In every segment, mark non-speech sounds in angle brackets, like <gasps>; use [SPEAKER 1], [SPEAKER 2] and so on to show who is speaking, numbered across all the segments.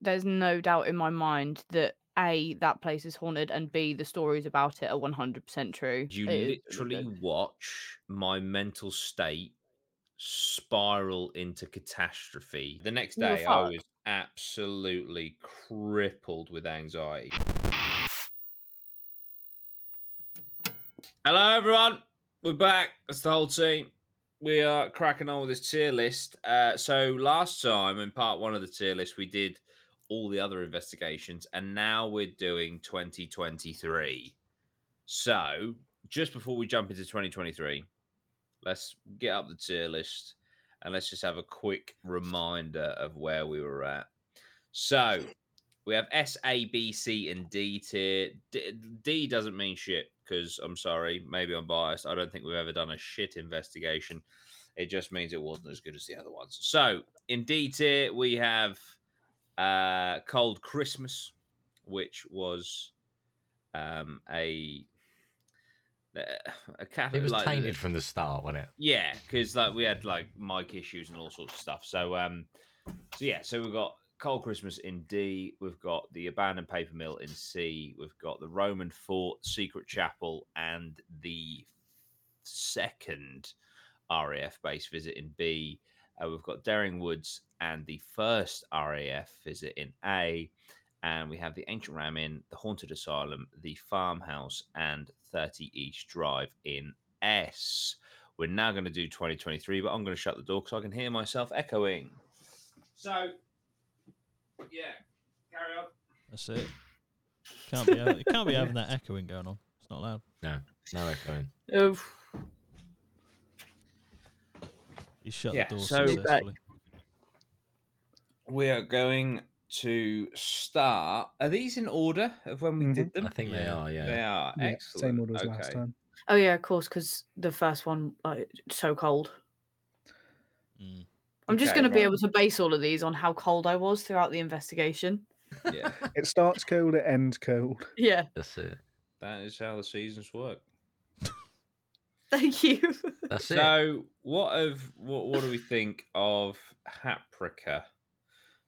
[SPEAKER 1] there's no doubt in my mind that A, that place is haunted, and B, the stories about it are 100% true.
[SPEAKER 2] You
[SPEAKER 1] It is really
[SPEAKER 2] literally
[SPEAKER 1] good.
[SPEAKER 2] watch my mental state spiral into catastrophe. The next
[SPEAKER 1] You were
[SPEAKER 2] day, I
[SPEAKER 1] fucked.
[SPEAKER 2] was absolutely crippled with anxiety. Hello, everyone. We're back. That's the whole team. We are cracking on with this tier list. Uh, so, last time in part one of the tier list, we did all the other investigations, and now we're doing 2023. So, just before we jump into 2023, let's get up the tier list and let's just have a quick reminder of where we were at. So we have S, A, B, C, and D tier. D, D doesn't mean shit because I'm sorry, maybe I'm biased. I don't think we've ever done a shit investigation. It just means it wasn't as good as the other ones. So in D tier, we have uh, Cold Christmas, which was um, a. uh, A
[SPEAKER 3] It
[SPEAKER 2] Catholic,
[SPEAKER 3] was
[SPEAKER 2] like,
[SPEAKER 3] tainted from the start, wasn't it?
[SPEAKER 2] yeah, because like we had like mic issues and all sorts of stuff. So um, so yeah, so we've got Cold Christmas in D, we've got the abandoned paper mill in C, we've got the Roman fort, secret chapel, and the second RAF base visit in B. Uh, we've got Daring Woods and the first RAF visit in A. And we have the Ancient Ram in the Haunted Asylum, the Farmhouse, and 30 East Drive in S. We're now going to do 2023, but I'm going to shut the door because I can hear myself echoing. So, yeah, carry on.
[SPEAKER 4] That's it. Can't be. ha- Can't be having that echoing going on. It's not allowed.
[SPEAKER 3] No, no echoing.
[SPEAKER 1] Oof.
[SPEAKER 4] You shut
[SPEAKER 2] Yeah,
[SPEAKER 4] the door
[SPEAKER 2] so-
[SPEAKER 4] successfully.
[SPEAKER 2] We are going to start. Are these in order of when we did them?
[SPEAKER 3] I think they
[SPEAKER 4] Yeah.
[SPEAKER 3] are, yeah.
[SPEAKER 2] They are.
[SPEAKER 5] Mm-hmm. Yeah,
[SPEAKER 2] Excellent.
[SPEAKER 5] Same order as
[SPEAKER 2] okay.
[SPEAKER 5] last time.
[SPEAKER 1] Oh, yeah, of course, because the first one, like, so cold.
[SPEAKER 4] Mm.
[SPEAKER 1] I'm just
[SPEAKER 2] Okay,
[SPEAKER 1] going to be
[SPEAKER 2] right.
[SPEAKER 1] able to base all of these on how cold I was throughout the investigation.
[SPEAKER 2] Yeah,
[SPEAKER 5] <laughs> It starts cold, it ends cold.
[SPEAKER 1] <laughs>
[SPEAKER 5] <laughs>
[SPEAKER 1] Yeah,
[SPEAKER 3] That's it.
[SPEAKER 2] that is how the seasons work.
[SPEAKER 1] thank you.
[SPEAKER 2] <laughs>
[SPEAKER 3] That's it.
[SPEAKER 2] So, what of what, what do we think of Haprica?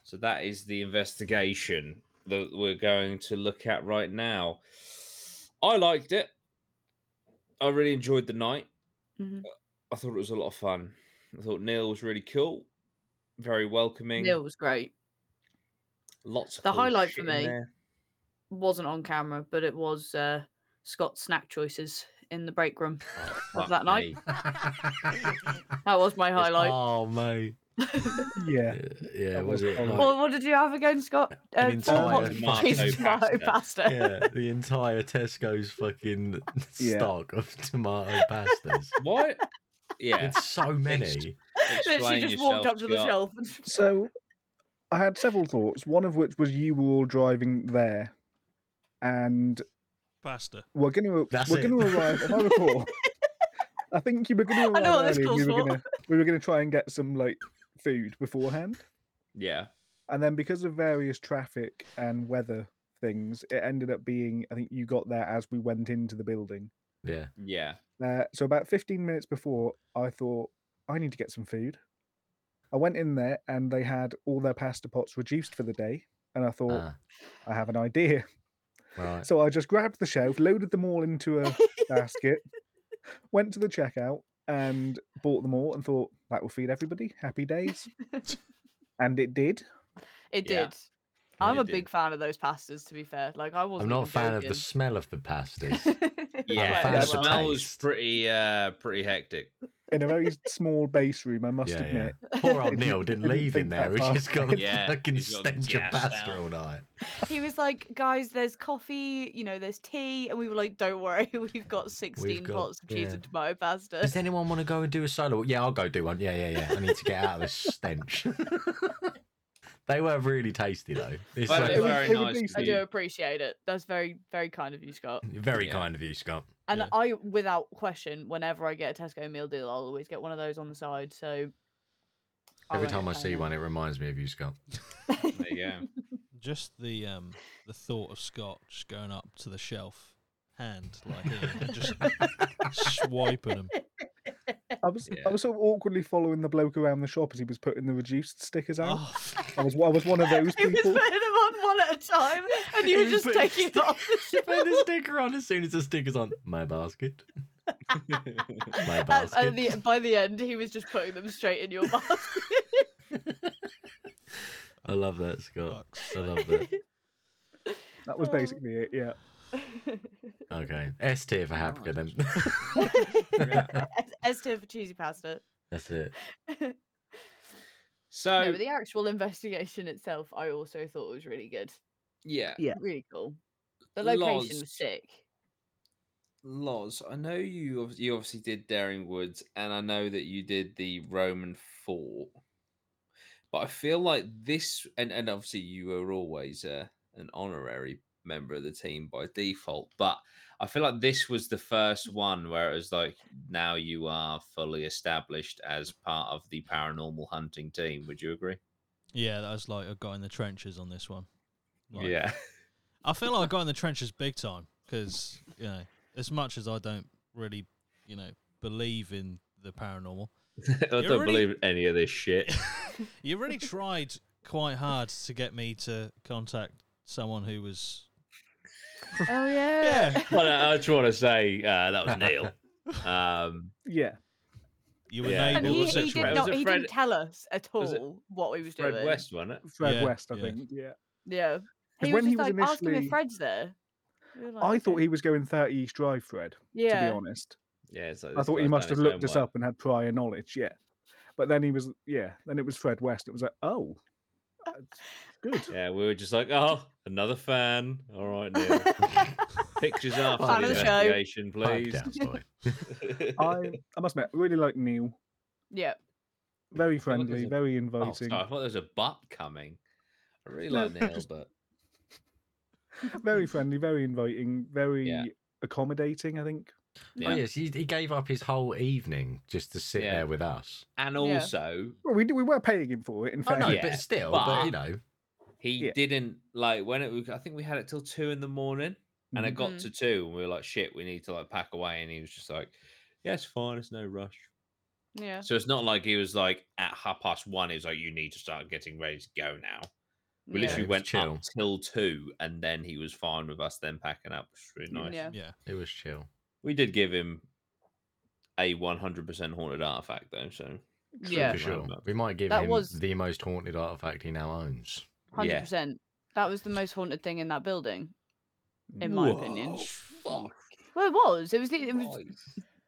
[SPEAKER 2] So that is the investigation that we're going to look at right now. I liked it. I really enjoyed the night.
[SPEAKER 1] Mhm.
[SPEAKER 2] I thought it was a lot of fun. I thought Neil was really cool, very welcoming.
[SPEAKER 1] Neil was great.
[SPEAKER 2] Lots of
[SPEAKER 1] The
[SPEAKER 2] cool
[SPEAKER 1] highlight
[SPEAKER 2] shit
[SPEAKER 1] for
[SPEAKER 2] in
[SPEAKER 1] me-
[SPEAKER 2] there.
[SPEAKER 1] Wasn't on camera, but it was uh, Scott's snack choices in the break room.
[SPEAKER 2] Oh,
[SPEAKER 1] Of that
[SPEAKER 2] fuck
[SPEAKER 1] night.
[SPEAKER 2] me.
[SPEAKER 1] That was my highlight.
[SPEAKER 3] Oh, mate.
[SPEAKER 5] Yeah.
[SPEAKER 3] Yeah, yeah
[SPEAKER 5] That
[SPEAKER 3] was
[SPEAKER 5] was
[SPEAKER 3] it?
[SPEAKER 5] horrible.
[SPEAKER 3] like-
[SPEAKER 1] Well, what did you have again, Scott?
[SPEAKER 3] An
[SPEAKER 1] Uh, tomato- <laughs>
[SPEAKER 3] entire
[SPEAKER 2] tomato
[SPEAKER 1] cheese
[SPEAKER 2] pasta.
[SPEAKER 1] tomato
[SPEAKER 3] <laughs>
[SPEAKER 1] pasta.
[SPEAKER 3] yeah, the entire Tesco's fucking <laughs>
[SPEAKER 5] Yeah.
[SPEAKER 3] stock of tomato pastas.
[SPEAKER 1] <laughs>
[SPEAKER 2] What? Yeah.
[SPEAKER 3] It's so many.
[SPEAKER 1] Literally
[SPEAKER 2] explain
[SPEAKER 1] just walked
[SPEAKER 2] yourself,
[SPEAKER 1] up to the
[SPEAKER 2] Scott.
[SPEAKER 1] shelf.
[SPEAKER 3] <laughs>
[SPEAKER 1] And... <laughs>
[SPEAKER 5] So I had several thoughts, one of which was you were all driving there. And
[SPEAKER 4] Pasta.
[SPEAKER 5] we're gonna
[SPEAKER 3] That's
[SPEAKER 5] we're
[SPEAKER 3] it.
[SPEAKER 5] gonna
[SPEAKER 1] <laughs>
[SPEAKER 5] arrive if I recall. I think you were gonna arrive
[SPEAKER 1] I know what this
[SPEAKER 5] early,
[SPEAKER 1] calls
[SPEAKER 5] we were
[SPEAKER 1] for.
[SPEAKER 5] gonna we were gonna try and get some like food beforehand.
[SPEAKER 2] Yeah.
[SPEAKER 5] And then because of various traffic and weather things, it ended up being I think you got there as we went into the building.
[SPEAKER 3] Yeah.
[SPEAKER 2] Yeah.
[SPEAKER 5] Uh, so about 15 minutes before, I thought I need to get some food. I went in there and they had all their pasta pots reduced for the day, and I thought
[SPEAKER 3] Ah,
[SPEAKER 5] I have an idea.
[SPEAKER 3] right.
[SPEAKER 5] Oh. So I just grabbed the shelf, loaded them all into a basket, went to the checkout and bought them all, and thought that will feed everybody. Happy days. and it did.
[SPEAKER 1] It did.
[SPEAKER 2] Yeah.
[SPEAKER 1] I'm
[SPEAKER 2] It
[SPEAKER 1] a
[SPEAKER 2] did.
[SPEAKER 1] big fan of those pastas, to be fair. Like I
[SPEAKER 3] I'm
[SPEAKER 1] wasn't.
[SPEAKER 3] not a
[SPEAKER 1] even
[SPEAKER 3] fan of the
[SPEAKER 1] joking.
[SPEAKER 3] smell of the pastas.
[SPEAKER 1] <laughs>
[SPEAKER 2] Yeah,
[SPEAKER 3] fan
[SPEAKER 2] the
[SPEAKER 3] of the
[SPEAKER 2] smell was
[SPEAKER 3] taste.
[SPEAKER 2] pretty uh pretty hectic.
[SPEAKER 5] in a very small base room, I must
[SPEAKER 3] Yeah,
[SPEAKER 5] admit.
[SPEAKER 3] Poor old
[SPEAKER 5] Didn't-
[SPEAKER 3] Neil didn't
[SPEAKER 5] didn't
[SPEAKER 3] leave in
[SPEAKER 5] think
[SPEAKER 3] there.
[SPEAKER 5] that
[SPEAKER 3] He's
[SPEAKER 5] far.
[SPEAKER 3] just got <laughs> a
[SPEAKER 2] Yeah,
[SPEAKER 3] fucking
[SPEAKER 2] he's got
[SPEAKER 3] stench of
[SPEAKER 2] gassed
[SPEAKER 3] pasta
[SPEAKER 2] out.
[SPEAKER 3] all night.
[SPEAKER 1] he was like, "Guys, there's coffee. You know, there's tea," and we were like, "Don't worry, <laughs> we've got 16
[SPEAKER 3] got-
[SPEAKER 1] pots of cheese
[SPEAKER 3] yeah.
[SPEAKER 1] and tomato pasta."
[SPEAKER 3] Does anyone want to go and do a solo? Yeah, I'll go do one. Yeah, yeah, yeah. I need to get out of this stench. <laughs> they were really tasty though. It's
[SPEAKER 2] But
[SPEAKER 3] like-
[SPEAKER 2] it was
[SPEAKER 5] was-
[SPEAKER 2] very
[SPEAKER 5] it was
[SPEAKER 2] nice.
[SPEAKER 1] I
[SPEAKER 2] of
[SPEAKER 5] decent.
[SPEAKER 1] do
[SPEAKER 2] you.
[SPEAKER 1] appreciate it. That's very, very kind of you, Scott.
[SPEAKER 3] very
[SPEAKER 2] Yeah.
[SPEAKER 3] kind of you, Scott.
[SPEAKER 1] And
[SPEAKER 4] Yeah.
[SPEAKER 1] I, without question, whenever I get a Tesco meal deal, I'll always get one of those on the side. So I
[SPEAKER 3] Every
[SPEAKER 1] won't
[SPEAKER 3] time I
[SPEAKER 1] complain
[SPEAKER 3] see
[SPEAKER 1] then.
[SPEAKER 3] one, it reminds me of you, Scott.
[SPEAKER 2] <laughs>
[SPEAKER 3] <laughs>
[SPEAKER 2] There you go.
[SPEAKER 4] Just the um the thought of Scott just going up to the shelf, hand like here, and just swiping them.
[SPEAKER 5] I was
[SPEAKER 2] Yeah.
[SPEAKER 5] I was sort of awkwardly following the bloke around the shop as he was putting the reduced stickers out.
[SPEAKER 4] Oh,
[SPEAKER 5] I was I was
[SPEAKER 1] <laughs>
[SPEAKER 5] one of those
[SPEAKER 1] He was putting
[SPEAKER 5] people.
[SPEAKER 1] them on one at a time, and you were
[SPEAKER 3] He
[SPEAKER 1] just
[SPEAKER 3] put-
[SPEAKER 1] taking it <laughs> off the
[SPEAKER 3] She put the
[SPEAKER 1] shelf.
[SPEAKER 3] sticker on as soon as the sticker's on. My basket. <laughs>
[SPEAKER 1] <laughs>
[SPEAKER 3] My
[SPEAKER 1] At- at
[SPEAKER 3] basket.
[SPEAKER 1] the- by the end, he was just putting them straight in your basket.
[SPEAKER 3] I love that, Scott.
[SPEAKER 4] fuck's
[SPEAKER 3] I
[SPEAKER 4] sake.
[SPEAKER 3] love that.
[SPEAKER 5] That was
[SPEAKER 1] Oh.
[SPEAKER 5] basically it. Yeah.
[SPEAKER 3] Okay. S tier for Happy then.
[SPEAKER 1] <laughs>
[SPEAKER 3] <laughs>
[SPEAKER 1] As- As to for cheesy pasta.
[SPEAKER 3] That's it.
[SPEAKER 2] so
[SPEAKER 1] no, but the actual investigation itself, I also thought was really good.
[SPEAKER 2] yeah,
[SPEAKER 1] Really cool. The location
[SPEAKER 2] Loz.
[SPEAKER 1] was sick.
[SPEAKER 2] Loz, I know you. obv- You obviously did Daring Woods, and I know that you did the Roman Fort. But I feel like this, and and obviously you were always uh, an honorary member of the team by default. But I feel like this was the first one where it was like now you are fully established as part of the paranormal hunting team. Would you agree?
[SPEAKER 4] Yeah, that was like I got in the trenches on this one. Like,
[SPEAKER 2] yeah.
[SPEAKER 4] I feel like I got in the trenches big time because you know, as much as I don't really, you know, believe in the paranormal,
[SPEAKER 2] I don't
[SPEAKER 4] really-
[SPEAKER 2] believe any of this shit.
[SPEAKER 4] <laughs> you really tried quite hard to get me to contact someone who was.
[SPEAKER 1] Oh
[SPEAKER 4] Yeah,
[SPEAKER 2] but I, I just want to say uh, that was Neil. Um,
[SPEAKER 5] Yeah.
[SPEAKER 4] you were
[SPEAKER 2] Yeah.
[SPEAKER 1] <laughs> And
[SPEAKER 2] Well,
[SPEAKER 1] he,
[SPEAKER 2] was it
[SPEAKER 1] he,
[SPEAKER 2] Fred-
[SPEAKER 1] did
[SPEAKER 2] was
[SPEAKER 1] not,
[SPEAKER 2] it
[SPEAKER 1] he
[SPEAKER 2] Fred-
[SPEAKER 1] didn't tell us at
[SPEAKER 2] was it
[SPEAKER 1] all what he was
[SPEAKER 2] Fred
[SPEAKER 1] doing.
[SPEAKER 2] West, wasn't it?
[SPEAKER 5] Fred
[SPEAKER 4] Yeah,
[SPEAKER 5] West, I
[SPEAKER 4] yeah.
[SPEAKER 5] think. Yeah.
[SPEAKER 1] Yeah.
[SPEAKER 5] Because
[SPEAKER 1] He
[SPEAKER 5] when
[SPEAKER 1] was
[SPEAKER 5] he
[SPEAKER 1] just
[SPEAKER 5] was
[SPEAKER 1] like, ask him
[SPEAKER 5] initially-
[SPEAKER 1] if Fred's there. We were like,
[SPEAKER 5] I thought
[SPEAKER 1] Oh, "Okay."
[SPEAKER 5] he was going 30 East Drive, Fred,
[SPEAKER 1] yeah.
[SPEAKER 5] to be honest.
[SPEAKER 2] Yeah, it's like
[SPEAKER 5] I
[SPEAKER 2] this
[SPEAKER 5] thought he
[SPEAKER 2] guy's
[SPEAKER 5] must
[SPEAKER 2] done
[SPEAKER 5] have
[SPEAKER 2] his
[SPEAKER 5] looked
[SPEAKER 2] own
[SPEAKER 5] us
[SPEAKER 2] way.
[SPEAKER 5] up and had prior knowledge, yeah. But then he was, yeah, then it was Fred West. It was like, oh, that's
[SPEAKER 2] <laughs>
[SPEAKER 5] good.
[SPEAKER 2] Yeah, we were just like, oh, another fan. All right,
[SPEAKER 5] <laughs>
[SPEAKER 2] Neil. Pictures after
[SPEAKER 1] Fan
[SPEAKER 2] the
[SPEAKER 1] of the show.
[SPEAKER 2] investigation,
[SPEAKER 3] Pipe
[SPEAKER 2] please.
[SPEAKER 3] down, boy.
[SPEAKER 2] <laughs>
[SPEAKER 5] I, I must admit, I really like Neil.
[SPEAKER 1] yeah.
[SPEAKER 5] Very
[SPEAKER 2] feel like there's
[SPEAKER 5] friendly,
[SPEAKER 2] a-
[SPEAKER 5] very
[SPEAKER 2] oh, sorry,
[SPEAKER 5] inviting,
[SPEAKER 2] I thought there was a butt coming. I really
[SPEAKER 5] No,
[SPEAKER 2] like Neil,
[SPEAKER 5] just- <laughs>
[SPEAKER 2] but
[SPEAKER 5] very friendly, very inviting, very accommodating, I think.
[SPEAKER 2] yeah.
[SPEAKER 3] Oh, yes, he, he gave up his whole evening just to sit
[SPEAKER 2] Yeah.
[SPEAKER 3] there with us.
[SPEAKER 2] and
[SPEAKER 1] Yeah.
[SPEAKER 2] also
[SPEAKER 5] Well, we, d- we were paying him for it, in
[SPEAKER 3] Oh,
[SPEAKER 5] fact.
[SPEAKER 3] no,
[SPEAKER 2] Yeah,
[SPEAKER 3] but still, but,
[SPEAKER 2] but-
[SPEAKER 3] you know,
[SPEAKER 2] he
[SPEAKER 5] Yeah.
[SPEAKER 2] didn't like when it. was- I think we had it till two in the morning, and it got
[SPEAKER 1] Mhm.
[SPEAKER 2] to two, and we were like, shit, we need to like pack away, and he was just like, yeah, it's fine, it's no rush.
[SPEAKER 1] Yeah.
[SPEAKER 2] So it's not like he was like at half past one. He was like, you need to start getting ready to go now. We
[SPEAKER 1] yeah.
[SPEAKER 2] literally
[SPEAKER 3] it was
[SPEAKER 2] went
[SPEAKER 3] chill.
[SPEAKER 2] up till two, and then he was fine with us. Then packing up, which was really nice.
[SPEAKER 1] Mm, Yeah.
[SPEAKER 4] yeah.
[SPEAKER 3] it was chill.
[SPEAKER 2] We did give him a 100% haunted artifact, though. So
[SPEAKER 1] Yeah.
[SPEAKER 3] For sure.
[SPEAKER 2] Roundup.
[SPEAKER 3] We might give
[SPEAKER 1] That
[SPEAKER 3] him
[SPEAKER 1] was-
[SPEAKER 3] the most haunted artifact he now owns.
[SPEAKER 1] Hundred
[SPEAKER 2] Yeah.
[SPEAKER 1] percent. That was the most haunted thing in that building, in my opinion.
[SPEAKER 2] Fuck.
[SPEAKER 1] Well, it was. It was. the- It was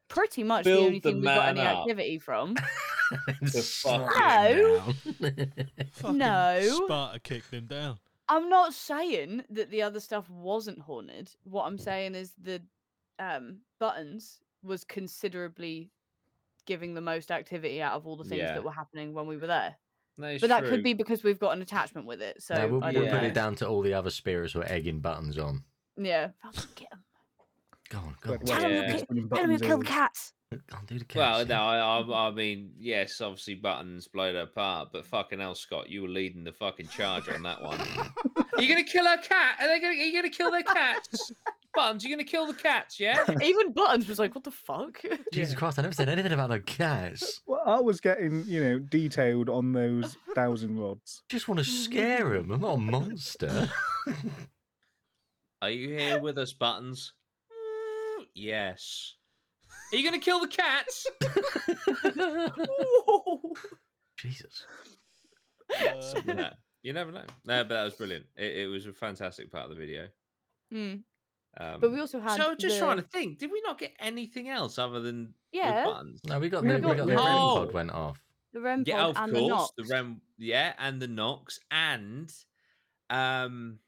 [SPEAKER 1] pretty much the
[SPEAKER 2] Build
[SPEAKER 1] only
[SPEAKER 2] the
[SPEAKER 1] thing we got any
[SPEAKER 2] man up.
[SPEAKER 1] activity from. <laughs>
[SPEAKER 2] <laughs> The
[SPEAKER 3] Slap
[SPEAKER 1] fuck?
[SPEAKER 3] him down.
[SPEAKER 2] <laughs>
[SPEAKER 4] Fucking
[SPEAKER 1] No.
[SPEAKER 4] Sparta kicked him down.
[SPEAKER 1] I'm not saying that the other stuff wasn't haunted. What I'm saying is the um, buttons was considerably giving the most activity out of all the things
[SPEAKER 2] Yeah.
[SPEAKER 1] that were happening when we were there.
[SPEAKER 2] No, it's
[SPEAKER 1] but that
[SPEAKER 2] true.
[SPEAKER 1] could be because we've got an attachment with it. <laughs> So
[SPEAKER 3] no, we'll,
[SPEAKER 1] I
[SPEAKER 3] we'll
[SPEAKER 1] don't
[SPEAKER 3] put
[SPEAKER 1] know.
[SPEAKER 3] it down to all the other spirits who are egging buttons on.
[SPEAKER 1] Yeah. Fucking get 'em.
[SPEAKER 3] Go on, go on.
[SPEAKER 5] <laughs> Fred
[SPEAKER 1] Tell
[SPEAKER 5] West
[SPEAKER 1] him
[SPEAKER 5] was
[SPEAKER 1] to
[SPEAKER 5] just
[SPEAKER 1] Get
[SPEAKER 5] putting
[SPEAKER 1] 'em
[SPEAKER 5] buttons
[SPEAKER 1] to kill the
[SPEAKER 5] in.
[SPEAKER 1] cats.
[SPEAKER 3] Go on, do the
[SPEAKER 2] Well,
[SPEAKER 3] cats,
[SPEAKER 2] no, I, I, I mean, yes, obviously buttons blowed her apart, but fucking hell, Scott, you were leading the fucking charge on that one. are you gonna kill her cat? Are they gonna? Are you gonna kill their <laughs> cats? buttons, you're gonna kill the cats, yeah?
[SPEAKER 1] Even Buttons was like, "What the fuck?"
[SPEAKER 3] Jesus Christ, I never said anything about the cats.
[SPEAKER 5] Well, I was getting, you know, detailed on those thousand rods.
[SPEAKER 3] Just want to scare him. I'm not
[SPEAKER 2] <laughs>
[SPEAKER 3] a monster.
[SPEAKER 2] <laughs> Are you here with us, Buttons? "Mm, Yes. Are you gonna kill the cats?
[SPEAKER 3] Jesus.
[SPEAKER 2] Something like <laughs> that. You never know. No, but that was brilliant. It, it was a fantastic part of the video.
[SPEAKER 1] Mm.
[SPEAKER 2] Um,
[SPEAKER 1] But we also had.
[SPEAKER 2] so just
[SPEAKER 1] the-
[SPEAKER 2] trying to think, did we not get anything else other than
[SPEAKER 1] Yeah.
[SPEAKER 2] the buttons?
[SPEAKER 3] No, we got
[SPEAKER 5] We
[SPEAKER 3] the, we got
[SPEAKER 5] got
[SPEAKER 3] the
[SPEAKER 5] the-
[SPEAKER 3] REM
[SPEAKER 2] Oh.
[SPEAKER 3] pod went off.
[SPEAKER 1] the REM
[SPEAKER 2] yeah,
[SPEAKER 1] pod
[SPEAKER 2] of
[SPEAKER 1] and
[SPEAKER 2] course,
[SPEAKER 1] the Nox.
[SPEAKER 2] the rem, yeah, and the Knox and um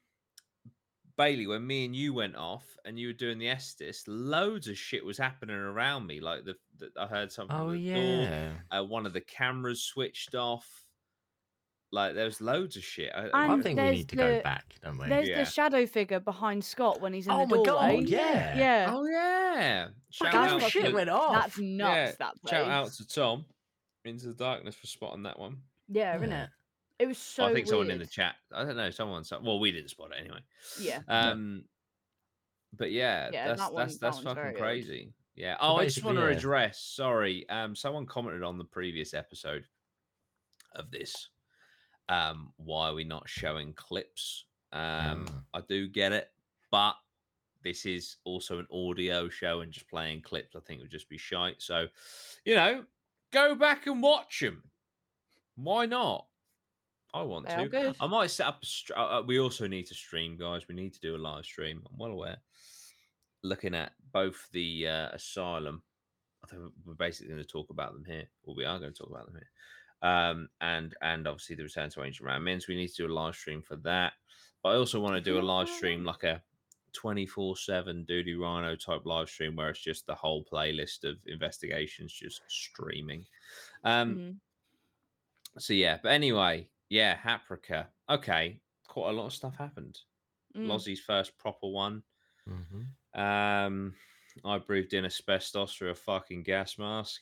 [SPEAKER 2] Bailey. When me and you went off and you were doing the Estes, loads of shit was happening around me. Like the, the I heard something.
[SPEAKER 3] Oh,
[SPEAKER 2] at the door.
[SPEAKER 3] yeah.
[SPEAKER 2] uh, one of the cameras switched off. Like there was loads of shit. I,
[SPEAKER 3] I
[SPEAKER 1] And
[SPEAKER 3] think we
[SPEAKER 1] there's
[SPEAKER 3] need to go
[SPEAKER 1] the-
[SPEAKER 3] back, don't we?
[SPEAKER 1] There's
[SPEAKER 2] Yeah.
[SPEAKER 1] the shadow figure behind Scott when he's in
[SPEAKER 3] Oh
[SPEAKER 1] the
[SPEAKER 3] my god,
[SPEAKER 1] doorway.
[SPEAKER 3] yeah.
[SPEAKER 1] Yeah.
[SPEAKER 2] oh yeah, shout
[SPEAKER 1] hell,
[SPEAKER 2] out,
[SPEAKER 1] fucking-
[SPEAKER 2] to,
[SPEAKER 3] shit went off.
[SPEAKER 1] That's nuts.
[SPEAKER 2] yeah,
[SPEAKER 1] That place.
[SPEAKER 2] shout out to Tom into the darkness for spotting that one.
[SPEAKER 1] Yeah, isn't it? It was so.
[SPEAKER 2] I think someone in the
[SPEAKER 1] weird.
[SPEAKER 2] chat. I don't know. Someone. so- Well, we didn't spot it anyway.
[SPEAKER 1] Yeah.
[SPEAKER 3] Yeah.
[SPEAKER 2] Um. But yeah,
[SPEAKER 1] Yeah,
[SPEAKER 2] that's
[SPEAKER 1] that one-
[SPEAKER 2] that's
[SPEAKER 1] that
[SPEAKER 2] that's
[SPEAKER 1] one's
[SPEAKER 2] fucking
[SPEAKER 1] very odd.
[SPEAKER 2] crazy. Yeah. Oh, I just
[SPEAKER 3] basically,
[SPEAKER 2] want to
[SPEAKER 3] yeah.
[SPEAKER 2] address. Sorry. Um, someone commented on the previous episode of this. Um, why are we not showing clips? Um,
[SPEAKER 3] Mm.
[SPEAKER 2] I do get it, but this is also an audio show, and just playing clips, I think, would just be shite. So, you know, go back and watch them. Why not? I want
[SPEAKER 1] They
[SPEAKER 2] to.
[SPEAKER 1] are good.
[SPEAKER 2] I might set up. A str- uh, uh, we also need to stream, guys. We need to do a live stream. I'm well aware. Looking at both the uh, asylum, I think we're basically going to talk about them here, or we are going to talk about them here, um, and and obviously the return to ancient Roman. So we need to do a live stream for that. But I also want to do a live stream, like a 24 7 Doody Rhino type live stream, where it's just the whole playlist of investigations just streaming. Um,
[SPEAKER 1] Mhm. Mm.
[SPEAKER 2] so yeah, but anyway, yeah, Haprica. Okay, quite a lot of stuff happened.
[SPEAKER 1] Mm. <laughs>
[SPEAKER 2] Lozzie's first proper one.
[SPEAKER 3] Mm-hmm.
[SPEAKER 2] Um, I breathed in asbestos through a fucking gas mask.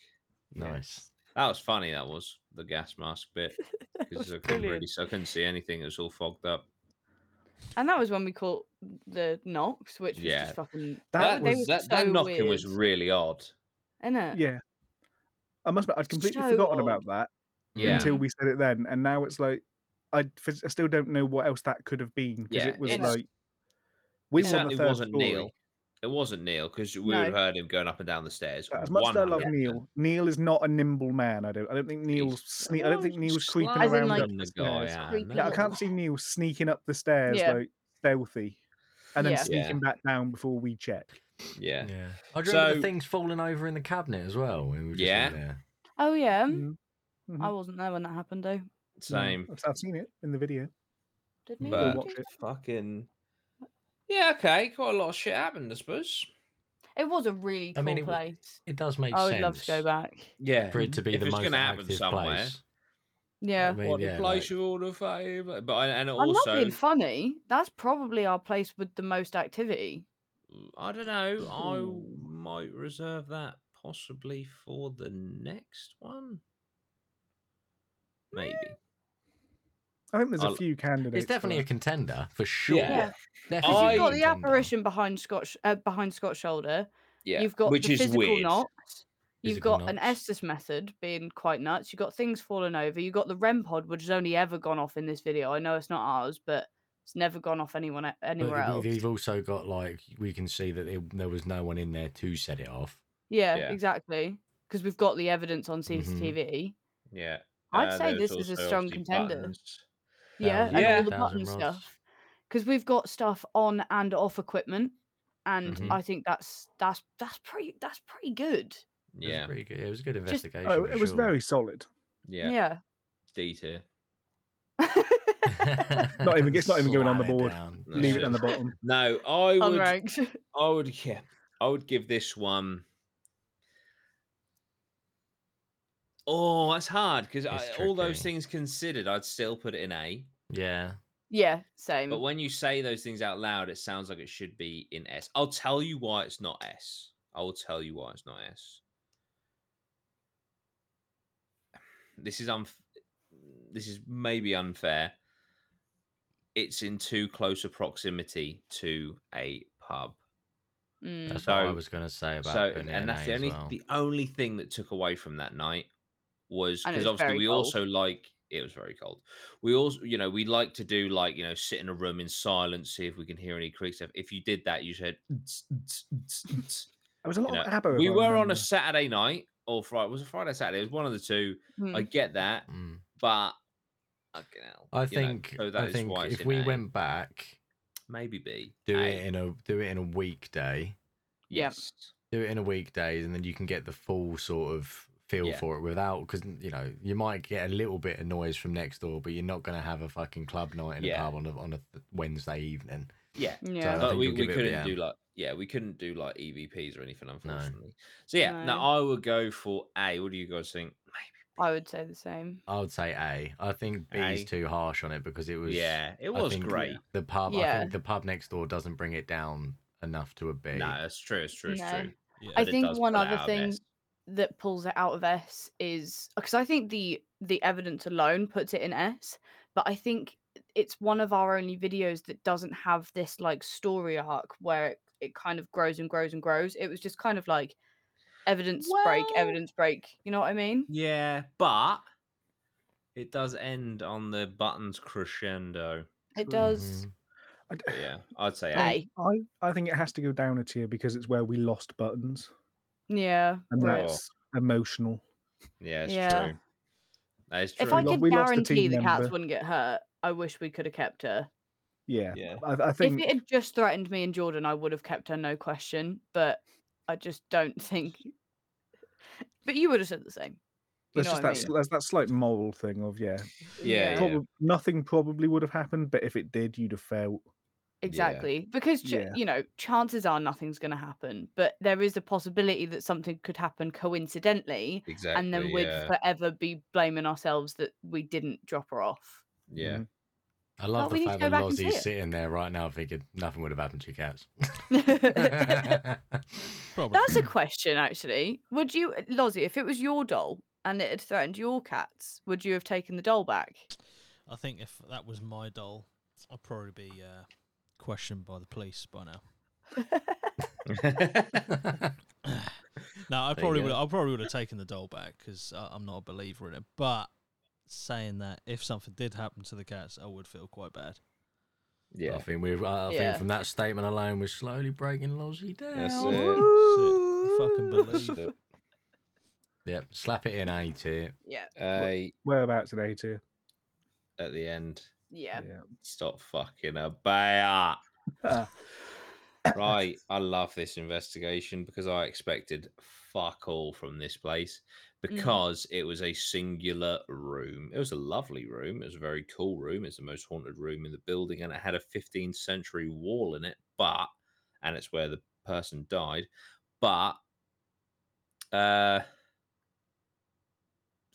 [SPEAKER 2] Yeah.
[SPEAKER 3] Nice.
[SPEAKER 2] That was funny. That was the gas mask
[SPEAKER 1] <laughs>
[SPEAKER 2] bit
[SPEAKER 1] was
[SPEAKER 2] because I couldn't
[SPEAKER 1] brilliant.
[SPEAKER 2] really, I couldn't see anything. It was all fogged up.
[SPEAKER 1] And that was when we caught the Knox, which was
[SPEAKER 2] Yeah.
[SPEAKER 1] just fucking.
[SPEAKER 5] That
[SPEAKER 1] they
[SPEAKER 2] was
[SPEAKER 1] were
[SPEAKER 2] that, that
[SPEAKER 1] so
[SPEAKER 2] knocking was
[SPEAKER 1] weird.
[SPEAKER 2] really odd.
[SPEAKER 1] Innit?
[SPEAKER 5] Yeah. I must admit, I'd completely
[SPEAKER 1] so
[SPEAKER 5] forgotten
[SPEAKER 1] odd.
[SPEAKER 5] about that
[SPEAKER 2] Yeah,
[SPEAKER 5] until we said it then, and now it's like I, f- I still don't know what else that could have been because
[SPEAKER 2] Yeah,
[SPEAKER 5] it was
[SPEAKER 1] it's-
[SPEAKER 5] like we
[SPEAKER 2] it
[SPEAKER 5] were on the
[SPEAKER 2] certainly
[SPEAKER 5] third
[SPEAKER 2] wasn't
[SPEAKER 5] story.
[SPEAKER 2] Neil. It wasn't Neil because we
[SPEAKER 1] No.
[SPEAKER 2] would have heard him going up and down the stairs.
[SPEAKER 5] As much as I love
[SPEAKER 2] 100%.
[SPEAKER 5] Neil, Neil is not a nimble man. I don't. I don't think Neil's.
[SPEAKER 2] He's
[SPEAKER 5] Sne- I don't think
[SPEAKER 2] so
[SPEAKER 5] Neil's creeping
[SPEAKER 2] slow.
[SPEAKER 1] As in,
[SPEAKER 5] around.
[SPEAKER 1] like,
[SPEAKER 5] up the
[SPEAKER 2] the guy,
[SPEAKER 5] stairs.
[SPEAKER 2] yeah,
[SPEAKER 1] creeping
[SPEAKER 5] Yeah, I
[SPEAKER 1] No.
[SPEAKER 5] can't see Neil sneaking up the stairs
[SPEAKER 1] Yeah.
[SPEAKER 5] like stealthy, and then
[SPEAKER 1] Yeah.
[SPEAKER 2] Yeah.
[SPEAKER 5] sneaking back down before we check.
[SPEAKER 2] yeah.
[SPEAKER 1] Mm.
[SPEAKER 3] I remember
[SPEAKER 2] So-
[SPEAKER 3] the things falling over in the cabinet as well. We were just all
[SPEAKER 2] Yeah.
[SPEAKER 3] there.
[SPEAKER 1] Oh, yeah.
[SPEAKER 2] Mm-hmm.
[SPEAKER 5] Mm, mhm.
[SPEAKER 1] I wasn't there when that happened, though.
[SPEAKER 5] No,
[SPEAKER 2] Same.
[SPEAKER 5] I've- I've seen it in the video.
[SPEAKER 1] Did we?
[SPEAKER 2] But-
[SPEAKER 1] do
[SPEAKER 5] watch
[SPEAKER 1] that?
[SPEAKER 5] it.
[SPEAKER 2] Fucking. Yeah, okay. Quite a lot of shit happened, I suppose.
[SPEAKER 1] It was a really
[SPEAKER 3] I
[SPEAKER 1] cool
[SPEAKER 3] mean, it w-
[SPEAKER 1] place.
[SPEAKER 3] It does make
[SPEAKER 1] I
[SPEAKER 3] sense.
[SPEAKER 1] would love to go back.
[SPEAKER 2] Yeah.
[SPEAKER 3] For it to be
[SPEAKER 2] If
[SPEAKER 3] the
[SPEAKER 2] it's
[SPEAKER 3] most
[SPEAKER 2] gonna happen
[SPEAKER 3] active
[SPEAKER 2] somewhere,
[SPEAKER 3] place.
[SPEAKER 1] Yeah.
[SPEAKER 3] I mean,
[SPEAKER 2] what
[SPEAKER 3] yeah,
[SPEAKER 2] a place
[SPEAKER 3] like-
[SPEAKER 2] of all the favour. But I- and
[SPEAKER 1] I'm not
[SPEAKER 2] also,
[SPEAKER 1] being funny. That's probably our place with the most activity.
[SPEAKER 2] I don't know.
[SPEAKER 5] Ooh.
[SPEAKER 2] I might reserve that possibly for the next one. Maybe.
[SPEAKER 1] Eh,
[SPEAKER 5] I think there's
[SPEAKER 2] I'll-
[SPEAKER 5] a few candidates.
[SPEAKER 3] It's
[SPEAKER 5] for
[SPEAKER 3] definitely a
[SPEAKER 5] that.
[SPEAKER 3] contender for sure.
[SPEAKER 2] Yeah.
[SPEAKER 3] Definitely
[SPEAKER 1] Because
[SPEAKER 2] I-
[SPEAKER 1] you've got the
[SPEAKER 3] contender.
[SPEAKER 1] apparition behind Scott's uh, behind Scott's shoulder.
[SPEAKER 2] Yeah.
[SPEAKER 1] You've got
[SPEAKER 2] which
[SPEAKER 1] the
[SPEAKER 2] is
[SPEAKER 1] physical
[SPEAKER 2] weird.
[SPEAKER 1] knocks. You've
[SPEAKER 3] Physical
[SPEAKER 1] got an
[SPEAKER 3] knocks.
[SPEAKER 1] Estes method being quite nuts. You've got things falling over. You've got the REM pod, which has only ever gone off in this video. I know it's not ours, but it's never gone off anyone e-
[SPEAKER 3] But
[SPEAKER 1] anywhere else.
[SPEAKER 3] We've also got like we can see that it, there was no one in there to set it off.
[SPEAKER 1] Yeah,
[SPEAKER 2] Yeah.
[SPEAKER 1] exactly. Because we've got the evidence on
[SPEAKER 3] Mhm.
[SPEAKER 1] CCTV.
[SPEAKER 2] Mm-hmm. Yeah.
[SPEAKER 1] I'd
[SPEAKER 2] uh,
[SPEAKER 1] say
[SPEAKER 2] there's
[SPEAKER 1] this is a
[SPEAKER 2] also
[SPEAKER 1] strong
[SPEAKER 2] obviously
[SPEAKER 1] contender.
[SPEAKER 2] buttons.
[SPEAKER 1] Yeah,
[SPEAKER 3] Thousand-
[SPEAKER 1] and
[SPEAKER 2] Yeah.
[SPEAKER 1] all the
[SPEAKER 3] Thousand
[SPEAKER 1] button
[SPEAKER 3] rods.
[SPEAKER 1] stuff. Because we've got stuff on and off equipment, and
[SPEAKER 3] Mhm.
[SPEAKER 1] I think that's that's that's pretty that's pretty good.
[SPEAKER 3] It was
[SPEAKER 2] Yeah.
[SPEAKER 3] pretty good. It was a good
[SPEAKER 1] Just-
[SPEAKER 3] investigation.
[SPEAKER 5] Oh,
[SPEAKER 3] for
[SPEAKER 5] it was
[SPEAKER 3] sure. <laughs>
[SPEAKER 5] very solid.
[SPEAKER 2] Yeah.
[SPEAKER 1] Yeah.
[SPEAKER 2] D tier.
[SPEAKER 3] <laughs>
[SPEAKER 1] <laughs>
[SPEAKER 5] Not even- it's not even going on the
[SPEAKER 3] Slide it
[SPEAKER 5] board.
[SPEAKER 3] down.
[SPEAKER 2] No.
[SPEAKER 5] Leave
[SPEAKER 2] Yeah.
[SPEAKER 5] it on the bottom.
[SPEAKER 2] No, I would.
[SPEAKER 1] Unranked.
[SPEAKER 2] I would yeah. I would give this one. Oh, that's hard because
[SPEAKER 3] It's
[SPEAKER 2] all those
[SPEAKER 3] tricky.
[SPEAKER 2] things considered, I'd still put it in A.
[SPEAKER 3] <laughs> Yeah.
[SPEAKER 1] <laughs> Yeah, same.
[SPEAKER 2] But when you say those things out loud, it sounds like it should be in S. I'll tell you why it's not S. I will tell you why it's not S. This is unf- this is maybe unfair. It's in too close a proximity to a pub.
[SPEAKER 1] Mm.
[SPEAKER 3] That's what I
[SPEAKER 2] So-
[SPEAKER 3] was going to say about.
[SPEAKER 2] so
[SPEAKER 3] putting it in
[SPEAKER 2] and that's
[SPEAKER 3] A
[SPEAKER 2] the
[SPEAKER 3] as
[SPEAKER 2] only
[SPEAKER 3] well.
[SPEAKER 2] the only thing that took away from that night was
[SPEAKER 1] And it
[SPEAKER 2] because
[SPEAKER 1] was
[SPEAKER 2] obviously
[SPEAKER 1] very
[SPEAKER 2] we
[SPEAKER 1] cold.
[SPEAKER 2] also like it was very cold we also you know we like to do like you know sit in a room in silence see if we can hear any creaks If- if you did that you said "Ts, ts,
[SPEAKER 3] <laughs>
[SPEAKER 2] ts, ts."
[SPEAKER 5] There was a lot
[SPEAKER 2] know,
[SPEAKER 5] of ABBA. if
[SPEAKER 2] we
[SPEAKER 5] <laughs> I
[SPEAKER 2] were on
[SPEAKER 5] remember.
[SPEAKER 2] a saturday night or friday was it friday or saturday it was one of the two
[SPEAKER 1] Mm.
[SPEAKER 2] i get that
[SPEAKER 3] Mm.
[SPEAKER 2] but fucking hell,
[SPEAKER 3] I
[SPEAKER 2] you know,
[SPEAKER 3] think.
[SPEAKER 2] so that
[SPEAKER 3] I
[SPEAKER 2] is
[SPEAKER 3] think
[SPEAKER 2] why it's
[SPEAKER 3] if
[SPEAKER 2] in
[SPEAKER 3] we
[SPEAKER 2] A.
[SPEAKER 3] went back,
[SPEAKER 2] maybe b
[SPEAKER 3] do
[SPEAKER 2] A,
[SPEAKER 3] it in a do it in a weekday,
[SPEAKER 1] Yeah.
[SPEAKER 2] yes
[SPEAKER 3] do it in a weekday, and then you can get the full sort of feel
[SPEAKER 2] Yeah.
[SPEAKER 3] for it without because you know you might get a little bit of noise from next door, but you're not going to have a fucking club night in
[SPEAKER 2] Yeah.
[SPEAKER 3] a pub on a on a th- Wednesday evening.
[SPEAKER 2] yeah
[SPEAKER 1] yeah.
[SPEAKER 3] I
[SPEAKER 2] but
[SPEAKER 3] think
[SPEAKER 2] we, we
[SPEAKER 3] you'll give it a
[SPEAKER 2] couldn't
[SPEAKER 3] BM.
[SPEAKER 2] do like yeah we couldn't do like evps or anything unfortunately so yeah no.
[SPEAKER 1] No.
[SPEAKER 2] i would go for a what do you guys think
[SPEAKER 1] I would say the same.
[SPEAKER 3] I would say A. I think B
[SPEAKER 2] A.
[SPEAKER 3] is too harsh on it because it was
[SPEAKER 2] yeah it
[SPEAKER 3] I
[SPEAKER 2] was
[SPEAKER 3] think
[SPEAKER 2] great
[SPEAKER 3] The pub, I
[SPEAKER 1] Yeah.
[SPEAKER 3] think the pub next door doesn't bring it down enough to a B.
[SPEAKER 2] no that's true it's true it's
[SPEAKER 1] No.
[SPEAKER 2] true
[SPEAKER 4] Yeah.
[SPEAKER 2] But
[SPEAKER 1] I
[SPEAKER 2] it
[SPEAKER 1] think
[SPEAKER 2] does
[SPEAKER 1] one
[SPEAKER 2] pull it
[SPEAKER 1] other
[SPEAKER 2] out of
[SPEAKER 1] thing
[SPEAKER 2] S.
[SPEAKER 1] that pulls it out of S is because I think the the evidence alone puts it in S, but I think it's one of our only videos that doesn't have this like story arc where it, it kind of grows and grows and grows. It was just kind of like evidence break,
[SPEAKER 2] Well-
[SPEAKER 1] evidence break. You know what I mean?
[SPEAKER 2] Yeah, but it does end on the buttons crescendo.
[SPEAKER 1] It does.
[SPEAKER 3] Mhm.
[SPEAKER 5] I d-
[SPEAKER 2] But yeah, I'd
[SPEAKER 5] Mm-hmm.
[SPEAKER 2] say
[SPEAKER 1] Aye.
[SPEAKER 2] eight.
[SPEAKER 5] I, I think it has to go down a tier because it's where we lost buttons,
[SPEAKER 1] Yeah.
[SPEAKER 5] and
[SPEAKER 1] right.
[SPEAKER 5] that's emotional.
[SPEAKER 2] Yeah, it's
[SPEAKER 1] Yeah.
[SPEAKER 2] true. That is true.
[SPEAKER 1] If I
[SPEAKER 5] lo-
[SPEAKER 1] could
[SPEAKER 5] we lost a
[SPEAKER 1] guarantee
[SPEAKER 5] team
[SPEAKER 1] the cats
[SPEAKER 5] member.
[SPEAKER 1] wouldn't get hurt, I wish we could have kept her.
[SPEAKER 5] Yeah,
[SPEAKER 2] yeah.
[SPEAKER 5] I, I
[SPEAKER 1] If
[SPEAKER 5] think
[SPEAKER 1] it had just threatened me and Jordan, I would have kept her, no question. But I just don't think. <laughs> But you would have said the same. You
[SPEAKER 5] there's
[SPEAKER 1] know
[SPEAKER 5] just
[SPEAKER 1] what I
[SPEAKER 5] that,
[SPEAKER 1] mean?
[SPEAKER 5] there's that slight moral thing of yeah,
[SPEAKER 2] Yeah, yeah.
[SPEAKER 5] probab- nothing probably would have happened, but if it did, you'd have felt
[SPEAKER 1] Exactly. Because, ch-
[SPEAKER 5] Yeah.
[SPEAKER 1] you know, chances are nothing's going to happen, but there is a possibility that something could happen coincidentally.
[SPEAKER 2] Exactly.
[SPEAKER 1] and then we'd
[SPEAKER 2] yeah.
[SPEAKER 1] forever be blaming ourselves that we didn't drop her
[SPEAKER 5] <laughs>
[SPEAKER 1] off. <laughs>
[SPEAKER 2] yeah.
[SPEAKER 3] Mm.
[SPEAKER 2] <laughs>
[SPEAKER 5] Mhm.
[SPEAKER 3] I love
[SPEAKER 1] we need
[SPEAKER 3] the
[SPEAKER 1] to
[SPEAKER 3] fact
[SPEAKER 1] go
[SPEAKER 3] that
[SPEAKER 1] back and see
[SPEAKER 3] Lozzie's
[SPEAKER 1] it.
[SPEAKER 3] sitting there right now thinking nothing would have happened to
[SPEAKER 1] <laughs>
[SPEAKER 3] your cats. <laughs>
[SPEAKER 1] That's
[SPEAKER 4] Probably.
[SPEAKER 1] a question, actually. Would you, Lozzie, if it was your doll and it had threatened your cats, would you have taken the doll back?
[SPEAKER 4] I think if that was my doll, I'd probably be uh, questioned by the police by now.
[SPEAKER 3] Oh,
[SPEAKER 4] No,
[SPEAKER 2] There you
[SPEAKER 4] I probably
[SPEAKER 2] go.
[SPEAKER 4] would. I probably would have taken the doll back because I'm not a believer in it. But saying that, if something did happen to the cats, I would feel quite bad.
[SPEAKER 3] I
[SPEAKER 2] yeah.
[SPEAKER 3] think we. I think
[SPEAKER 1] Yeah.
[SPEAKER 3] from that statement alone, we're slowly breaking Lozzie down.
[SPEAKER 2] That's it.
[SPEAKER 4] I fucking believe
[SPEAKER 2] Just a-
[SPEAKER 3] Yep, slap it in eight here.
[SPEAKER 1] <laughs> Yeah,
[SPEAKER 2] a
[SPEAKER 5] whereabouts today too.
[SPEAKER 2] at the end.
[SPEAKER 1] yeah.
[SPEAKER 2] Stop fucking about.
[SPEAKER 5] Ah.
[SPEAKER 2] right, I love this investigation because I expected fuck all from this place because it was a singular room. It was a lovely room. It was a very cool room. It's the most haunted room in the building and it had a 15th century wall in it, but and it's where the person died, but uh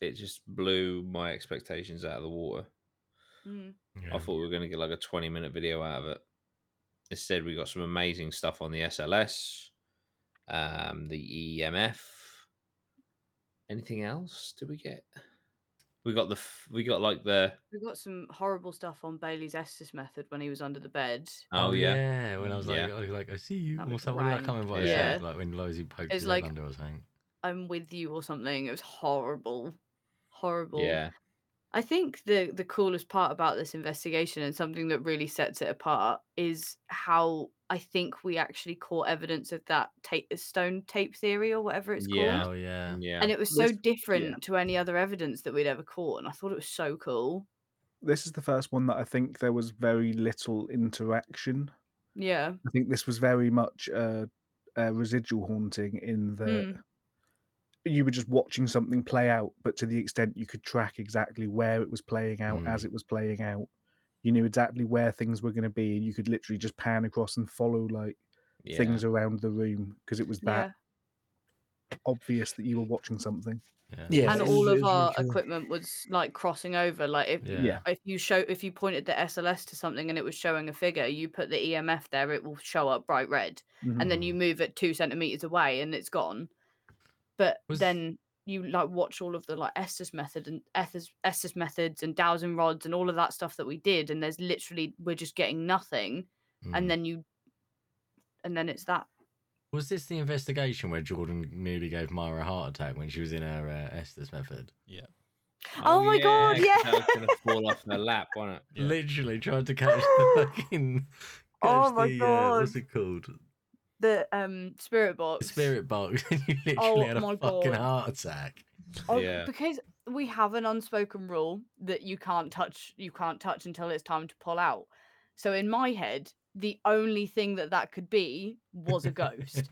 [SPEAKER 2] it just blew my expectations out of the water.
[SPEAKER 1] Mm.
[SPEAKER 2] I thought we were going to get like a 20 minute video out of it. Instead, we got some amazing stuff on the SLS, um, the EMF. Anything else? Did we get? We got the f- we got like the
[SPEAKER 1] We got some horrible stuff on Bailey's Estes method when he was under the bed.
[SPEAKER 2] oh, yeah.
[SPEAKER 3] When I was like,
[SPEAKER 2] Yeah.
[SPEAKER 3] I was like, I see you.
[SPEAKER 1] That
[SPEAKER 3] Or
[SPEAKER 1] was
[SPEAKER 3] something like that
[SPEAKER 1] rank.
[SPEAKER 3] coming by.
[SPEAKER 2] Yeah.
[SPEAKER 3] Like when Lozzie poked
[SPEAKER 1] It's
[SPEAKER 3] his
[SPEAKER 1] like-
[SPEAKER 3] leg under or something.
[SPEAKER 1] I'm with you or something. It was horrible. Horrible.
[SPEAKER 2] yeah
[SPEAKER 1] I think the the coolest part about this investigation and something that really sets it apart is how I think we actually caught evidence of that tape stone tape theory or whatever it's
[SPEAKER 2] Yeah.
[SPEAKER 1] called.
[SPEAKER 3] Oh yeah.
[SPEAKER 2] yeah
[SPEAKER 1] And it was so
[SPEAKER 5] This-
[SPEAKER 1] different to any other evidence that we'd ever caught, and I thought it was so cool.
[SPEAKER 5] This is the first one that I think there was very little interaction.
[SPEAKER 1] Yeah,
[SPEAKER 5] I think this was very much a, a residual haunting in that
[SPEAKER 3] Hmm.
[SPEAKER 1] Mm.
[SPEAKER 5] you were just watching something play out, but to the extent you could track exactly where it was playing out
[SPEAKER 3] Mm.
[SPEAKER 5] as it was playing out, you knew exactly where things were going to be, and you could literally just pan across and follow like
[SPEAKER 2] yeah.
[SPEAKER 5] things around the room because it was
[SPEAKER 1] yeah.
[SPEAKER 5] that obvious that you were watching something.
[SPEAKER 3] Yeah.
[SPEAKER 1] and
[SPEAKER 5] it's-
[SPEAKER 1] all of
[SPEAKER 5] it's really
[SPEAKER 1] our
[SPEAKER 5] cool.
[SPEAKER 1] equipment was like crossing over. Like if
[SPEAKER 3] Yeah.
[SPEAKER 5] Yeah.
[SPEAKER 1] if you show if you pointed the SLS to something and it was showing a figure, you put the EMF there, it will show up bright red. and then you move it two centimeters away and it's gone. But
[SPEAKER 3] Was-
[SPEAKER 1] then you like watch all of the like Estes method and Estes, Estes methods and dowsing rods and all of that stuff that we did, and there's literally we're just getting nothing,
[SPEAKER 3] Mm. Mm-hmm.
[SPEAKER 1] and then you, and then it's that.
[SPEAKER 3] was this the investigation where Jordan nearly gave Myra a heart attack when she was in her uh, Esther's method?
[SPEAKER 1] Oh my God,
[SPEAKER 2] 'cause
[SPEAKER 1] yeah.
[SPEAKER 2] that was gonna fall off her lap, wasn't it?
[SPEAKER 4] Yeah.
[SPEAKER 3] Literally
[SPEAKER 1] <laughs>
[SPEAKER 3] tried to catch the fucking.
[SPEAKER 1] Oh
[SPEAKER 3] catch
[SPEAKER 1] my
[SPEAKER 3] the, uh, what's
[SPEAKER 1] God.
[SPEAKER 3] it called?
[SPEAKER 1] The um spirit box.
[SPEAKER 3] Spirit box. <laughs> and you literally
[SPEAKER 1] Oh
[SPEAKER 3] had a
[SPEAKER 1] my
[SPEAKER 3] fucking
[SPEAKER 1] God.
[SPEAKER 3] heart attack.
[SPEAKER 1] Oh,
[SPEAKER 2] Yeah.
[SPEAKER 1] because we have an unspoken rule that you can't touch you can't touch until it's time to pull out. So in my head, the only thing that that could be was
[SPEAKER 3] <laughs>
[SPEAKER 1] a ghost.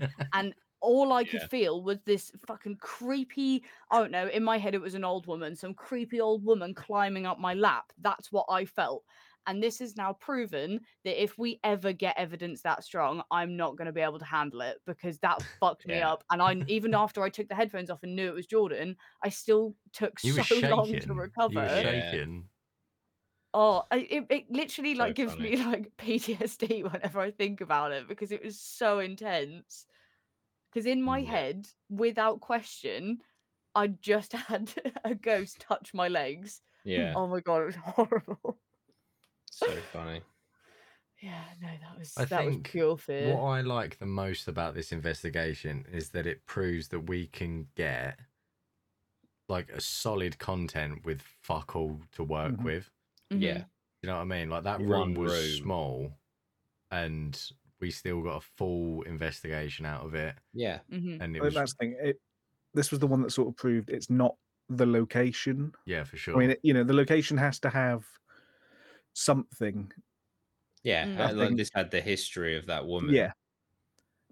[SPEAKER 1] all I could
[SPEAKER 2] Yeah.
[SPEAKER 1] feel was this fucking creepy. I don't know. In my head, it was an old woman, some creepy old woman climbing up my lap. That's what I felt. And this is now proven that if we ever get evidence that strong, I'm not going to be able to handle it because
[SPEAKER 2] <laughs>
[SPEAKER 1] that fucked me
[SPEAKER 2] Yeah.
[SPEAKER 1] up. And
[SPEAKER 2] <laughs>
[SPEAKER 1] I, even after I took the headphones off and knew it was Jordan, I still <laughs> took
[SPEAKER 3] You were
[SPEAKER 1] so
[SPEAKER 3] shaking.
[SPEAKER 1] long to
[SPEAKER 3] You were
[SPEAKER 1] recover.
[SPEAKER 2] Yeah.
[SPEAKER 3] shaking.
[SPEAKER 1] Oh, I, it, it literally
[SPEAKER 2] So
[SPEAKER 1] like gives
[SPEAKER 2] funny.
[SPEAKER 1] me <laughs> like PTSD whenever I think about it because it was so intense. Because in my
[SPEAKER 3] Mm.
[SPEAKER 1] head, without question, I just <laughs> had a ghost touch my legs.
[SPEAKER 2] Yeah,
[SPEAKER 1] <laughs> Oh my god, it was horrible.
[SPEAKER 2] so funny.
[SPEAKER 1] Yeah, no, that was
[SPEAKER 3] I
[SPEAKER 1] that was
[SPEAKER 3] think
[SPEAKER 1] pure fear.
[SPEAKER 3] What I like the most about this investigation is that it proves that we can get like a solid content with fuck all to work
[SPEAKER 5] Mhm.
[SPEAKER 3] with.
[SPEAKER 1] Mhm.
[SPEAKER 2] Yeah.
[SPEAKER 3] You know what I mean? Like that
[SPEAKER 2] One
[SPEAKER 3] room was
[SPEAKER 2] room.
[SPEAKER 3] small and we still got a full investigation out of it.
[SPEAKER 2] Yeah.
[SPEAKER 1] Mhm.
[SPEAKER 3] And it
[SPEAKER 5] I think
[SPEAKER 3] was,
[SPEAKER 5] Oh, that's the thing. It, this was the one that sort of proved it's not the location.
[SPEAKER 3] yeah, for sure.
[SPEAKER 5] I mean, it, you know, the location has to have something.
[SPEAKER 2] Yeah.
[SPEAKER 1] Mm.
[SPEAKER 2] uh,
[SPEAKER 5] I
[SPEAKER 2] Like
[SPEAKER 5] think-
[SPEAKER 2] this had the history of that woman.
[SPEAKER 5] Yeah,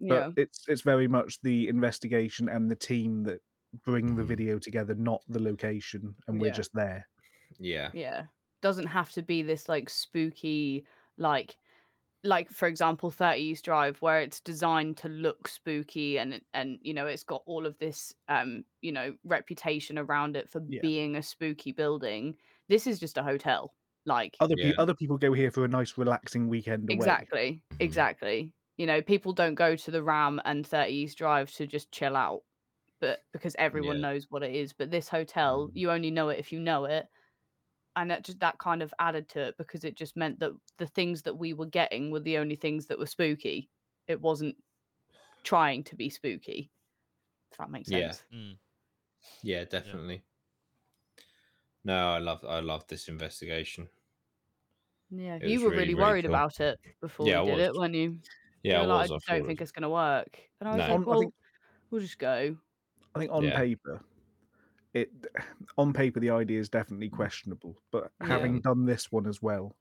[SPEAKER 1] Mm-hmm, Yeah.
[SPEAKER 5] but it's it's very much the investigation and the team that bring the
[SPEAKER 3] Mhm.
[SPEAKER 5] video together, not the location, and we're
[SPEAKER 1] Mm-hmm. Yeah.
[SPEAKER 5] just there.
[SPEAKER 2] Yeah.
[SPEAKER 1] Yeah. Doesn't have to be this like spooky, like like for example 30 East Drive where it's designed to look spooky and it- and you know it's got all of this um you know reputation around it for
[SPEAKER 5] Yeah.
[SPEAKER 1] being a spooky building. This is just a hotel. Like
[SPEAKER 5] Other
[SPEAKER 2] Yeah.
[SPEAKER 5] pe- other people go here for a nice, relaxing weekend away.
[SPEAKER 1] exactly.
[SPEAKER 2] Mm.
[SPEAKER 3] Mhm.
[SPEAKER 1] Exactly. You know, people don't go to the Ram and 30 East Drive to just chill out. But because everyone
[SPEAKER 2] Yeah. Mm.
[SPEAKER 1] knows what it is, but this hotel, you only know it if you know it. and that just that kind of added to it because it just meant that the things that we were getting were the only things that were spooky. It wasn't trying to be spooky. If that makes
[SPEAKER 2] Yeah.
[SPEAKER 1] sense.
[SPEAKER 4] Mm.
[SPEAKER 2] Yeah. Definitely. No, I love I love this investigation.
[SPEAKER 1] Yeah,
[SPEAKER 2] It
[SPEAKER 1] you
[SPEAKER 2] was
[SPEAKER 1] were
[SPEAKER 2] really,
[SPEAKER 1] really,
[SPEAKER 2] really
[SPEAKER 1] worried
[SPEAKER 2] cool.
[SPEAKER 1] about it before
[SPEAKER 2] Yeah, I
[SPEAKER 1] we did
[SPEAKER 2] was.
[SPEAKER 1] it, weren't you?
[SPEAKER 2] Yeah,
[SPEAKER 1] you
[SPEAKER 2] I
[SPEAKER 1] were like, I
[SPEAKER 2] was. I
[SPEAKER 1] don't
[SPEAKER 2] thought
[SPEAKER 1] think
[SPEAKER 2] it was-
[SPEAKER 1] it's gonna work. And I was
[SPEAKER 2] No.
[SPEAKER 1] like,
[SPEAKER 5] On- I
[SPEAKER 1] well,
[SPEAKER 5] think-
[SPEAKER 1] we'll just go.
[SPEAKER 5] I think on
[SPEAKER 2] Yeah.
[SPEAKER 5] paper, it on paper the idea is definitely questionable, but
[SPEAKER 1] Yeah.
[SPEAKER 5] having done this one as well,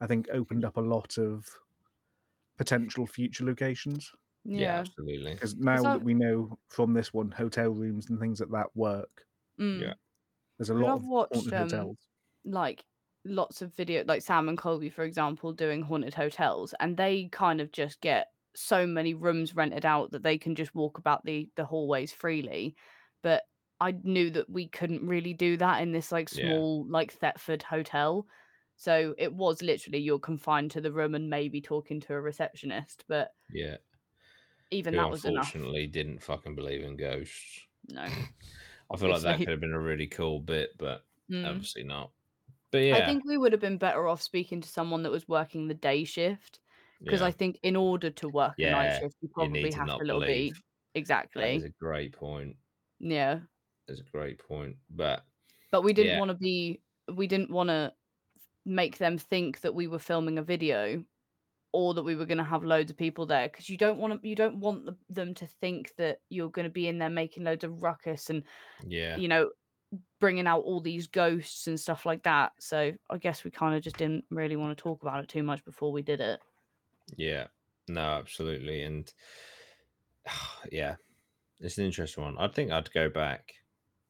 [SPEAKER 5] I think opened up a lot of potential future locations
[SPEAKER 2] yeah,
[SPEAKER 1] Yeah.
[SPEAKER 2] absolutely.
[SPEAKER 5] because now
[SPEAKER 1] that-
[SPEAKER 5] that we know from this one hotel rooms and things like that work,
[SPEAKER 1] Mm.
[SPEAKER 2] Yeah.
[SPEAKER 5] there's a
[SPEAKER 1] Well,
[SPEAKER 5] lot
[SPEAKER 1] I've
[SPEAKER 5] of
[SPEAKER 1] watched,
[SPEAKER 5] haunted
[SPEAKER 1] um,
[SPEAKER 5] hotels.
[SPEAKER 1] like lots of video like Sam and Colby for example doing haunted hotels and they kind of just get so many rooms rented out that they can just walk about the the hallways freely but I knew that we couldn't really do that in this like
[SPEAKER 2] Yeah.
[SPEAKER 1] small like Thetford hotel so it was literally you're confined to the room and maybe talking to a receptionist but
[SPEAKER 2] Yeah.
[SPEAKER 1] even
[SPEAKER 2] Who
[SPEAKER 1] that was enough
[SPEAKER 2] unfortunately didn't fucking believe in
[SPEAKER 1] <laughs>
[SPEAKER 2] ghosts.
[SPEAKER 1] no
[SPEAKER 2] <laughs> I feel like
[SPEAKER 1] Obviously.
[SPEAKER 2] that could have been a really cool bit, but
[SPEAKER 1] Mm.
[SPEAKER 2] obviously not. But Um, yeah,
[SPEAKER 1] I think we would have been better off speaking to someone that was working the day shift because
[SPEAKER 2] yeah,
[SPEAKER 1] I think in order to work a
[SPEAKER 2] Yeah,
[SPEAKER 1] night shift, you
[SPEAKER 2] you
[SPEAKER 1] probably
[SPEAKER 2] need to
[SPEAKER 1] have
[SPEAKER 2] not
[SPEAKER 1] to a little
[SPEAKER 2] believe.
[SPEAKER 1] bit.
[SPEAKER 2] That
[SPEAKER 1] Exactly.
[SPEAKER 2] is a great point.
[SPEAKER 1] yeah.
[SPEAKER 2] That's a great point. But
[SPEAKER 1] But we didn't
[SPEAKER 2] Yeah.
[SPEAKER 1] want to be, we didn't want to make them think that we were filming a video or that we were going to have loads of people there because you don't want to, you don't want the- them to think that you're going to be in there making loads of ruckus and,
[SPEAKER 2] yeah,
[SPEAKER 1] you know, bringing out all these ghosts and stuff like that. So I guess we kind of just didn't really want to talk about it too much before we did it.
[SPEAKER 2] yeah, no, absolutely. And <sighs> yeah, it's an interesting one. I think I'd go back.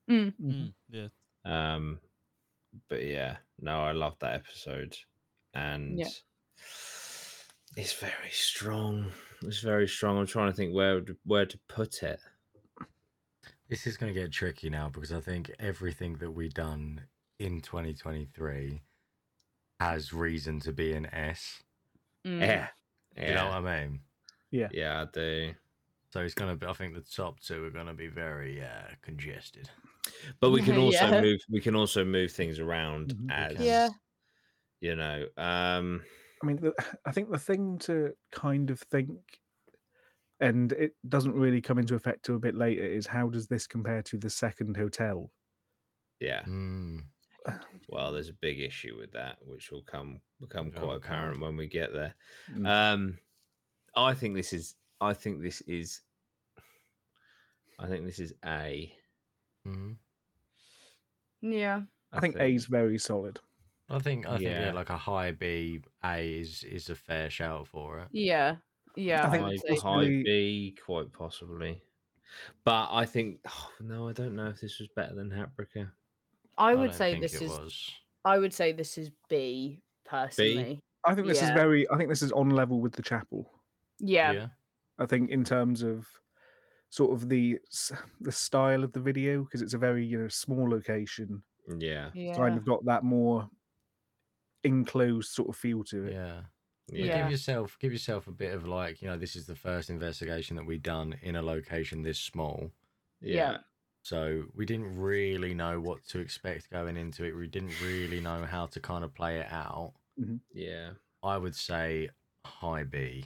[SPEAKER 2] Mm-hmm.
[SPEAKER 5] Mhm.
[SPEAKER 4] Mm. Yeah.
[SPEAKER 2] Um, but yeah, no, I love that episode, and it's very strong. It's very strong. I'm trying to think where to- where to put it.
[SPEAKER 3] This is going to get tricky now because I think everything that we done in 2023 has reason to be an S.
[SPEAKER 1] Mm.
[SPEAKER 2] Yeah,
[SPEAKER 3] You know
[SPEAKER 2] yeah,
[SPEAKER 3] what I mean?
[SPEAKER 2] yeah. I do.
[SPEAKER 1] <laughs>
[SPEAKER 3] So it's going to be, I think the top two are going to be very uh, congested.
[SPEAKER 2] but we can also
[SPEAKER 1] Yeah.
[SPEAKER 2] move we can also move things around
[SPEAKER 5] Mhm. We
[SPEAKER 2] as
[SPEAKER 3] Mm-hmm. can.
[SPEAKER 1] Yeah.
[SPEAKER 2] you know um
[SPEAKER 5] I mean, the, <sighs> I think the thing to kind of think, and it doesn't really come into effect till a bit later, is how does this compare to the second hotel?
[SPEAKER 2] yeah
[SPEAKER 3] Mm.
[SPEAKER 2] well there's a big issue with that which will come become
[SPEAKER 3] Oh,
[SPEAKER 2] quite
[SPEAKER 3] God.
[SPEAKER 2] apparent when we get there
[SPEAKER 5] Mm.
[SPEAKER 1] Uh,
[SPEAKER 2] um i think this is i think this is i think this is a
[SPEAKER 3] Mm.
[SPEAKER 1] Yeah.
[SPEAKER 5] I think A's very solid.
[SPEAKER 3] I think I think yeah.
[SPEAKER 2] Yeah.
[SPEAKER 3] like a high B A is is a fair shout for it.
[SPEAKER 1] Yeah. Yeah.
[SPEAKER 5] I think
[SPEAKER 1] would
[SPEAKER 2] high,
[SPEAKER 5] it's
[SPEAKER 1] say-
[SPEAKER 2] high
[SPEAKER 5] possibly-
[SPEAKER 2] b quite possibly but i think oh, no i don't know if this was better than haprica
[SPEAKER 1] I would
[SPEAKER 3] don't
[SPEAKER 1] say
[SPEAKER 3] think
[SPEAKER 1] this
[SPEAKER 3] it
[SPEAKER 1] is
[SPEAKER 3] was.
[SPEAKER 1] I would say this is B personally.
[SPEAKER 5] I think this is
[SPEAKER 1] Yeah.
[SPEAKER 5] very. I think this is on level with the chapel.
[SPEAKER 1] Yeah.
[SPEAKER 5] I think in terms of sort of the s- the style of the video because it's a very you know small location.
[SPEAKER 2] yeah
[SPEAKER 1] Yeah.
[SPEAKER 5] Kind of got that more enclosed sort of feel to it.
[SPEAKER 3] yeah. But
[SPEAKER 2] yeah
[SPEAKER 1] Yeah.
[SPEAKER 3] Give yourself give yourself a bit of like you know this is the first investigation that we done in a location this small,
[SPEAKER 2] yeah
[SPEAKER 3] so we didn't really know what to expect going into it. We didn't really know how to kind of play it out.
[SPEAKER 2] yeah
[SPEAKER 3] I would say high B.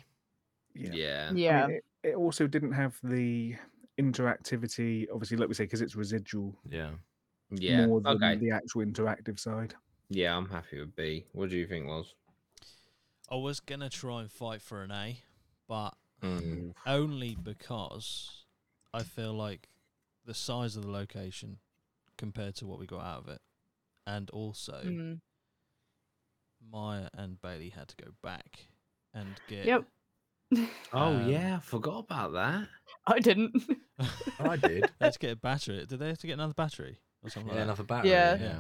[SPEAKER 2] Yeah.
[SPEAKER 5] I mean,
[SPEAKER 1] Yeah.
[SPEAKER 5] it, it also didn't have the interactivity, obviously, like we say, because it's residual
[SPEAKER 3] Yeah.
[SPEAKER 2] Yeah.
[SPEAKER 5] more than
[SPEAKER 2] Okay.
[SPEAKER 5] the actual interactive side.
[SPEAKER 2] Yeah, I'm happy with B. What do you think, was?
[SPEAKER 4] I was gonna try and fight for an A, but
[SPEAKER 5] Mm.
[SPEAKER 2] Mm.
[SPEAKER 4] only because I feel like the size of the location compared to what we got out of it, and also
[SPEAKER 1] Mm.
[SPEAKER 4] Maya and Bailey had to go back and get.
[SPEAKER 1] Yep.
[SPEAKER 2] Oh
[SPEAKER 4] Um,
[SPEAKER 2] yeah, I forgot about that.
[SPEAKER 1] I didn't. <laughs>
[SPEAKER 3] I did.
[SPEAKER 4] They <laughs> had to get a battery. Did they have to get another battery or something
[SPEAKER 3] <laughs> Yeah,
[SPEAKER 4] like
[SPEAKER 3] another battery.
[SPEAKER 1] Yeah.
[SPEAKER 3] yeah.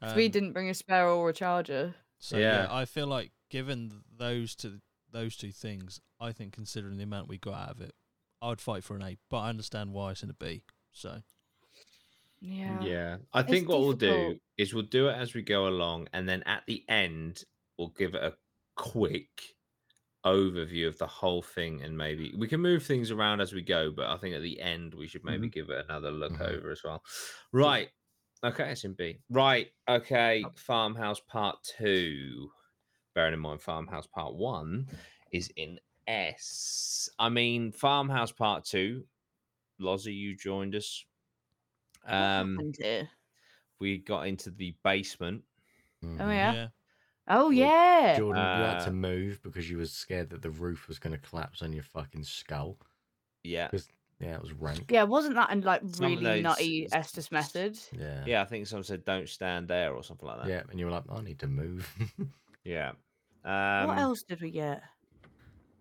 [SPEAKER 4] that?
[SPEAKER 1] we
[SPEAKER 4] Um,
[SPEAKER 1] didn't bring a spare or a charger.
[SPEAKER 4] So yeah.
[SPEAKER 2] Yeah.
[SPEAKER 4] I feel like given th- those two those two things, I think considering the amount we got out of it, I would fight for an A. But I understand why it's in a B. So
[SPEAKER 1] Yeah.
[SPEAKER 2] Yeah. I
[SPEAKER 1] It's
[SPEAKER 2] think what we'll do
[SPEAKER 1] difficult.
[SPEAKER 2] is we'll do it as we go along and then at the end we'll give it a quick overview of the whole thing and maybe we can move things around as we go, but I think at the end we should
[SPEAKER 1] Mm-hmm.
[SPEAKER 2] maybe give it another look
[SPEAKER 3] Mhm.
[SPEAKER 2] over as well. Right. Okay, it's in B. Right. Okay, Farmhouse Part 2. Bearing in mind Farmhouse Part 1 is in S. I mean Farmhouse Part 2. Lozzie, you joined us. Um,
[SPEAKER 1] And, uh,
[SPEAKER 2] we got into the basement.
[SPEAKER 1] Oh
[SPEAKER 3] Mhm.
[SPEAKER 1] yeah.
[SPEAKER 4] yeah.
[SPEAKER 1] Oh
[SPEAKER 2] we-
[SPEAKER 1] yeah.
[SPEAKER 3] Jordan, you had
[SPEAKER 2] Uh,
[SPEAKER 3] to move because you was scared that the roof was going to collapse on your fucking skull.
[SPEAKER 2] Yeah.
[SPEAKER 3] Yeah, it was rank.
[SPEAKER 1] Yeah, wasn't that in like
[SPEAKER 2] Some of
[SPEAKER 1] really
[SPEAKER 2] those-
[SPEAKER 1] nutty Estes method?
[SPEAKER 3] Yeah.
[SPEAKER 2] Yeah, I think someone said don't stand there or something like that.
[SPEAKER 3] Yeah, and you were like, I need to move. <laughs>
[SPEAKER 2] Yeah. Um,
[SPEAKER 1] what else did we get?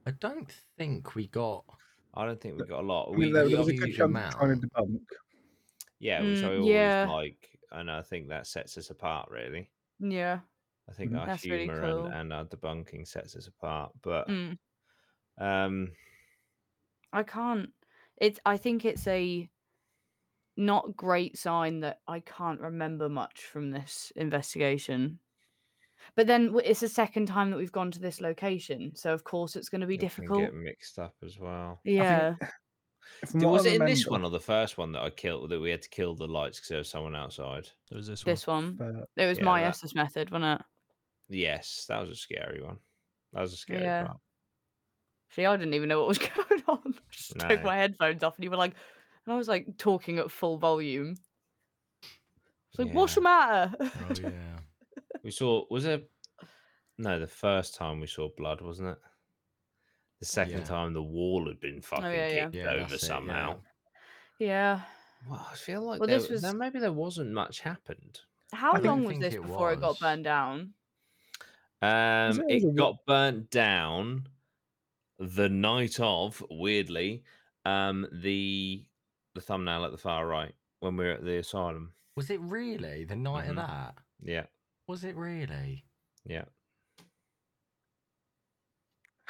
[SPEAKER 3] I don't think we got.
[SPEAKER 2] I don't think we got a lot.
[SPEAKER 5] I
[SPEAKER 2] We,
[SPEAKER 5] mean, there,
[SPEAKER 2] we
[SPEAKER 5] there was a
[SPEAKER 2] obviously-
[SPEAKER 5] good
[SPEAKER 3] huge
[SPEAKER 5] chunk of trying to debunk.
[SPEAKER 2] yeah, which I
[SPEAKER 1] Mm,
[SPEAKER 2] always
[SPEAKER 1] yeah.
[SPEAKER 2] like, and I think that sets us apart. Really,
[SPEAKER 1] Yeah.
[SPEAKER 2] I think
[SPEAKER 5] Mm.
[SPEAKER 3] Mhm.
[SPEAKER 2] our
[SPEAKER 1] That's
[SPEAKER 2] humor
[SPEAKER 1] really cool.
[SPEAKER 2] and, and our debunking sets us apart. But
[SPEAKER 1] Mm.
[SPEAKER 2] um,
[SPEAKER 1] I can't. It's. I think it's a not great sign that I can't remember much from this investigation. But then w- it's the second time that we've gone to this location, so of course it's going to be
[SPEAKER 2] it can
[SPEAKER 1] difficult.
[SPEAKER 2] get mixed up as well.
[SPEAKER 1] Yeah.
[SPEAKER 5] From what
[SPEAKER 2] was
[SPEAKER 5] I
[SPEAKER 2] it in this
[SPEAKER 5] remember,
[SPEAKER 2] one or the first one that I killed that we had to kill the lights because there was someone outside?
[SPEAKER 4] There was this one.
[SPEAKER 1] This one.
[SPEAKER 5] uh,
[SPEAKER 1] It was
[SPEAKER 2] yeah,
[SPEAKER 1] my
[SPEAKER 2] that-
[SPEAKER 1] Estes method, wasn't it?
[SPEAKER 2] Yes, that was a scary one. That was a scary
[SPEAKER 1] Yeah.
[SPEAKER 2] part.
[SPEAKER 1] See, I didn't even know what was <laughs> going on. I just took
[SPEAKER 2] No.
[SPEAKER 1] my headphones off, and you were like, and I was like talking at full volume. It's like, what's the matter?
[SPEAKER 3] Oh yeah.
[SPEAKER 2] We saw was it no the first time we saw blood, wasn't it? The second
[SPEAKER 3] Yeah.
[SPEAKER 2] time the wall had been fucking
[SPEAKER 1] Oh, yeah, yeah.
[SPEAKER 2] kicked
[SPEAKER 3] Yeah, that's
[SPEAKER 2] over
[SPEAKER 3] it, yeah.
[SPEAKER 2] somehow.
[SPEAKER 1] <laughs> yeah.
[SPEAKER 2] Well, I feel like
[SPEAKER 1] Well,
[SPEAKER 2] there,
[SPEAKER 1] this was-
[SPEAKER 2] there- maybe there wasn't much happened.
[SPEAKER 1] How
[SPEAKER 3] don't
[SPEAKER 1] long was
[SPEAKER 3] think
[SPEAKER 1] this
[SPEAKER 3] it
[SPEAKER 1] before it got
[SPEAKER 3] was.
[SPEAKER 1] burned down?
[SPEAKER 2] Um,
[SPEAKER 5] it was a
[SPEAKER 2] it
[SPEAKER 5] wa-
[SPEAKER 2] got burnt down the night of, weirdly, um, the the thumbnail at the far right when we were at the asylum.
[SPEAKER 3] Was it really the night
[SPEAKER 2] Mhm.
[SPEAKER 3] of that?
[SPEAKER 2] Yeah,
[SPEAKER 3] Was it really?
[SPEAKER 2] yeah.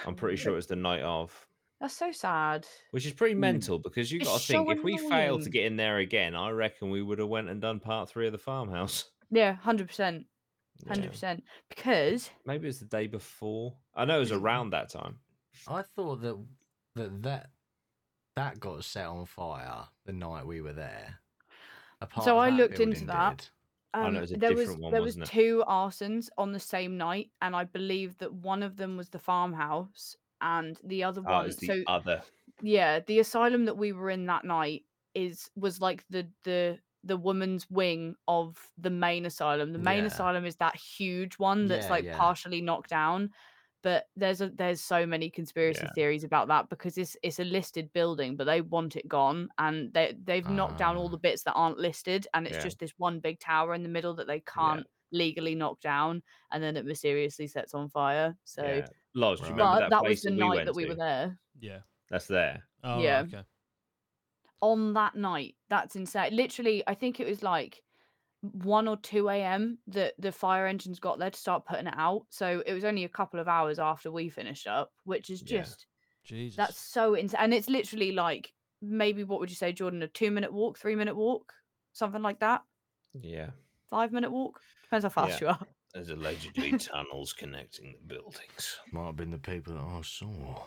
[SPEAKER 2] I'm pretty sure it was the night of.
[SPEAKER 1] That's so sad.
[SPEAKER 2] Which is pretty
[SPEAKER 5] Mm.
[SPEAKER 2] mental because you've
[SPEAKER 1] It's
[SPEAKER 2] got to think
[SPEAKER 1] so
[SPEAKER 2] if we failed to
[SPEAKER 1] annoying.
[SPEAKER 2] get in there again, I reckon we would have went and done part three of the farmhouse. <laughs>
[SPEAKER 1] Yeah, hundred percent,
[SPEAKER 2] Yeah.
[SPEAKER 1] hundred percent. Mm-hmm. Because
[SPEAKER 2] Maybe it was the day before. I know it was
[SPEAKER 1] Was it-
[SPEAKER 2] around that time.
[SPEAKER 3] I thought that that that that got set on fire the night we were there. A part
[SPEAKER 1] So
[SPEAKER 3] of
[SPEAKER 1] I
[SPEAKER 3] that
[SPEAKER 1] looked into
[SPEAKER 3] building
[SPEAKER 1] that.
[SPEAKER 3] did.
[SPEAKER 2] know,
[SPEAKER 1] um,
[SPEAKER 2] it was a
[SPEAKER 1] there was
[SPEAKER 2] different one,
[SPEAKER 1] there
[SPEAKER 2] wasn't
[SPEAKER 1] was
[SPEAKER 2] it?
[SPEAKER 1] two arsons on the same night, and I believe that one of them was the farmhouse, and the other
[SPEAKER 2] Oh, it
[SPEAKER 1] one.
[SPEAKER 2] was the
[SPEAKER 1] so
[SPEAKER 2] other.
[SPEAKER 1] yeah, the asylum that we were in that night is was like the the the woman's wing of the main asylum. The main
[SPEAKER 3] Yeah.
[SPEAKER 1] asylum is that huge one that's
[SPEAKER 3] Yeah,
[SPEAKER 1] like
[SPEAKER 3] yeah.
[SPEAKER 1] partially knocked down. But there's a there's so many conspiracy
[SPEAKER 2] Yeah.
[SPEAKER 1] theories about that because it's it's a listed building, but they want it gone and they they've knocked down all
[SPEAKER 3] Ah.
[SPEAKER 1] the bits that aren't listed and it's
[SPEAKER 2] Yeah.
[SPEAKER 1] just this one big tower in the middle that they can't legally knock down and then it mysteriously sets on fire. So
[SPEAKER 2] yeah. Lodge, do you
[SPEAKER 3] Right.
[SPEAKER 2] remember
[SPEAKER 1] but
[SPEAKER 2] that,
[SPEAKER 1] that,
[SPEAKER 2] place
[SPEAKER 1] was the
[SPEAKER 2] we
[SPEAKER 1] night
[SPEAKER 2] went
[SPEAKER 1] that we
[SPEAKER 2] to?
[SPEAKER 1] were there.
[SPEAKER 4] Yeah.
[SPEAKER 2] That's there.
[SPEAKER 4] Oh, right,
[SPEAKER 1] Yeah.
[SPEAKER 4] okay.
[SPEAKER 1] on that night. That's insane. Literally, I think it was like one or two a.m. that the fire engines got there to start putting it out. So it was only a couple of hours after we finished up, which is
[SPEAKER 2] Yeah.
[SPEAKER 1] just
[SPEAKER 4] Jesus.
[SPEAKER 1] that's so insane. And it's literally like maybe what would you say, Jordan? A two-minute walk, three-minute walk, something like that.
[SPEAKER 2] Yeah.
[SPEAKER 1] Five-minute walk depends how fast you
[SPEAKER 2] Yeah.
[SPEAKER 1] are.
[SPEAKER 2] There's <laughs> allegedly tunnels connecting the buildings.
[SPEAKER 3] Might have been the people that I saw.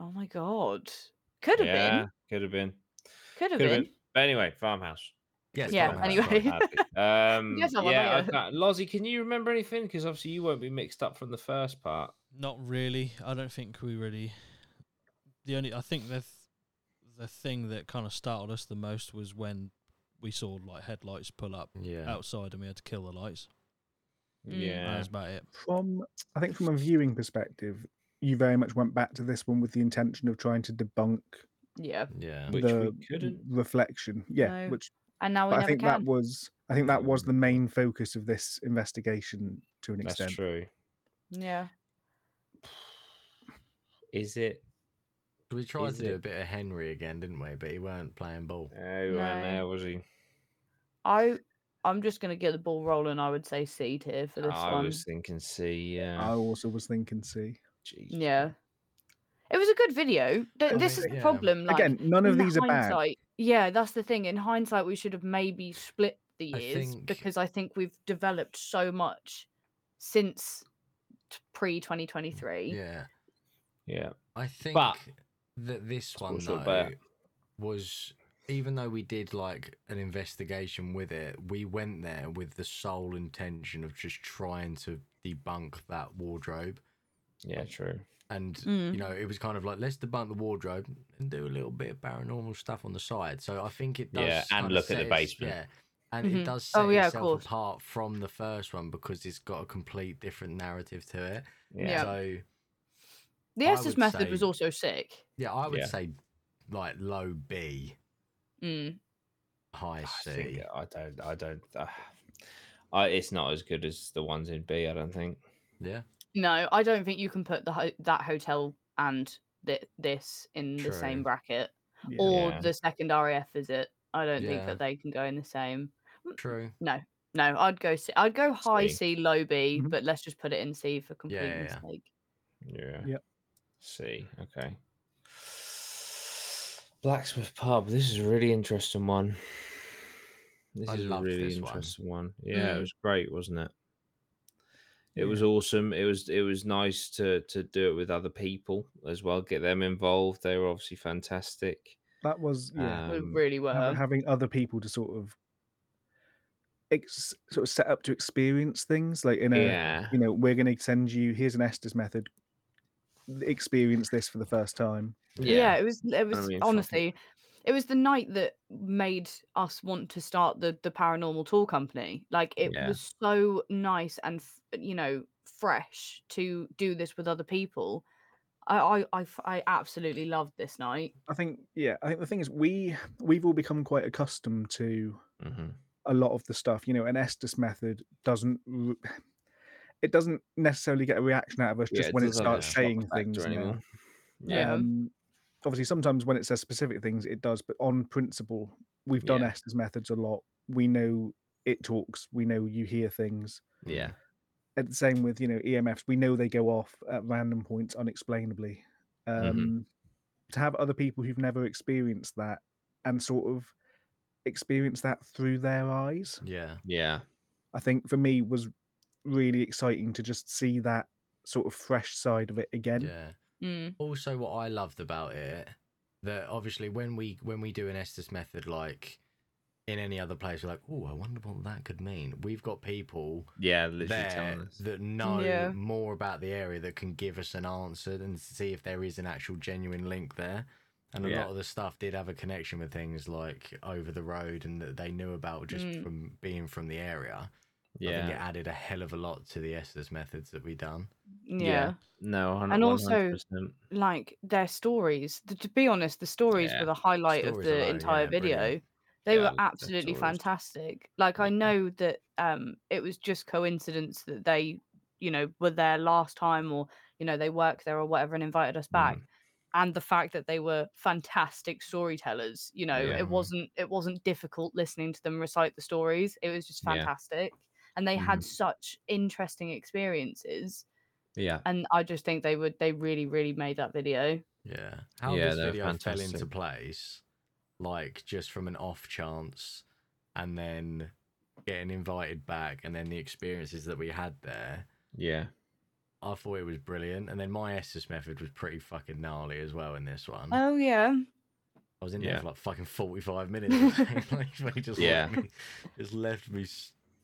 [SPEAKER 1] Oh my god, could have
[SPEAKER 2] yeah,
[SPEAKER 1] been,
[SPEAKER 2] could have been.
[SPEAKER 1] could have
[SPEAKER 2] Could have
[SPEAKER 1] been.
[SPEAKER 2] been. But anyway, farmhouse.
[SPEAKER 3] Yes.
[SPEAKER 1] Yeah,
[SPEAKER 3] Farmhouse,
[SPEAKER 1] anyway.
[SPEAKER 3] sorry.
[SPEAKER 2] um,
[SPEAKER 1] <laughs> Yes, I love
[SPEAKER 2] yeah, I
[SPEAKER 1] it.
[SPEAKER 2] can't- Lozzie, can you remember anything? Because obviously you won't be mixed up from the first part.
[SPEAKER 4] Not really. I don't think we really. The only I think the th- the thing that kind of startled us the most was when we saw like headlights pull up
[SPEAKER 3] Yeah.
[SPEAKER 4] outside and we had to kill the lights.
[SPEAKER 1] Mm.
[SPEAKER 4] That
[SPEAKER 2] Yeah.
[SPEAKER 4] was about it.
[SPEAKER 5] From I think from a viewing perspective, you very much went back to this one with the intention of trying to debunk
[SPEAKER 1] Yeah.
[SPEAKER 3] Yeah.
[SPEAKER 2] Which we
[SPEAKER 5] the
[SPEAKER 2] couldn't.
[SPEAKER 5] reflection. Yeah,
[SPEAKER 1] No.
[SPEAKER 5] which
[SPEAKER 1] And now we
[SPEAKER 5] but I
[SPEAKER 1] never
[SPEAKER 5] think
[SPEAKER 1] can.
[SPEAKER 5] that was I think that was the main focus of this investigation to an
[SPEAKER 2] That's
[SPEAKER 5] extent.
[SPEAKER 2] true.
[SPEAKER 1] Yeah.
[SPEAKER 2] Is it?
[SPEAKER 3] We tried
[SPEAKER 2] Is
[SPEAKER 3] to do
[SPEAKER 2] it-
[SPEAKER 3] a bit of Henry again, didn't we? But he weren't playing ball.
[SPEAKER 2] Oh,
[SPEAKER 1] No.
[SPEAKER 2] no, was he?
[SPEAKER 1] I I'm just gonna get the ball rolling. I would say seed here for this
[SPEAKER 2] I
[SPEAKER 1] one.
[SPEAKER 2] was thinking C.
[SPEAKER 5] I
[SPEAKER 2] Yeah.
[SPEAKER 5] also was thinking, see,
[SPEAKER 2] Jeez.
[SPEAKER 1] Yeah. It was a good video. Th-
[SPEAKER 3] I
[SPEAKER 1] this is
[SPEAKER 3] mean,
[SPEAKER 1] the
[SPEAKER 3] yeah.
[SPEAKER 1] problem. Like,
[SPEAKER 5] again, none of
[SPEAKER 1] in
[SPEAKER 5] these are bad.
[SPEAKER 1] hindsight- Yeah, that's the thing. In hindsight, we should have maybe split the
[SPEAKER 3] I
[SPEAKER 1] years
[SPEAKER 3] think-
[SPEAKER 1] because I think we've developed so much since pre 2023.
[SPEAKER 3] Yeah.
[SPEAKER 2] Yeah.
[SPEAKER 3] I think
[SPEAKER 2] But-
[SPEAKER 3] that this one
[SPEAKER 2] What's your
[SPEAKER 3] though
[SPEAKER 2] bet?
[SPEAKER 3] was even though we did like an investigation with it, we went there with the sole intention of just trying to debunk that wardrobe.
[SPEAKER 2] Yeah, true.
[SPEAKER 3] And
[SPEAKER 1] Mm.
[SPEAKER 3] you
[SPEAKER 2] Mm-hmm.
[SPEAKER 3] know, it was kind of like let's debunk the wardrobe and do a little bit of paranormal stuff on the side. So I think it does
[SPEAKER 2] Yeah, and
[SPEAKER 3] kind of
[SPEAKER 2] look at the
[SPEAKER 3] set its-
[SPEAKER 2] basement.
[SPEAKER 3] Yeah. And it
[SPEAKER 1] Mhm.
[SPEAKER 3] does set
[SPEAKER 1] Oh, yeah, of
[SPEAKER 3] itself
[SPEAKER 1] course.
[SPEAKER 3] apart from the first one because it's got a complete different narrative to it.
[SPEAKER 1] Yeah.
[SPEAKER 3] So
[SPEAKER 1] The
[SPEAKER 3] I
[SPEAKER 1] Estes
[SPEAKER 3] would
[SPEAKER 1] method was
[SPEAKER 3] say-
[SPEAKER 1] also sick.
[SPEAKER 3] yeah, I would
[SPEAKER 2] Yeah.
[SPEAKER 3] say like low B.
[SPEAKER 1] Mm.
[SPEAKER 3] high
[SPEAKER 2] I,
[SPEAKER 3] C.
[SPEAKER 2] think, I don't. I don't. Uh, I, it's not as good as the ones in B. I don't think.
[SPEAKER 3] yeah.
[SPEAKER 1] No, I don't think you can put the ho- that hotel and th- this in the
[SPEAKER 3] True.
[SPEAKER 1] same bracket
[SPEAKER 5] Yeah.
[SPEAKER 1] or
[SPEAKER 2] Yeah.
[SPEAKER 1] the second RAF visit. I don't think
[SPEAKER 3] Yeah.
[SPEAKER 1] that they can go in the same.
[SPEAKER 3] True.
[SPEAKER 1] No, I'd go. C- I'd go high
[SPEAKER 2] C.
[SPEAKER 1] C, low B,
[SPEAKER 5] Mhm.
[SPEAKER 1] but let's just put it in C for complete
[SPEAKER 3] yeah, yeah.
[SPEAKER 1] mistake.
[SPEAKER 2] Yeah.
[SPEAKER 5] Yep.
[SPEAKER 2] C. Okay. Blacksmith Pub. This is a really interesting one. This
[SPEAKER 3] I
[SPEAKER 2] is a
[SPEAKER 3] loved
[SPEAKER 2] really
[SPEAKER 3] this one.
[SPEAKER 2] interesting one. Yeah, it
[SPEAKER 1] Mm.
[SPEAKER 2] was great, wasn't it? It was awesome. It was it was nice to to do it with other people as well. Get them involved. They were obviously fantastic.
[SPEAKER 5] That was yeah,
[SPEAKER 1] We
[SPEAKER 2] Um,
[SPEAKER 1] really were.
[SPEAKER 5] ha- having other people to sort of ex- sort of set up to experience things like in a
[SPEAKER 2] yeah,
[SPEAKER 5] you know we're going to send you here's an Estes method, experience this for the first time.
[SPEAKER 1] Yeah. it was. It was
[SPEAKER 2] mean, fucking-
[SPEAKER 1] honestly, it was the night that made us want to start the the paranormal tour company. Like it
[SPEAKER 2] Yeah.
[SPEAKER 1] was so nice and f- you know fresh to do this with other people. I I I, f- I absolutely loved this night.
[SPEAKER 5] I think yeah, I think the thing is we we've all become quite accustomed to
[SPEAKER 2] Mhm.
[SPEAKER 5] a lot of the stuff. You know, an Estes method doesn't. r- <sighs> It doesn't necessarily get a reaction out of us
[SPEAKER 2] Yeah,
[SPEAKER 5] just when it
[SPEAKER 2] doesn't
[SPEAKER 5] starts
[SPEAKER 2] shock
[SPEAKER 5] saying
[SPEAKER 2] factor
[SPEAKER 5] things. now.
[SPEAKER 2] anymore.
[SPEAKER 1] Yeah.
[SPEAKER 5] Um, obviously, sometimes when it says specific things, it does, but on principle, we've done
[SPEAKER 2] Yeah.
[SPEAKER 5] Esther's methods a lot. We know it talks, we know you hear things.
[SPEAKER 2] Yeah,
[SPEAKER 5] And the same with, you know, EMFs, we know they go off at random points unexplainably. Um,
[SPEAKER 2] Mhm.
[SPEAKER 5] To have other people who've never experienced that and sort of experience that through their eyes,
[SPEAKER 3] Yeah.
[SPEAKER 2] yeah,
[SPEAKER 5] I think for me was really exciting to just see that sort of fresh side of it again.
[SPEAKER 3] Yeah.
[SPEAKER 1] Mm.
[SPEAKER 3] Also, what I loved about it that obviously when we when we do an Estes method, like in any other place, we're like, oh, I wonder what that could mean. We've got people
[SPEAKER 2] yeah. Literally telling
[SPEAKER 3] there
[SPEAKER 2] us.
[SPEAKER 3] that know
[SPEAKER 1] Yeah.
[SPEAKER 3] more about the area that can give us an answer and see if there is an actual genuine link there. And a
[SPEAKER 2] Yeah.
[SPEAKER 3] lot of the stuff did have a connection with things like over the road and that they knew about just
[SPEAKER 1] Mm.
[SPEAKER 3] from being from the area. I think it
[SPEAKER 2] yeah,
[SPEAKER 3] added a hell of a lot to the Estes methods that we done.
[SPEAKER 1] Yeah.
[SPEAKER 2] no, 100,
[SPEAKER 1] And also,
[SPEAKER 2] 100%.
[SPEAKER 1] like their stories. th- to be honest, the stories
[SPEAKER 2] Yeah.
[SPEAKER 1] were the highlight
[SPEAKER 3] Stories
[SPEAKER 1] of the
[SPEAKER 3] alone,
[SPEAKER 1] entire
[SPEAKER 3] yeah,
[SPEAKER 1] video.
[SPEAKER 3] brilliant.
[SPEAKER 1] They
[SPEAKER 2] Yeah, I
[SPEAKER 1] were
[SPEAKER 2] love their
[SPEAKER 1] absolutely
[SPEAKER 2] stories.
[SPEAKER 1] fantastic. Like I
[SPEAKER 2] Yeah.
[SPEAKER 1] know that um it was just coincidence that they, you know, were there last time or you know they worked there or whatever and invited us back.
[SPEAKER 2] Mm.
[SPEAKER 1] And the fact that they were fantastic storytellers, you know,
[SPEAKER 2] Yeah. mm.
[SPEAKER 1] it
[SPEAKER 3] Mhm.
[SPEAKER 1] wasn't it wasn't difficult listening to them recite the stories. It was just
[SPEAKER 2] Yeah.
[SPEAKER 1] fantastic. And they
[SPEAKER 2] Mhm.
[SPEAKER 1] had such interesting experiences.
[SPEAKER 2] yeah.
[SPEAKER 1] And I just think they would they really, really made that video.
[SPEAKER 3] Yeah. How
[SPEAKER 2] Yeah,
[SPEAKER 3] this
[SPEAKER 2] they're
[SPEAKER 3] video fell into
[SPEAKER 2] fantastic.
[SPEAKER 3] place, like just from an off chance and then getting invited back and then the experiences that we had there.
[SPEAKER 2] Yeah.
[SPEAKER 3] I thought it was brilliant. And then my Estes method was pretty fucking gnarly as well in this one.
[SPEAKER 1] Oh yeah.
[SPEAKER 3] I was in there
[SPEAKER 2] yeah.
[SPEAKER 3] <laughs> for like fucking 45 minutes. or something, like, they just, let
[SPEAKER 2] Yeah.
[SPEAKER 3] me, just left me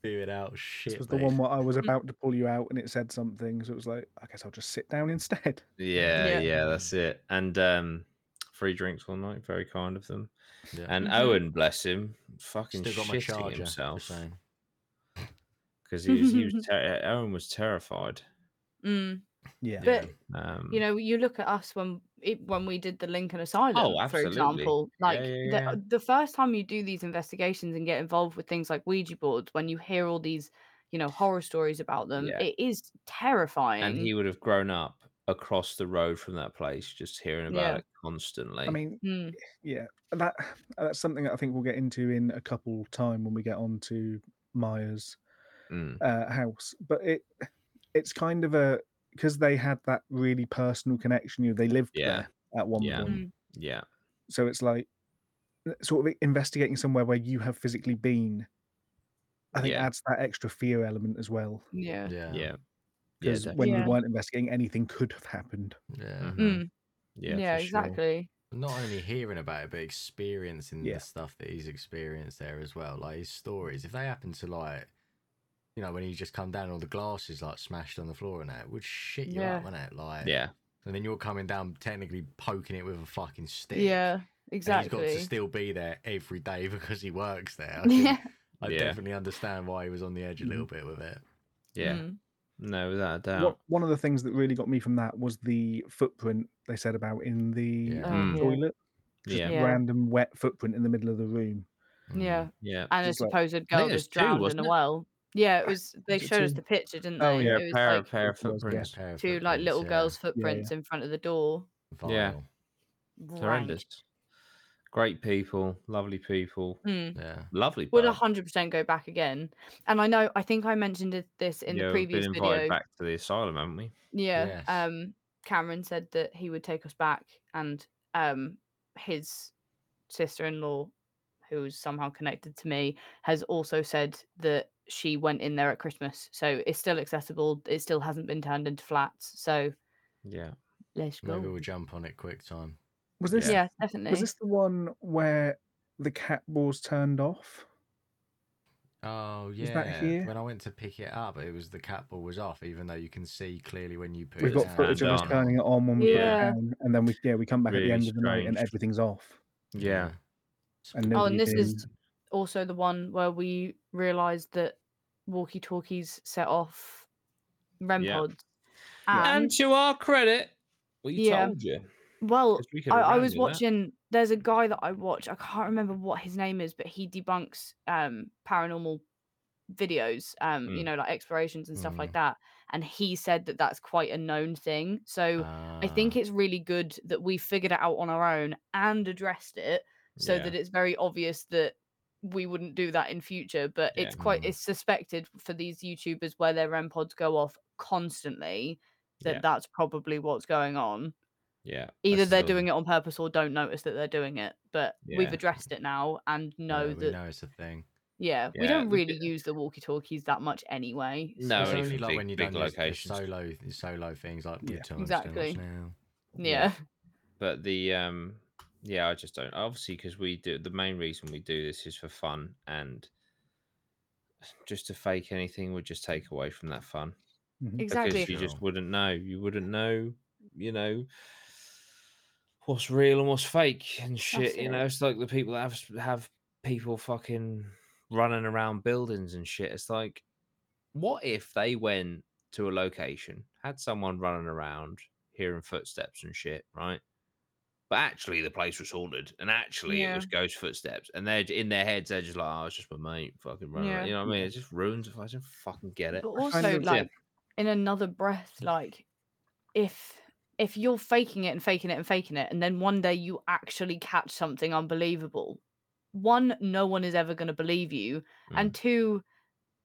[SPEAKER 3] Spewing out
[SPEAKER 5] This
[SPEAKER 3] shit.
[SPEAKER 5] was the one where I was
[SPEAKER 1] Mm.
[SPEAKER 5] about to pull you out and it said something, so it was like, I guess I'll just sit down instead. <laughs>
[SPEAKER 2] Yeah, yeah,
[SPEAKER 1] Yeah.
[SPEAKER 2] that's it. And um, free drinks all night, very kind of them.
[SPEAKER 3] Yeah.
[SPEAKER 2] And
[SPEAKER 1] Mhm.
[SPEAKER 2] Owen, bless him, fucking
[SPEAKER 3] Still got my
[SPEAKER 2] shitting
[SPEAKER 3] charger. just
[SPEAKER 2] himself
[SPEAKER 3] saying.
[SPEAKER 2] because he was, he
[SPEAKER 1] <laughs>
[SPEAKER 2] was ter- Owen was terrified.
[SPEAKER 1] Mm.
[SPEAKER 5] Yeah.
[SPEAKER 1] But
[SPEAKER 2] Um,
[SPEAKER 1] you know, you look at us when it, when we did the Lincoln Asylum, for
[SPEAKER 2] absolutely.
[SPEAKER 1] example. Like
[SPEAKER 2] yeah, yeah.
[SPEAKER 1] The, the first time you do these investigations and get involved with things like Ouija boards, when you hear all these, you know, horror stories about them,
[SPEAKER 2] Yeah.
[SPEAKER 1] it is terrifying.
[SPEAKER 2] and he would have grown up across the road from that place, just hearing about
[SPEAKER 1] Yeah.
[SPEAKER 2] it constantly.
[SPEAKER 5] I mean,
[SPEAKER 1] Mm,
[SPEAKER 5] yeah, that that's something that I think we'll get into in a couple time when we get on to Myers'
[SPEAKER 2] Mm,
[SPEAKER 5] uh, house. But it it's kind of a because they had that really personal connection. You know, they lived
[SPEAKER 2] Yeah.
[SPEAKER 5] there at one
[SPEAKER 2] Yeah.
[SPEAKER 5] point,
[SPEAKER 1] Mm.
[SPEAKER 2] yeah,
[SPEAKER 5] so it's like uh, sort of investigating somewhere where you have physically been. I think
[SPEAKER 2] Yeah.
[SPEAKER 5] adds that extra fear element as well.
[SPEAKER 1] yeah.
[SPEAKER 2] yeah,
[SPEAKER 3] Yeah.
[SPEAKER 2] yeah,
[SPEAKER 5] Because
[SPEAKER 2] definitely.
[SPEAKER 5] when
[SPEAKER 1] Yeah.
[SPEAKER 5] you weren't investigating, anything could have happened.
[SPEAKER 3] Yeah.
[SPEAKER 2] Mhm.
[SPEAKER 1] Mm,
[SPEAKER 2] yeah,
[SPEAKER 1] yeah,
[SPEAKER 3] for sure.
[SPEAKER 1] exactly.
[SPEAKER 3] Not only hearing about it, but experiencing
[SPEAKER 5] Yeah.
[SPEAKER 3] the stuff that he's experienced there as well. Like his stories. If they happen to like you know, when he just come down and all the glasses like smashed on the floor and that it would shit you
[SPEAKER 1] Yeah.
[SPEAKER 3] up, wouldn't it? Like
[SPEAKER 2] yeah,
[SPEAKER 3] and then you're coming down technically poking it with a fucking stick.
[SPEAKER 1] Yeah,
[SPEAKER 3] And
[SPEAKER 1] exactly.
[SPEAKER 3] He's got
[SPEAKER 1] <laughs>
[SPEAKER 3] to still be there every day <laughs> because he works there. I, can-
[SPEAKER 1] yeah.
[SPEAKER 3] I
[SPEAKER 2] Yeah.
[SPEAKER 3] definitely understand why he was on the edge a little bit with it.
[SPEAKER 2] yeah.
[SPEAKER 1] Mm.
[SPEAKER 2] No, without a doubt.
[SPEAKER 5] What, one of the things that really got me from that was the footprint they said about in the
[SPEAKER 3] Yeah.
[SPEAKER 1] Oh,
[SPEAKER 2] Mm.
[SPEAKER 1] yeah.
[SPEAKER 5] toilet. Just
[SPEAKER 2] yeah,
[SPEAKER 1] Yeah.
[SPEAKER 5] random wet footprint in the middle of the room.
[SPEAKER 3] Mm.
[SPEAKER 1] Yeah,
[SPEAKER 2] yeah.
[SPEAKER 1] and a
[SPEAKER 5] Just like-
[SPEAKER 1] supposed
[SPEAKER 2] I
[SPEAKER 1] girl
[SPEAKER 2] think it was
[SPEAKER 1] was
[SPEAKER 2] two,
[SPEAKER 1] drowned in
[SPEAKER 2] wasn't
[SPEAKER 1] a
[SPEAKER 2] it?
[SPEAKER 1] well. Yeah, it was. They
[SPEAKER 5] Was it
[SPEAKER 1] showed us
[SPEAKER 5] two?
[SPEAKER 1] the picture, didn't
[SPEAKER 5] Oh,
[SPEAKER 1] they?
[SPEAKER 2] Yeah,
[SPEAKER 1] It was
[SPEAKER 2] pair,
[SPEAKER 1] like
[SPEAKER 2] pair of
[SPEAKER 5] it was, yeah.
[SPEAKER 2] footprints.
[SPEAKER 3] Pair of
[SPEAKER 1] two like
[SPEAKER 3] footprints,
[SPEAKER 1] little
[SPEAKER 3] yeah.
[SPEAKER 1] girls' footprints in front of the door.
[SPEAKER 2] Yeah.
[SPEAKER 3] Vile.
[SPEAKER 2] Horrendous. Great people, lovely people,
[SPEAKER 1] Rank. Mm.
[SPEAKER 3] Yeah.
[SPEAKER 2] lovely.
[SPEAKER 1] Would
[SPEAKER 2] bird.
[SPEAKER 1] hundred percent go back again. And I know I think I mentioned it- this in
[SPEAKER 2] Yeah,
[SPEAKER 1] the
[SPEAKER 2] we've
[SPEAKER 1] previous
[SPEAKER 2] been invited
[SPEAKER 1] video.
[SPEAKER 2] back to the asylum, haven't we?
[SPEAKER 1] Yeah.
[SPEAKER 3] Yes.
[SPEAKER 1] Um Cameron said that he would take us back and um his sister in law, who was somehow connected to me, has also said that she went in there at Christmas. So it's still accessible. It still hasn't been turned into flats. So
[SPEAKER 2] Yeah.
[SPEAKER 1] let's
[SPEAKER 3] Maybe
[SPEAKER 1] go.
[SPEAKER 3] we'll jump on it quick time.
[SPEAKER 5] Was
[SPEAKER 1] Yeah,
[SPEAKER 5] this
[SPEAKER 1] definitely.
[SPEAKER 5] was this the one where the cat was turned off?
[SPEAKER 3] Oh yeah.
[SPEAKER 5] Is that here?
[SPEAKER 3] When I went to pick it up, it was the cat ball was off, even though you can see clearly when you put
[SPEAKER 5] We've
[SPEAKER 3] it
[SPEAKER 5] got
[SPEAKER 3] down.
[SPEAKER 5] footage of us
[SPEAKER 2] on.
[SPEAKER 5] turning it on when we put
[SPEAKER 1] Yeah.
[SPEAKER 5] it down, and then we yeah we come back at
[SPEAKER 2] Really
[SPEAKER 5] the end of the night and
[SPEAKER 2] strange.
[SPEAKER 5] everything's off.
[SPEAKER 2] Yeah.
[SPEAKER 5] And
[SPEAKER 1] Oh,
[SPEAKER 5] nobody's
[SPEAKER 1] and this is
[SPEAKER 5] in.
[SPEAKER 1] also the one where we realized that walkie talkies set off REM
[SPEAKER 2] Yeah.
[SPEAKER 1] pods.
[SPEAKER 5] Yeah.
[SPEAKER 1] And,
[SPEAKER 2] And to our credit, we
[SPEAKER 1] Yeah.
[SPEAKER 2] told you.
[SPEAKER 1] well,
[SPEAKER 2] 'cause we could
[SPEAKER 1] I,
[SPEAKER 2] have
[SPEAKER 1] I
[SPEAKER 2] ran
[SPEAKER 1] was
[SPEAKER 2] you that.
[SPEAKER 1] watching. There's a guy that I watch. I can't remember what his name is, but he debunks um, paranormal videos. Um, you
[SPEAKER 2] Mm.
[SPEAKER 1] know, like explorations and stuff like that. And he said that that's quite a known thing. So I think
[SPEAKER 3] Ah,
[SPEAKER 1] it's really good that we figured it out on our own and addressed it, so
[SPEAKER 2] Yeah.
[SPEAKER 1] that it's very obvious that we wouldn't do that in future. But
[SPEAKER 2] Yeah.
[SPEAKER 1] it's quite
[SPEAKER 3] Mm.
[SPEAKER 1] it's suspected for these YouTubers where their REM pods go off constantly that
[SPEAKER 2] Yeah.
[SPEAKER 1] that's probably what's going on
[SPEAKER 2] Yeah.
[SPEAKER 1] either
[SPEAKER 2] that's
[SPEAKER 1] they're
[SPEAKER 2] still-
[SPEAKER 1] doing it on purpose or don't notice that they're doing it but we've
[SPEAKER 2] Yeah.
[SPEAKER 1] addressed it now and know
[SPEAKER 3] yeah, we
[SPEAKER 1] that
[SPEAKER 3] know it's a thing.
[SPEAKER 1] yeah, we
[SPEAKER 2] Yeah,
[SPEAKER 1] don't
[SPEAKER 2] we
[SPEAKER 1] really
[SPEAKER 2] do.
[SPEAKER 1] use the walkie talkies that much anyway
[SPEAKER 2] No,
[SPEAKER 3] it's
[SPEAKER 1] so-
[SPEAKER 2] only
[SPEAKER 3] only
[SPEAKER 2] for
[SPEAKER 3] like
[SPEAKER 2] big-
[SPEAKER 3] when you
[SPEAKER 2] big
[SPEAKER 3] don't just- the
[SPEAKER 2] locations.
[SPEAKER 3] solo the solo things like
[SPEAKER 5] Yeah.
[SPEAKER 3] yeah.
[SPEAKER 1] Exactly.
[SPEAKER 3] now.
[SPEAKER 1] yeah
[SPEAKER 2] But the um yeah, I just don't obviously because we do the main reason we do this is for fun and just to fake anything would just take away from that fun.
[SPEAKER 5] Mhm.
[SPEAKER 1] exactly
[SPEAKER 2] Because you just
[SPEAKER 3] Sure.
[SPEAKER 2] wouldn't know. You wouldn't know, you know, what's real and what's fake and shit. You
[SPEAKER 1] it.
[SPEAKER 2] know, it's like the people that have s- have people fucking running around buildings and shit. It's like, what if they went to a location, had someone running around hearing footsteps and shit, right? But actually, the place was haunted, and actually,
[SPEAKER 1] Yeah.
[SPEAKER 2] it was ghost footsteps. And they're j- in their heads, they're just like, "Oh, it's just my mate, fucking running."
[SPEAKER 1] Yeah.
[SPEAKER 2] Around. You know what I mean? It just ruins. If I don't fucking get it.
[SPEAKER 1] but
[SPEAKER 5] I find
[SPEAKER 1] also
[SPEAKER 5] it-
[SPEAKER 1] like in another breath like if if you're faking it and faking it and faking it and then one day you actually catch something unbelievable one no one is ever going to believe you
[SPEAKER 2] Mm.
[SPEAKER 1] and two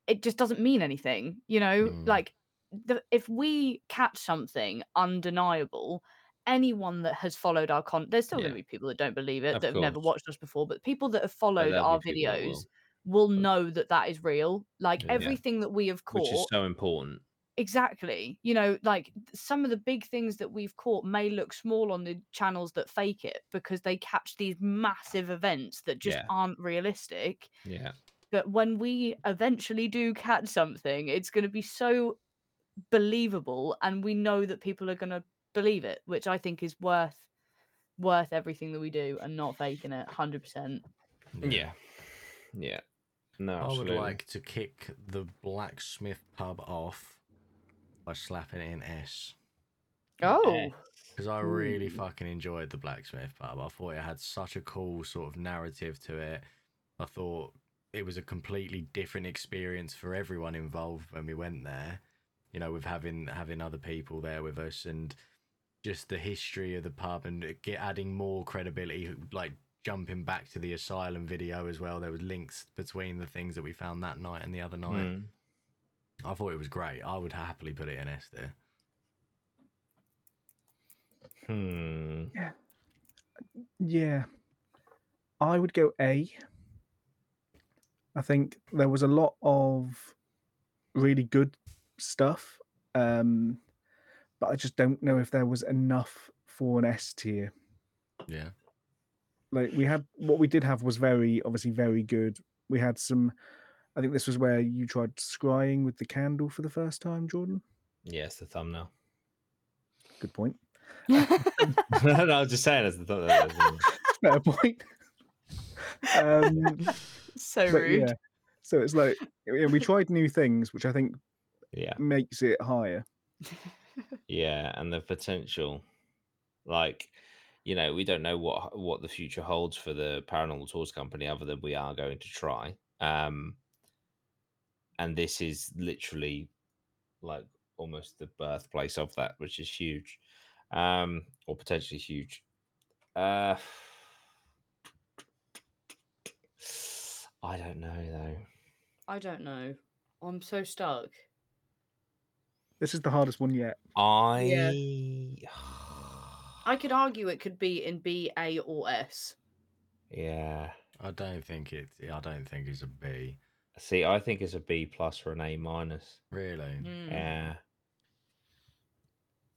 [SPEAKER 1] it just doesn't mean anything you know
[SPEAKER 3] Mm.
[SPEAKER 1] like the, if we catch something undeniable anyone that has followed our content there's still going
[SPEAKER 2] Yeah.
[SPEAKER 1] to be people that don't believe it
[SPEAKER 2] Of
[SPEAKER 1] that have never
[SPEAKER 2] course.
[SPEAKER 1] watched us before but people that have
[SPEAKER 2] But
[SPEAKER 1] followed
[SPEAKER 2] there'll
[SPEAKER 1] our
[SPEAKER 2] be people that will.
[SPEAKER 1] videos will know that that is real like
[SPEAKER 3] Yeah. Yeah.
[SPEAKER 1] everything that we have caught
[SPEAKER 2] which is so important.
[SPEAKER 1] exactly you know like th- some of the big things that we've caught may look small on the channels that fake it because they catch these massive events that just
[SPEAKER 2] Yeah.
[SPEAKER 1] aren't realistic
[SPEAKER 2] Yeah,
[SPEAKER 1] But when we eventually do catch something, it's going to be so believable, and we know that people are going to believe it, which I think is worth worth everything that we do and not faking it 100%.
[SPEAKER 2] Yeah. Yeah. No,
[SPEAKER 3] I would
[SPEAKER 2] absolutely.
[SPEAKER 3] like to kick the blacksmith pub off by slapping it in S.
[SPEAKER 1] Oh,
[SPEAKER 3] Because I really
[SPEAKER 2] Ooh.
[SPEAKER 3] fucking enjoyed the blacksmith pub. I thought it had such a cool sort of narrative to it. I thought it was a completely different experience for everyone involved when we went there. You know, with having having other people there with us and just the history of the pub and it get adding more credibility. Like jumping back to the asylum video as well. There was links between the things that we found that night and the other night.
[SPEAKER 2] Mm.
[SPEAKER 3] I thought it was great. I would happily put it in S there.
[SPEAKER 2] Hmm.
[SPEAKER 5] Yeah. I would go A. I think there was a lot of really good stuff. Um, but I just don't know if there was enough for an S tier.
[SPEAKER 3] Yeah.
[SPEAKER 5] Like we had what we did have was very obviously very good. We had some I think this was where you tried scrying with the candle for the first time, Jordan.
[SPEAKER 2] Yes, the
[SPEAKER 3] <laughs>
[SPEAKER 2] thumbnail. <laughs>
[SPEAKER 5] Good point. <laughs>
[SPEAKER 2] no, I was just saying as the
[SPEAKER 3] <laughs>
[SPEAKER 2] thumbnail.
[SPEAKER 5] Fair point. um
[SPEAKER 1] <laughs> so
[SPEAKER 5] but
[SPEAKER 1] rude.
[SPEAKER 5] yeah. So it's like yeah, we tried new things, which I think
[SPEAKER 2] Yeah.
[SPEAKER 5] makes it higher.
[SPEAKER 1] <laughs>
[SPEAKER 2] Yeah, and the potential, like, you know, we don't know what what the future holds for the Paranormal Tours Company, other than we are going to try. Um, and this is literally like almost the birthplace of that, which is huge, um, or potentially huge. Uh, <sighs> I don't know though.
[SPEAKER 1] I don't know. I'm so stuck.
[SPEAKER 5] This is the hardest one yet.
[SPEAKER 2] I
[SPEAKER 1] I could argue it could be in B, A, or S.
[SPEAKER 2] <sighs> yeah.
[SPEAKER 3] I don't think it. I don't think it's a B.
[SPEAKER 2] See, I think it's a B plus or an A minus.
[SPEAKER 3] Really.
[SPEAKER 1] Mm.
[SPEAKER 2] Yeah.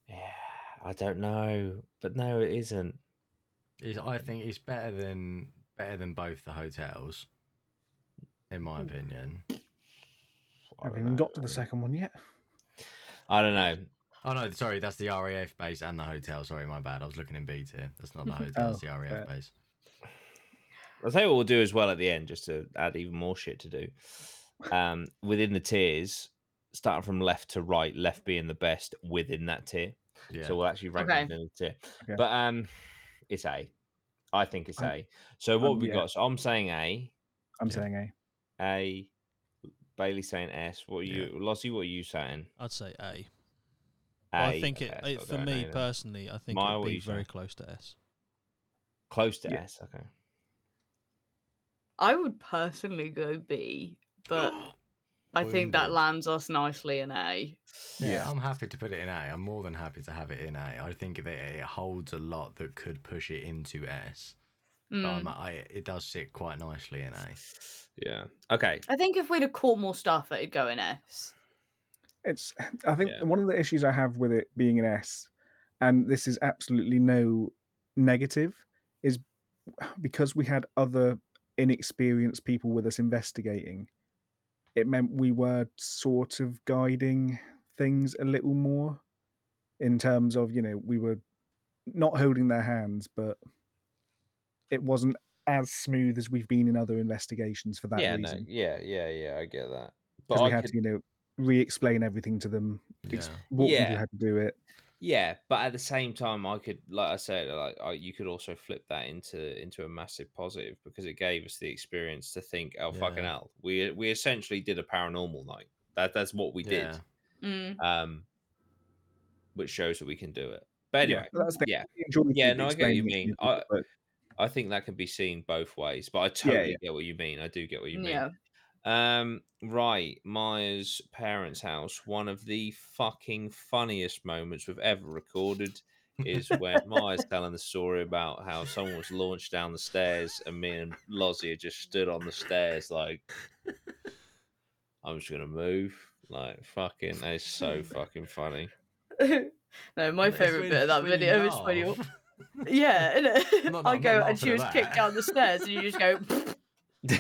[SPEAKER 2] Yeah. I don't know. But no, it isn't.
[SPEAKER 3] It's, I think it's better than better than both the hotels, in my opinion.
[SPEAKER 2] I
[SPEAKER 5] I haven't
[SPEAKER 2] don't
[SPEAKER 5] even
[SPEAKER 2] know.
[SPEAKER 5] got to the second one yet.
[SPEAKER 2] I don't know.
[SPEAKER 3] Oh no, sorry, that's the RAF base and the hotel. Sorry, my bad. I was looking in B tier.
[SPEAKER 1] <laughs>
[SPEAKER 3] That's not the
[SPEAKER 1] Oh,
[SPEAKER 3] hotel. it's the RAF
[SPEAKER 5] fair.
[SPEAKER 3] base.
[SPEAKER 2] I'll tell you what we'll do as well at the end, just to add even more shit to do. Um, within the tiers, starting from left to right, left being the best within that tier.
[SPEAKER 3] Yeah.
[SPEAKER 2] So we'll actually rank
[SPEAKER 1] Okay.
[SPEAKER 2] them within the tier.
[SPEAKER 5] Okay.
[SPEAKER 2] But um, it's A. I think it's
[SPEAKER 5] I'm-
[SPEAKER 2] A. So what
[SPEAKER 5] I'm-
[SPEAKER 2] have we
[SPEAKER 5] yeah.
[SPEAKER 2] got? So I'm saying A.
[SPEAKER 5] I'm
[SPEAKER 3] Yeah.
[SPEAKER 5] saying A.
[SPEAKER 2] A. Bailey saying S. What are
[SPEAKER 3] Yeah.
[SPEAKER 2] you, Lossie? What are you saying?
[SPEAKER 4] I'd say A.
[SPEAKER 2] A.
[SPEAKER 4] I think it,
[SPEAKER 2] Okay,
[SPEAKER 4] it
[SPEAKER 2] so
[SPEAKER 4] for
[SPEAKER 2] I don't
[SPEAKER 4] me
[SPEAKER 2] know then.
[SPEAKER 4] personally, I think
[SPEAKER 2] Maya,
[SPEAKER 4] it'd
[SPEAKER 2] what
[SPEAKER 4] be
[SPEAKER 2] you say?
[SPEAKER 4] very close to S.
[SPEAKER 2] Close to
[SPEAKER 5] Yeah.
[SPEAKER 2] S. Okay.
[SPEAKER 1] I would personally go B,
[SPEAKER 3] <gasps>
[SPEAKER 1] <gasps> but I think that
[SPEAKER 3] Wounded.
[SPEAKER 1] lands us nicely in A.
[SPEAKER 3] Yeah,
[SPEAKER 5] Yeah.
[SPEAKER 3] I'm happy to put it in A. I'm more than happy to have it in A. I think that it holds a lot that could push it into S. But
[SPEAKER 1] Mm.
[SPEAKER 3] I'm- I, it does sit quite nicely in A.
[SPEAKER 2] Yeah. Okay.
[SPEAKER 1] I think if we'd have caught more stuff, it'd go in S.
[SPEAKER 5] It's I think
[SPEAKER 2] Yeah.
[SPEAKER 5] one of the issues I have with it being an S, and this is absolutely no negative, is because we had other inexperienced people with us investigating, it meant we were sort of guiding things a little more in terms of, you know, we were not holding their hands, but it wasn't as smooth as we've been in other investigations for that
[SPEAKER 2] yeah.
[SPEAKER 5] reason.
[SPEAKER 2] Yeah. Yeah. Yeah. I get that. But
[SPEAKER 5] because
[SPEAKER 2] I
[SPEAKER 5] we had
[SPEAKER 2] could-
[SPEAKER 5] to, you know, re-explain everything to them.
[SPEAKER 3] Yeah.
[SPEAKER 5] Ex- Walk them
[SPEAKER 2] Yeah.
[SPEAKER 5] through how to do it.
[SPEAKER 2] yeah. But at the same time, I could, like I said, like I, you could also flip that into into a massive positive because it gave us the experience to think, oh fucking
[SPEAKER 3] Yeah.
[SPEAKER 2] hell, we we essentially did a paranormal night. That that's what we
[SPEAKER 3] yeah.
[SPEAKER 1] Mm.
[SPEAKER 2] did. Um, which shows that we can do it. But anyway,
[SPEAKER 5] but that's the-
[SPEAKER 2] yeah.
[SPEAKER 5] we enjoyed
[SPEAKER 2] Yeah,
[SPEAKER 5] the
[SPEAKER 2] no, I get what you
[SPEAKER 5] explaining
[SPEAKER 2] mean.
[SPEAKER 5] to
[SPEAKER 2] I-
[SPEAKER 5] people, but
[SPEAKER 2] I think that can be seen both ways. But I
[SPEAKER 5] Yeah,
[SPEAKER 2] totally
[SPEAKER 5] yeah.
[SPEAKER 2] get what you mean. I do get what you mean.
[SPEAKER 1] Yeah. <laughs>
[SPEAKER 2] Um, right, Myers' parents' house. One of the fucking funniest moments we've ever recorded is when Myers telling the story about how someone was launched down the stairs, and me and Lozzie had just stood on the stairs like, "I'm just gonna move." Like fucking, it's
[SPEAKER 5] <laughs>
[SPEAKER 2] so fucking funny.
[SPEAKER 1] no, my
[SPEAKER 3] It's
[SPEAKER 1] favourite
[SPEAKER 3] when-
[SPEAKER 1] bit of that
[SPEAKER 3] when you
[SPEAKER 1] video is when you.
[SPEAKER 3] laugh.
[SPEAKER 1] <laughs> Yeah, innit?
[SPEAKER 3] Not that
[SPEAKER 1] I
[SPEAKER 3] <laughs> I'm not
[SPEAKER 1] go
[SPEAKER 3] laughing
[SPEAKER 1] and she
[SPEAKER 3] at
[SPEAKER 1] was kicked
[SPEAKER 3] that.
[SPEAKER 1] down the stairs, and you just go.
[SPEAKER 3] No, no, no,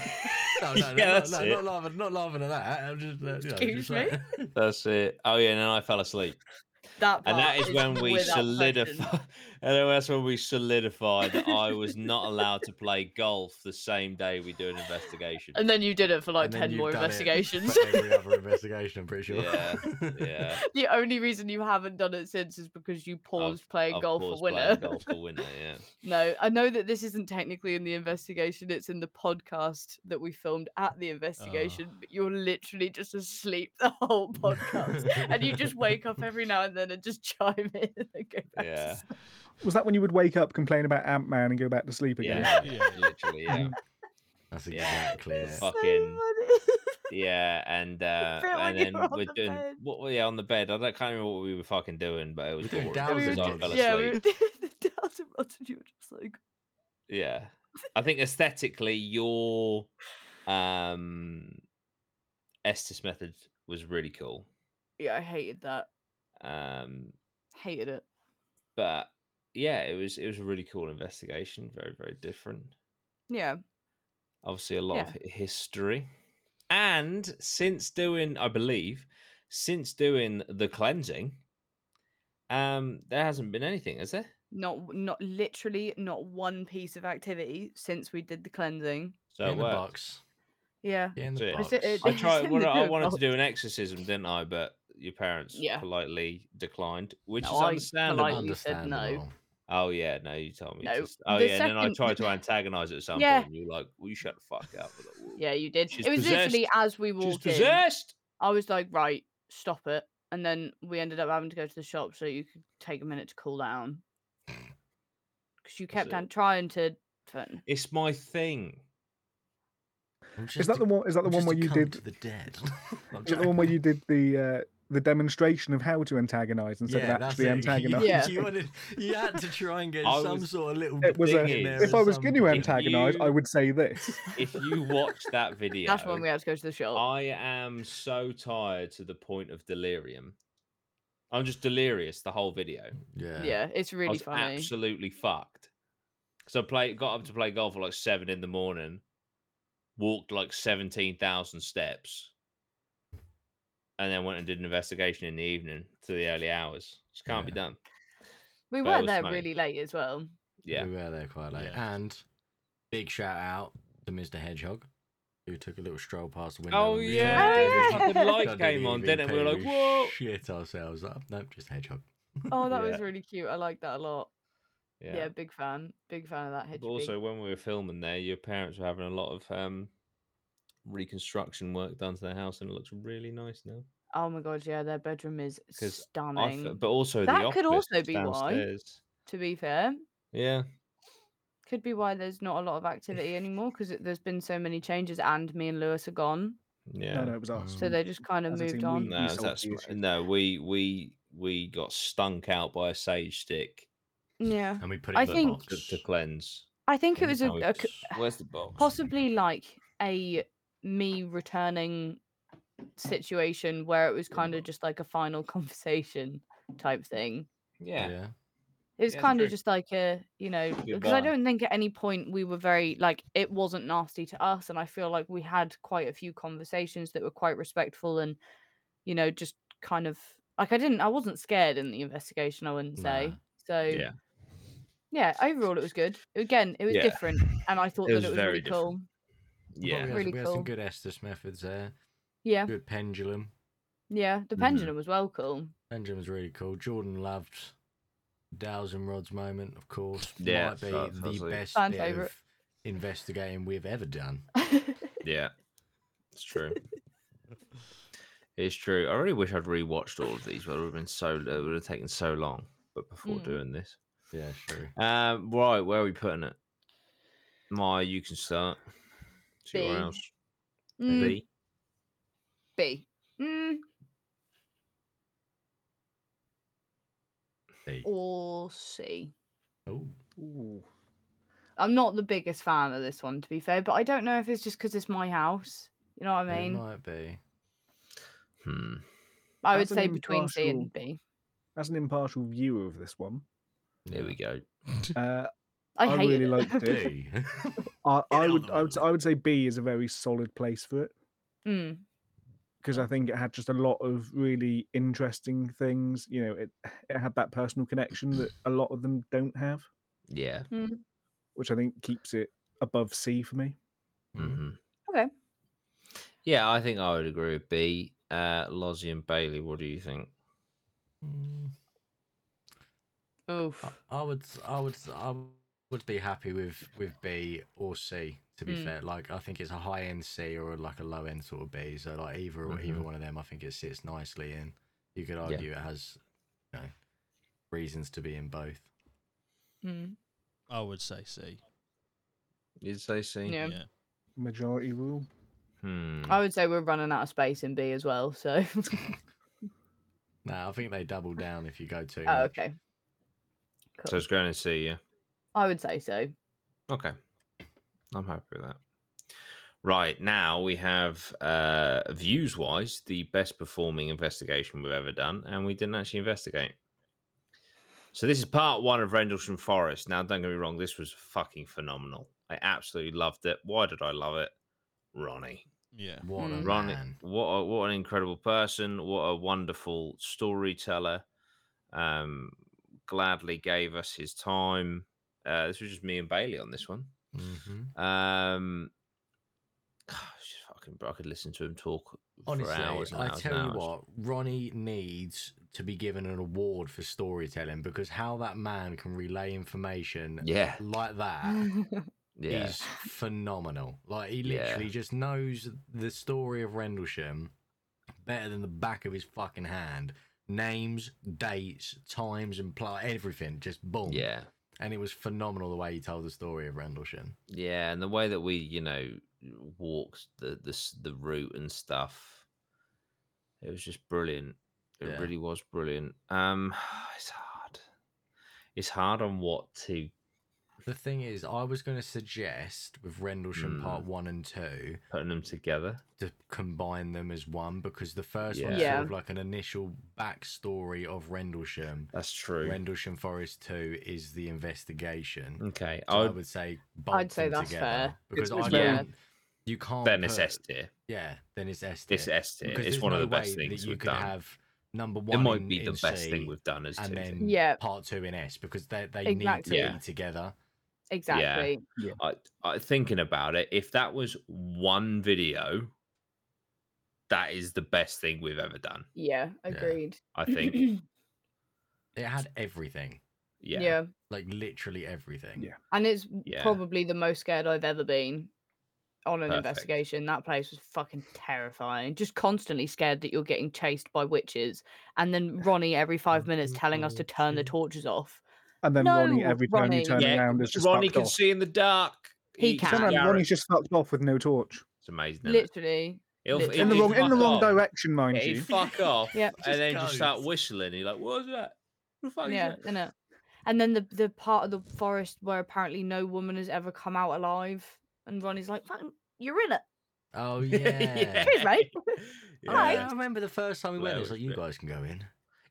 [SPEAKER 2] Yeah,
[SPEAKER 3] no,
[SPEAKER 2] that's
[SPEAKER 3] no,
[SPEAKER 2] it.
[SPEAKER 3] not laughing, not laughing at that. I'm just, uh, you know,
[SPEAKER 1] Excuse
[SPEAKER 3] just like- <laughs>
[SPEAKER 2] That's it. Oh yeah, and then I fell asleep,
[SPEAKER 1] <laughs> That
[SPEAKER 2] and that
[SPEAKER 1] part
[SPEAKER 2] is when we
[SPEAKER 1] without question.
[SPEAKER 2] solidified. <laughs> And then that's when we solidified that I was not allowed to play golf the same day we do an investigation.
[SPEAKER 1] And then you did it for like
[SPEAKER 3] And then
[SPEAKER 1] ten
[SPEAKER 3] you've
[SPEAKER 1] more
[SPEAKER 3] done it for
[SPEAKER 1] investigations.
[SPEAKER 3] Every other investigation, I'm pretty sure.
[SPEAKER 2] Yeah,
[SPEAKER 1] <laughs>
[SPEAKER 2] <laughs> Yeah,
[SPEAKER 1] the only reason you haven't done it since is because you paused playing
[SPEAKER 2] Of
[SPEAKER 1] golf
[SPEAKER 2] course,
[SPEAKER 1] for
[SPEAKER 2] playing
[SPEAKER 1] winter.
[SPEAKER 2] Golf for winner. Yeah.
[SPEAKER 1] <laughs> No, I know that this isn't technically in the investigation, it's in the podcast that we filmed at
[SPEAKER 2] Ah.
[SPEAKER 1] the investigation, but you're literally just asleep the
[SPEAKER 2] <laughs>
[SPEAKER 1] whole podcast. and you just wake up every now and then and just <laughs> chime in and go back. to
[SPEAKER 2] Yeah.
[SPEAKER 1] sleep.
[SPEAKER 5] Was that when you would wake up, complain about Ant Man, and go back to sleep again?
[SPEAKER 2] Yeah.
[SPEAKER 4] Yeah.
[SPEAKER 2] <laughs> Literally.
[SPEAKER 5] <laughs>
[SPEAKER 2] Yeah.
[SPEAKER 3] <laughs> That's
[SPEAKER 2] Yeah.
[SPEAKER 3] exactly
[SPEAKER 1] It's
[SPEAKER 3] it.
[SPEAKER 1] so
[SPEAKER 2] Fucking-
[SPEAKER 1] funny.
[SPEAKER 2] <laughs>
[SPEAKER 1] <laughs>
[SPEAKER 2] Yeah, and uh,
[SPEAKER 1] felt like
[SPEAKER 2] and
[SPEAKER 1] you
[SPEAKER 2] then
[SPEAKER 1] were on
[SPEAKER 2] we're
[SPEAKER 1] the
[SPEAKER 2] doing
[SPEAKER 1] bed.
[SPEAKER 2] what were yeah on the bed. I don't can't remember what we were fucking doing, but it was
[SPEAKER 3] We're doing
[SPEAKER 2] boring
[SPEAKER 3] dowsing
[SPEAKER 2] because I
[SPEAKER 3] rods.
[SPEAKER 2] fell asleep.
[SPEAKER 1] yeah,
[SPEAKER 2] Yeah,
[SPEAKER 1] we were <laughs> doing the thousand rods and you were just like,
[SPEAKER 2] I think aesthetically your um Estes method was really cool.
[SPEAKER 1] yeah, I hated that.
[SPEAKER 2] Um
[SPEAKER 1] Hated it.
[SPEAKER 2] but yeah, it was it was a really cool investigation, very, very different.
[SPEAKER 1] Yeah.
[SPEAKER 2] Obviously a lot
[SPEAKER 1] Yeah.
[SPEAKER 2] of hi- history. And since doing, I believe, since doing the cleansing, um, there hasn't been anything, has there?
[SPEAKER 1] Not not literally not one piece of activity since we did the cleansing.
[SPEAKER 2] So
[SPEAKER 3] Get
[SPEAKER 2] it
[SPEAKER 3] in the
[SPEAKER 2] worked.
[SPEAKER 3] box.
[SPEAKER 1] Yeah.
[SPEAKER 3] Get in
[SPEAKER 2] So
[SPEAKER 3] the
[SPEAKER 2] it-
[SPEAKER 1] I
[SPEAKER 3] box.
[SPEAKER 1] said it- <laughs>
[SPEAKER 2] I
[SPEAKER 1] It's
[SPEAKER 2] tried.
[SPEAKER 1] in
[SPEAKER 2] Well,
[SPEAKER 1] the
[SPEAKER 2] I
[SPEAKER 1] book,
[SPEAKER 2] wanted to
[SPEAKER 1] but-
[SPEAKER 2] do an exorcism, didn't I? But your parents
[SPEAKER 1] Yeah.
[SPEAKER 2] politely declined, which
[SPEAKER 1] No,
[SPEAKER 2] is
[SPEAKER 1] I
[SPEAKER 2] understandable.
[SPEAKER 1] politely- you said no.
[SPEAKER 3] Understandable.
[SPEAKER 2] Oh yeah, no, you told me.
[SPEAKER 1] No,
[SPEAKER 2] to s- oh
[SPEAKER 1] the
[SPEAKER 2] yeah, and then I
[SPEAKER 1] second-
[SPEAKER 2] tried to antagonise it at some
[SPEAKER 1] Yeah.
[SPEAKER 2] point. And you were like, "Will you shut the fuck up?" I was like, "Well,
[SPEAKER 1] Yeah, you did.
[SPEAKER 2] She's
[SPEAKER 1] it was
[SPEAKER 2] possessed.
[SPEAKER 1] literally as we
[SPEAKER 2] She's
[SPEAKER 1] walked in.
[SPEAKER 2] possessed.
[SPEAKER 1] I was like, right, stop it. And then we ended up having to go to the shop so you could take a minute to cool down. Because you
[SPEAKER 2] That's
[SPEAKER 1] kept on
[SPEAKER 2] it.
[SPEAKER 1] trying to. turn-
[SPEAKER 2] It's my thing.
[SPEAKER 3] I'm
[SPEAKER 5] Is
[SPEAKER 3] just
[SPEAKER 5] that
[SPEAKER 3] a-
[SPEAKER 5] the one? Is that the
[SPEAKER 3] I'm just
[SPEAKER 5] one where
[SPEAKER 3] a
[SPEAKER 5] you
[SPEAKER 3] cunt
[SPEAKER 5] did?
[SPEAKER 3] to the dead? I'm
[SPEAKER 5] <laughs> Is that
[SPEAKER 3] <laughs>
[SPEAKER 5] the one where
[SPEAKER 3] joking.
[SPEAKER 5] you did the uh, the demonstration of how to antagonize instead of
[SPEAKER 3] that's
[SPEAKER 5] actually
[SPEAKER 3] it. <laughs>
[SPEAKER 5] antagonize?
[SPEAKER 1] Yeah.
[SPEAKER 3] You, wanted, you had to try and get
[SPEAKER 2] I
[SPEAKER 3] some
[SPEAKER 2] was-
[SPEAKER 3] sort of little.
[SPEAKER 5] <laughs> It was
[SPEAKER 3] thing
[SPEAKER 5] a-
[SPEAKER 3] in there
[SPEAKER 5] If
[SPEAKER 3] at
[SPEAKER 5] I was
[SPEAKER 3] some
[SPEAKER 5] going to
[SPEAKER 3] point.
[SPEAKER 5] antagonize, I
[SPEAKER 2] you-
[SPEAKER 5] would say this.
[SPEAKER 2] <laughs> If you
[SPEAKER 1] <laughs>
[SPEAKER 2] watch that video,
[SPEAKER 1] That's when we had to go to the shop.
[SPEAKER 2] I am so tired to the point of delirium. I'm just delirious the whole video.
[SPEAKER 3] yeah,
[SPEAKER 1] yeah, it's
[SPEAKER 2] I
[SPEAKER 1] really
[SPEAKER 2] was
[SPEAKER 1] funny.
[SPEAKER 2] absolutely fucked. So I play, got up to play golf at like seven in the morning, walked like seventeen thousand steps, and then went and did an investigation in the evening to the early hours. Just can't be
[SPEAKER 3] Yeah.
[SPEAKER 2] done.
[SPEAKER 1] we
[SPEAKER 2] but it
[SPEAKER 1] were
[SPEAKER 2] was
[SPEAKER 1] there
[SPEAKER 2] funny.
[SPEAKER 1] really late as well.
[SPEAKER 2] Yeah,
[SPEAKER 3] we were there quite late.
[SPEAKER 4] Yeah.
[SPEAKER 3] And big shout out to Mr. Hedgehog, who took a little stroll past the window.
[SPEAKER 2] Oh,
[SPEAKER 3] when we was
[SPEAKER 2] yeah,
[SPEAKER 3] on
[SPEAKER 1] Oh,
[SPEAKER 3] the
[SPEAKER 1] yeah. <laughs>
[SPEAKER 3] desert.
[SPEAKER 1] Fucking
[SPEAKER 2] light
[SPEAKER 3] Done
[SPEAKER 2] came
[SPEAKER 3] the E
[SPEAKER 2] on, didn't it? We were
[SPEAKER 3] EVP,
[SPEAKER 2] like, "Whoa."
[SPEAKER 3] Shit ourselves up. Nope, just Hedgehog.
[SPEAKER 1] Oh, that
[SPEAKER 2] Yeah.
[SPEAKER 1] was really cute. I like that a lot.
[SPEAKER 2] yeah.
[SPEAKER 1] Yeah. big fan. Big fan of that
[SPEAKER 2] But
[SPEAKER 1] hedgehog.
[SPEAKER 2] also, when we were filming there, your parents were having a lot of um, reconstruction work done to their house, and it looks really nice now.
[SPEAKER 1] oh my god, yeah, their bedroom is
[SPEAKER 2] 'Cause I
[SPEAKER 1] stunning.
[SPEAKER 2] f- but also, the
[SPEAKER 1] That could
[SPEAKER 2] office
[SPEAKER 1] also be why.
[SPEAKER 2] downstairs.
[SPEAKER 1] to be fair,
[SPEAKER 2] Yeah,
[SPEAKER 1] could be why there's not a lot of activity anymore because there's been so many changes, and me and Lewis are gone,
[SPEAKER 2] yeah.
[SPEAKER 5] No, no, it was us.
[SPEAKER 1] so
[SPEAKER 3] Mm.
[SPEAKER 1] they just kind of
[SPEAKER 5] As a
[SPEAKER 1] moved
[SPEAKER 5] team,
[SPEAKER 1] on.
[SPEAKER 5] we-
[SPEAKER 2] No,
[SPEAKER 5] solved
[SPEAKER 2] that's
[SPEAKER 5] the
[SPEAKER 2] right.
[SPEAKER 5] issue.
[SPEAKER 2] no. We we we got stunk out by a sage stick
[SPEAKER 1] Yeah.
[SPEAKER 3] And we put it
[SPEAKER 1] I
[SPEAKER 3] in the
[SPEAKER 1] think-
[SPEAKER 2] to,
[SPEAKER 3] box.
[SPEAKER 2] to cleanse.
[SPEAKER 1] I think it was a,
[SPEAKER 2] And we
[SPEAKER 1] a c-
[SPEAKER 2] just- where's the box?
[SPEAKER 1] possibly like a me returning situation where it was kind of just like a final <laughs> conversation type thing.
[SPEAKER 2] yeah.
[SPEAKER 1] It was
[SPEAKER 2] Yeah,
[SPEAKER 1] kind
[SPEAKER 2] true.
[SPEAKER 1] of just like a, you know, because I
[SPEAKER 2] Goodbye.
[SPEAKER 1] don't think at any point we were very like it wasn't nasty to us, and I feel like we had quite a few conversations that were quite respectful and, you know, just kind of like I didn't, I wasn't scared in the investigation. I wouldn't say
[SPEAKER 3] Nah.
[SPEAKER 1] so.
[SPEAKER 2] Yeah.
[SPEAKER 1] yeah, Overall, it was good. Again, it was
[SPEAKER 2] Yeah.
[SPEAKER 1] different, and I thought
[SPEAKER 2] It
[SPEAKER 1] that
[SPEAKER 2] was
[SPEAKER 1] it was
[SPEAKER 2] very
[SPEAKER 1] really
[SPEAKER 2] different.
[SPEAKER 1] cool.
[SPEAKER 3] But
[SPEAKER 2] Yeah.
[SPEAKER 3] we had,
[SPEAKER 1] Really
[SPEAKER 3] we had
[SPEAKER 1] cool.
[SPEAKER 3] some good Estes methods there.
[SPEAKER 1] Yeah,
[SPEAKER 3] Good pendulum.
[SPEAKER 1] yeah. The
[SPEAKER 2] Mm-hmm.
[SPEAKER 3] Mhm.
[SPEAKER 1] pendulum was well cool. <laughs>
[SPEAKER 3] Pendulum was really cool. Jordan loved Dowsing Rods moment, of course.
[SPEAKER 2] Yeah,
[SPEAKER 3] Might be
[SPEAKER 2] that's- that's
[SPEAKER 3] the
[SPEAKER 2] it.
[SPEAKER 3] best
[SPEAKER 1] Fan
[SPEAKER 3] bit
[SPEAKER 1] favourite.
[SPEAKER 3] of investigating we've ever done.
[SPEAKER 2] Yeah.
[SPEAKER 1] <laughs>
[SPEAKER 2] It's true. it's true. I really wish I'd rewatched all of these, but it would have been so it would have taken so long. But before
[SPEAKER 1] Mm.
[SPEAKER 2] doing this,
[SPEAKER 3] Yeah, sure.
[SPEAKER 2] um, right, where are we putting it? My, you can start. See
[SPEAKER 1] B.
[SPEAKER 2] where else?
[SPEAKER 1] Mm,
[SPEAKER 2] B.
[SPEAKER 1] B. Mm,
[SPEAKER 3] Hey.
[SPEAKER 1] or C.
[SPEAKER 3] Oh,
[SPEAKER 5] Ooh.
[SPEAKER 1] I'm not the biggest fan of this one, to be fair, but I don't know if it's just because it's my house. You know what I
[SPEAKER 3] it
[SPEAKER 1] mean?
[SPEAKER 3] might be.
[SPEAKER 2] Hmm.
[SPEAKER 1] I would
[SPEAKER 5] That's an
[SPEAKER 1] say between C
[SPEAKER 5] impartial-
[SPEAKER 1] and B.
[SPEAKER 3] <laughs>
[SPEAKER 5] As an impartial viewer of this one,
[SPEAKER 2] There
[SPEAKER 3] Yeah.
[SPEAKER 2] we go.
[SPEAKER 5] uh,
[SPEAKER 1] I,
[SPEAKER 5] I
[SPEAKER 1] hated
[SPEAKER 5] really
[SPEAKER 1] it.
[SPEAKER 5] liked it.
[SPEAKER 3] D. <laughs>
[SPEAKER 5] I,
[SPEAKER 3] Yeah,
[SPEAKER 5] I
[SPEAKER 3] no,
[SPEAKER 5] would,
[SPEAKER 3] no,
[SPEAKER 5] I would,
[SPEAKER 3] no.
[SPEAKER 5] I would say B is a very solid place for it
[SPEAKER 1] Mm,
[SPEAKER 5] because I think it had just a lot of really interesting things. You know, it it had that personal connection that a lot of them don't have,
[SPEAKER 2] Yeah.
[SPEAKER 5] which I think keeps it above C for me.
[SPEAKER 2] Mhm.
[SPEAKER 1] Hmm. Okay.
[SPEAKER 2] Yeah, I think I would agree with B. Uh, Lozzie and Bailey, what do you think?
[SPEAKER 3] Mm,
[SPEAKER 1] Oof.
[SPEAKER 3] I- I would, I would, I would be happy with with B or C. To be
[SPEAKER 1] Mm.
[SPEAKER 3] fair, like I think it's a high end C or like a low end sort of B. So like either or either
[SPEAKER 2] Mhm.
[SPEAKER 3] one of them, I think it sits nicely in. You could argue it has, you know, reasons to be in both.
[SPEAKER 5] Hmm.
[SPEAKER 1] Mm.
[SPEAKER 4] I would say C.
[SPEAKER 2] You'd say C?
[SPEAKER 1] Yeah.
[SPEAKER 4] Yeah.
[SPEAKER 5] Majority rule.
[SPEAKER 2] Hmm.
[SPEAKER 1] I would say we're running out of space in B as well. So, <laughs>
[SPEAKER 3] Nah, I think they double down if you go too.
[SPEAKER 1] oh,
[SPEAKER 3] much.
[SPEAKER 1] okay.
[SPEAKER 2] So it's going to C, yeah.
[SPEAKER 1] I would say so.
[SPEAKER 2] Okay. I'm happy with that. Right. Now we have, uh, views wise, the best performing investigation we've ever done, and we didn't actually investigate. So this is part one of Rendlesham Forest. Now, don't get me wrong, this was fucking phenomenal. I absolutely loved it. Why did I love it? Ronnie.
[SPEAKER 4] Yeah.
[SPEAKER 3] What a
[SPEAKER 1] Mm.
[SPEAKER 2] Ronnie,
[SPEAKER 3] Oh, man.
[SPEAKER 2] what a, what an incredible person! What a wonderful storyteller! Um, gladly gave us his time. Uh, this was just me and Bailey on this one.
[SPEAKER 3] hmm
[SPEAKER 2] Um, gosh, fucking, I could listen to him talk
[SPEAKER 3] Honestly,
[SPEAKER 2] for hours. And
[SPEAKER 3] I
[SPEAKER 2] hours
[SPEAKER 3] tell
[SPEAKER 2] and
[SPEAKER 3] you
[SPEAKER 2] hours.
[SPEAKER 3] what, Ronnie needs to be given an award for storytelling because how that man can relay information
[SPEAKER 2] Yeah,
[SPEAKER 1] <laughs>
[SPEAKER 3] like that
[SPEAKER 1] Mm.
[SPEAKER 2] yeah,
[SPEAKER 3] is phenomenal. Like he
[SPEAKER 2] Yeah.
[SPEAKER 3] literally just knows the story of Rendlesham better than the back of his fucking hand. Names, dates, times, and pl- everything just boom.
[SPEAKER 2] yeah,
[SPEAKER 3] and it was phenomenal the way he told the story of Rendlesham.
[SPEAKER 2] yeah. And the way that we, you know, walked the the s- the route and stuff, it was just brilliant. It
[SPEAKER 3] Yeah.
[SPEAKER 2] really was brilliant. Um, <sighs> it's hard. It's hard on what to
[SPEAKER 3] The thing is, I was going to suggest with Rendlesham
[SPEAKER 2] Mm.
[SPEAKER 3] Part One and Two.
[SPEAKER 2] putting them together.
[SPEAKER 3] to combine them as one because the first one's
[SPEAKER 2] Yeah.
[SPEAKER 3] sort of like an initial backstory of Rendlesham.
[SPEAKER 2] That's true.
[SPEAKER 3] Rendlesham Forest 2 is the investigation.
[SPEAKER 2] okay,
[SPEAKER 3] So
[SPEAKER 2] I
[SPEAKER 3] I
[SPEAKER 2] would
[SPEAKER 3] would say bolt
[SPEAKER 1] I'd say
[SPEAKER 3] them
[SPEAKER 1] that's
[SPEAKER 3] together
[SPEAKER 1] fair.
[SPEAKER 3] because
[SPEAKER 5] It's-
[SPEAKER 3] I
[SPEAKER 5] it's
[SPEAKER 1] fair.
[SPEAKER 3] don't. You can't.
[SPEAKER 2] then it's
[SPEAKER 3] put-
[SPEAKER 2] S tier.
[SPEAKER 3] Yeah, then it's S.
[SPEAKER 2] It's
[SPEAKER 3] tier,
[SPEAKER 2] S tier.
[SPEAKER 3] because
[SPEAKER 2] It's
[SPEAKER 3] there's
[SPEAKER 2] one of
[SPEAKER 3] no
[SPEAKER 2] the best
[SPEAKER 3] way that
[SPEAKER 2] things
[SPEAKER 3] you
[SPEAKER 2] we've
[SPEAKER 3] could
[SPEAKER 2] done.
[SPEAKER 3] have number
[SPEAKER 2] It
[SPEAKER 3] one.
[SPEAKER 2] might
[SPEAKER 3] in-
[SPEAKER 2] be the
[SPEAKER 3] in
[SPEAKER 2] best
[SPEAKER 3] C
[SPEAKER 2] thing we've done as two.
[SPEAKER 3] And then
[SPEAKER 1] Yeah.
[SPEAKER 3] part two in S because they they need to
[SPEAKER 1] Exactly.
[SPEAKER 2] Yeah.
[SPEAKER 3] be together.
[SPEAKER 1] exactly.
[SPEAKER 2] I, I thinking about it, if that was one video, that is the best thing we've ever done.
[SPEAKER 1] Yeah. agreed.
[SPEAKER 5] <clears throat>
[SPEAKER 2] I think.
[SPEAKER 1] <clears throat>
[SPEAKER 3] It had everything,
[SPEAKER 2] Yeah.
[SPEAKER 1] yeah.
[SPEAKER 3] like literally everything.
[SPEAKER 5] Yeah.
[SPEAKER 1] And it's w-
[SPEAKER 2] Yeah.
[SPEAKER 1] probably the most scared I've ever been on an
[SPEAKER 2] Perfect.
[SPEAKER 1] investigation. That place was fucking terrifying. Just constantly scared that you're getting chased by witches. And then Ronnie every five minutes telling us to turn the torches off.
[SPEAKER 5] And then Ronnie,
[SPEAKER 1] No,
[SPEAKER 5] every time
[SPEAKER 1] Ronnie.
[SPEAKER 5] you turn
[SPEAKER 2] Yeah,
[SPEAKER 5] around, is just
[SPEAKER 2] Ronnie
[SPEAKER 5] fucked
[SPEAKER 2] can
[SPEAKER 5] off.
[SPEAKER 2] see in the dark.
[SPEAKER 1] He
[SPEAKER 2] He's
[SPEAKER 1] can.
[SPEAKER 5] Turn around,
[SPEAKER 2] Garrett.
[SPEAKER 5] Ronnie's just fucked off with no torch
[SPEAKER 2] It's amazing. isn't it?
[SPEAKER 1] Literally.
[SPEAKER 2] He'll-
[SPEAKER 1] literally.
[SPEAKER 2] he'll
[SPEAKER 5] in the
[SPEAKER 2] just
[SPEAKER 5] wrong in the
[SPEAKER 2] fuck
[SPEAKER 5] wrong
[SPEAKER 2] off.
[SPEAKER 5] direction, mind
[SPEAKER 2] Yeah, he'd
[SPEAKER 5] you.
[SPEAKER 2] fuck off
[SPEAKER 1] Yep.
[SPEAKER 2] and
[SPEAKER 3] Just
[SPEAKER 2] then just start
[SPEAKER 3] goes.
[SPEAKER 2] whistling. You're like, what was that? Who the fuck is
[SPEAKER 1] Yeah,
[SPEAKER 2] that?" <laughs>
[SPEAKER 1] in it. And then the the part of the forest where apparently no woman has ever come out alive, and Ronnie's like, "Fucking, "You're in it."
[SPEAKER 2] <laughs>
[SPEAKER 3] Oh
[SPEAKER 1] <laughs>
[SPEAKER 3] yeah.
[SPEAKER 1] Cheers, mate.
[SPEAKER 2] Yeah.
[SPEAKER 1] Hi.
[SPEAKER 3] I remember the first time we
[SPEAKER 2] That
[SPEAKER 3] went, it
[SPEAKER 2] was
[SPEAKER 3] was like, you
[SPEAKER 2] good.
[SPEAKER 3] guys can go in.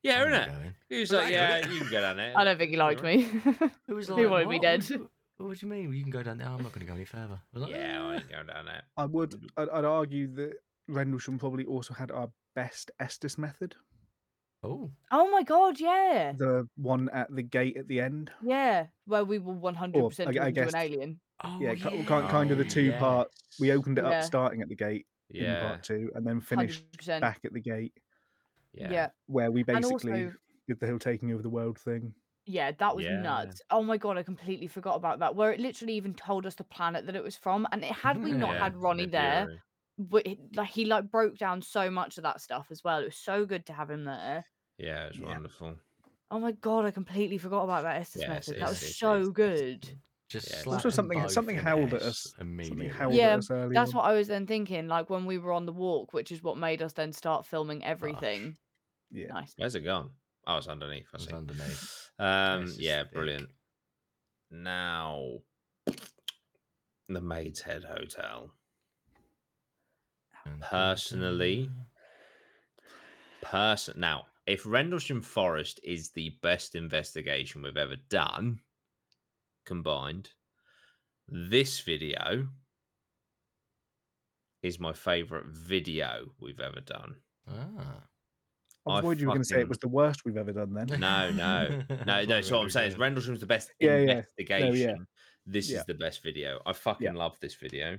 [SPEAKER 2] Yeah,
[SPEAKER 3] I'm not
[SPEAKER 2] innit?
[SPEAKER 3] going."
[SPEAKER 2] He was
[SPEAKER 3] Was
[SPEAKER 2] like,
[SPEAKER 3] that
[SPEAKER 2] yeah,
[SPEAKER 3] good?
[SPEAKER 2] you can get on it.
[SPEAKER 1] I don't think he liked
[SPEAKER 2] Alright.
[SPEAKER 1] me. <laughs>
[SPEAKER 3] It was
[SPEAKER 1] He
[SPEAKER 3] like,
[SPEAKER 1] wanted me
[SPEAKER 3] "What?
[SPEAKER 1] dead."
[SPEAKER 3] What, what, do you mean? You can go down there. I'm not going to go any further. I was like,
[SPEAKER 2] Yeah, I
[SPEAKER 3] "Uh,
[SPEAKER 2] ain't going down there.
[SPEAKER 5] I would I'd, I'd argue that Rendlesham probably also had our best Estes method,
[SPEAKER 3] Oh,
[SPEAKER 1] oh my god, yeah,
[SPEAKER 5] the one at the gate at the end.
[SPEAKER 1] yeah, where we were one hundred percent
[SPEAKER 5] I gu- I
[SPEAKER 1] into
[SPEAKER 5] guess-
[SPEAKER 1] an alien.
[SPEAKER 3] oh,
[SPEAKER 5] Yeah, ki- ki- kind of the
[SPEAKER 3] yeah.
[SPEAKER 5] two parts. We opened it
[SPEAKER 1] Yeah.
[SPEAKER 5] up starting at the gate in
[SPEAKER 2] Oh, Yeah.
[SPEAKER 5] part two, and then finished
[SPEAKER 1] Hundred percent.
[SPEAKER 5] back at the gate
[SPEAKER 1] Yeah.
[SPEAKER 2] Yeah.
[SPEAKER 1] yeah,
[SPEAKER 5] where we
[SPEAKER 1] and
[SPEAKER 5] basically
[SPEAKER 1] also
[SPEAKER 5] did the whole taking over the world thing.
[SPEAKER 1] Yeah, that was
[SPEAKER 2] Yeah.
[SPEAKER 1] nuts. Oh my god, I completely forgot about that. Where it literally even told us the planet that it was from, and it, had we not
[SPEAKER 3] Yeah,
[SPEAKER 1] had Ronnie there, but it, like he like broke down so much of that stuff as well. It was so good to have him there.
[SPEAKER 2] Yeah, it's
[SPEAKER 5] Yeah.
[SPEAKER 2] wonderful.
[SPEAKER 1] Oh my god, I completely forgot about that Estes
[SPEAKER 2] Yeah, it's-
[SPEAKER 1] method.
[SPEAKER 2] it's-
[SPEAKER 1] that was
[SPEAKER 2] it's-
[SPEAKER 1] so
[SPEAKER 2] it's-
[SPEAKER 1] good.
[SPEAKER 3] Just
[SPEAKER 2] Yeah, it's-
[SPEAKER 3] yeah,
[SPEAKER 2] Also
[SPEAKER 5] something- something howled at us,
[SPEAKER 3] immediately.
[SPEAKER 5] Something howled
[SPEAKER 1] Yeah,
[SPEAKER 5] at us early
[SPEAKER 1] That's
[SPEAKER 5] on.
[SPEAKER 1] what I was then thinking. Like when we were on the walk, which is what made us then start filming everything.
[SPEAKER 5] Yeah.
[SPEAKER 1] Nice.
[SPEAKER 2] Where's it gone? Oh, it's underneath. I
[SPEAKER 3] It was
[SPEAKER 2] see.
[SPEAKER 3] underneath.
[SPEAKER 2] <laughs> Um,
[SPEAKER 3] It's
[SPEAKER 2] yeah,
[SPEAKER 3] just thick.
[SPEAKER 2] brilliant. Now, the Maid's Head Hotel.
[SPEAKER 3] Dun, dun,
[SPEAKER 2] Personally,
[SPEAKER 3] dun.
[SPEAKER 2] Person. Now, if Rendlesham Forest is the best investigation we've ever done, combined, this video is my favorite video we've ever
[SPEAKER 5] <laughs>
[SPEAKER 2] done.
[SPEAKER 3] Ah.
[SPEAKER 5] I
[SPEAKER 2] I
[SPEAKER 5] avoid you were going to say it
[SPEAKER 2] fucking-
[SPEAKER 5] was the worst we've ever done then.
[SPEAKER 2] No,
[SPEAKER 3] <laughs>
[SPEAKER 2] no, No, no. So what I'm saying is Rendlesham is the best
[SPEAKER 5] Yeah, yeah. No, yeah.
[SPEAKER 2] investigation. This
[SPEAKER 5] Yeah.
[SPEAKER 2] is the best video. I fucking love this video.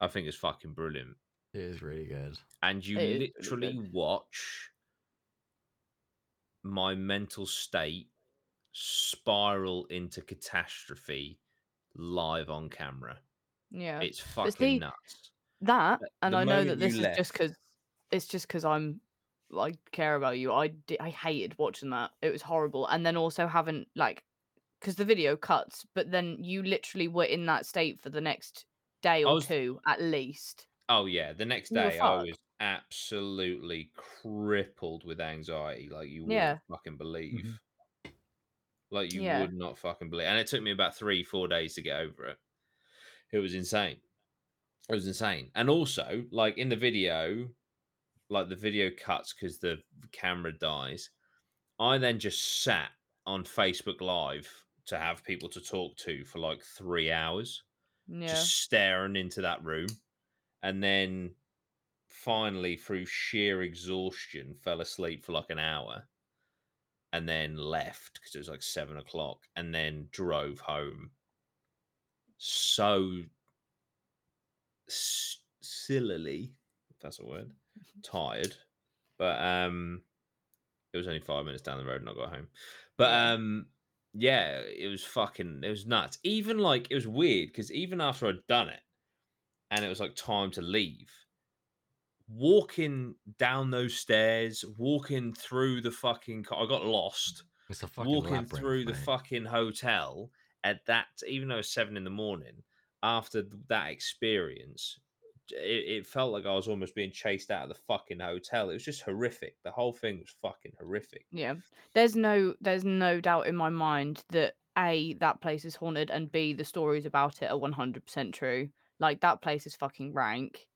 [SPEAKER 2] I think it's fucking brilliant.
[SPEAKER 3] It is really good.
[SPEAKER 2] And you
[SPEAKER 1] It is really
[SPEAKER 2] literally watch my mental state spiral into catastrophe live on camera.
[SPEAKER 1] Yeah.
[SPEAKER 2] It's fucking
[SPEAKER 1] see,
[SPEAKER 2] nuts.
[SPEAKER 1] that
[SPEAKER 2] But
[SPEAKER 1] and
[SPEAKER 2] the
[SPEAKER 1] i know that
[SPEAKER 2] moment you
[SPEAKER 1] this is just
[SPEAKER 2] left-
[SPEAKER 1] because it's just because i'm i care about you i di- i hated watching that it was horrible and then also having like because the video cuts but then you literally were in that state for the next day or
[SPEAKER 2] was-
[SPEAKER 1] two at least
[SPEAKER 2] Oh yeah, the next
[SPEAKER 1] You were
[SPEAKER 2] day I
[SPEAKER 1] fucked.
[SPEAKER 2] was absolutely crippled with anxiety, like you wouldn't
[SPEAKER 1] Yeah. Mm-hmm.
[SPEAKER 2] fucking believe. Like you
[SPEAKER 1] Yeah.
[SPEAKER 2] would not fucking believe. And it took me about three, four days to get over it. It was insane. It was insane. And also, like in the video, like the video cuts because the camera dies. I then just sat on Facebook Live to have people to talk to for like three hours
[SPEAKER 1] yeah
[SPEAKER 2] just staring into that room and then finally through sheer exhaustion fell asleep for like an hour and then left because it was like seven o'clock and then drove home so s- sillily if that's a word
[SPEAKER 1] Mm-hmm.
[SPEAKER 2] tired but um it was only five minutes down the road and i got home but
[SPEAKER 1] Yeah.
[SPEAKER 2] um yeah, it was fucking, it was nuts. Even like, it was weird because even after I'd done it and it was like time to leave, walking down those stairs, walking through the fucking, co- I got lost,
[SPEAKER 3] It's a fucking
[SPEAKER 2] walking
[SPEAKER 3] labyrinth,
[SPEAKER 2] through the
[SPEAKER 3] mate.
[SPEAKER 2] fucking hotel at that, even though it's seven in the morning, after th- that experience, j- it, it felt like I was almost being chased out of the fucking hotel. It was just horrific. The whole thing was fucking horrific.
[SPEAKER 1] yeah there's no there's no doubt in my mind that a that place is haunted and b the stories about it are 100% true like that place is fucking rank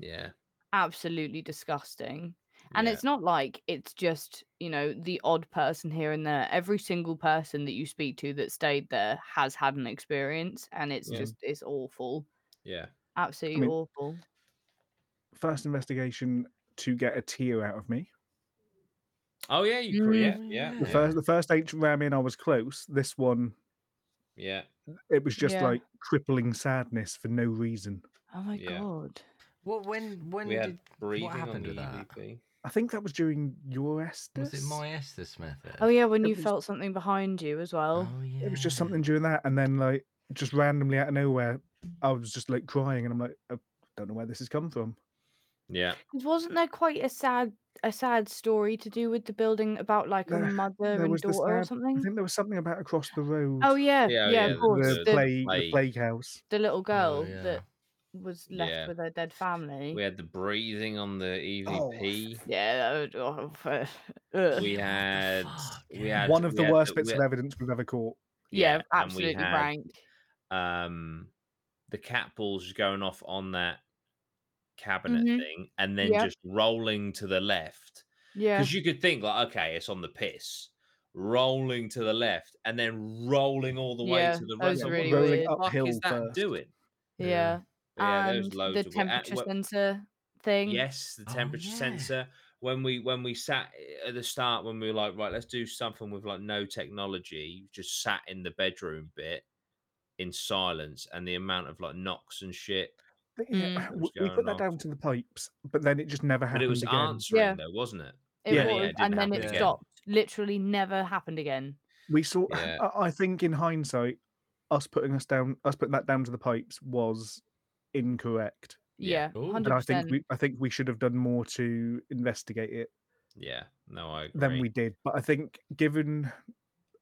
[SPEAKER 2] Yeah.
[SPEAKER 1] absolutely disgusting And
[SPEAKER 2] yeah.
[SPEAKER 1] it's not like it's just, you know, the odd person here and there. Every single person that you speak to that stayed there has had an experience and it's
[SPEAKER 2] Yeah.
[SPEAKER 1] just it's awful.
[SPEAKER 2] yeah.
[SPEAKER 1] Absolutely
[SPEAKER 5] mean-
[SPEAKER 1] awful.
[SPEAKER 5] <laughs> First investigation to get a tear out of me.
[SPEAKER 2] Oh yeah, you cre- yeah,
[SPEAKER 3] Mm.
[SPEAKER 2] yeah,
[SPEAKER 5] The
[SPEAKER 3] Yeah.
[SPEAKER 5] first, the first eight ramen, I was close. This one,
[SPEAKER 2] yeah.
[SPEAKER 5] it was just
[SPEAKER 1] Yeah.
[SPEAKER 5] like crippling sadness for no reason.
[SPEAKER 1] Oh my
[SPEAKER 2] Yeah.
[SPEAKER 1] god.
[SPEAKER 3] What? When? When
[SPEAKER 2] We
[SPEAKER 3] did?
[SPEAKER 2] had breathing
[SPEAKER 3] happened
[SPEAKER 2] on
[SPEAKER 3] with
[SPEAKER 2] the E
[SPEAKER 3] that?
[SPEAKER 2] EVP.
[SPEAKER 5] I think that was during your Estes.
[SPEAKER 3] Was it my Estes method?
[SPEAKER 1] Oh yeah, when
[SPEAKER 5] It
[SPEAKER 1] you
[SPEAKER 5] was-
[SPEAKER 1] felt something behind you as well.
[SPEAKER 3] Oh, yeah.
[SPEAKER 5] It was just something during that, and then like just randomly out of nowhere, I was just like crying, and I'm like, I don't know where this has come from.
[SPEAKER 2] Yeah,
[SPEAKER 1] 'Cause Wasn't there quite a sad a sad story to do with the building about like a
[SPEAKER 5] There-
[SPEAKER 1] mother and
[SPEAKER 5] was the
[SPEAKER 1] daughter or
[SPEAKER 5] sad- I
[SPEAKER 1] something?
[SPEAKER 5] think there was something about across the road.
[SPEAKER 1] Mm. Oh yeah, yeah,
[SPEAKER 2] Yeah, oh, yeah,
[SPEAKER 1] of
[SPEAKER 2] the-
[SPEAKER 1] course.
[SPEAKER 5] the,
[SPEAKER 1] The, Oh, the,
[SPEAKER 5] plague, the
[SPEAKER 2] plague.
[SPEAKER 5] plague house.
[SPEAKER 1] little girl
[SPEAKER 3] Oh, yeah.
[SPEAKER 1] that was left
[SPEAKER 2] Yeah.
[SPEAKER 1] with her dead family.
[SPEAKER 2] we had the breathing on the
[SPEAKER 5] Oh,
[SPEAKER 2] E
[SPEAKER 5] <laughs>
[SPEAKER 2] EVP.
[SPEAKER 1] Yeah, that would- oh, <laughs> ugh.
[SPEAKER 2] We
[SPEAKER 3] Yeah, what the
[SPEAKER 2] had
[SPEAKER 3] fuck,
[SPEAKER 2] we
[SPEAKER 3] yeah.
[SPEAKER 2] had
[SPEAKER 5] One of
[SPEAKER 2] we
[SPEAKER 5] the
[SPEAKER 2] had
[SPEAKER 5] worst bits
[SPEAKER 2] we
[SPEAKER 5] of evidence we've ever caught.
[SPEAKER 1] yeah,
[SPEAKER 2] and we
[SPEAKER 1] absolutely
[SPEAKER 2] had,
[SPEAKER 1] rank.
[SPEAKER 2] Um, the cat balls going off on that cabinet
[SPEAKER 1] Mhm.
[SPEAKER 2] thing, and then
[SPEAKER 1] Yeah.
[SPEAKER 2] just rolling to the left
[SPEAKER 1] Yeah.
[SPEAKER 2] because you could think like, okay, it's on the piss. Rolling to the left and then rolling all the way
[SPEAKER 1] Yeah,
[SPEAKER 2] to the
[SPEAKER 1] that
[SPEAKER 2] right.
[SPEAKER 1] was
[SPEAKER 2] Like,
[SPEAKER 1] really
[SPEAKER 2] what the
[SPEAKER 1] weird.
[SPEAKER 2] fuck
[SPEAKER 5] Rolling
[SPEAKER 2] is
[SPEAKER 5] uphill
[SPEAKER 2] that
[SPEAKER 5] first.
[SPEAKER 2] doing?
[SPEAKER 3] Yeah.
[SPEAKER 1] Yeah.
[SPEAKER 2] Yeah,
[SPEAKER 1] and
[SPEAKER 2] there's loads
[SPEAKER 1] the
[SPEAKER 2] of weird- at-
[SPEAKER 1] temperature
[SPEAKER 2] what-
[SPEAKER 1] sensor thing.
[SPEAKER 2] Yes, the
[SPEAKER 3] Oh,
[SPEAKER 2] temperature
[SPEAKER 3] yeah.
[SPEAKER 2] sensor. When we when we sat eh, at the start, when we were like, right, let's do something with like no technology, just sat in the bedroom bit in silence, and the amount of like knocks and shit.
[SPEAKER 5] But yeah,
[SPEAKER 1] Mm.
[SPEAKER 2] What
[SPEAKER 5] w-
[SPEAKER 2] was
[SPEAKER 5] we put
[SPEAKER 2] going
[SPEAKER 5] that
[SPEAKER 2] on?
[SPEAKER 5] down to the pipes, but then it just never
[SPEAKER 2] But
[SPEAKER 5] happened
[SPEAKER 2] it was
[SPEAKER 5] again.
[SPEAKER 2] answering
[SPEAKER 1] Yeah.
[SPEAKER 2] though, wasn't it?
[SPEAKER 1] It
[SPEAKER 5] Yeah, yeah,
[SPEAKER 1] was,
[SPEAKER 2] it didn't
[SPEAKER 1] and then
[SPEAKER 2] happen
[SPEAKER 1] it
[SPEAKER 2] again.
[SPEAKER 1] stopped. Literally never happened again.
[SPEAKER 5] We saw.
[SPEAKER 2] Yeah.
[SPEAKER 5] <laughs> I- I think in hindsight, us putting us down, us putting that down to the pipes was incorrect.
[SPEAKER 2] Yeah.
[SPEAKER 1] Yeah.
[SPEAKER 3] Ooh.
[SPEAKER 1] Hundred
[SPEAKER 5] And I think
[SPEAKER 1] percent.
[SPEAKER 5] we, I think we should have done more to investigate it
[SPEAKER 2] Yeah. No, I agree.
[SPEAKER 5] than we did. But I think given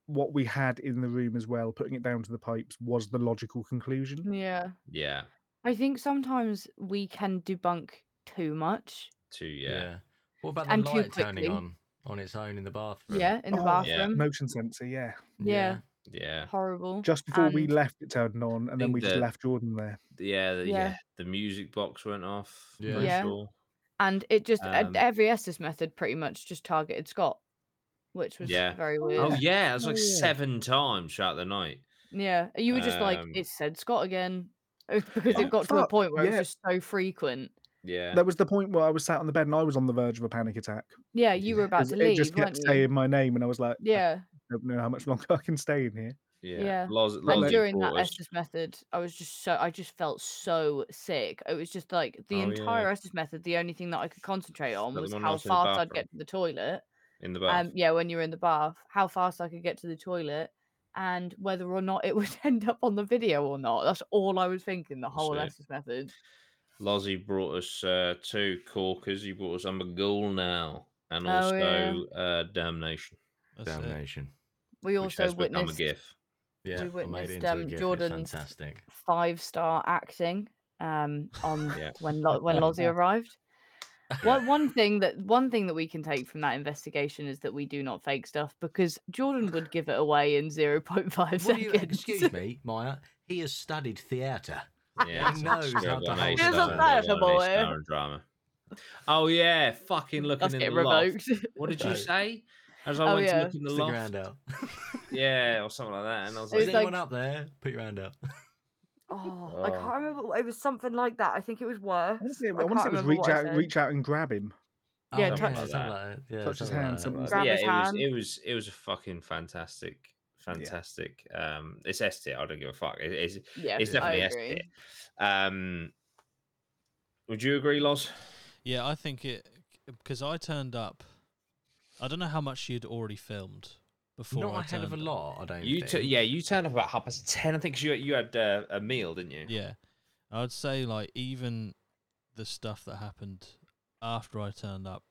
[SPEAKER 5] what we had in the room as well, putting it down to the pipes was the logical conclusion.
[SPEAKER 1] Yeah.
[SPEAKER 2] Yeah.
[SPEAKER 1] I think sometimes we can debunk too much.
[SPEAKER 2] Two. Yeah.
[SPEAKER 3] What about the
[SPEAKER 1] And too
[SPEAKER 3] light turning
[SPEAKER 1] quickly.
[SPEAKER 3] on on its own in the bathroom?
[SPEAKER 1] Yeah, in the
[SPEAKER 5] Oh, yeah.
[SPEAKER 1] bathroom.
[SPEAKER 5] Motion sensor, yeah.
[SPEAKER 1] Yeah.
[SPEAKER 2] Yeah.
[SPEAKER 1] Horrible.
[SPEAKER 5] Just before we
[SPEAKER 1] And-
[SPEAKER 5] left, it turned on, and then
[SPEAKER 2] think
[SPEAKER 5] we just
[SPEAKER 2] that-
[SPEAKER 5] left Jordan there.
[SPEAKER 2] Yeah. the-
[SPEAKER 1] Yeah.
[SPEAKER 2] Yeah. The music box went off.
[SPEAKER 3] Yeah.
[SPEAKER 2] pretty
[SPEAKER 1] Yeah.
[SPEAKER 2] sure.
[SPEAKER 1] And it just uh,
[SPEAKER 2] Um,
[SPEAKER 1] every Estes method pretty much just targeted Scott. which was
[SPEAKER 2] Yeah.
[SPEAKER 1] very weird.
[SPEAKER 2] Oh yeah, it was
[SPEAKER 5] Oh,
[SPEAKER 2] like
[SPEAKER 5] yeah.
[SPEAKER 2] seven times throughout the night.
[SPEAKER 1] Yeah, you were just like,
[SPEAKER 2] Um,
[SPEAKER 1] it said Scott again. <laughs> Because
[SPEAKER 5] Oh,
[SPEAKER 1] it got to a
[SPEAKER 5] fuck,
[SPEAKER 1] point where it
[SPEAKER 5] yeah.
[SPEAKER 1] was just so frequent.
[SPEAKER 2] Yeah.
[SPEAKER 5] That was the point where I was sat on the bed and I was on the verge of a panic attack.
[SPEAKER 1] Yeah, you were about
[SPEAKER 5] 'cause
[SPEAKER 1] to
[SPEAKER 5] it
[SPEAKER 1] leave,
[SPEAKER 5] just kept
[SPEAKER 1] weren't you?
[SPEAKER 5] saying my name, and I was like, I
[SPEAKER 1] Yeah,
[SPEAKER 5] don't know how much longer I can stay in here.
[SPEAKER 2] Yeah.
[SPEAKER 1] yeah.
[SPEAKER 2] Loz,
[SPEAKER 5] Like,
[SPEAKER 1] and
[SPEAKER 2] Loz
[SPEAKER 1] during that
[SPEAKER 2] brought us-
[SPEAKER 1] Estes method, I was just so I just felt so sick. It was just like the
[SPEAKER 2] Oh, yeah.
[SPEAKER 1] entire Estes method. The only thing that I could concentrate on
[SPEAKER 2] that the
[SPEAKER 1] was
[SPEAKER 2] one
[SPEAKER 1] how
[SPEAKER 2] that's in the
[SPEAKER 1] fast I'd
[SPEAKER 2] bathroom?
[SPEAKER 1] get to the toilet.
[SPEAKER 2] in the bath.
[SPEAKER 1] Um, yeah, when you're in the bath, how fast I could get to the toilet, and whether or not it <laughs> would end up on the video or not. That's all I was thinking. The
[SPEAKER 2] That's
[SPEAKER 1] whole
[SPEAKER 2] it.
[SPEAKER 1] Estes method.
[SPEAKER 2] Lozzie brought us uh, two corkers. He brought us Amber Ghoul now and
[SPEAKER 1] Oh,
[SPEAKER 2] also
[SPEAKER 1] yeah.
[SPEAKER 2] uh, Damnation,
[SPEAKER 4] That's it.
[SPEAKER 3] Damnation.
[SPEAKER 1] We
[SPEAKER 2] which
[SPEAKER 1] also
[SPEAKER 2] has become a
[SPEAKER 1] witnessed <laughs>
[SPEAKER 2] GIF.
[SPEAKER 3] Yeah, I made
[SPEAKER 1] witnessed,
[SPEAKER 3] it into
[SPEAKER 1] um,
[SPEAKER 3] a GIF.
[SPEAKER 1] Jordan's-
[SPEAKER 3] It's
[SPEAKER 1] <laughs>
[SPEAKER 3] fantastic.
[SPEAKER 1] five star acting um on
[SPEAKER 2] Yeah.
[SPEAKER 1] when Lo- when
[SPEAKER 2] <laughs>
[SPEAKER 1] Lozzie arrived. One one thing that one thing that we can take from that investigation is that we do not fake stuff because Jordan would give it away in zero point five
[SPEAKER 3] What do you,
[SPEAKER 1] seconds.
[SPEAKER 3] excuse me, Maya. He has studied theatre.
[SPEAKER 2] Yeah,
[SPEAKER 3] He
[SPEAKER 2] it's a
[SPEAKER 3] knows
[SPEAKER 2] mixture
[SPEAKER 3] how
[SPEAKER 2] of
[SPEAKER 3] to
[SPEAKER 2] an
[SPEAKER 3] hold
[SPEAKER 2] A-star
[SPEAKER 1] it up. Isn't
[SPEAKER 2] and a
[SPEAKER 1] that a
[SPEAKER 2] one
[SPEAKER 1] boy?
[SPEAKER 2] A-star and drama. Oh yeah, fucking looking
[SPEAKER 1] <laughs> That's
[SPEAKER 2] in the
[SPEAKER 1] getting
[SPEAKER 2] loft.
[SPEAKER 1] revoked.
[SPEAKER 2] What did you
[SPEAKER 3] Right.
[SPEAKER 2] say? As I
[SPEAKER 1] Oh,
[SPEAKER 2] went
[SPEAKER 1] yeah.
[SPEAKER 2] to look in the
[SPEAKER 3] Stick your
[SPEAKER 2] loft,
[SPEAKER 3] hand out.
[SPEAKER 2] yeah, or something like that, and I was
[SPEAKER 1] It was
[SPEAKER 3] Is
[SPEAKER 2] like,
[SPEAKER 3] anyone
[SPEAKER 1] like-
[SPEAKER 3] up there? Put your hand out.
[SPEAKER 1] oh, I
[SPEAKER 2] Oh.
[SPEAKER 1] can't remember. what- It was something like that. I think it was worse.
[SPEAKER 5] I want to say, I
[SPEAKER 1] I
[SPEAKER 5] wanna
[SPEAKER 1] can't
[SPEAKER 5] say it was
[SPEAKER 1] remember
[SPEAKER 5] reach
[SPEAKER 1] what I
[SPEAKER 5] out,
[SPEAKER 1] said.
[SPEAKER 5] reach out and grab him.
[SPEAKER 1] Yeah,
[SPEAKER 3] Oh,
[SPEAKER 1] touch-
[SPEAKER 2] Something like
[SPEAKER 3] something like that. Yeah,
[SPEAKER 5] Touch his
[SPEAKER 3] something like
[SPEAKER 5] hand,
[SPEAKER 3] that.
[SPEAKER 5] something like
[SPEAKER 2] "Oh,
[SPEAKER 1] grab
[SPEAKER 2] yeah,
[SPEAKER 1] his
[SPEAKER 2] it was,
[SPEAKER 1] hand."
[SPEAKER 2] it was, it was a fucking fantastic, fantastic. Um, it's S tier. I don't give a fuck. It- it's,
[SPEAKER 1] Yeah,
[SPEAKER 2] it's
[SPEAKER 1] I
[SPEAKER 2] definitely S
[SPEAKER 1] agree.
[SPEAKER 2] tier. Um, would you agree, Loz?
[SPEAKER 4] Yeah, I think it because I turned up. I don't know how much you'd already filmed before.
[SPEAKER 3] Not
[SPEAKER 4] I
[SPEAKER 3] a hell of a
[SPEAKER 4] turned up.
[SPEAKER 3] lot, I don't
[SPEAKER 2] You
[SPEAKER 3] think.
[SPEAKER 2] t- yeah, you turned up about half past ten. I think 'cause you you had uh, a meal, didn't you?
[SPEAKER 4] Yeah, I'd say like even the stuff that happened after I turned up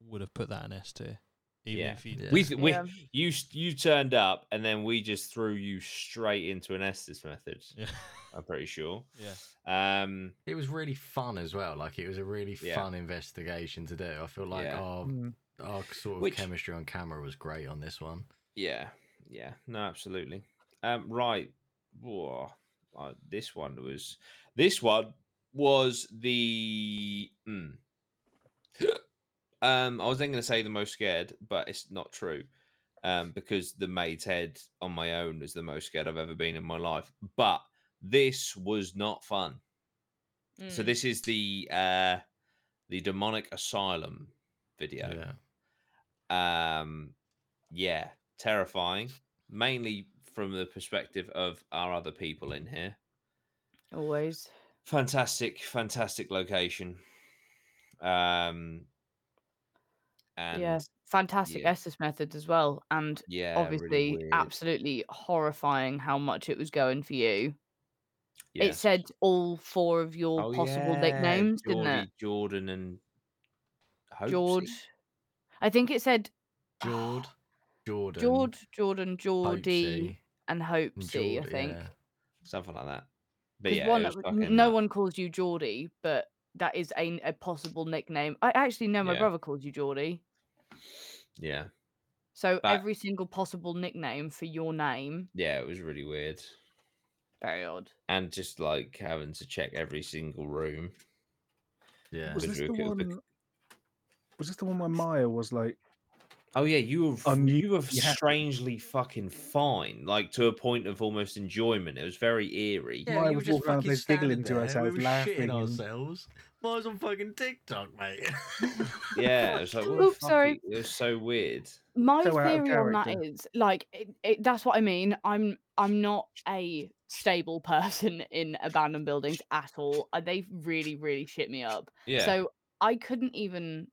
[SPEAKER 4] would have put that in S tier. Even
[SPEAKER 2] Yeah.
[SPEAKER 4] if you
[SPEAKER 3] Yeah.
[SPEAKER 2] We,
[SPEAKER 1] Yeah.
[SPEAKER 2] we you s- you turned up and then we just threw you straight into an Estes method.
[SPEAKER 4] yeah.
[SPEAKER 2] I'm pretty sure.
[SPEAKER 4] Yeah.
[SPEAKER 2] Um.
[SPEAKER 3] It was really fun as well. Like it was a really
[SPEAKER 2] Yeah.
[SPEAKER 3] fun investigation to do. I feel like
[SPEAKER 2] Yeah.
[SPEAKER 3] our
[SPEAKER 5] Mm.
[SPEAKER 3] our sort of
[SPEAKER 2] Which-
[SPEAKER 3] chemistry on camera was great on this one.
[SPEAKER 2] Yeah. Yeah. No. Absolutely. Um. Right. Whoa. Uh, this one was. This one was the. Mm. um. I was then going to say the most scared, but it's not true. Um, because the maid's head on my own is the most scared I've ever been in my life. But this was not fun. So
[SPEAKER 1] Mm.
[SPEAKER 2] this is the uh the demonic asylum video.
[SPEAKER 3] Yeah.
[SPEAKER 2] Um yeah, terrifying. Mainly from the perspective of our other people in here.
[SPEAKER 1] always.
[SPEAKER 2] Fantastic, fantastic location. Um and
[SPEAKER 1] yeah, fantastic
[SPEAKER 2] yeah.
[SPEAKER 1] Estes method as well, and
[SPEAKER 2] yeah, really
[SPEAKER 1] obviously
[SPEAKER 2] weird.
[SPEAKER 1] absolutely horrifying how much it was going for you.
[SPEAKER 2] Yeah.
[SPEAKER 1] It said all four of your
[SPEAKER 2] Oh,
[SPEAKER 1] possible
[SPEAKER 2] yeah,
[SPEAKER 1] nicknames, didn't
[SPEAKER 2] Geordie,
[SPEAKER 1] it?
[SPEAKER 2] Jordan and Hopesy.
[SPEAKER 1] George. I think it said
[SPEAKER 3] Jord, Jordan.
[SPEAKER 1] George, Jordan, Geordie,
[SPEAKER 3] Hopesy,
[SPEAKER 1] and Hopesy,
[SPEAKER 3] and
[SPEAKER 1] I
[SPEAKER 3] Jord-
[SPEAKER 1] think.
[SPEAKER 3] yeah.
[SPEAKER 2] something like that. But
[SPEAKER 1] 'Cause
[SPEAKER 2] yeah, it
[SPEAKER 1] one,
[SPEAKER 2] was
[SPEAKER 1] n-
[SPEAKER 2] fucking,
[SPEAKER 1] no
[SPEAKER 2] uh,
[SPEAKER 1] one calls you Geordie, but that is a, a possible nickname. I actually know my
[SPEAKER 2] Yeah.
[SPEAKER 1] brother calls you Geordie.
[SPEAKER 2] Yeah.
[SPEAKER 1] So
[SPEAKER 2] But-
[SPEAKER 1] every single possible nickname for your name,
[SPEAKER 2] Yeah, it was really weird.
[SPEAKER 1] very odd.
[SPEAKER 2] and just like having to check every single room.
[SPEAKER 3] Yeah.
[SPEAKER 5] Was
[SPEAKER 2] Good
[SPEAKER 5] this
[SPEAKER 2] joke,
[SPEAKER 5] the
[SPEAKER 2] it was the-
[SPEAKER 5] one? Was this the one where Maya was like,
[SPEAKER 2] Oh yeah, you were f-
[SPEAKER 5] Um, you-
[SPEAKER 2] you were
[SPEAKER 5] you have to-
[SPEAKER 2] strangely fucking fine, like to a point of almost enjoyment. It was very eerie.
[SPEAKER 5] Yeah, Why we were would just walk around fucking there standing giggling to there, we ourselves, were shitting laughing and-
[SPEAKER 3] ourselves. Mine's on fucking TikTok, mate. <laughs>
[SPEAKER 2] Yeah, it
[SPEAKER 1] <laughs>
[SPEAKER 2] was like, what the
[SPEAKER 1] Oops,
[SPEAKER 2] fuck
[SPEAKER 1] sorry.
[SPEAKER 2] i- It was so weird.
[SPEAKER 1] my
[SPEAKER 5] so out of
[SPEAKER 1] theory on that
[SPEAKER 5] character.
[SPEAKER 1] is like it, it, that's what i mean i'm i'm not a stable <laughs> person in abandoned buildings at all Uh, they really really shit me up
[SPEAKER 2] Yeah,
[SPEAKER 1] so i couldn't even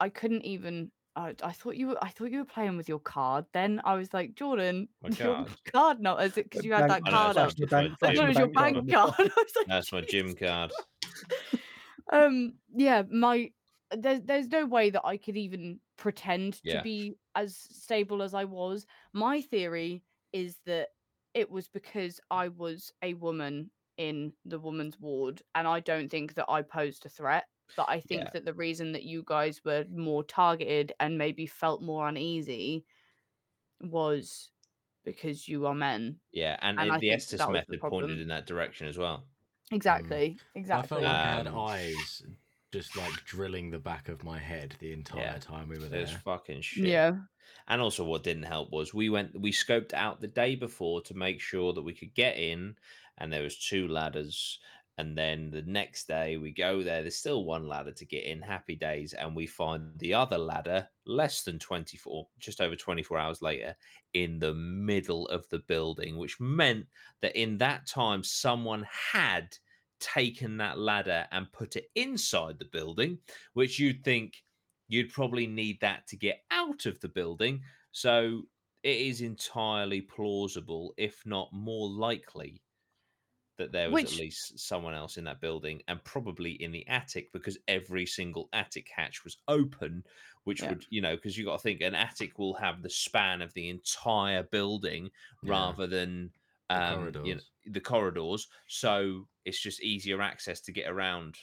[SPEAKER 1] i couldn't even I I thought you were. I thought you were playing with your card. Then I was like, Jordan,
[SPEAKER 2] My
[SPEAKER 1] <laughs> your
[SPEAKER 2] card.
[SPEAKER 1] card not as it because you had that
[SPEAKER 5] uh, Bank-
[SPEAKER 2] I know,
[SPEAKER 1] card up.
[SPEAKER 2] it's
[SPEAKER 5] Your
[SPEAKER 2] actually
[SPEAKER 5] bank-
[SPEAKER 2] my
[SPEAKER 1] I
[SPEAKER 5] actually
[SPEAKER 1] thought it
[SPEAKER 2] gym
[SPEAKER 1] was your
[SPEAKER 5] bank
[SPEAKER 1] bank
[SPEAKER 5] card.
[SPEAKER 1] card. <laughs> I was like,
[SPEAKER 2] that's my gym card.
[SPEAKER 1] um yeah my there's there's no way that i could even pretend
[SPEAKER 2] Yeah.
[SPEAKER 1] to be as stable as i was my theory is that it was because i was a woman in the woman's ward and i don't think that i posed a threat but i think
[SPEAKER 2] Yeah.
[SPEAKER 1] that the reason that you guys were more targeted and maybe felt more uneasy was because you are men
[SPEAKER 2] Yeah, and,
[SPEAKER 1] And
[SPEAKER 2] it-
[SPEAKER 1] I
[SPEAKER 2] the
[SPEAKER 1] think
[SPEAKER 2] Estes
[SPEAKER 1] that was the
[SPEAKER 2] method pointed
[SPEAKER 1] problem.
[SPEAKER 2] Mm. in that direction as well.
[SPEAKER 1] exactly
[SPEAKER 3] I felt
[SPEAKER 1] exactly
[SPEAKER 3] like I had
[SPEAKER 2] Um,
[SPEAKER 3] eyes just like drilling the back of my head the entire
[SPEAKER 2] Yeah.
[SPEAKER 3] time we were there.
[SPEAKER 2] It's fucking shit.
[SPEAKER 1] Yeah.
[SPEAKER 2] And also, what didn't help was we went, we scoped out the day before to make sure that we could get in, and there was two ladders. And then the next day we go there. There's still one ladder to get in. Happy days, and we find the other ladder less than 24, just over 24 hours later, in the middle of the building, which meant that in that time someone had taken that ladder and put it inside the building, which you'd think you'd probably need that to get out of the building. So it is entirely plausible, if not more likely, that there was
[SPEAKER 1] Which-
[SPEAKER 2] at least someone else in that building and probably in the attic because every single attic hatch was open, which
[SPEAKER 1] Yeah.
[SPEAKER 2] would, you know, because you got to think an attic will have the span of the entire building
[SPEAKER 3] Yeah.
[SPEAKER 2] rather than
[SPEAKER 3] The
[SPEAKER 2] um, you know,
[SPEAKER 3] corridors.
[SPEAKER 2] the corridors. So it's just easier access to get around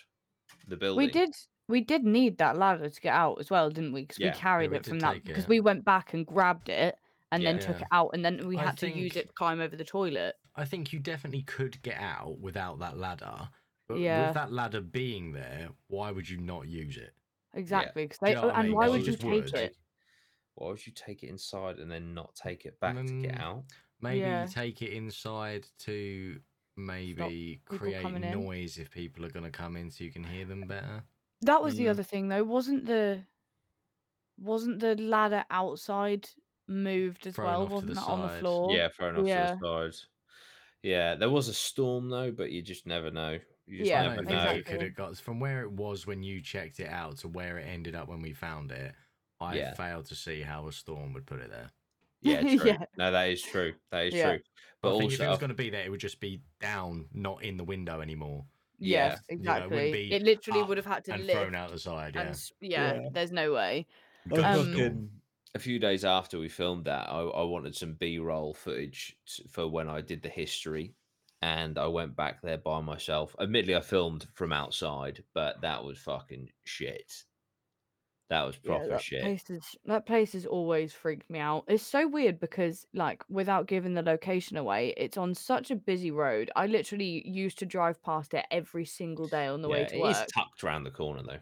[SPEAKER 2] the building.
[SPEAKER 1] We did we did need that ladder to get out as well, didn't we? Because
[SPEAKER 2] Yeah.
[SPEAKER 1] we
[SPEAKER 2] Yeah,
[SPEAKER 1] carried
[SPEAKER 3] we
[SPEAKER 1] it
[SPEAKER 3] did
[SPEAKER 1] from that
[SPEAKER 3] take
[SPEAKER 1] because
[SPEAKER 3] it.
[SPEAKER 1] we went back and grabbed it and then took
[SPEAKER 3] Yeah.
[SPEAKER 1] it out and then we
[SPEAKER 3] I
[SPEAKER 1] had to use
[SPEAKER 3] think-
[SPEAKER 1] it to climb over the toilet.
[SPEAKER 3] I think you definitely could get out without that ladder. But
[SPEAKER 1] Yeah.
[SPEAKER 3] with that ladder being there, why would you not use it?
[SPEAKER 1] Exactly. Because
[SPEAKER 3] you
[SPEAKER 1] they uh,
[SPEAKER 3] know what I
[SPEAKER 1] and
[SPEAKER 3] mean?
[SPEAKER 1] why
[SPEAKER 3] Well,
[SPEAKER 1] would
[SPEAKER 3] you
[SPEAKER 1] you
[SPEAKER 3] just
[SPEAKER 1] take
[SPEAKER 3] would.
[SPEAKER 1] it?
[SPEAKER 2] Why would you take it inside and then not take it back to get
[SPEAKER 3] Mm,
[SPEAKER 2] out?
[SPEAKER 3] Maybe
[SPEAKER 1] Yeah.
[SPEAKER 3] you take it inside to maybe
[SPEAKER 1] people
[SPEAKER 3] create
[SPEAKER 1] coming in.
[SPEAKER 3] noise if people are going to come in so you can hear them better.
[SPEAKER 1] That was the
[SPEAKER 3] Mm.
[SPEAKER 1] other thing though, wasn't the wasn't the ladder outside moved as
[SPEAKER 3] Thrown
[SPEAKER 1] well?
[SPEAKER 3] off to the
[SPEAKER 1] Wasn't that on the
[SPEAKER 3] side.
[SPEAKER 1] floor?
[SPEAKER 2] Yeah, fair enough.
[SPEAKER 1] yeah.
[SPEAKER 2] To the side. Yeah, there was a storm though, but you just never know. You just
[SPEAKER 1] Yeah,
[SPEAKER 3] I
[SPEAKER 2] never
[SPEAKER 3] don't
[SPEAKER 2] know.
[SPEAKER 1] exactly.
[SPEAKER 3] think it could have got from where it was when you checked it out to where it ended up when we found it. I
[SPEAKER 2] Yeah.
[SPEAKER 3] failed to see how a storm would put it there.
[SPEAKER 1] <laughs>
[SPEAKER 2] Yeah, true.
[SPEAKER 1] Yeah.
[SPEAKER 2] No, that is true. That is
[SPEAKER 1] Yeah.
[SPEAKER 2] true. But
[SPEAKER 3] I think if it
[SPEAKER 2] also,
[SPEAKER 3] was going to be there, it would just be down, not in the window anymore,
[SPEAKER 2] Yeah.
[SPEAKER 1] Yes,
[SPEAKER 3] You know, it wouldn't
[SPEAKER 1] exactly.
[SPEAKER 3] be
[SPEAKER 1] it literally
[SPEAKER 3] up
[SPEAKER 1] would have had to
[SPEAKER 3] and
[SPEAKER 1] lift
[SPEAKER 3] thrown out the side. Yeah,
[SPEAKER 1] and s- yeah,
[SPEAKER 5] Yeah.
[SPEAKER 1] there's no way.
[SPEAKER 3] Got
[SPEAKER 5] I
[SPEAKER 3] a
[SPEAKER 1] Um,
[SPEAKER 3] storm.
[SPEAKER 5] fucking-
[SPEAKER 2] a few days after we filmed that, I, I wanted some B-roll footage t- for when I did the history, and I went back there by myself. Admittedly, I filmed from outside, but that was fucking shit. That was
[SPEAKER 1] Yeah,
[SPEAKER 2] proper
[SPEAKER 1] that
[SPEAKER 2] shit.
[SPEAKER 1] Place is, that place has always freaked me out. It's so weird because, like, without giving the location away, it's on such a busy road. I literally used to drive past it every single day on the way to
[SPEAKER 2] It is
[SPEAKER 1] work.
[SPEAKER 2] tucked around the corner though.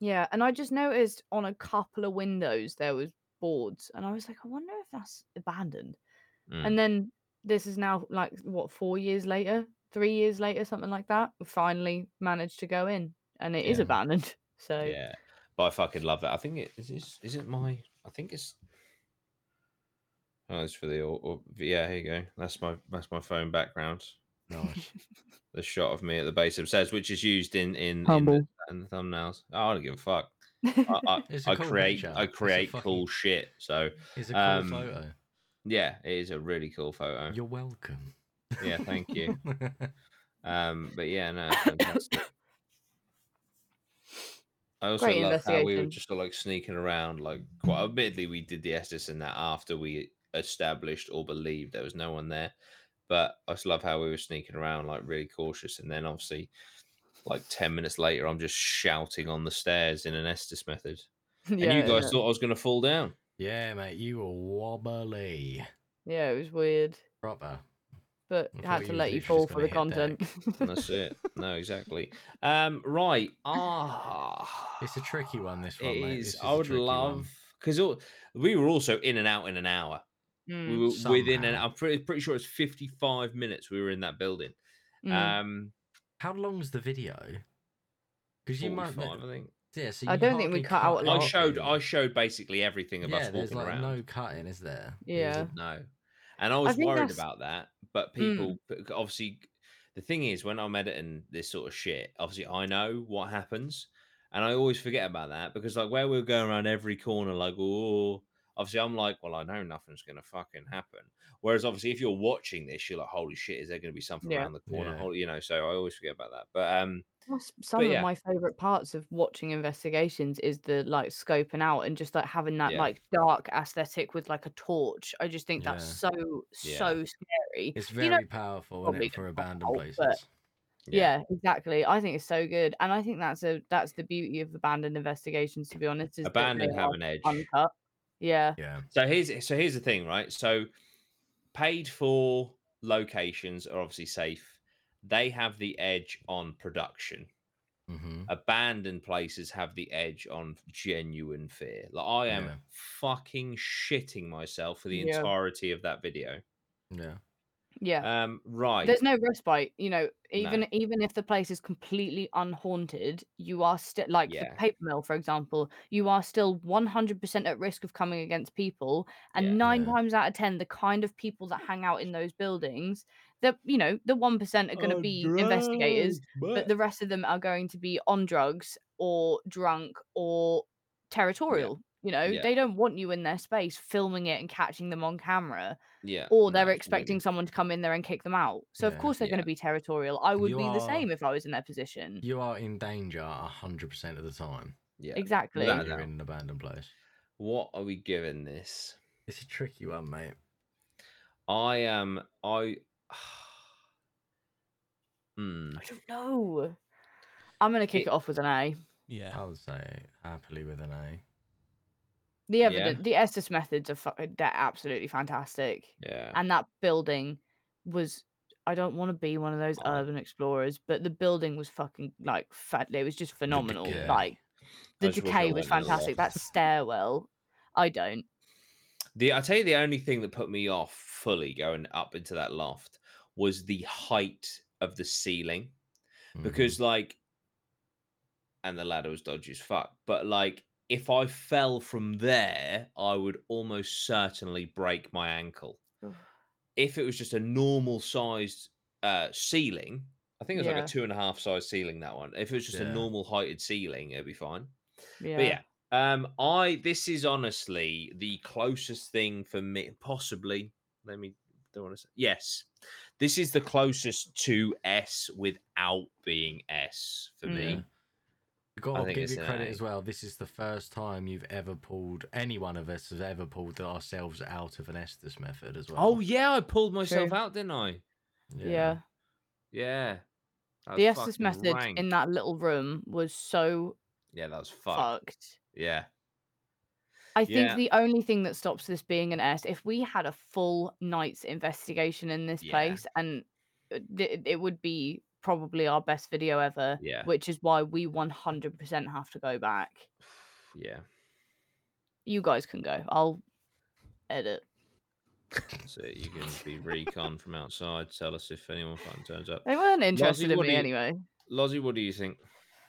[SPEAKER 1] yeah, and I just noticed on a couple of windows there was boards, and I was like, I wonder if that's abandoned.
[SPEAKER 2] Mm.
[SPEAKER 1] And then this is now like what four years later, three years later, something like that. We finally managed to go in, and it is
[SPEAKER 3] Yeah.
[SPEAKER 1] abandoned. <laughs> So
[SPEAKER 2] Yeah, but I fucking love that. I think it is. This, is it my? I think it's. Oh, it's for the. au- au- yeah, here you go. That's my. That's my phone background.
[SPEAKER 3] <laughs> Nice.
[SPEAKER 2] The shot of me at the base of stairs, which is used in in, in, the,
[SPEAKER 1] Humble.
[SPEAKER 2] in the thumbnails. Oh, I don't give a fuck. I, I,
[SPEAKER 3] <laughs> It's a
[SPEAKER 2] I
[SPEAKER 3] cool
[SPEAKER 2] create.
[SPEAKER 3] picture.
[SPEAKER 2] I
[SPEAKER 3] It's a
[SPEAKER 2] create
[SPEAKER 3] fucking-
[SPEAKER 2] cool shit. So
[SPEAKER 3] It's a cool
[SPEAKER 2] Um,
[SPEAKER 3] photo.
[SPEAKER 2] yeah, it is a really cool photo.
[SPEAKER 3] You're welcome.
[SPEAKER 2] Yeah, thank you. Um, but yeah,
[SPEAKER 1] <coughs>
[SPEAKER 2] no, it's fantastic. I also
[SPEAKER 1] Great
[SPEAKER 2] love how we were
[SPEAKER 1] investigation.
[SPEAKER 2] just like sneaking around, like quite admittedly, we did the Estes and that after we established or believed there was no one there. But I just love how we were sneaking around, like really cautious, and then obviously, like ten minutes later, I'm just shouting on the stairs in an Estes method, and
[SPEAKER 1] Yeah,
[SPEAKER 2] you guys
[SPEAKER 1] yeah.
[SPEAKER 2] thought I was going to fall down.
[SPEAKER 3] <laughs> yeah, mate, you were wobbly.
[SPEAKER 1] yeah, it was weird.
[SPEAKER 3] Proper.
[SPEAKER 1] but had
[SPEAKER 3] I thought
[SPEAKER 1] to
[SPEAKER 3] you
[SPEAKER 1] let you
[SPEAKER 3] literally just
[SPEAKER 1] fall for
[SPEAKER 3] gonna
[SPEAKER 1] the
[SPEAKER 3] hit
[SPEAKER 1] content.
[SPEAKER 2] And
[SPEAKER 1] <laughs>
[SPEAKER 2] that's it. no, exactly. Um, right. Ah,
[SPEAKER 3] It's a tricky one, this one,
[SPEAKER 2] It
[SPEAKER 3] mate.
[SPEAKER 2] is.
[SPEAKER 3] This
[SPEAKER 2] I
[SPEAKER 3] a
[SPEAKER 2] would
[SPEAKER 3] tricky one.
[SPEAKER 2] love because we were also in and out in an hour. We
[SPEAKER 1] Mm,
[SPEAKER 2] were within an.
[SPEAKER 3] Somehow.
[SPEAKER 2] I'm pretty pretty sure it's 55 minutes we were in that building.
[SPEAKER 1] mm.
[SPEAKER 2] Um,
[SPEAKER 3] How long's the video? Because you might.
[SPEAKER 2] 45, I think.
[SPEAKER 3] Yeah, so
[SPEAKER 1] I
[SPEAKER 3] you
[SPEAKER 1] don't think we
[SPEAKER 3] hardly
[SPEAKER 1] cut out a
[SPEAKER 2] I
[SPEAKER 1] lot.
[SPEAKER 2] showed
[SPEAKER 3] in.
[SPEAKER 2] I showed basically everything of
[SPEAKER 3] yeah,
[SPEAKER 2] us
[SPEAKER 3] there's
[SPEAKER 2] walking
[SPEAKER 3] like
[SPEAKER 2] around.
[SPEAKER 3] no cutting, is there?
[SPEAKER 1] yeah.
[SPEAKER 2] No. And I was
[SPEAKER 1] think
[SPEAKER 2] worried
[SPEAKER 1] that's-
[SPEAKER 2] about that,
[SPEAKER 1] Mm.
[SPEAKER 2] but people but c- obviously the thing is when I'm editing this sort of shit, obviously I know what happens. And I always forget about that because like where we were going around every corner, like, oh obviously I'm like, well, I know nothing's gonna fucking happen. Whereas obviously if you're watching this, you're like, holy shit, is there gonna be something
[SPEAKER 1] Yeah.
[SPEAKER 2] around the corner?
[SPEAKER 3] Yeah.
[SPEAKER 2] Hol- You know, so I always forget about that. But um
[SPEAKER 1] That's Some of
[SPEAKER 2] yeah.
[SPEAKER 1] my favorite parts of watching investigations is the like scoping out and just like having that
[SPEAKER 2] Yeah.
[SPEAKER 1] like dark aesthetic with like a torch. I just think that's so
[SPEAKER 2] Yeah.
[SPEAKER 1] so scary.
[SPEAKER 3] It's
[SPEAKER 1] You know-
[SPEAKER 3] very powerful isn't
[SPEAKER 1] probably
[SPEAKER 3] it, for
[SPEAKER 1] don't
[SPEAKER 3] abandoned
[SPEAKER 1] help,
[SPEAKER 3] places.
[SPEAKER 1] but- yeah. exactly. I think it's so good, and I think that's a that's the beauty of abandoned investigations. To be honest, is that they
[SPEAKER 2] abandoned
[SPEAKER 1] are
[SPEAKER 2] have an edge.
[SPEAKER 1] <laughs> uncut. Yeah,
[SPEAKER 3] Yeah.
[SPEAKER 2] So here's so here's the thing, right? So paid for locations are obviously safe. They have the edge on production.
[SPEAKER 3] Mm-hmm.
[SPEAKER 2] abandoned places have the edge on genuine fear. Like I am
[SPEAKER 3] Yeah.
[SPEAKER 2] fucking shitting myself for the
[SPEAKER 1] Yeah.
[SPEAKER 2] entirety of that video.
[SPEAKER 3] Yeah.
[SPEAKER 1] Yeah.
[SPEAKER 2] Um, right.
[SPEAKER 1] There's no respite, you know. Even even if the place is completely unhaunted, you are still like
[SPEAKER 2] Yeah.
[SPEAKER 1] the paper mill, for example. You are still 100% at risk of coming against people, and
[SPEAKER 2] Yeah.
[SPEAKER 1] nine
[SPEAKER 3] Yeah.
[SPEAKER 1] times out of ten, the kind of people that hang out in those buildings, that you know, the one percent are going
[SPEAKER 2] Oh,
[SPEAKER 1] to be investigators, but the rest of them are going to be on drugs or drunk or territorial. You know,
[SPEAKER 2] Yeah.
[SPEAKER 1] they don't want you in their space, filming it and catching them on camera
[SPEAKER 2] yeah.
[SPEAKER 1] or
[SPEAKER 2] no,
[SPEAKER 1] they're
[SPEAKER 2] absolutely.
[SPEAKER 1] expecting someone to come in there and kick them out. So of
[SPEAKER 3] Yeah,
[SPEAKER 1] course they're going
[SPEAKER 2] yeah.
[SPEAKER 1] to be territorial. I would
[SPEAKER 3] You
[SPEAKER 1] be the
[SPEAKER 3] are-
[SPEAKER 1] same if I was in their position.
[SPEAKER 3] You are in danger hundred percent of the time.
[SPEAKER 2] Yeah.
[SPEAKER 1] Exactly.
[SPEAKER 2] No,
[SPEAKER 3] when You're
[SPEAKER 2] no.
[SPEAKER 3] in an abandoned place.
[SPEAKER 2] What are we giving this?
[SPEAKER 3] It's a tricky one, mate.
[SPEAKER 2] I am. I. <sighs> Hmm.
[SPEAKER 1] I don't know. I'm going to kick
[SPEAKER 2] It-
[SPEAKER 1] it off with an A.
[SPEAKER 4] <laughs> Yeah.
[SPEAKER 3] I would say happily with an A.
[SPEAKER 1] The
[SPEAKER 2] Yeah.
[SPEAKER 1] evidence, the Estes methods are fu- uh, they're absolutely fantastic.
[SPEAKER 2] Yeah.
[SPEAKER 1] And that building was I don't want to be one of those
[SPEAKER 2] Oh.
[SPEAKER 1] urban explorers, but the building was fucking like fat. It was just phenomenal.
[SPEAKER 3] decay.
[SPEAKER 1] Like the
[SPEAKER 2] just wish I
[SPEAKER 1] decay was
[SPEAKER 2] weren't in the
[SPEAKER 1] fantastic. That stairwell, I don't.
[SPEAKER 2] The I tell you, the only thing that put me off fully going up into that loft was the height of the ceiling.
[SPEAKER 3] Mhm.
[SPEAKER 2] because like and the ladder was dodgy as fuck but like if i fell from there i would almost certainly break my ankle
[SPEAKER 1] Oof.
[SPEAKER 2] if it was just a normal sized uh ceiling i think it was like
[SPEAKER 1] Yeah.
[SPEAKER 2] a two and a half size ceiling that one if it was just
[SPEAKER 3] Yeah.
[SPEAKER 2] a normal heighted ceiling it'd be fine
[SPEAKER 1] Yeah.
[SPEAKER 2] but yeah um i this is honestly the closest thing for me possibly let me don't want to say yes this is the closest to s without being s for
[SPEAKER 1] Hmm.
[SPEAKER 3] Yeah.
[SPEAKER 2] me
[SPEAKER 3] You've
[SPEAKER 2] I
[SPEAKER 3] got to
[SPEAKER 2] think
[SPEAKER 3] give
[SPEAKER 2] it's
[SPEAKER 3] you
[SPEAKER 2] an
[SPEAKER 3] credit
[SPEAKER 2] A.
[SPEAKER 3] as well. This is the first time you've ever pulled any one of us has ever pulled ourselves out of an Estes method as well.
[SPEAKER 2] oh yeah i pulled myself
[SPEAKER 1] True.
[SPEAKER 2] out didn't i
[SPEAKER 1] yeah.
[SPEAKER 2] yeah that
[SPEAKER 1] the
[SPEAKER 2] was
[SPEAKER 1] Estes
[SPEAKER 2] fucking
[SPEAKER 1] method
[SPEAKER 2] rank.
[SPEAKER 1] in that little room was so
[SPEAKER 2] yeah that was fucked
[SPEAKER 1] fucked.
[SPEAKER 2] yeah
[SPEAKER 1] I think
[SPEAKER 2] Yeah.
[SPEAKER 1] the only thing that stops this being an S, if we had a full night's investigation in this
[SPEAKER 2] Yeah.
[SPEAKER 1] place, and it, it- it would be probably our best video ever,
[SPEAKER 2] yeah
[SPEAKER 1] which is why we 100% have to go back.
[SPEAKER 2] yeah
[SPEAKER 1] You guys can go. I'll edit.
[SPEAKER 2] so you can be recon from outside tell us if anyone fucking turns up
[SPEAKER 1] <laughs> They weren't interested in
[SPEAKER 2] what
[SPEAKER 1] me
[SPEAKER 2] do you-
[SPEAKER 1] anyway.
[SPEAKER 2] lozzie what do you think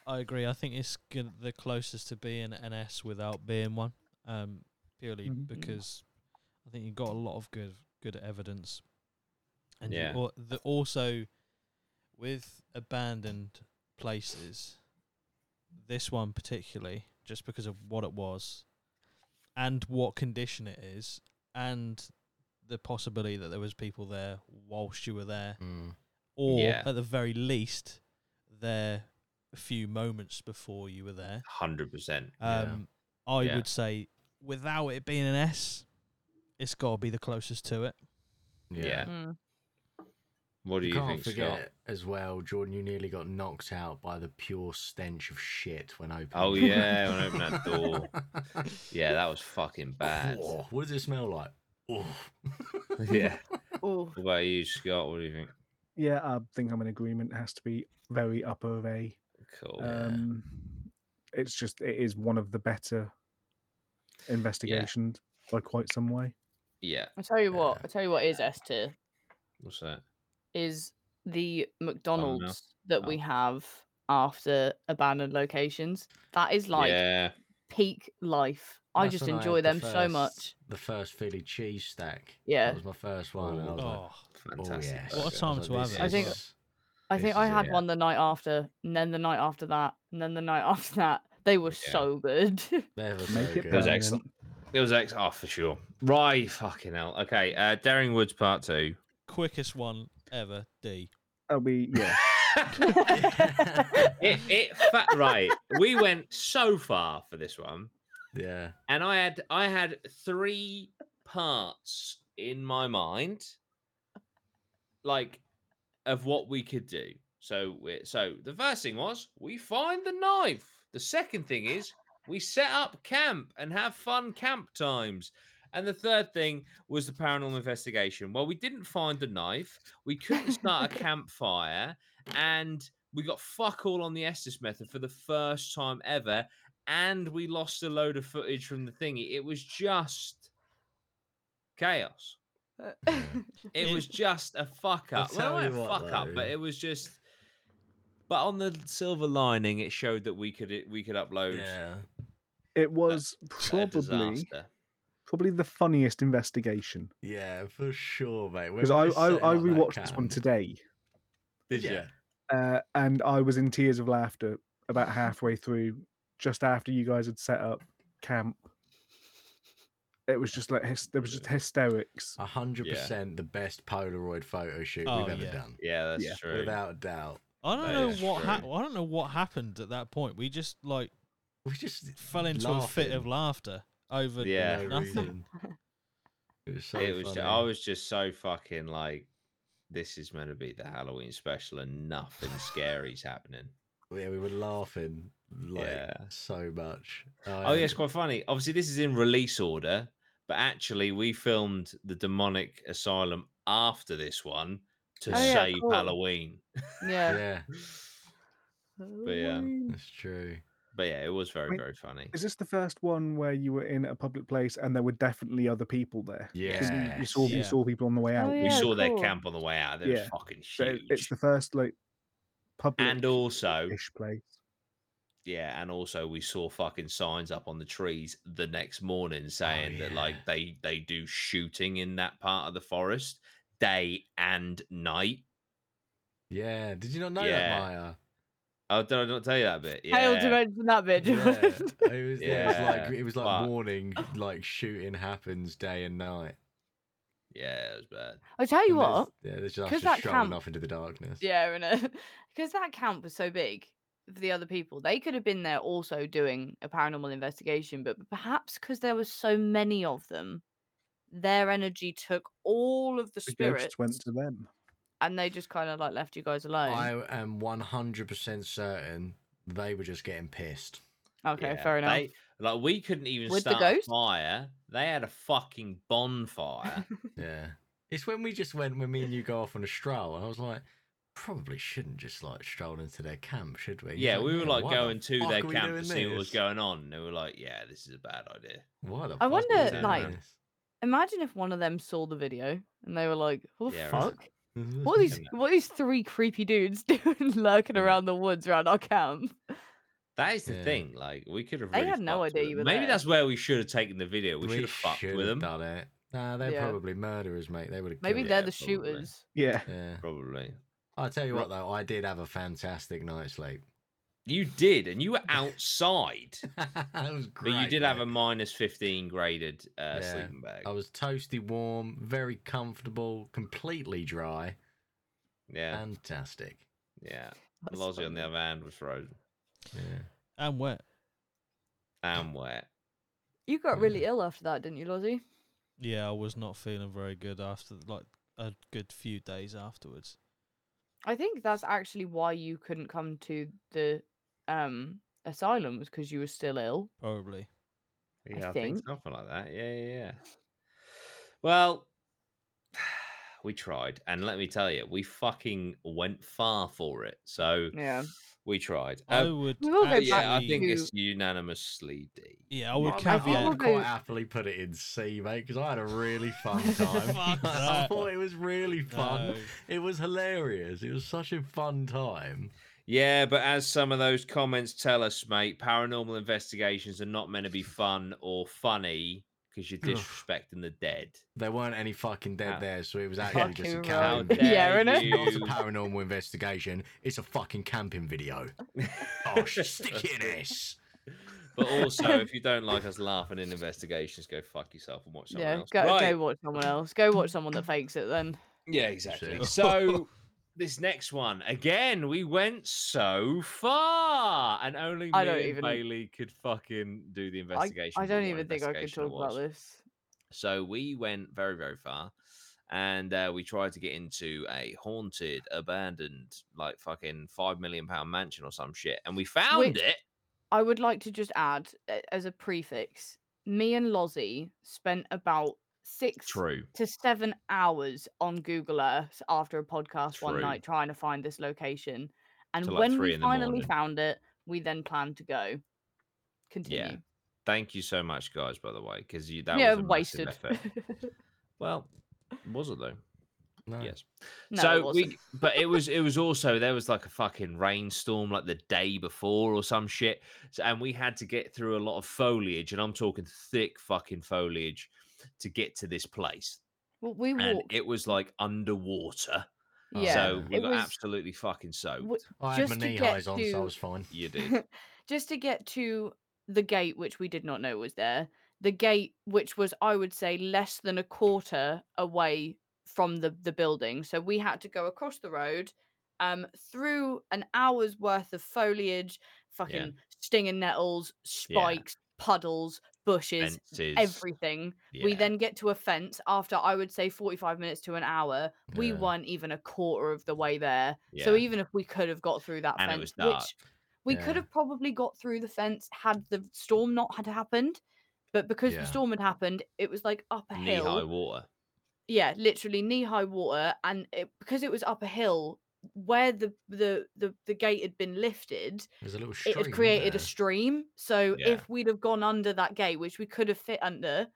[SPEAKER 4] I agree. I think it's gon- the closest to being an S without being one, um, purely
[SPEAKER 5] Mhm.
[SPEAKER 4] because I think you've got a lot of good good evidence, and
[SPEAKER 2] Yeah.
[SPEAKER 4] you, or, the, also with abandoned places, this one particularly, just because of what it was, and what condition it is, and the possibility that there was people there whilst you were there,
[SPEAKER 3] Mm.
[SPEAKER 4] or
[SPEAKER 2] Yeah.
[SPEAKER 4] at the very least, there a few moments before you were there.
[SPEAKER 2] 100%
[SPEAKER 3] Yeah.
[SPEAKER 4] Um, I
[SPEAKER 2] Yeah.
[SPEAKER 4] would say, without it being an S, it's got to be the closest to it.
[SPEAKER 3] Yeah.
[SPEAKER 2] Yeah.
[SPEAKER 1] Mm.
[SPEAKER 2] what do
[SPEAKER 3] You
[SPEAKER 2] you, think
[SPEAKER 3] can't forget
[SPEAKER 2] Scott?
[SPEAKER 3] as well, Jordan. You nearly got knocked out by the pure stench of shit when opening.
[SPEAKER 2] Oh,
[SPEAKER 3] the door.
[SPEAKER 2] yeah, when I opened that
[SPEAKER 3] <laughs>
[SPEAKER 2] door. Yeah, that was fucking bad.
[SPEAKER 3] Oh, what does it smell like? Oh.
[SPEAKER 2] <laughs> Yeah.
[SPEAKER 1] Ooh.
[SPEAKER 2] What about you, Scott? What do you think?
[SPEAKER 5] Yeah, I think I'm in agreement. It has to be very upper of A.
[SPEAKER 2] Cool.
[SPEAKER 3] yeah.
[SPEAKER 5] Um, it's just it is one of the better investigations by quite some way.
[SPEAKER 2] yeah.
[SPEAKER 1] I'll tell you what,
[SPEAKER 3] Yeah.
[SPEAKER 1] I'll tell you what is S tier.
[SPEAKER 2] What's that?
[SPEAKER 1] is the McDonald's that we have after abandoned locations. That is like
[SPEAKER 2] yeah.
[SPEAKER 1] peak life. I
[SPEAKER 3] That's
[SPEAKER 1] just
[SPEAKER 3] when had
[SPEAKER 1] enjoy
[SPEAKER 3] the
[SPEAKER 1] them so
[SPEAKER 3] first-
[SPEAKER 1] much.
[SPEAKER 3] The first Philly cheese stack.
[SPEAKER 1] Yeah.
[SPEAKER 3] that was my first one. and I was like,
[SPEAKER 4] Oh,
[SPEAKER 2] Fantastic.
[SPEAKER 3] Oh, yes.
[SPEAKER 4] What a
[SPEAKER 2] burger.
[SPEAKER 4] time to have
[SPEAKER 1] it. I think- I think
[SPEAKER 3] This
[SPEAKER 1] I
[SPEAKER 3] is
[SPEAKER 1] had
[SPEAKER 3] it.
[SPEAKER 1] one the night after, and then the night after that, and then the night <laughs> after that. They were
[SPEAKER 2] Yeah.
[SPEAKER 1] so good.
[SPEAKER 3] Never
[SPEAKER 5] Make
[SPEAKER 3] so
[SPEAKER 5] it
[SPEAKER 3] good.
[SPEAKER 2] Those
[SPEAKER 5] permanent.
[SPEAKER 2] excellent. It was ex. Oh, for sure. Right. Fucking hell. Okay. Uh, Daring Woods Part 2.
[SPEAKER 3] <laughs>
[SPEAKER 4] quickest one ever. D.
[SPEAKER 2] <laughs>
[SPEAKER 5] That'll be yeah.
[SPEAKER 2] <laughs>
[SPEAKER 1] <laughs>
[SPEAKER 2] It, it fa- right. We went so far for this one.
[SPEAKER 3] yeah.
[SPEAKER 2] and I had I had three parts in my mind, like of what we could do. So we so the first thing was we find the knife. The second thing is we set up camp and have fun camp times. And the third thing was the paranormal investigation. Well, we didn't find the knife. We couldn't start a campfire, and We got fuck all on the Estes method for the first time ever, and we lost a load of footage from the thingy. It was just chaos.
[SPEAKER 1] Uh,
[SPEAKER 2] It
[SPEAKER 4] It-
[SPEAKER 2] was just a fuck
[SPEAKER 3] I'll
[SPEAKER 2] up. Well,
[SPEAKER 3] tell
[SPEAKER 2] not a
[SPEAKER 3] you what,
[SPEAKER 2] fuck up, but
[SPEAKER 3] though.
[SPEAKER 2] it was just. But on the silver lining, it showed that we could we could upload
[SPEAKER 3] Yeah.
[SPEAKER 5] It was
[SPEAKER 2] a
[SPEAKER 5] probably
[SPEAKER 2] disaster.
[SPEAKER 5] probably the funniest investigation
[SPEAKER 3] Yeah, for sure, mate.
[SPEAKER 5] because I, I I rewatched this one today,
[SPEAKER 3] Did you?
[SPEAKER 2] Yeah.
[SPEAKER 5] uh, and I was in tears of laughter about halfway through, just after you guys had set up camp. It was just like hys- there was just hysterics.
[SPEAKER 3] A hundred percent the best Polaroid photo shoot
[SPEAKER 4] Oh,
[SPEAKER 3] we've ever
[SPEAKER 4] yeah.
[SPEAKER 3] done,
[SPEAKER 2] Yeah, that's
[SPEAKER 5] Yeah.
[SPEAKER 2] true.
[SPEAKER 3] without a doubt.
[SPEAKER 4] I don't
[SPEAKER 2] That
[SPEAKER 4] know
[SPEAKER 2] is
[SPEAKER 4] what hap
[SPEAKER 2] true.
[SPEAKER 4] I don't know what happened at that point. We just like
[SPEAKER 3] We just
[SPEAKER 4] fell into a fit of
[SPEAKER 3] laughing
[SPEAKER 4] laughter over
[SPEAKER 3] for
[SPEAKER 2] Yeah.
[SPEAKER 3] no
[SPEAKER 4] nothing.
[SPEAKER 3] reason. It was so
[SPEAKER 2] it was.
[SPEAKER 3] funny.
[SPEAKER 2] ju- I was just so fucking like, this is meant to be the Halloween special, and
[SPEAKER 3] <sighs>
[SPEAKER 2] nothing scary's happening.
[SPEAKER 3] Yeah, we were laughing like
[SPEAKER 2] Yeah.
[SPEAKER 3] so much. Um,
[SPEAKER 2] Oh yeah, it's quite funny. Obviously, this is in release order, but actually, we filmed the demonic asylum after this one to
[SPEAKER 1] Oh, yeah,
[SPEAKER 2] save
[SPEAKER 1] cool.
[SPEAKER 2] Halloween.
[SPEAKER 1] yeah.
[SPEAKER 3] Yeah,
[SPEAKER 2] yeah.
[SPEAKER 5] Halloween.
[SPEAKER 3] that's true.
[SPEAKER 2] But yeah, it was very
[SPEAKER 5] Wait,
[SPEAKER 2] very funny.
[SPEAKER 5] Is this the first one where you were in a public place and there were definitely other people there? 'Cause you- You
[SPEAKER 3] Yes.
[SPEAKER 5] saw
[SPEAKER 4] Yeah.
[SPEAKER 5] you saw people on the way out.
[SPEAKER 2] We
[SPEAKER 1] Oh, Yeah,
[SPEAKER 2] saw their
[SPEAKER 1] cool.
[SPEAKER 2] camp on the way out. It
[SPEAKER 5] Yeah,
[SPEAKER 2] was fucking
[SPEAKER 5] but it-
[SPEAKER 2] huge.
[SPEAKER 5] it's the first like public
[SPEAKER 2] and also,
[SPEAKER 5] ish place.
[SPEAKER 2] yeah, and also we saw fucking signs up on the trees the next morning saying that like
[SPEAKER 3] yeah.
[SPEAKER 2] they they do shooting in that part of the forest day and night.
[SPEAKER 3] Yeah, did you not know
[SPEAKER 2] Yeah. <laughs>
[SPEAKER 3] that, Maya?
[SPEAKER 2] Oh, did I not tell you that bit? Yeah.
[SPEAKER 1] Failed to mention that bit. Jordan.
[SPEAKER 3] Yeah, it was, yeah.
[SPEAKER 2] Yeah,
[SPEAKER 3] it was like it was like
[SPEAKER 2] but-
[SPEAKER 3] warning, like shooting happens day and night.
[SPEAKER 2] Yeah, it was bad.
[SPEAKER 1] <laughs> I tell you
[SPEAKER 3] And there's-
[SPEAKER 1] what.
[SPEAKER 3] Yeah, there's just
[SPEAKER 1] 'cause
[SPEAKER 3] us
[SPEAKER 1] that
[SPEAKER 3] just shouting
[SPEAKER 1] camp-
[SPEAKER 3] off into the darkness.
[SPEAKER 1] Yeah, <laughs> and because that camp was so big for the other people, they could have been there also doing a paranormal investigation, but perhaps because there were so many of them, their energy took all of the
[SPEAKER 5] The
[SPEAKER 1] spirits
[SPEAKER 5] ghosts went to them.
[SPEAKER 1] and they just kind of like left you guys alone.
[SPEAKER 3] I am 100% certain they were just getting pissed.
[SPEAKER 1] okay,
[SPEAKER 2] Yeah,
[SPEAKER 1] fair enough.
[SPEAKER 2] They, like we couldn't even
[SPEAKER 1] With the
[SPEAKER 2] start a
[SPEAKER 1] ghosts?
[SPEAKER 2] fire. They had a fucking bonfire.
[SPEAKER 3] Yeah. It's when we just went, when me and you go off on a stroll, and I was like, probably shouldn't just like stroll into their camp, should we? And he's
[SPEAKER 2] yeah, we were like
[SPEAKER 3] why the
[SPEAKER 2] going to their
[SPEAKER 3] fuck are we
[SPEAKER 2] camp
[SPEAKER 3] doing
[SPEAKER 2] to see what was
[SPEAKER 3] this?
[SPEAKER 2] going on. And they were like, "Yeah, this is a bad idea."
[SPEAKER 3] Why the
[SPEAKER 1] I
[SPEAKER 3] fuck are we
[SPEAKER 1] wonder,
[SPEAKER 3] doing
[SPEAKER 1] like-
[SPEAKER 3] this?
[SPEAKER 1] Imagine if one of them saw the video and they were like, "What the
[SPEAKER 2] Yeah, right.
[SPEAKER 1] fuck? What are these?
[SPEAKER 2] Yeah.
[SPEAKER 1] What are these three creepy dudes <laughs> doing lurking
[SPEAKER 3] Yeah.
[SPEAKER 1] around the woods around our camp?"
[SPEAKER 2] Oh, That is the
[SPEAKER 3] Yeah.
[SPEAKER 2] thing. Like we could have.
[SPEAKER 1] They
[SPEAKER 2] really
[SPEAKER 1] had no
[SPEAKER 2] fucked with
[SPEAKER 1] idea
[SPEAKER 2] them.
[SPEAKER 1] you were
[SPEAKER 2] Maybe
[SPEAKER 1] there.
[SPEAKER 2] that's where we should have taken the video. We, should have fucked
[SPEAKER 3] should
[SPEAKER 2] with them.
[SPEAKER 3] have done it. Nah, they're
[SPEAKER 1] Yeah.
[SPEAKER 3] probably murderers, mate. They would have.
[SPEAKER 1] Maybe
[SPEAKER 2] yeah,
[SPEAKER 1] they're the
[SPEAKER 2] probably.
[SPEAKER 1] shooters.
[SPEAKER 5] Yeah.
[SPEAKER 3] Yeah.
[SPEAKER 2] Probably.
[SPEAKER 3] I'll tell you
[SPEAKER 2] Ro-
[SPEAKER 3] what, though, I did have a fantastic night's sleep. <laughs>
[SPEAKER 2] You did, and you were
[SPEAKER 1] <laughs>
[SPEAKER 2] outside,
[SPEAKER 3] that was
[SPEAKER 2] but
[SPEAKER 3] great.
[SPEAKER 2] you did have a
[SPEAKER 3] mate.
[SPEAKER 2] minus fifteen graded uh,
[SPEAKER 3] Yeah,
[SPEAKER 2] sleeping bag.
[SPEAKER 1] Oh,
[SPEAKER 3] I was toasty warm, very comfortable, completely dry.
[SPEAKER 2] yeah,
[SPEAKER 3] Fantastic.
[SPEAKER 2] yeah.
[SPEAKER 1] <laughs> That's
[SPEAKER 2] Lozzie on the
[SPEAKER 1] funny.
[SPEAKER 2] other hand was frozen
[SPEAKER 3] Yeah.
[SPEAKER 4] And wet.
[SPEAKER 2] and wet.
[SPEAKER 1] You got
[SPEAKER 3] Yeah.
[SPEAKER 1] really ill after that, didn't you, Lozzie?
[SPEAKER 4] Yeah, I was not feeling very good after like a good few days afterwards.
[SPEAKER 1] I think that's actually why you couldn't come to the um asylum was because you were still ill.
[SPEAKER 4] Probably.
[SPEAKER 2] Yeah, I think.
[SPEAKER 1] think.
[SPEAKER 2] something like that. Yeah, yeah, yeah. Well, <sighs> we tried, and let me tell you, we fucking went far for it. So
[SPEAKER 1] Yeah.
[SPEAKER 2] we tried.
[SPEAKER 4] I
[SPEAKER 2] Um,
[SPEAKER 4] would.
[SPEAKER 1] we will go
[SPEAKER 2] but
[SPEAKER 1] back
[SPEAKER 2] yeah, I
[SPEAKER 4] actually-
[SPEAKER 2] think
[SPEAKER 1] to-
[SPEAKER 2] it's unanimously D.
[SPEAKER 4] Yeah, I would
[SPEAKER 3] Well, mate, I
[SPEAKER 4] caveat.
[SPEAKER 3] would
[SPEAKER 1] Okay.
[SPEAKER 3] quite happily put it in C, mate, because I had
[SPEAKER 1] <laughs>
[SPEAKER 3] a really fun time.
[SPEAKER 4] Fuck
[SPEAKER 3] <laughs> I
[SPEAKER 4] that.
[SPEAKER 3] thought it was really fun.
[SPEAKER 4] No.
[SPEAKER 3] It was hilarious. It was such a fun time.
[SPEAKER 2] Yeah, but as some of those comments tell us, mate, paranormal investigations are not meant to be fun or funny because you're
[SPEAKER 3] Ugh.
[SPEAKER 2] disrespecting the dead.
[SPEAKER 3] There weren't any fucking dead
[SPEAKER 2] How-
[SPEAKER 3] there, so it was actually just a
[SPEAKER 1] Fucking
[SPEAKER 2] How
[SPEAKER 3] camp.
[SPEAKER 1] right. Yeah,
[SPEAKER 2] dare
[SPEAKER 1] innit?
[SPEAKER 2] you?
[SPEAKER 3] Not a paranormal investigation. It's a fucking camping video.
[SPEAKER 1] <laughs>
[SPEAKER 3] Oh,
[SPEAKER 2] <laughs>
[SPEAKER 1] eh?
[SPEAKER 3] stickiness.
[SPEAKER 2] But also, if you don't like us laughing in investigations, go fuck yourself and watch someone
[SPEAKER 1] yeah.
[SPEAKER 2] else.
[SPEAKER 1] Go <laughs>
[SPEAKER 2] Right.
[SPEAKER 1] go watch someone else. Go watch someone that fakes it then.
[SPEAKER 2] Yeah, exactly.
[SPEAKER 3] So-
[SPEAKER 1] <laughs>
[SPEAKER 2] So this next one, again, we went so far, and only
[SPEAKER 1] I
[SPEAKER 2] me
[SPEAKER 1] don't
[SPEAKER 2] and
[SPEAKER 1] even-
[SPEAKER 2] Bailey could fucking do the
[SPEAKER 1] I,
[SPEAKER 2] investigation.
[SPEAKER 1] I
[SPEAKER 2] of
[SPEAKER 1] don't
[SPEAKER 2] what
[SPEAKER 1] even think I could
[SPEAKER 2] investigation it
[SPEAKER 1] talk about
[SPEAKER 2] was.
[SPEAKER 1] this.
[SPEAKER 2] So we went very, very far, and uh, we tried to get into a haunted, abandoned, like fucking five million pound mansion or some shit, and we found
[SPEAKER 1] Which-
[SPEAKER 2] it.
[SPEAKER 1] I would like to just add a- as a prefix, me and Lozzie spent about six
[SPEAKER 2] True.
[SPEAKER 1] to seven hours on Google Earth after a podcast one
[SPEAKER 2] True.
[SPEAKER 1] night trying to find this location. And
[SPEAKER 2] Till, like,
[SPEAKER 1] when
[SPEAKER 2] three
[SPEAKER 1] we
[SPEAKER 2] in the
[SPEAKER 1] finally
[SPEAKER 2] morning.
[SPEAKER 1] found it, we then plan to go. Continue.
[SPEAKER 2] Yeah. Thank you so much, guys. By the way, because you that
[SPEAKER 1] yeah,
[SPEAKER 2] was a wasted.
[SPEAKER 1] wasted. <laughs>
[SPEAKER 2] Effort. Well, was it though?
[SPEAKER 3] No.
[SPEAKER 2] Yes.
[SPEAKER 1] No, it
[SPEAKER 2] so
[SPEAKER 1] wasn't.
[SPEAKER 2] we, but it was
[SPEAKER 1] <laughs>
[SPEAKER 2] it was also there was like a fucking rainstorm like the day before or some shit, so, and we had to get through a lot of foliage, and I'm talking thick fucking foliage to get to this place,
[SPEAKER 1] Well, we
[SPEAKER 2] and
[SPEAKER 1] walked.
[SPEAKER 2] it was like underwater,
[SPEAKER 3] Oh,
[SPEAKER 1] yeah.
[SPEAKER 2] so we
[SPEAKER 1] it
[SPEAKER 2] were
[SPEAKER 1] was-
[SPEAKER 2] absolutely fucking soaked.
[SPEAKER 1] w-
[SPEAKER 3] I had my
[SPEAKER 1] just to
[SPEAKER 3] knee
[SPEAKER 1] get
[SPEAKER 3] highs on, so I
[SPEAKER 1] to-
[SPEAKER 3] was fine.
[SPEAKER 1] <laughs>
[SPEAKER 2] you did.
[SPEAKER 1] just to get to the gate, which we did not know was there, the gate, which was, I would say, less than a quarter away from the, the building. So we had to go across the road um, through an hour's worth of foliage, fucking stinging nettles, spikes, puddles, bushes,
[SPEAKER 2] Fences,
[SPEAKER 1] everything. We
[SPEAKER 2] yeah.
[SPEAKER 1] then get to a fence after I would say 45 minutes to an hour. We
[SPEAKER 3] Yeah.
[SPEAKER 1] weren't even a quarter of the way there.
[SPEAKER 2] Yeah.
[SPEAKER 1] So even if we could have got through that
[SPEAKER 2] And it was
[SPEAKER 1] fence,
[SPEAKER 2] dark.
[SPEAKER 1] which we
[SPEAKER 3] Yeah.
[SPEAKER 1] could have probably got through the fence had the storm not had happened. But because
[SPEAKER 3] Yeah.
[SPEAKER 1] the storm had happened, it was like up a
[SPEAKER 2] knee high
[SPEAKER 1] hill.
[SPEAKER 2] water.
[SPEAKER 1] Yeah, literally knee high water. And it, because it was up a hill, where the, the the the gate had been lifted,
[SPEAKER 3] There's a little stream.
[SPEAKER 1] it had created a
[SPEAKER 3] there.
[SPEAKER 1] stream. So
[SPEAKER 2] Yeah.
[SPEAKER 1] if we'd have gone under that gate, which we could have fit under,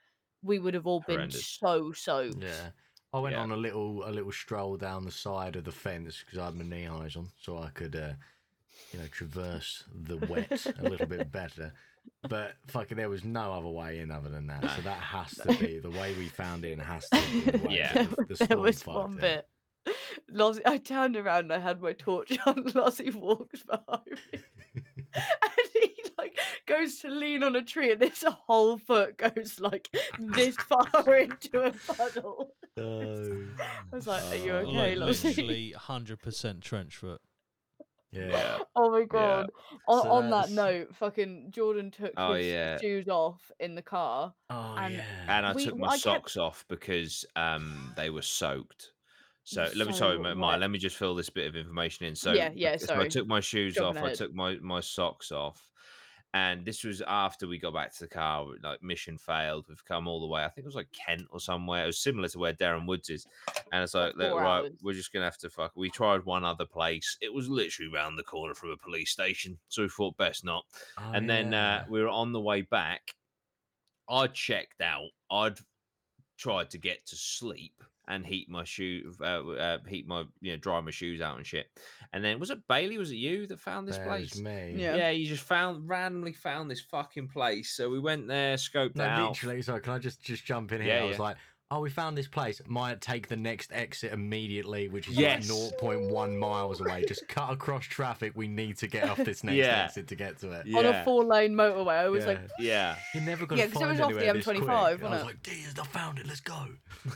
[SPEAKER 1] we would have all
[SPEAKER 2] Horrendous.
[SPEAKER 1] been so soaked.
[SPEAKER 3] Yeah. I went
[SPEAKER 2] Yeah.
[SPEAKER 3] on a little a little stroll down the side of the fence because I had my knee highs on, so I could, uh, you know, traverse the wet a
[SPEAKER 2] <laughs>
[SPEAKER 3] little bit better. But fucking, there was no other way in other than that. So that has to be the way we found in has to be the
[SPEAKER 1] <laughs>
[SPEAKER 3] way
[SPEAKER 2] Yeah.
[SPEAKER 3] that <laughs> the, the
[SPEAKER 1] there
[SPEAKER 3] storm
[SPEAKER 1] was
[SPEAKER 3] fucked
[SPEAKER 1] one
[SPEAKER 3] it.
[SPEAKER 1] bit. Lossie, I turned around and I had my torch <laughs> on. Lossie walks behind me. and he like goes to lean on a tree and this whole foot goes like this far <laughs> into a puddle.
[SPEAKER 3] Oh,
[SPEAKER 1] I was like, Are you
[SPEAKER 3] Uh,
[SPEAKER 1] okay,
[SPEAKER 4] like
[SPEAKER 1] Lossie?
[SPEAKER 4] literally hundred percent trench foot.
[SPEAKER 3] yeah.
[SPEAKER 1] Oh my god. On,
[SPEAKER 3] So
[SPEAKER 1] on that
[SPEAKER 3] that's-
[SPEAKER 1] note, fucking Jordan took
[SPEAKER 2] Oh,
[SPEAKER 1] his
[SPEAKER 2] yeah.
[SPEAKER 1] shoes off in the car.
[SPEAKER 3] Oh
[SPEAKER 1] And-
[SPEAKER 3] yeah.
[SPEAKER 2] and I
[SPEAKER 1] We-
[SPEAKER 2] took
[SPEAKER 1] I
[SPEAKER 2] my
[SPEAKER 1] kept-
[SPEAKER 2] socks off because um they were soaked. So let me
[SPEAKER 1] So
[SPEAKER 2] sorry, Ma- Maya,
[SPEAKER 1] wet.
[SPEAKER 2] let me just fill this bit of information in. So
[SPEAKER 1] Yeah, yeah,
[SPEAKER 2] because I
[SPEAKER 1] sorry.
[SPEAKER 2] took my shoes
[SPEAKER 1] Jumping
[SPEAKER 2] off, I
[SPEAKER 1] ahead.
[SPEAKER 2] took my my socks off, and this was after we got back to the car. we- Like mission failed, we've come all the way. I think it was like Kent or somewhere. It was similar to where Darren Woods is, and it's like,
[SPEAKER 1] Like
[SPEAKER 2] "Look,
[SPEAKER 1] four
[SPEAKER 2] right,
[SPEAKER 1] hours.
[SPEAKER 2] we're just gonna have to fuck. We tried one other place. It was literally round the corner from a police station, so we thought best not
[SPEAKER 3] Oh,
[SPEAKER 2] and then uh,
[SPEAKER 3] yeah.
[SPEAKER 2] we were on the way back. I checked out. I'd tried to get to sleep and heat my shoe, uh, uh, heat my, you know, dry my shoes out and shit. And then was it Bailey? Was it you that found this
[SPEAKER 3] That was
[SPEAKER 2] place?
[SPEAKER 3] me.
[SPEAKER 1] Yeah.
[SPEAKER 2] Yeah. you just found randomly found this fucking place. So we went there, scoped it
[SPEAKER 3] No,
[SPEAKER 2] out.
[SPEAKER 3] literally. Sorry, can I just just jump in here?
[SPEAKER 2] Yeah,
[SPEAKER 3] I was
[SPEAKER 2] yeah.
[SPEAKER 3] like, oh, we found this place. Might take the next exit immediately, which is
[SPEAKER 2] Yes.
[SPEAKER 3] like 0.1 miles away. Just cut across traffic. We need to get
[SPEAKER 2] <laughs>
[SPEAKER 3] off this next
[SPEAKER 2] Yeah.
[SPEAKER 3] exit to get to it.
[SPEAKER 2] Yeah,
[SPEAKER 1] On a four lane motorway, I was like,
[SPEAKER 3] <laughs>
[SPEAKER 2] yeah,
[SPEAKER 3] You're never gonna
[SPEAKER 1] Yeah, 'cause it
[SPEAKER 3] find
[SPEAKER 1] was off the
[SPEAKER 3] anywhere this quick.
[SPEAKER 1] M25,
[SPEAKER 3] I was
[SPEAKER 1] wasn't it?
[SPEAKER 3] like, "Dears, I found it. Let's go."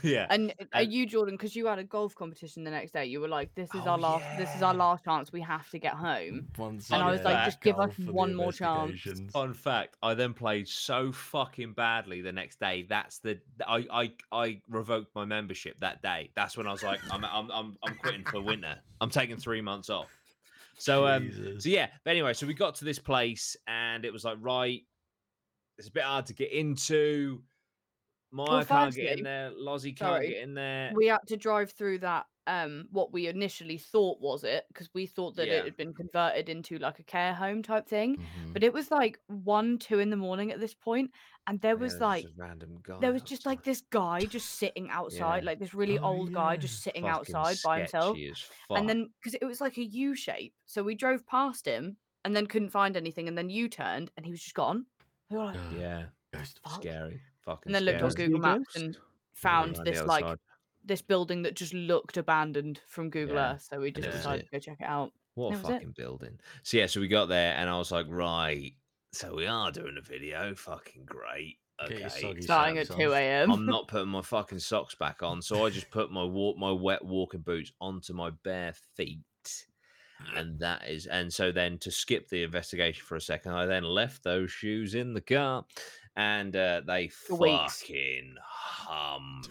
[SPEAKER 2] yeah.
[SPEAKER 1] And are
[SPEAKER 2] And-
[SPEAKER 1] you Jordan? Because you had a golf competition the next day. You were like, "This is
[SPEAKER 3] Oh,
[SPEAKER 1] our last. This is our
[SPEAKER 3] yeah.
[SPEAKER 1] last chance. We have to get home."
[SPEAKER 3] Once
[SPEAKER 1] And
[SPEAKER 2] I
[SPEAKER 3] you
[SPEAKER 2] was
[SPEAKER 3] get
[SPEAKER 2] like,
[SPEAKER 3] back
[SPEAKER 1] just give us
[SPEAKER 3] off of the
[SPEAKER 1] one more chance.
[SPEAKER 3] investigations.
[SPEAKER 2] Fun fact: I then played so fucking badly the next day. That's the I I I revoked my membership that day. That's when I was like, I'm I'm I'm, I'm quitting for winter. I'm taking three months off. So um,
[SPEAKER 3] Jesus.
[SPEAKER 2] so yeah. But anyway, so we got to this place and it was like, right, it's a bit hard to get into. Maya can't get
[SPEAKER 1] firstly-
[SPEAKER 2] in there. Lozzie can't
[SPEAKER 1] sorry,
[SPEAKER 2] get in there.
[SPEAKER 1] We had to drive through that. Um, what we initially thought was it because we thought that
[SPEAKER 2] Yeah. Mm-hmm.
[SPEAKER 1] it had been converted into like a care home type thing,
[SPEAKER 3] Mhm.
[SPEAKER 1] but it was like one, two in the morning at this point, and there
[SPEAKER 2] Yeah,
[SPEAKER 1] was
[SPEAKER 2] just
[SPEAKER 1] like
[SPEAKER 2] a random guy.
[SPEAKER 1] there was just like
[SPEAKER 2] outside.
[SPEAKER 1] this guy just sitting outside, like this really
[SPEAKER 3] Oh,
[SPEAKER 1] old guy
[SPEAKER 3] yeah.
[SPEAKER 1] just sitting
[SPEAKER 2] Fucking
[SPEAKER 1] outside by himself.
[SPEAKER 2] sketchy as
[SPEAKER 1] and
[SPEAKER 2] fuck.
[SPEAKER 1] then because it was like a U shape, so we drove past him and then couldn't find anything, and then U turned and he was just gone. We were like,
[SPEAKER 3] Ugh,
[SPEAKER 2] yeah,
[SPEAKER 3] ghost.
[SPEAKER 1] "Fuck."
[SPEAKER 2] scary. Fucking
[SPEAKER 1] And then looked
[SPEAKER 2] scary.
[SPEAKER 1] on
[SPEAKER 5] Ghost in
[SPEAKER 1] Google
[SPEAKER 5] the
[SPEAKER 1] Maps
[SPEAKER 5] Ghost?
[SPEAKER 1] and found
[SPEAKER 2] Around the
[SPEAKER 1] this
[SPEAKER 2] other
[SPEAKER 1] like
[SPEAKER 2] side.
[SPEAKER 1] this building that just looked abandoned from Google
[SPEAKER 2] Yeah.
[SPEAKER 1] Earth, so we just
[SPEAKER 3] that was
[SPEAKER 1] decided
[SPEAKER 2] it.
[SPEAKER 1] to go check it out.
[SPEAKER 2] What a
[SPEAKER 1] That was it.
[SPEAKER 2] fucking building. So yeah, so we got there and I was like, right, so we are doing a video. Fucking great.
[SPEAKER 3] Get your
[SPEAKER 2] Okay.
[SPEAKER 3] soggy
[SPEAKER 2] so
[SPEAKER 1] Starting at
[SPEAKER 3] socks on.
[SPEAKER 1] two a.m.
[SPEAKER 2] I'm not putting my fucking socks back on. So I just put my walk my wet walking boots onto my bare feet. And that is and so then to skip the investigation for a second, I then left those shoes in the car and uh, they
[SPEAKER 1] For weeks.
[SPEAKER 2] fucking hummed.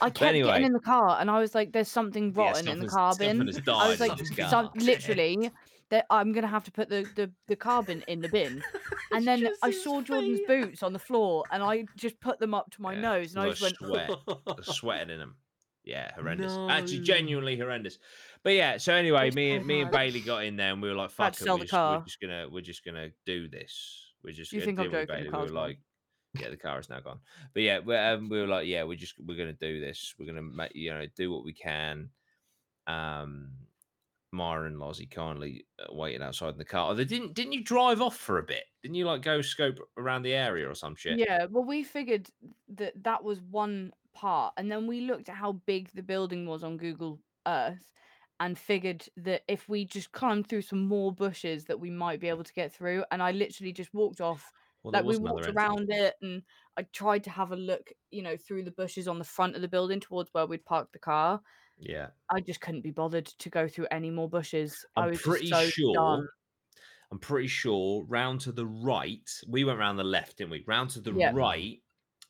[SPEAKER 1] I kept
[SPEAKER 2] anyway-
[SPEAKER 1] getting in the car, and I was like, "There's something
[SPEAKER 2] Yeah,
[SPEAKER 1] rotten in the
[SPEAKER 2] something's-
[SPEAKER 1] car
[SPEAKER 2] something
[SPEAKER 1] bin."
[SPEAKER 2] has
[SPEAKER 1] <laughs> I
[SPEAKER 2] died
[SPEAKER 1] was
[SPEAKER 2] in
[SPEAKER 1] like,
[SPEAKER 2] this
[SPEAKER 1] "Some-
[SPEAKER 2] car. <laughs>
[SPEAKER 1] literally, that I'm gonna have to put the the, the car bin in the
[SPEAKER 2] <laughs>
[SPEAKER 1] bin."
[SPEAKER 3] <laughs>
[SPEAKER 1] <laughs> And then I saw Jordan's boots on the floor, and I just put them up to my
[SPEAKER 2] Yeah,
[SPEAKER 1] nose, and I
[SPEAKER 2] because
[SPEAKER 1] just went,
[SPEAKER 3] <laughs>
[SPEAKER 2] sweat. I sweated in them. Yeah, horrendous. Actually,
[SPEAKER 3] No.
[SPEAKER 2] genuinely horrendous. But yeah, so anyway,
[SPEAKER 1] That's
[SPEAKER 2] me
[SPEAKER 1] so
[SPEAKER 2] and me and
[SPEAKER 1] hard.
[SPEAKER 2] Bailey got in there and we were like,
[SPEAKER 1] Had
[SPEAKER 2] "Fuck
[SPEAKER 1] to
[SPEAKER 2] it,
[SPEAKER 1] sell
[SPEAKER 2] we're
[SPEAKER 1] the
[SPEAKER 2] just, we're
[SPEAKER 1] car.
[SPEAKER 2] just gonna we're just gonna do this. We're just."
[SPEAKER 1] You
[SPEAKER 2] gonna,
[SPEAKER 1] think I'm
[SPEAKER 2] didn't we,
[SPEAKER 1] joking? The
[SPEAKER 2] Bailey? We
[SPEAKER 1] car's
[SPEAKER 2] were
[SPEAKER 1] gone.
[SPEAKER 2] like, "Yeah, the car is now gone." But yeah, we um, we were like, "Yeah, we're just we're gonna do this. We're gonna make you know do what we can." Um, Mara and Lozzie kindly uh, waited outside in the car. Oh, they didn't didn't you drive off for a bit? Didn't you like go scope around the area or some shit?
[SPEAKER 1] Yeah, well, we figured that that was one part, and then we looked at how big the building was on Google Earth, and figured that if we just climbed through some more bushes, that we might be able to get through. And I literally just walked off,
[SPEAKER 2] Well, there
[SPEAKER 1] like we
[SPEAKER 2] was another
[SPEAKER 1] walked
[SPEAKER 2] entrance.
[SPEAKER 1] around it, and I tried to have a look, you know, through the bushes on the front of the building towards where we'd parked the car.
[SPEAKER 2] Yeah.
[SPEAKER 1] I just couldn't be bothered to go through any more bushes. I
[SPEAKER 2] I'm
[SPEAKER 1] was just
[SPEAKER 2] pretty
[SPEAKER 1] so
[SPEAKER 2] sure.
[SPEAKER 1] done.
[SPEAKER 2] I'm pretty sure. Round to the right, we went round the left, didn't we? Round to the
[SPEAKER 1] Yeah.
[SPEAKER 2] right,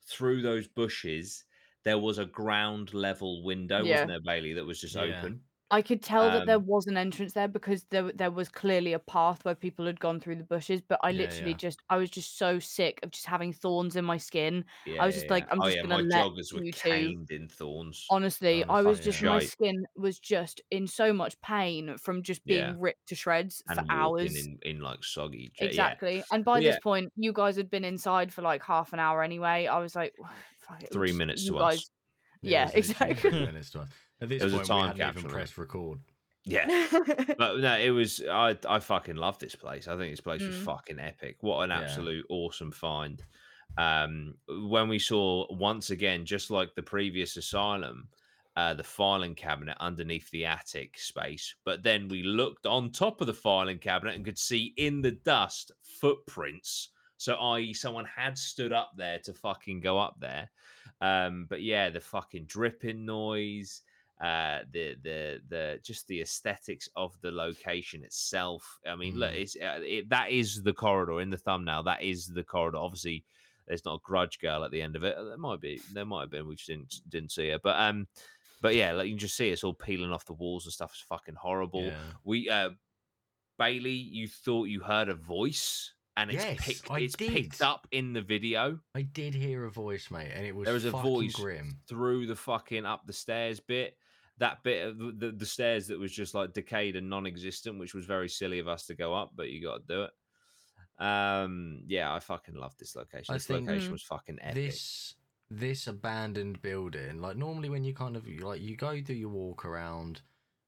[SPEAKER 2] through those bushes, there was a ground level window,
[SPEAKER 1] Yeah.
[SPEAKER 2] wasn't there, Bailey? That was just
[SPEAKER 3] Yeah.
[SPEAKER 2] open.
[SPEAKER 1] I could tell that there
[SPEAKER 2] Um,
[SPEAKER 1] was an entrance there because there w- there was clearly a path where people had gone through the bushes, but I
[SPEAKER 3] Yeah,
[SPEAKER 1] literally
[SPEAKER 3] yeah.
[SPEAKER 1] just I was just so sick of just having thorns in my skin.
[SPEAKER 2] Yeah,
[SPEAKER 1] was just like, I'm
[SPEAKER 2] oh,
[SPEAKER 1] just
[SPEAKER 2] yeah,
[SPEAKER 1] gonna
[SPEAKER 2] my
[SPEAKER 1] let
[SPEAKER 2] joggers were
[SPEAKER 1] you two-
[SPEAKER 2] caned in thorns.
[SPEAKER 1] Honestly,
[SPEAKER 3] Oh,
[SPEAKER 1] I was
[SPEAKER 3] fuck,
[SPEAKER 1] just
[SPEAKER 2] yeah.
[SPEAKER 1] my
[SPEAKER 2] Shite.
[SPEAKER 1] skin was just in so much pain from just being
[SPEAKER 2] Yeah.
[SPEAKER 1] ripped to shreds
[SPEAKER 2] and
[SPEAKER 1] for
[SPEAKER 2] walking
[SPEAKER 1] hours.
[SPEAKER 2] in, in like soggy. j- Yeah.
[SPEAKER 1] exactly. And by
[SPEAKER 2] yeah.
[SPEAKER 1] this point, you guys had been inside for like half an hour anyway. I was like, fuck it, we'll
[SPEAKER 2] Three
[SPEAKER 1] just-
[SPEAKER 2] minutes
[SPEAKER 1] you
[SPEAKER 2] to us.
[SPEAKER 1] guys- Yeah,
[SPEAKER 3] it was literally
[SPEAKER 1] exactly.
[SPEAKER 3] two minutes to us. At this
[SPEAKER 2] was a
[SPEAKER 3] point,
[SPEAKER 2] time
[SPEAKER 3] we hadn't
[SPEAKER 2] capsule,
[SPEAKER 3] even
[SPEAKER 2] though.
[SPEAKER 3] pressed record.
[SPEAKER 2] Yeah.
[SPEAKER 1] <laughs>
[SPEAKER 2] But no, it was I I fucking love this place. I think this place was
[SPEAKER 1] Mm.
[SPEAKER 2] fucking epic. What an
[SPEAKER 3] Yeah.
[SPEAKER 2] absolute awesome find. Um when we saw once again, just like the previous asylum, uh the filing cabinet underneath the attic space. But then we looked on top of the filing cabinet and could see in the dust footprints. So i.e. someone had stood up there to fucking go up there. Um, but yeah, the fucking dripping noise uh the the the just the aesthetics of the location itself i mean look
[SPEAKER 3] Mm.
[SPEAKER 2] it's uh, it, that is the corridor in the thumbnail that is the corridor obviously there's not a grudge girl at the end of it Uh, there might be there might have been we just didn't didn't see her but um but yeah like you can just see it's all peeling off the walls and stuff it's fucking horrible
[SPEAKER 3] Yeah.
[SPEAKER 2] we uh bailey you thought you heard a voice and it's
[SPEAKER 3] Yes,
[SPEAKER 2] picked
[SPEAKER 3] I
[SPEAKER 2] it's picked
[SPEAKER 3] did.
[SPEAKER 2] up in the video
[SPEAKER 3] I did hear a voice, mate, and it was
[SPEAKER 2] there was a
[SPEAKER 3] fucking
[SPEAKER 2] voice
[SPEAKER 3] grim.
[SPEAKER 2] through the fucking up the stairs bit. That bit of the, the, the stairs that was just like decayed and non-existent, which was very silly of us to go up, but you got to do it. Um, yeah, I fucking loved this location.
[SPEAKER 3] I
[SPEAKER 2] This
[SPEAKER 3] think
[SPEAKER 2] location
[SPEAKER 1] Mm.
[SPEAKER 2] was fucking epic.
[SPEAKER 3] This this abandoned building, like normally when you kind of you- like you go do your walk around,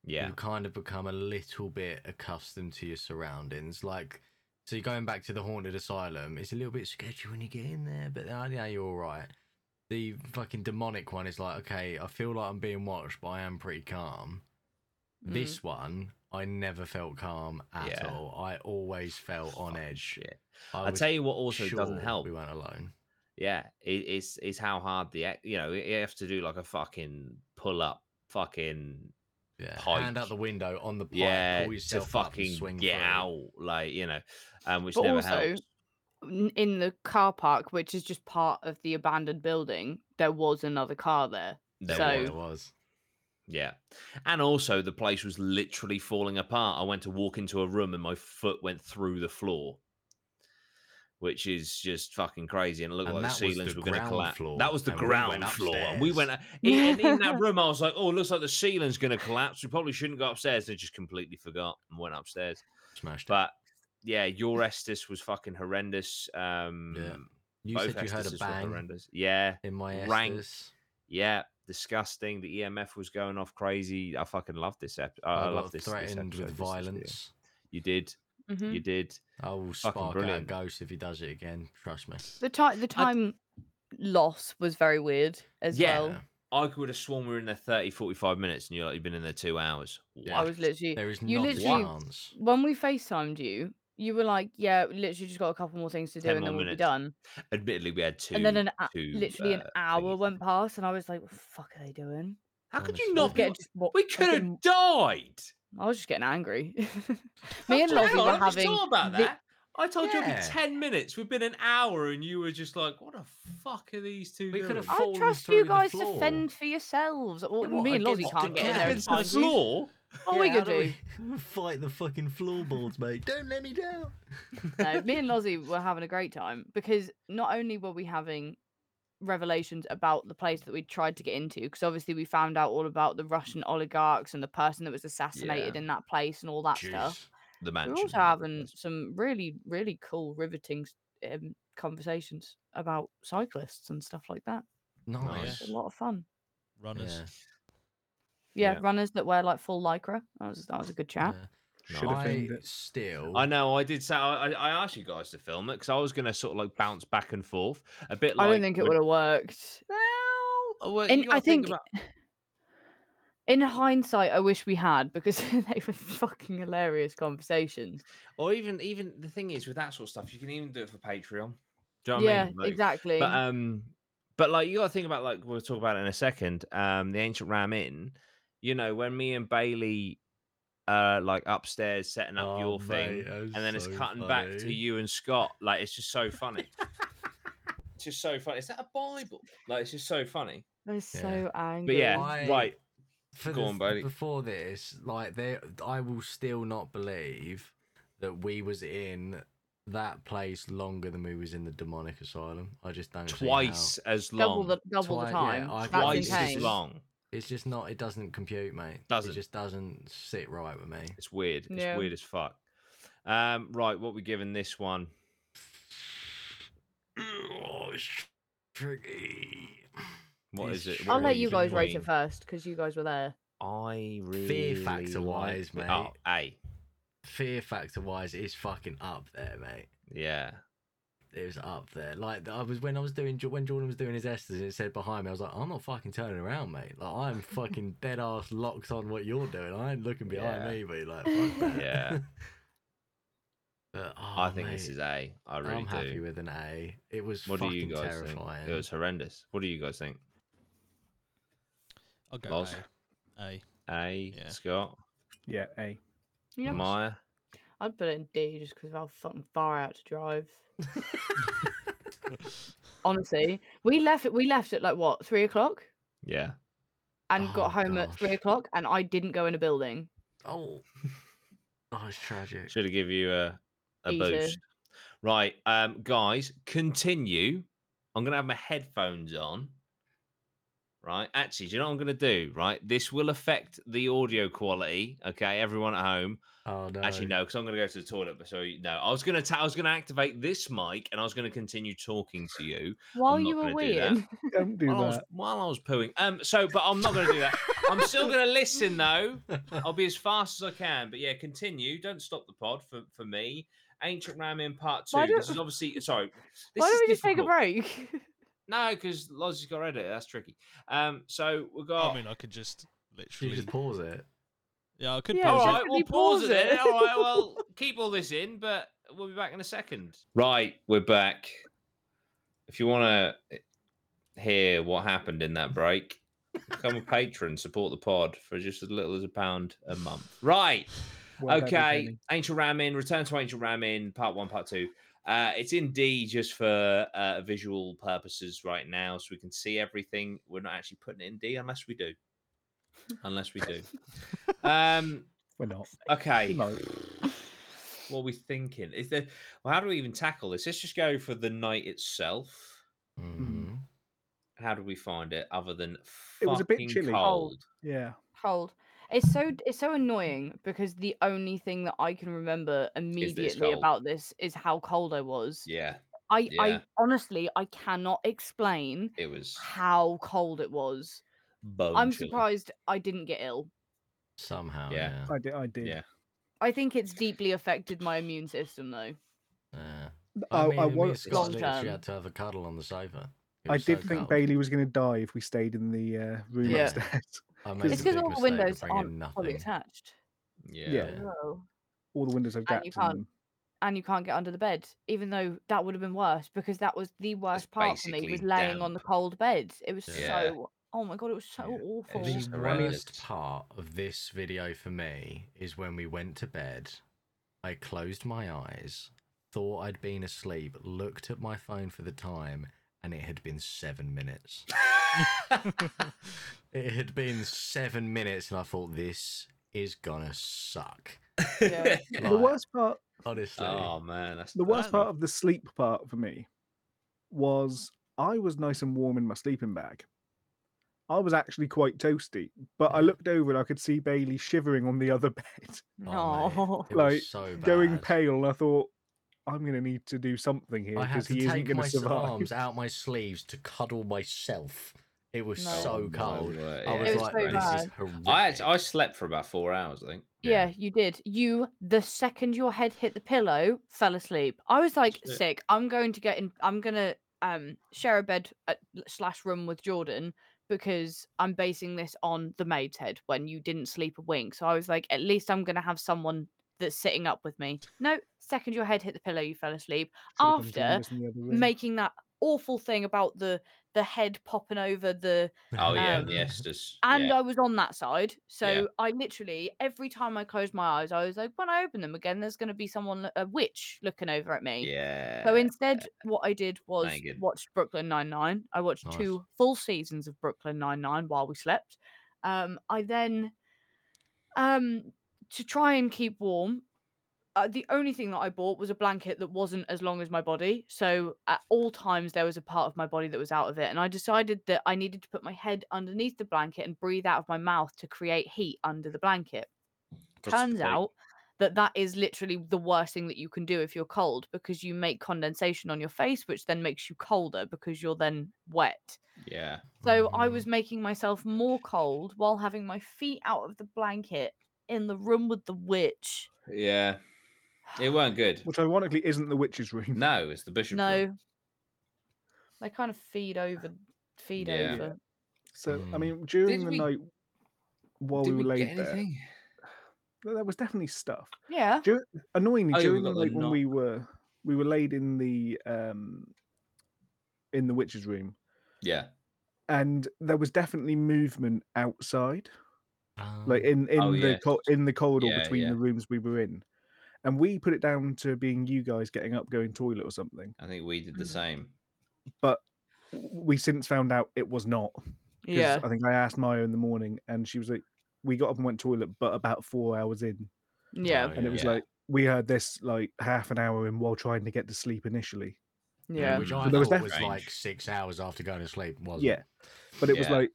[SPEAKER 2] yeah,
[SPEAKER 3] you kind of become a little bit accustomed to your surroundings. Like so, you're going back to the haunted asylum. It's a little bit sketchy when you get in there, but then yeah, you're all right. The fucking demonic one is like, okay, I feel like I'm being watched, but I am pretty calm.
[SPEAKER 1] Mm.
[SPEAKER 3] This one, I never felt calm at
[SPEAKER 2] Mm-hmm. Yeah.
[SPEAKER 3] all. I always felt on
[SPEAKER 2] Fucking
[SPEAKER 3] edge.
[SPEAKER 2] shit.
[SPEAKER 3] I
[SPEAKER 2] I
[SPEAKER 3] was
[SPEAKER 2] tell you what, also doesn't
[SPEAKER 3] sure
[SPEAKER 2] help.
[SPEAKER 3] We weren't alone.
[SPEAKER 2] yeah, it, it's it's how hard the ac- you know you have to do like a fucking pull up, fucking
[SPEAKER 3] Yeah.
[SPEAKER 2] Pike.
[SPEAKER 3] Hand out the window on the pipe.
[SPEAKER 2] yeah,
[SPEAKER 3] pull
[SPEAKER 2] to
[SPEAKER 3] yourself up and
[SPEAKER 2] fucking
[SPEAKER 3] swing
[SPEAKER 2] get
[SPEAKER 3] through.
[SPEAKER 2] out, like you know, um, which
[SPEAKER 1] But
[SPEAKER 2] never
[SPEAKER 1] also, Mm.
[SPEAKER 2] helps.
[SPEAKER 1] n- in the car park, which is just part of the abandoned building, there was another car there.
[SPEAKER 2] There
[SPEAKER 1] so-
[SPEAKER 3] Yeah, it was.
[SPEAKER 2] Yeah. And also, the place was literally falling apart. I went to walk into a room and my foot went through the floor, which is just fucking crazy. And it looked
[SPEAKER 3] And
[SPEAKER 2] like the
[SPEAKER 3] that was
[SPEAKER 2] ceilings
[SPEAKER 3] the
[SPEAKER 2] were going to
[SPEAKER 3] ground
[SPEAKER 2] collapse.
[SPEAKER 3] floor,
[SPEAKER 2] That was the
[SPEAKER 3] and we went
[SPEAKER 2] ground floor. And we went,
[SPEAKER 3] <laughs>
[SPEAKER 2] in, and in that room, I was like, oh, looks like the ceiling's going to collapse. We probably shouldn't go upstairs. And I just completely forgot and went upstairs.
[SPEAKER 3] Smashed it.
[SPEAKER 2] But yeah,
[SPEAKER 3] <laughs>
[SPEAKER 2] your Estes was fucking horrendous. Um,
[SPEAKER 3] You
[SPEAKER 2] both
[SPEAKER 3] said you heard a
[SPEAKER 2] Esteses were
[SPEAKER 3] bang
[SPEAKER 2] horrendous. Yeah.
[SPEAKER 3] in my
[SPEAKER 2] Rank.
[SPEAKER 3] Estes.
[SPEAKER 2] Yeah, disgusting. The EMF was going off crazy. I fucking love this episode. Oh, I,
[SPEAKER 3] I,
[SPEAKER 2] I
[SPEAKER 3] got
[SPEAKER 2] love this. this
[SPEAKER 3] threatened
[SPEAKER 2] episode,
[SPEAKER 3] with
[SPEAKER 2] this- this video.
[SPEAKER 3] violence.
[SPEAKER 2] you did.
[SPEAKER 1] Mhm.
[SPEAKER 2] You did.
[SPEAKER 3] I will
[SPEAKER 2] Fucking
[SPEAKER 3] spark out a
[SPEAKER 2] brilliant.
[SPEAKER 3] ghost if he does it again. Trust me.
[SPEAKER 1] The time the time loss was very weird as
[SPEAKER 2] Yeah.
[SPEAKER 1] well.
[SPEAKER 2] I would have sworn we were in there 30, 45 minutes and you're like, you've been in there two hours.
[SPEAKER 3] Yeah.
[SPEAKER 1] I
[SPEAKER 2] What?
[SPEAKER 1] was literally
[SPEAKER 3] There is
[SPEAKER 1] You
[SPEAKER 3] not a
[SPEAKER 1] literally-
[SPEAKER 3] chance.
[SPEAKER 1] when we FaceTimed you, you were like, "Yeah, we literally just got a couple more things to do,
[SPEAKER 2] 10
[SPEAKER 1] and
[SPEAKER 2] more
[SPEAKER 1] then we'll be
[SPEAKER 2] minutes.
[SPEAKER 1] done."
[SPEAKER 2] Admittedly, we had two.
[SPEAKER 1] and then an hou-
[SPEAKER 2] two,
[SPEAKER 1] literally an
[SPEAKER 2] uh,
[SPEAKER 1] hour
[SPEAKER 2] thingies.
[SPEAKER 1] went past, and I was like, "What the fuck are they doing?"
[SPEAKER 2] How could you
[SPEAKER 3] Honestly.
[SPEAKER 2] not
[SPEAKER 1] Not
[SPEAKER 2] get?
[SPEAKER 1] getting just what
[SPEAKER 2] We could
[SPEAKER 1] getting-
[SPEAKER 2] have died.
[SPEAKER 1] I was just getting angry. Me and
[SPEAKER 2] Hang
[SPEAKER 1] Lozzie
[SPEAKER 2] on,
[SPEAKER 1] were
[SPEAKER 2] I just
[SPEAKER 1] having
[SPEAKER 2] thought about
[SPEAKER 1] the-
[SPEAKER 2] that. I told you it'd
[SPEAKER 3] Yeah.
[SPEAKER 2] be ten minutes. We've been an hour, and you were just like, "What the fuck are these two
[SPEAKER 3] We could
[SPEAKER 2] doing?"
[SPEAKER 1] <laughs>
[SPEAKER 3] have
[SPEAKER 1] I
[SPEAKER 3] fallen
[SPEAKER 1] trust
[SPEAKER 3] through
[SPEAKER 1] you
[SPEAKER 3] the
[SPEAKER 1] guys to
[SPEAKER 3] floor.
[SPEAKER 1] fend for yourselves. Or,
[SPEAKER 3] what,
[SPEAKER 1] me and Lozzie
[SPEAKER 3] against the
[SPEAKER 1] can't get in there. and
[SPEAKER 2] against
[SPEAKER 3] cat?
[SPEAKER 2] the
[SPEAKER 1] find you.
[SPEAKER 2] floor.
[SPEAKER 1] All we
[SPEAKER 3] Yeah,
[SPEAKER 1] could
[SPEAKER 3] how
[SPEAKER 1] do.
[SPEAKER 3] we- <laughs> Fight the fucking floorboards, mate. Don't let me down.
[SPEAKER 1] no, me and Lozzie were having a great time because not only were we having revelations about the place that we tried to get into because obviously we found out all about the Russian oligarchs and the person that was assassinated in that place and all that stuff.
[SPEAKER 3] Jeez.
[SPEAKER 2] The
[SPEAKER 1] We
[SPEAKER 2] mansion.
[SPEAKER 1] We're also having some really, really cool, riveting s- um, conversations about cyclists and stuff like that.
[SPEAKER 3] Nice.
[SPEAKER 1] It's a lot of fun.
[SPEAKER 4] Runners.
[SPEAKER 3] Yeah.
[SPEAKER 1] Yeah,
[SPEAKER 2] Yeah.
[SPEAKER 1] runners that wear like full lycra. That was that was a good chat.
[SPEAKER 3] yeah.
[SPEAKER 5] Should have
[SPEAKER 3] I
[SPEAKER 5] filmed it.
[SPEAKER 3] still.
[SPEAKER 2] I know. I did say I, I I asked you guys to film it because I was going to sort of like bounce back and forth a bit. Like
[SPEAKER 1] I don't think it
[SPEAKER 2] when-
[SPEAKER 1] would have worked.
[SPEAKER 2] Well, well,
[SPEAKER 1] And
[SPEAKER 2] you gotta
[SPEAKER 1] I think- <sighs> In hindsight, I wish we had because <laughs> they were fucking hilarious conversations.
[SPEAKER 2] or even even the thing is with that sort of stuff, you can even do it for Patreon. Do you know what I
[SPEAKER 1] yeah,
[SPEAKER 2] mean? Like,
[SPEAKER 1] exactly.
[SPEAKER 2] But um, but like you got to think about like we'll talk about it in a second. Um, the ancient ram in, you know, when me and Bailey, uh, like upstairs setting up
[SPEAKER 3] Oh,
[SPEAKER 2] your thing,
[SPEAKER 3] mate, that was
[SPEAKER 2] and then it's
[SPEAKER 3] so
[SPEAKER 2] cutting back to
[SPEAKER 3] funny.
[SPEAKER 2] you and Scott. Like it's just so
[SPEAKER 3] <laughs>
[SPEAKER 2] funny. it's just so funny. Is that a Bible? Like it's just so funny.
[SPEAKER 1] I was
[SPEAKER 3] yeah.
[SPEAKER 1] so angry.
[SPEAKER 2] But yeah,
[SPEAKER 3] Why-
[SPEAKER 2] right.
[SPEAKER 3] for
[SPEAKER 2] Go
[SPEAKER 3] the
[SPEAKER 2] on,
[SPEAKER 3] f-
[SPEAKER 2] Bailey.
[SPEAKER 3] Before this, like there, I will still not believe that we was in that place longer than we was in the demonic asylum. I just don't see how.
[SPEAKER 2] Twice as
[SPEAKER 1] double
[SPEAKER 2] long.
[SPEAKER 1] the double
[SPEAKER 3] Twi-
[SPEAKER 1] the
[SPEAKER 3] yeah,
[SPEAKER 1] time.
[SPEAKER 3] I-
[SPEAKER 1] That's
[SPEAKER 2] twice as
[SPEAKER 1] insane.
[SPEAKER 2] long.
[SPEAKER 3] It's just not. It doesn't compute, mate.
[SPEAKER 2] Doesn't.
[SPEAKER 3] It just doesn't sit right with me.
[SPEAKER 2] It's weird. It's
[SPEAKER 1] Yeah.
[SPEAKER 2] weird as fuck. Um, right, what we giving this one?
[SPEAKER 3] Oh, it's tricky.
[SPEAKER 2] What
[SPEAKER 3] It's
[SPEAKER 2] is it? What
[SPEAKER 1] I'll
[SPEAKER 2] are
[SPEAKER 1] let you guys rate
[SPEAKER 2] doing?
[SPEAKER 1] it first because you guys were there.
[SPEAKER 2] I really
[SPEAKER 3] factor
[SPEAKER 2] like
[SPEAKER 3] wise,
[SPEAKER 2] it. Oh, A.
[SPEAKER 3] mate. Fear factor wise, it's fucking up there, mate.
[SPEAKER 2] Yeah.
[SPEAKER 3] It was up there. Like I was when I was doing when Jordan was doing his Esters, it said behind me. I was like, I'm not fucking turning around, mate. Like
[SPEAKER 2] <laughs>
[SPEAKER 3] I'm fucking dead ass locked on what you're doing. I ain't looking behind
[SPEAKER 2] Yeah.
[SPEAKER 3] me, but like, fuck that.
[SPEAKER 2] Yeah.
[SPEAKER 3] <laughs> But, oh,
[SPEAKER 2] I think this
[SPEAKER 3] mate,
[SPEAKER 2] is A. I really
[SPEAKER 3] I'm
[SPEAKER 2] do.
[SPEAKER 3] happy with an A. It was
[SPEAKER 2] what do
[SPEAKER 3] fucking
[SPEAKER 2] you guys
[SPEAKER 3] terrifying.
[SPEAKER 2] think? It was <laughs> horrendous. What do you guys think?
[SPEAKER 4] I'll go
[SPEAKER 2] Loz?
[SPEAKER 4] A. A.
[SPEAKER 2] A,
[SPEAKER 4] Yeah.
[SPEAKER 2] Scott,
[SPEAKER 5] Yeah, A.
[SPEAKER 1] Yeah.
[SPEAKER 2] Maya.
[SPEAKER 1] I'd put it in D just because how fucking far out to drive. Honestly, we left it. We left at like what three o'clock
[SPEAKER 2] Yeah.
[SPEAKER 1] and
[SPEAKER 3] Oh,
[SPEAKER 1] got home at three
[SPEAKER 3] gosh.
[SPEAKER 1] o'clock, and I didn't go in a building.
[SPEAKER 3] <laughs> Oh, oh, it's tragic.
[SPEAKER 2] Should have give you a, a
[SPEAKER 1] Easy.
[SPEAKER 2] boost. Right, um, guys, continue. I'm gonna have my headphones on. Right. Actually, do you know what I'm gonna do? Right. This will affect the audio quality. Okay, everyone at home.
[SPEAKER 3] Oh no.
[SPEAKER 2] Actually,
[SPEAKER 3] <laughs>
[SPEAKER 2] no, because I'm gonna go to the toilet. But so you- no, I was gonna ta- I was gonna activate this mic and I was gonna continue talking to you
[SPEAKER 1] While
[SPEAKER 2] not
[SPEAKER 1] you were
[SPEAKER 2] gonna do that.
[SPEAKER 1] weeing,
[SPEAKER 5] Don't do
[SPEAKER 2] while I, was,
[SPEAKER 5] that.
[SPEAKER 2] while I was pooing. Um, so but I'm not gonna do that. I'm still gonna listen though. I'll be as fast as I can. But yeah, continue. Don't stop the pod for, for me. Ancient Ram in part two.
[SPEAKER 1] Why don't-
[SPEAKER 2] This is obviously sorry. This
[SPEAKER 1] why
[SPEAKER 2] is
[SPEAKER 1] don't we just take a
[SPEAKER 2] difficult.
[SPEAKER 1] break? <laughs>
[SPEAKER 2] No, because Loz has got edit. That's tricky. Um, so we've got.
[SPEAKER 4] I mean, I could just
[SPEAKER 3] You
[SPEAKER 4] literally.
[SPEAKER 3] Oh. just pause it.
[SPEAKER 4] Yeah, I could
[SPEAKER 1] Yeah,
[SPEAKER 2] all
[SPEAKER 4] pause
[SPEAKER 1] just
[SPEAKER 2] right,
[SPEAKER 1] let
[SPEAKER 2] we'll
[SPEAKER 1] me
[SPEAKER 2] pause it.
[SPEAKER 1] pause
[SPEAKER 2] Then.
[SPEAKER 1] it.
[SPEAKER 2] All
[SPEAKER 1] <laughs>
[SPEAKER 2] right, well, keep all this in, but we'll be back in a second. Right, we're back. If you want to hear what happened in that break, become a patron, support the pod for just as little as a pound a month. Right.
[SPEAKER 5] Well, that'd be
[SPEAKER 2] okay,
[SPEAKER 5] funny.
[SPEAKER 2] Ancient Ramin, Return to Ancient Ramin, Part One, Part Two. Uh, it's in D just for uh, visual purposes right now, so we can see everything. We're not actually putting it in D unless we do. Unless we do. um,
[SPEAKER 5] We're not.
[SPEAKER 2] okay.
[SPEAKER 5] We might.
[SPEAKER 2] What are we thinking? Is there? Well, how do we even tackle this? Let's just go for the night itself. Mm-hmm.
[SPEAKER 3] Mhm.
[SPEAKER 2] How did we find it? Other than
[SPEAKER 5] It was a bit
[SPEAKER 2] fucking
[SPEAKER 5] chilly.
[SPEAKER 2] Cold.
[SPEAKER 5] Yeah.
[SPEAKER 1] Hold. It's so it's so annoying because the only thing that I can remember immediately
[SPEAKER 2] cold.
[SPEAKER 1] about this is how cold I was.
[SPEAKER 2] Yeah,
[SPEAKER 1] I,
[SPEAKER 2] yeah.
[SPEAKER 1] I honestly I cannot explain
[SPEAKER 2] it was.
[SPEAKER 1] how cold it was.
[SPEAKER 2] Bone
[SPEAKER 1] I'm
[SPEAKER 2] chilly.
[SPEAKER 1] surprised I didn't get ill.
[SPEAKER 3] Somehow.
[SPEAKER 2] Yeah.
[SPEAKER 3] Yeah.
[SPEAKER 5] I did. I did.
[SPEAKER 2] Yeah.
[SPEAKER 1] I think it's deeply affected my immune system though.
[SPEAKER 3] yeah.
[SPEAKER 5] I, I,
[SPEAKER 3] mean, me and
[SPEAKER 5] was.
[SPEAKER 3] Scott
[SPEAKER 1] Long
[SPEAKER 3] literally
[SPEAKER 1] term.
[SPEAKER 3] had to have a cuddle on the sofa. It
[SPEAKER 5] I
[SPEAKER 3] was so
[SPEAKER 5] did think
[SPEAKER 3] cold.
[SPEAKER 5] Bailey was going to die if we stayed in the uh, room
[SPEAKER 1] Yeah.
[SPEAKER 5] upstairs. <laughs>
[SPEAKER 3] I made
[SPEAKER 5] It's
[SPEAKER 1] It's
[SPEAKER 3] the
[SPEAKER 1] because
[SPEAKER 3] big
[SPEAKER 1] all the
[SPEAKER 3] mistake of
[SPEAKER 1] windows
[SPEAKER 3] bringing
[SPEAKER 1] aren't fully
[SPEAKER 3] nothing.
[SPEAKER 1] attached.
[SPEAKER 2] Yeah.
[SPEAKER 5] Yeah.
[SPEAKER 3] Yeah.
[SPEAKER 1] Oh.
[SPEAKER 5] All the windows have
[SPEAKER 1] And
[SPEAKER 5] gaps
[SPEAKER 1] you
[SPEAKER 5] in
[SPEAKER 1] can't-
[SPEAKER 5] them.
[SPEAKER 1] And you can't get under the bed, even though that would have been worse because that was the worst part for me was
[SPEAKER 2] basically
[SPEAKER 1] laying on the
[SPEAKER 2] damp.
[SPEAKER 1] cold bed. It was
[SPEAKER 2] Yeah.
[SPEAKER 1] so oh my god, it was so
[SPEAKER 3] Yeah.
[SPEAKER 1] awful.
[SPEAKER 2] It's
[SPEAKER 3] The
[SPEAKER 2] just horrendous.
[SPEAKER 3] worst part of this video for me is when we went to bed. I closed my eyes, thought I'd been asleep, looked at my phone for the time, and it had been seven
[SPEAKER 5] <laughs>
[SPEAKER 3] minutes. It had been seven minutes, and I thought this is gonna suck.
[SPEAKER 1] Yeah.
[SPEAKER 5] The
[SPEAKER 3] Like,
[SPEAKER 5] worst part
[SPEAKER 2] <laughs>
[SPEAKER 3] honestly.
[SPEAKER 2] oh man, that's
[SPEAKER 5] The worst
[SPEAKER 2] that-
[SPEAKER 5] part of the sleep part for me was I was nice and warm in my sleeping bag. I was actually quite toasty, but
[SPEAKER 3] Mm-hmm.
[SPEAKER 5] I looked over and I could see Bailey shivering on the other <laughs> bed,
[SPEAKER 3] Oh, mate, <laughs>
[SPEAKER 1] Oh,
[SPEAKER 3] it was
[SPEAKER 5] Like,
[SPEAKER 3] so
[SPEAKER 5] going
[SPEAKER 3] bad.
[SPEAKER 5] pale. And I thought, I'm going to need to do something here
[SPEAKER 3] I had
[SPEAKER 5] because
[SPEAKER 3] to
[SPEAKER 5] he isn't
[SPEAKER 3] take
[SPEAKER 5] going
[SPEAKER 3] my
[SPEAKER 5] to survive. <laughs>
[SPEAKER 3] arms out my sleeves to cuddle myself. It was
[SPEAKER 1] No.
[SPEAKER 5] Oh,
[SPEAKER 3] so
[SPEAKER 2] Oh, my
[SPEAKER 3] cold.
[SPEAKER 2] word,
[SPEAKER 3] I
[SPEAKER 2] yeah.
[SPEAKER 3] was
[SPEAKER 1] It was
[SPEAKER 3] like,
[SPEAKER 1] so
[SPEAKER 3] this is
[SPEAKER 1] bad.
[SPEAKER 3] horrific.
[SPEAKER 2] I, act- I slept for about four hours, I think.
[SPEAKER 3] yeah.
[SPEAKER 1] yeah, you did. You, the second your head hit the pillow, fell asleep. I was like
[SPEAKER 2] Shit.
[SPEAKER 1] sick. I'm going to get in. I'm gonna um share a bed at, slash room with Jordan because I'm basing this on the maid's head when you didn't sleep a wink. So I was like, at least I'm gonna have someone that's sitting up with me. No, second your head hit the pillow, you fell asleep.
[SPEAKER 5] Should've come join
[SPEAKER 1] After
[SPEAKER 5] us in the other room.
[SPEAKER 1] making that awful thing about the the head popping over the
[SPEAKER 2] Oh yeah,
[SPEAKER 1] Um,
[SPEAKER 2] the Estes.
[SPEAKER 1] and
[SPEAKER 2] yeah.
[SPEAKER 1] I was on that side. So I literally every time I closed my eyes, I was like, when I open them again, there's going to be someone, lo- a witch, looking over at me.
[SPEAKER 2] yeah.
[SPEAKER 1] So instead, what I did was
[SPEAKER 2] Megan.
[SPEAKER 1] watched Brooklyn Nine Nine. I watched
[SPEAKER 3] Nice.
[SPEAKER 1] two full seasons of Brooklyn Nine Nine while we slept. Um, I then, um, to try and keep warm, uh, the only thing that I bought was a blanket that wasn't as long as my body. So at all times there was a part of my body that was out of it, and I decided that I needed to put my head underneath the blanket and breathe out of my mouth to create heat under the blanket
[SPEAKER 2] What's the
[SPEAKER 1] turns
[SPEAKER 2] point?
[SPEAKER 1] out that that is literally the worst thing that you can do if you're cold because you make condensation on your face which then makes you colder because you're then wet
[SPEAKER 2] Yeah.
[SPEAKER 1] so i
[SPEAKER 3] Mhm.
[SPEAKER 1] was making myself more cold while having my feet out of the blanket in the room with the witch
[SPEAKER 2] Yeah. It
[SPEAKER 1] <sighs>
[SPEAKER 2] weren't good.
[SPEAKER 5] Which ironically isn't the witch's room.
[SPEAKER 2] No, it's the bishop. room.
[SPEAKER 1] no they kind of feed over feed
[SPEAKER 2] Yeah.
[SPEAKER 1] over
[SPEAKER 5] So I
[SPEAKER 3] Mm.
[SPEAKER 5] mean, during
[SPEAKER 2] Did
[SPEAKER 5] the
[SPEAKER 2] we-
[SPEAKER 5] night while
[SPEAKER 2] Did
[SPEAKER 5] we
[SPEAKER 2] we
[SPEAKER 5] were laid
[SPEAKER 2] get
[SPEAKER 5] there,
[SPEAKER 2] anything?
[SPEAKER 5] there there was definitely stuff.
[SPEAKER 1] yeah
[SPEAKER 5] Annoyingly,
[SPEAKER 2] Oh, yeah, we
[SPEAKER 5] during the
[SPEAKER 2] got the
[SPEAKER 5] night when we were we were laid in the um in the witch's room,
[SPEAKER 2] Yeah.
[SPEAKER 5] and there was definitely movement outside, like
[SPEAKER 3] Um,
[SPEAKER 5] in in
[SPEAKER 2] Oh,
[SPEAKER 5] the
[SPEAKER 2] yeah.
[SPEAKER 5] cor- in the corridor
[SPEAKER 2] Yeah,
[SPEAKER 5] between
[SPEAKER 2] yeah.
[SPEAKER 5] the rooms we were in, and we put it down to being you guys getting up, going toilet or something.
[SPEAKER 2] I think we did the
[SPEAKER 1] Mm.
[SPEAKER 2] same.
[SPEAKER 5] W- We since found out it was not. 'cause
[SPEAKER 1] yeah
[SPEAKER 5] I think I asked Maya in the morning, and she was like, "We got up and went toilet, but about four hours in."
[SPEAKER 1] yeah
[SPEAKER 3] Oh,
[SPEAKER 5] and it was
[SPEAKER 2] Yeah.
[SPEAKER 5] like we had this like half an hour in while trying to get to sleep initially
[SPEAKER 1] yeah
[SPEAKER 3] Which
[SPEAKER 2] Mm.
[SPEAKER 3] I
[SPEAKER 5] So there was
[SPEAKER 3] thought
[SPEAKER 5] def-
[SPEAKER 3] was like six hours after going to sleep, wasn't
[SPEAKER 5] Yeah,
[SPEAKER 3] it?
[SPEAKER 5] but it was
[SPEAKER 2] Yeah.
[SPEAKER 5] like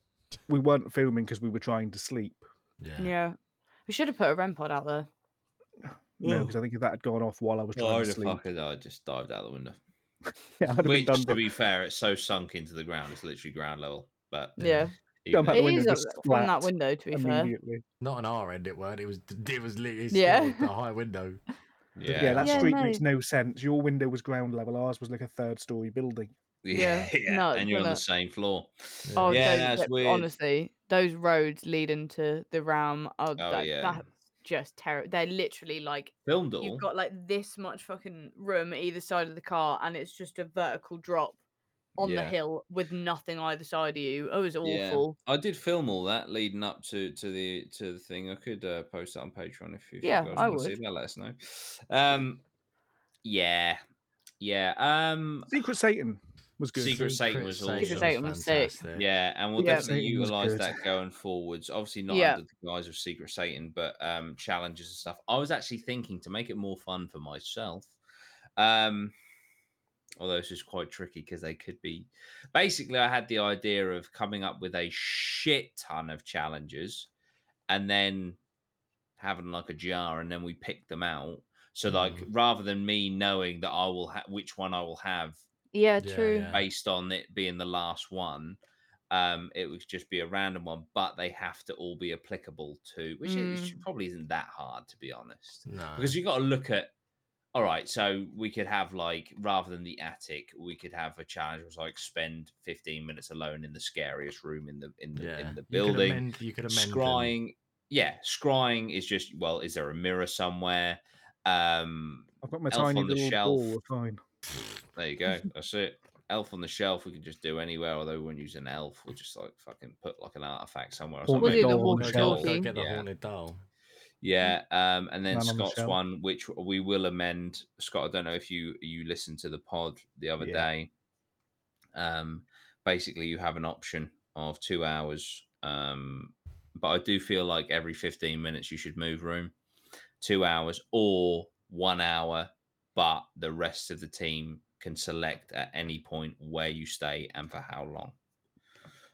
[SPEAKER 5] we weren't filming because we were trying to sleep
[SPEAKER 3] Yeah.
[SPEAKER 1] yeah we should have put a rem pod out there
[SPEAKER 5] you know because i think if that had gone off while i was trying
[SPEAKER 2] Oh,
[SPEAKER 5] to
[SPEAKER 2] the
[SPEAKER 5] sleep
[SPEAKER 2] fuck, I just dived out the window.
[SPEAKER 5] yeah, <laughs> i'd have been
[SPEAKER 2] Which,
[SPEAKER 5] done,
[SPEAKER 2] to
[SPEAKER 5] by-
[SPEAKER 2] be fair, it's so sunk into the ground. It's literally ground level. But
[SPEAKER 1] yeah
[SPEAKER 2] even
[SPEAKER 5] Jump
[SPEAKER 2] though-
[SPEAKER 5] out the
[SPEAKER 1] it
[SPEAKER 5] window
[SPEAKER 1] is
[SPEAKER 5] just
[SPEAKER 1] up from that
[SPEAKER 5] flat
[SPEAKER 1] window to be fair
[SPEAKER 5] immediately
[SPEAKER 3] Not on our end, it weren't. It was, it was, lit- it's
[SPEAKER 1] Yeah.
[SPEAKER 3] still the high window.
[SPEAKER 1] <laughs>
[SPEAKER 5] yeah,
[SPEAKER 2] yeah,
[SPEAKER 5] that
[SPEAKER 1] Yeah,
[SPEAKER 5] street
[SPEAKER 1] no.
[SPEAKER 5] makes no sense your window was ground level ours was like a third story building
[SPEAKER 2] <laughs> yeah,
[SPEAKER 1] Yeah, no,
[SPEAKER 2] and you're on the
[SPEAKER 1] but-
[SPEAKER 2] same floor.
[SPEAKER 1] Oh,
[SPEAKER 2] yeah,
[SPEAKER 1] those,
[SPEAKER 2] that's
[SPEAKER 1] that-
[SPEAKER 2] weird.
[SPEAKER 1] honestly, those roads leading to the Ram are that,
[SPEAKER 2] Oh, yeah.
[SPEAKER 1] that's just terrible. They're literally like
[SPEAKER 2] Filmed all.
[SPEAKER 1] you've got like this much fucking room either side of the car, and it's just a vertical drop on
[SPEAKER 2] Yeah.
[SPEAKER 1] the hill with nothing either side of you. It was
[SPEAKER 2] Yeah.
[SPEAKER 1] awful.
[SPEAKER 2] I did film all that leading up to to the to the thing. I could uh, post that on Patreon if, if
[SPEAKER 1] Yeah,
[SPEAKER 2] you guys
[SPEAKER 1] I
[SPEAKER 2] want to see
[SPEAKER 1] would.
[SPEAKER 2] that. Let us know. Um, yeah, yeah. Um,
[SPEAKER 5] secret satan was good
[SPEAKER 2] Secret
[SPEAKER 3] Secret
[SPEAKER 2] Satan was
[SPEAKER 3] Satan
[SPEAKER 2] awesome.
[SPEAKER 1] Secret Satan was sick.
[SPEAKER 3] fantastic.
[SPEAKER 2] yeah, and we'll
[SPEAKER 1] Yeah.
[SPEAKER 2] definitely
[SPEAKER 5] Satan was
[SPEAKER 2] utilize
[SPEAKER 5] good.
[SPEAKER 2] that going forwards. Obviously, not
[SPEAKER 1] Yeah.
[SPEAKER 2] under the guise of Secret Satan, but um, challenges and stuff. I was actually thinking to make it more fun for myself. Um, although this is quite tricky because they could be. Basically, I had the idea of coming up with a shit ton of challenges, and then having like a jar, and then we pick them out. So, like,
[SPEAKER 1] Mm.
[SPEAKER 3] Mhm.
[SPEAKER 2] rather than me knowing that I will ha- which one I will have
[SPEAKER 1] Yeah,
[SPEAKER 3] Yeah,
[SPEAKER 1] true.
[SPEAKER 3] yeah.
[SPEAKER 2] based on it being the last one. Um, it would just be a random one, but they have to all be applicable to, which it
[SPEAKER 1] Mm.
[SPEAKER 2] sh- probably isn't that hard to be honest,
[SPEAKER 3] No.
[SPEAKER 2] because you got to look at. All right, so we could have like rather than the attic, we could have a challenge was like spend fifteen minutes alone in the scariest room in the in the
[SPEAKER 3] yeah.
[SPEAKER 2] in the
[SPEAKER 3] you could
[SPEAKER 2] building.
[SPEAKER 3] amend- You could amend them.
[SPEAKER 2] Scrying, yeah, scrying is just well, is there a mirror somewhere? Um,
[SPEAKER 5] i've got my
[SPEAKER 2] Elf
[SPEAKER 5] tiny
[SPEAKER 2] on the
[SPEAKER 5] little
[SPEAKER 2] Shelf.
[SPEAKER 5] ball we're fine
[SPEAKER 2] There you go. That's it. Elf on the shelf, we can just do anywhere, although we won't use an elf. We'll just like fucking put like an artifact somewhere. Or
[SPEAKER 5] Haunted
[SPEAKER 2] something.
[SPEAKER 1] We'll do the
[SPEAKER 5] doll.
[SPEAKER 3] No,
[SPEAKER 1] Walkie
[SPEAKER 3] don't,
[SPEAKER 1] talkie.
[SPEAKER 3] don't get the
[SPEAKER 2] Yeah.
[SPEAKER 3] haunted doll.
[SPEAKER 2] Yeah. Um, and then
[SPEAKER 5] Mm. Man on the
[SPEAKER 2] Scott's
[SPEAKER 5] shelf.
[SPEAKER 2] one, which we will amend. Scott, I don't know if you you listened to the pod the other
[SPEAKER 5] Yeah.
[SPEAKER 2] day. Um, basically, you have an option of two hours. Um, but I do feel like every 15 minutes you should move room, two hours or one hour, but the rest of the team can select at any point where you stay and for how long.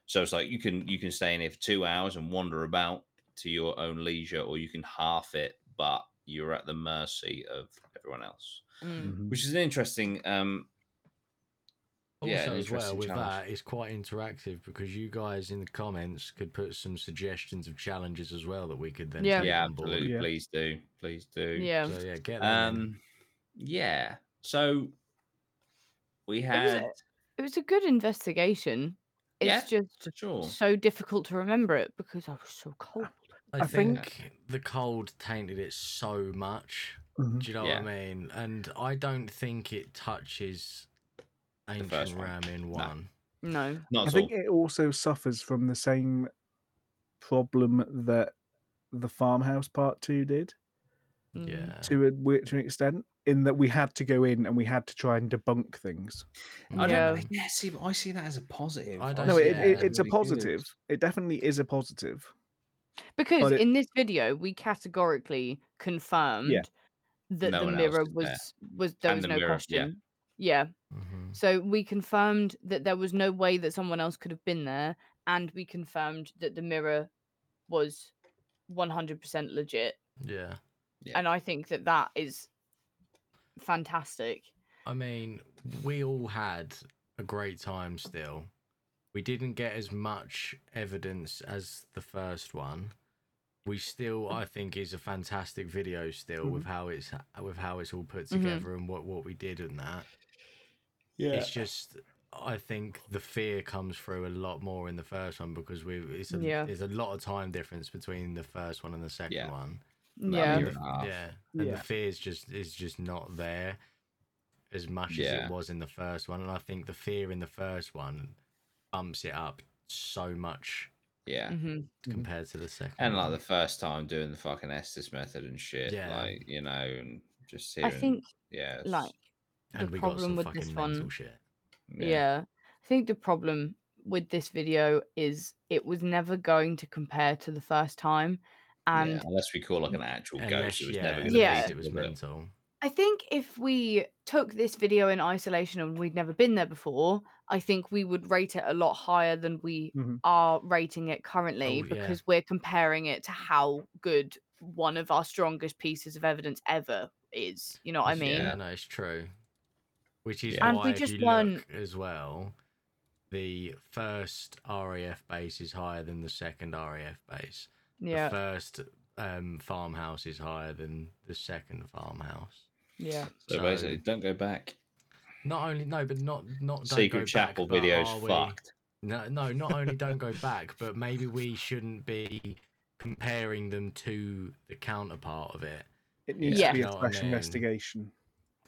[SPEAKER 2] So it's like you can you can stay in here for two hours and wander about to your own leisure, or you can half it, but you're at the mercy of everyone else,
[SPEAKER 3] <laughs>
[SPEAKER 1] Mm.
[SPEAKER 3] Mm-hmm.
[SPEAKER 2] which is an interesting. Um,
[SPEAKER 3] Also,
[SPEAKER 2] Yeah, an
[SPEAKER 3] as well
[SPEAKER 2] interesting
[SPEAKER 3] with
[SPEAKER 2] challenge.
[SPEAKER 3] that, it's quite interactive because you guys in the comments could put some suggestions of challenges as well that we could then
[SPEAKER 1] Yeah.
[SPEAKER 2] yeah,
[SPEAKER 3] take on board.
[SPEAKER 2] absolutely.
[SPEAKER 5] Yeah.
[SPEAKER 2] Please do, please do.
[SPEAKER 1] Yeah.
[SPEAKER 3] So yeah, get that.
[SPEAKER 2] Um, yeah. So we
[SPEAKER 1] was
[SPEAKER 2] had
[SPEAKER 1] It was a good investigation. It's
[SPEAKER 2] Yeah.
[SPEAKER 1] just
[SPEAKER 2] for sure.
[SPEAKER 1] so difficult to remember it because I was so cold.
[SPEAKER 3] I,
[SPEAKER 5] I
[SPEAKER 3] think,
[SPEAKER 5] think-
[SPEAKER 3] the cold tainted it so much.
[SPEAKER 5] Mhm.
[SPEAKER 1] Mm-hmm.
[SPEAKER 3] Do you know
[SPEAKER 2] Yeah.
[SPEAKER 3] what I mean? And I don't think it touches
[SPEAKER 2] first
[SPEAKER 3] ancient
[SPEAKER 2] one.
[SPEAKER 3] ram in one.
[SPEAKER 1] No.
[SPEAKER 2] Not at
[SPEAKER 5] I
[SPEAKER 2] all.
[SPEAKER 5] think it also suffers from the same problem that the farmhouse part two did
[SPEAKER 1] Mm.
[SPEAKER 3] Yeah.
[SPEAKER 2] Uh.
[SPEAKER 5] to a wi- to an extent, in that we had to go in and we had to try and debunk things.
[SPEAKER 2] I
[SPEAKER 1] Yeah.
[SPEAKER 2] don't. I- Yeah, see, but I see that as a positive.
[SPEAKER 3] I
[SPEAKER 2] I
[SPEAKER 3] don't
[SPEAKER 5] No,
[SPEAKER 2] see
[SPEAKER 5] it,
[SPEAKER 3] Yeah,
[SPEAKER 5] it,
[SPEAKER 2] as
[SPEAKER 5] it's a
[SPEAKER 2] really good.
[SPEAKER 5] positive. It definitely is a positive.
[SPEAKER 1] Because
[SPEAKER 5] But it-
[SPEAKER 1] in this video, we categorically confirmed that
[SPEAKER 2] No
[SPEAKER 1] the
[SPEAKER 2] one else
[SPEAKER 1] mirror
[SPEAKER 2] is there.
[SPEAKER 1] was was there
[SPEAKER 2] And
[SPEAKER 1] was
[SPEAKER 2] the
[SPEAKER 1] no
[SPEAKER 2] mirror, yeah. Mm.
[SPEAKER 1] question. Yeah.
[SPEAKER 3] Mhm.
[SPEAKER 1] So we confirmed that there was no way that someone else could have been there, and we confirmed that the mirror was 100% legit.
[SPEAKER 3] Yeah.
[SPEAKER 2] Yeah.
[SPEAKER 1] And I think that that is fantastic.
[SPEAKER 3] I mean, we all had a great time still. We didn't get as much evidence as the first one. We still, I think, is a fantastic video still with how it's with how it's all put
[SPEAKER 1] Mhm.
[SPEAKER 3] together and what what we did and that.
[SPEAKER 2] Yeah.
[SPEAKER 3] It's just I think the fear comes through a lot more in the first one because we it's a,
[SPEAKER 1] Yeah.
[SPEAKER 3] there's a lot of time difference between the first one and the second
[SPEAKER 2] Yeah.
[SPEAKER 3] one.
[SPEAKER 2] About a
[SPEAKER 1] yeah.
[SPEAKER 2] year and a half.
[SPEAKER 3] Yeah, and the
[SPEAKER 5] Yeah.
[SPEAKER 3] fear is just is just not there as much as
[SPEAKER 2] Yeah.
[SPEAKER 3] it was in the first one, and I think the fear in the first one bumps it up so much
[SPEAKER 2] Yeah.
[SPEAKER 1] hmm
[SPEAKER 5] Mhm.
[SPEAKER 3] compared to the second.
[SPEAKER 2] And like
[SPEAKER 3] one.
[SPEAKER 2] the first time doing the fucking Estes method and shit,
[SPEAKER 3] Yeah.
[SPEAKER 2] like you know, and just
[SPEAKER 1] I
[SPEAKER 2] hearing,
[SPEAKER 1] think,
[SPEAKER 2] yeah, it's-
[SPEAKER 1] like,
[SPEAKER 3] and
[SPEAKER 1] the
[SPEAKER 3] we got
[SPEAKER 1] problem
[SPEAKER 3] some
[SPEAKER 1] with
[SPEAKER 3] fucking
[SPEAKER 1] this
[SPEAKER 3] mental
[SPEAKER 1] one-
[SPEAKER 3] shit.
[SPEAKER 1] Yeah. I think the problem with this video is it was never going to compare to the first time.
[SPEAKER 2] yeah,
[SPEAKER 1] And
[SPEAKER 2] unless we call like an actual
[SPEAKER 3] Um, Unless,
[SPEAKER 2] ghost, it was
[SPEAKER 3] yeah,
[SPEAKER 2] never going to
[SPEAKER 1] Yeah.
[SPEAKER 3] unless
[SPEAKER 2] be.
[SPEAKER 3] it was
[SPEAKER 2] was it?
[SPEAKER 3] mental.
[SPEAKER 1] I think if we took this video in isolation and we'd never been there before, I think we would rate it a lot higher than we
[SPEAKER 5] Mhm.
[SPEAKER 1] are rating it currently
[SPEAKER 3] Mm-hmm. Oh, yeah.
[SPEAKER 1] because we're comparing it to how good one of our strongest pieces of evidence ever is. You know what I mean?
[SPEAKER 3] yeah, no, it's true. Which is
[SPEAKER 2] Yeah.
[SPEAKER 3] why,
[SPEAKER 1] And we
[SPEAKER 3] if
[SPEAKER 1] just
[SPEAKER 3] you
[SPEAKER 1] want-
[SPEAKER 3] look as well, the first RAF base is higher than the second RAF base.
[SPEAKER 1] Yeah.
[SPEAKER 3] The first um, farmhouse is higher than the second farmhouse.
[SPEAKER 1] Yeah.
[SPEAKER 2] So,
[SPEAKER 3] So-
[SPEAKER 2] basically, don't go back.
[SPEAKER 3] Not only no, but not not don't go
[SPEAKER 2] Secret Chapel
[SPEAKER 3] back, but
[SPEAKER 2] videos
[SPEAKER 3] are we-
[SPEAKER 2] fucked.
[SPEAKER 3] No, no, not only don't go back, <laughs> but maybe we shouldn't be comparing them to the counterpart of it.
[SPEAKER 5] It needs
[SPEAKER 1] Yeah.
[SPEAKER 5] to be
[SPEAKER 3] Know
[SPEAKER 5] a
[SPEAKER 3] what I
[SPEAKER 5] fresh
[SPEAKER 3] mean?
[SPEAKER 5] investigation.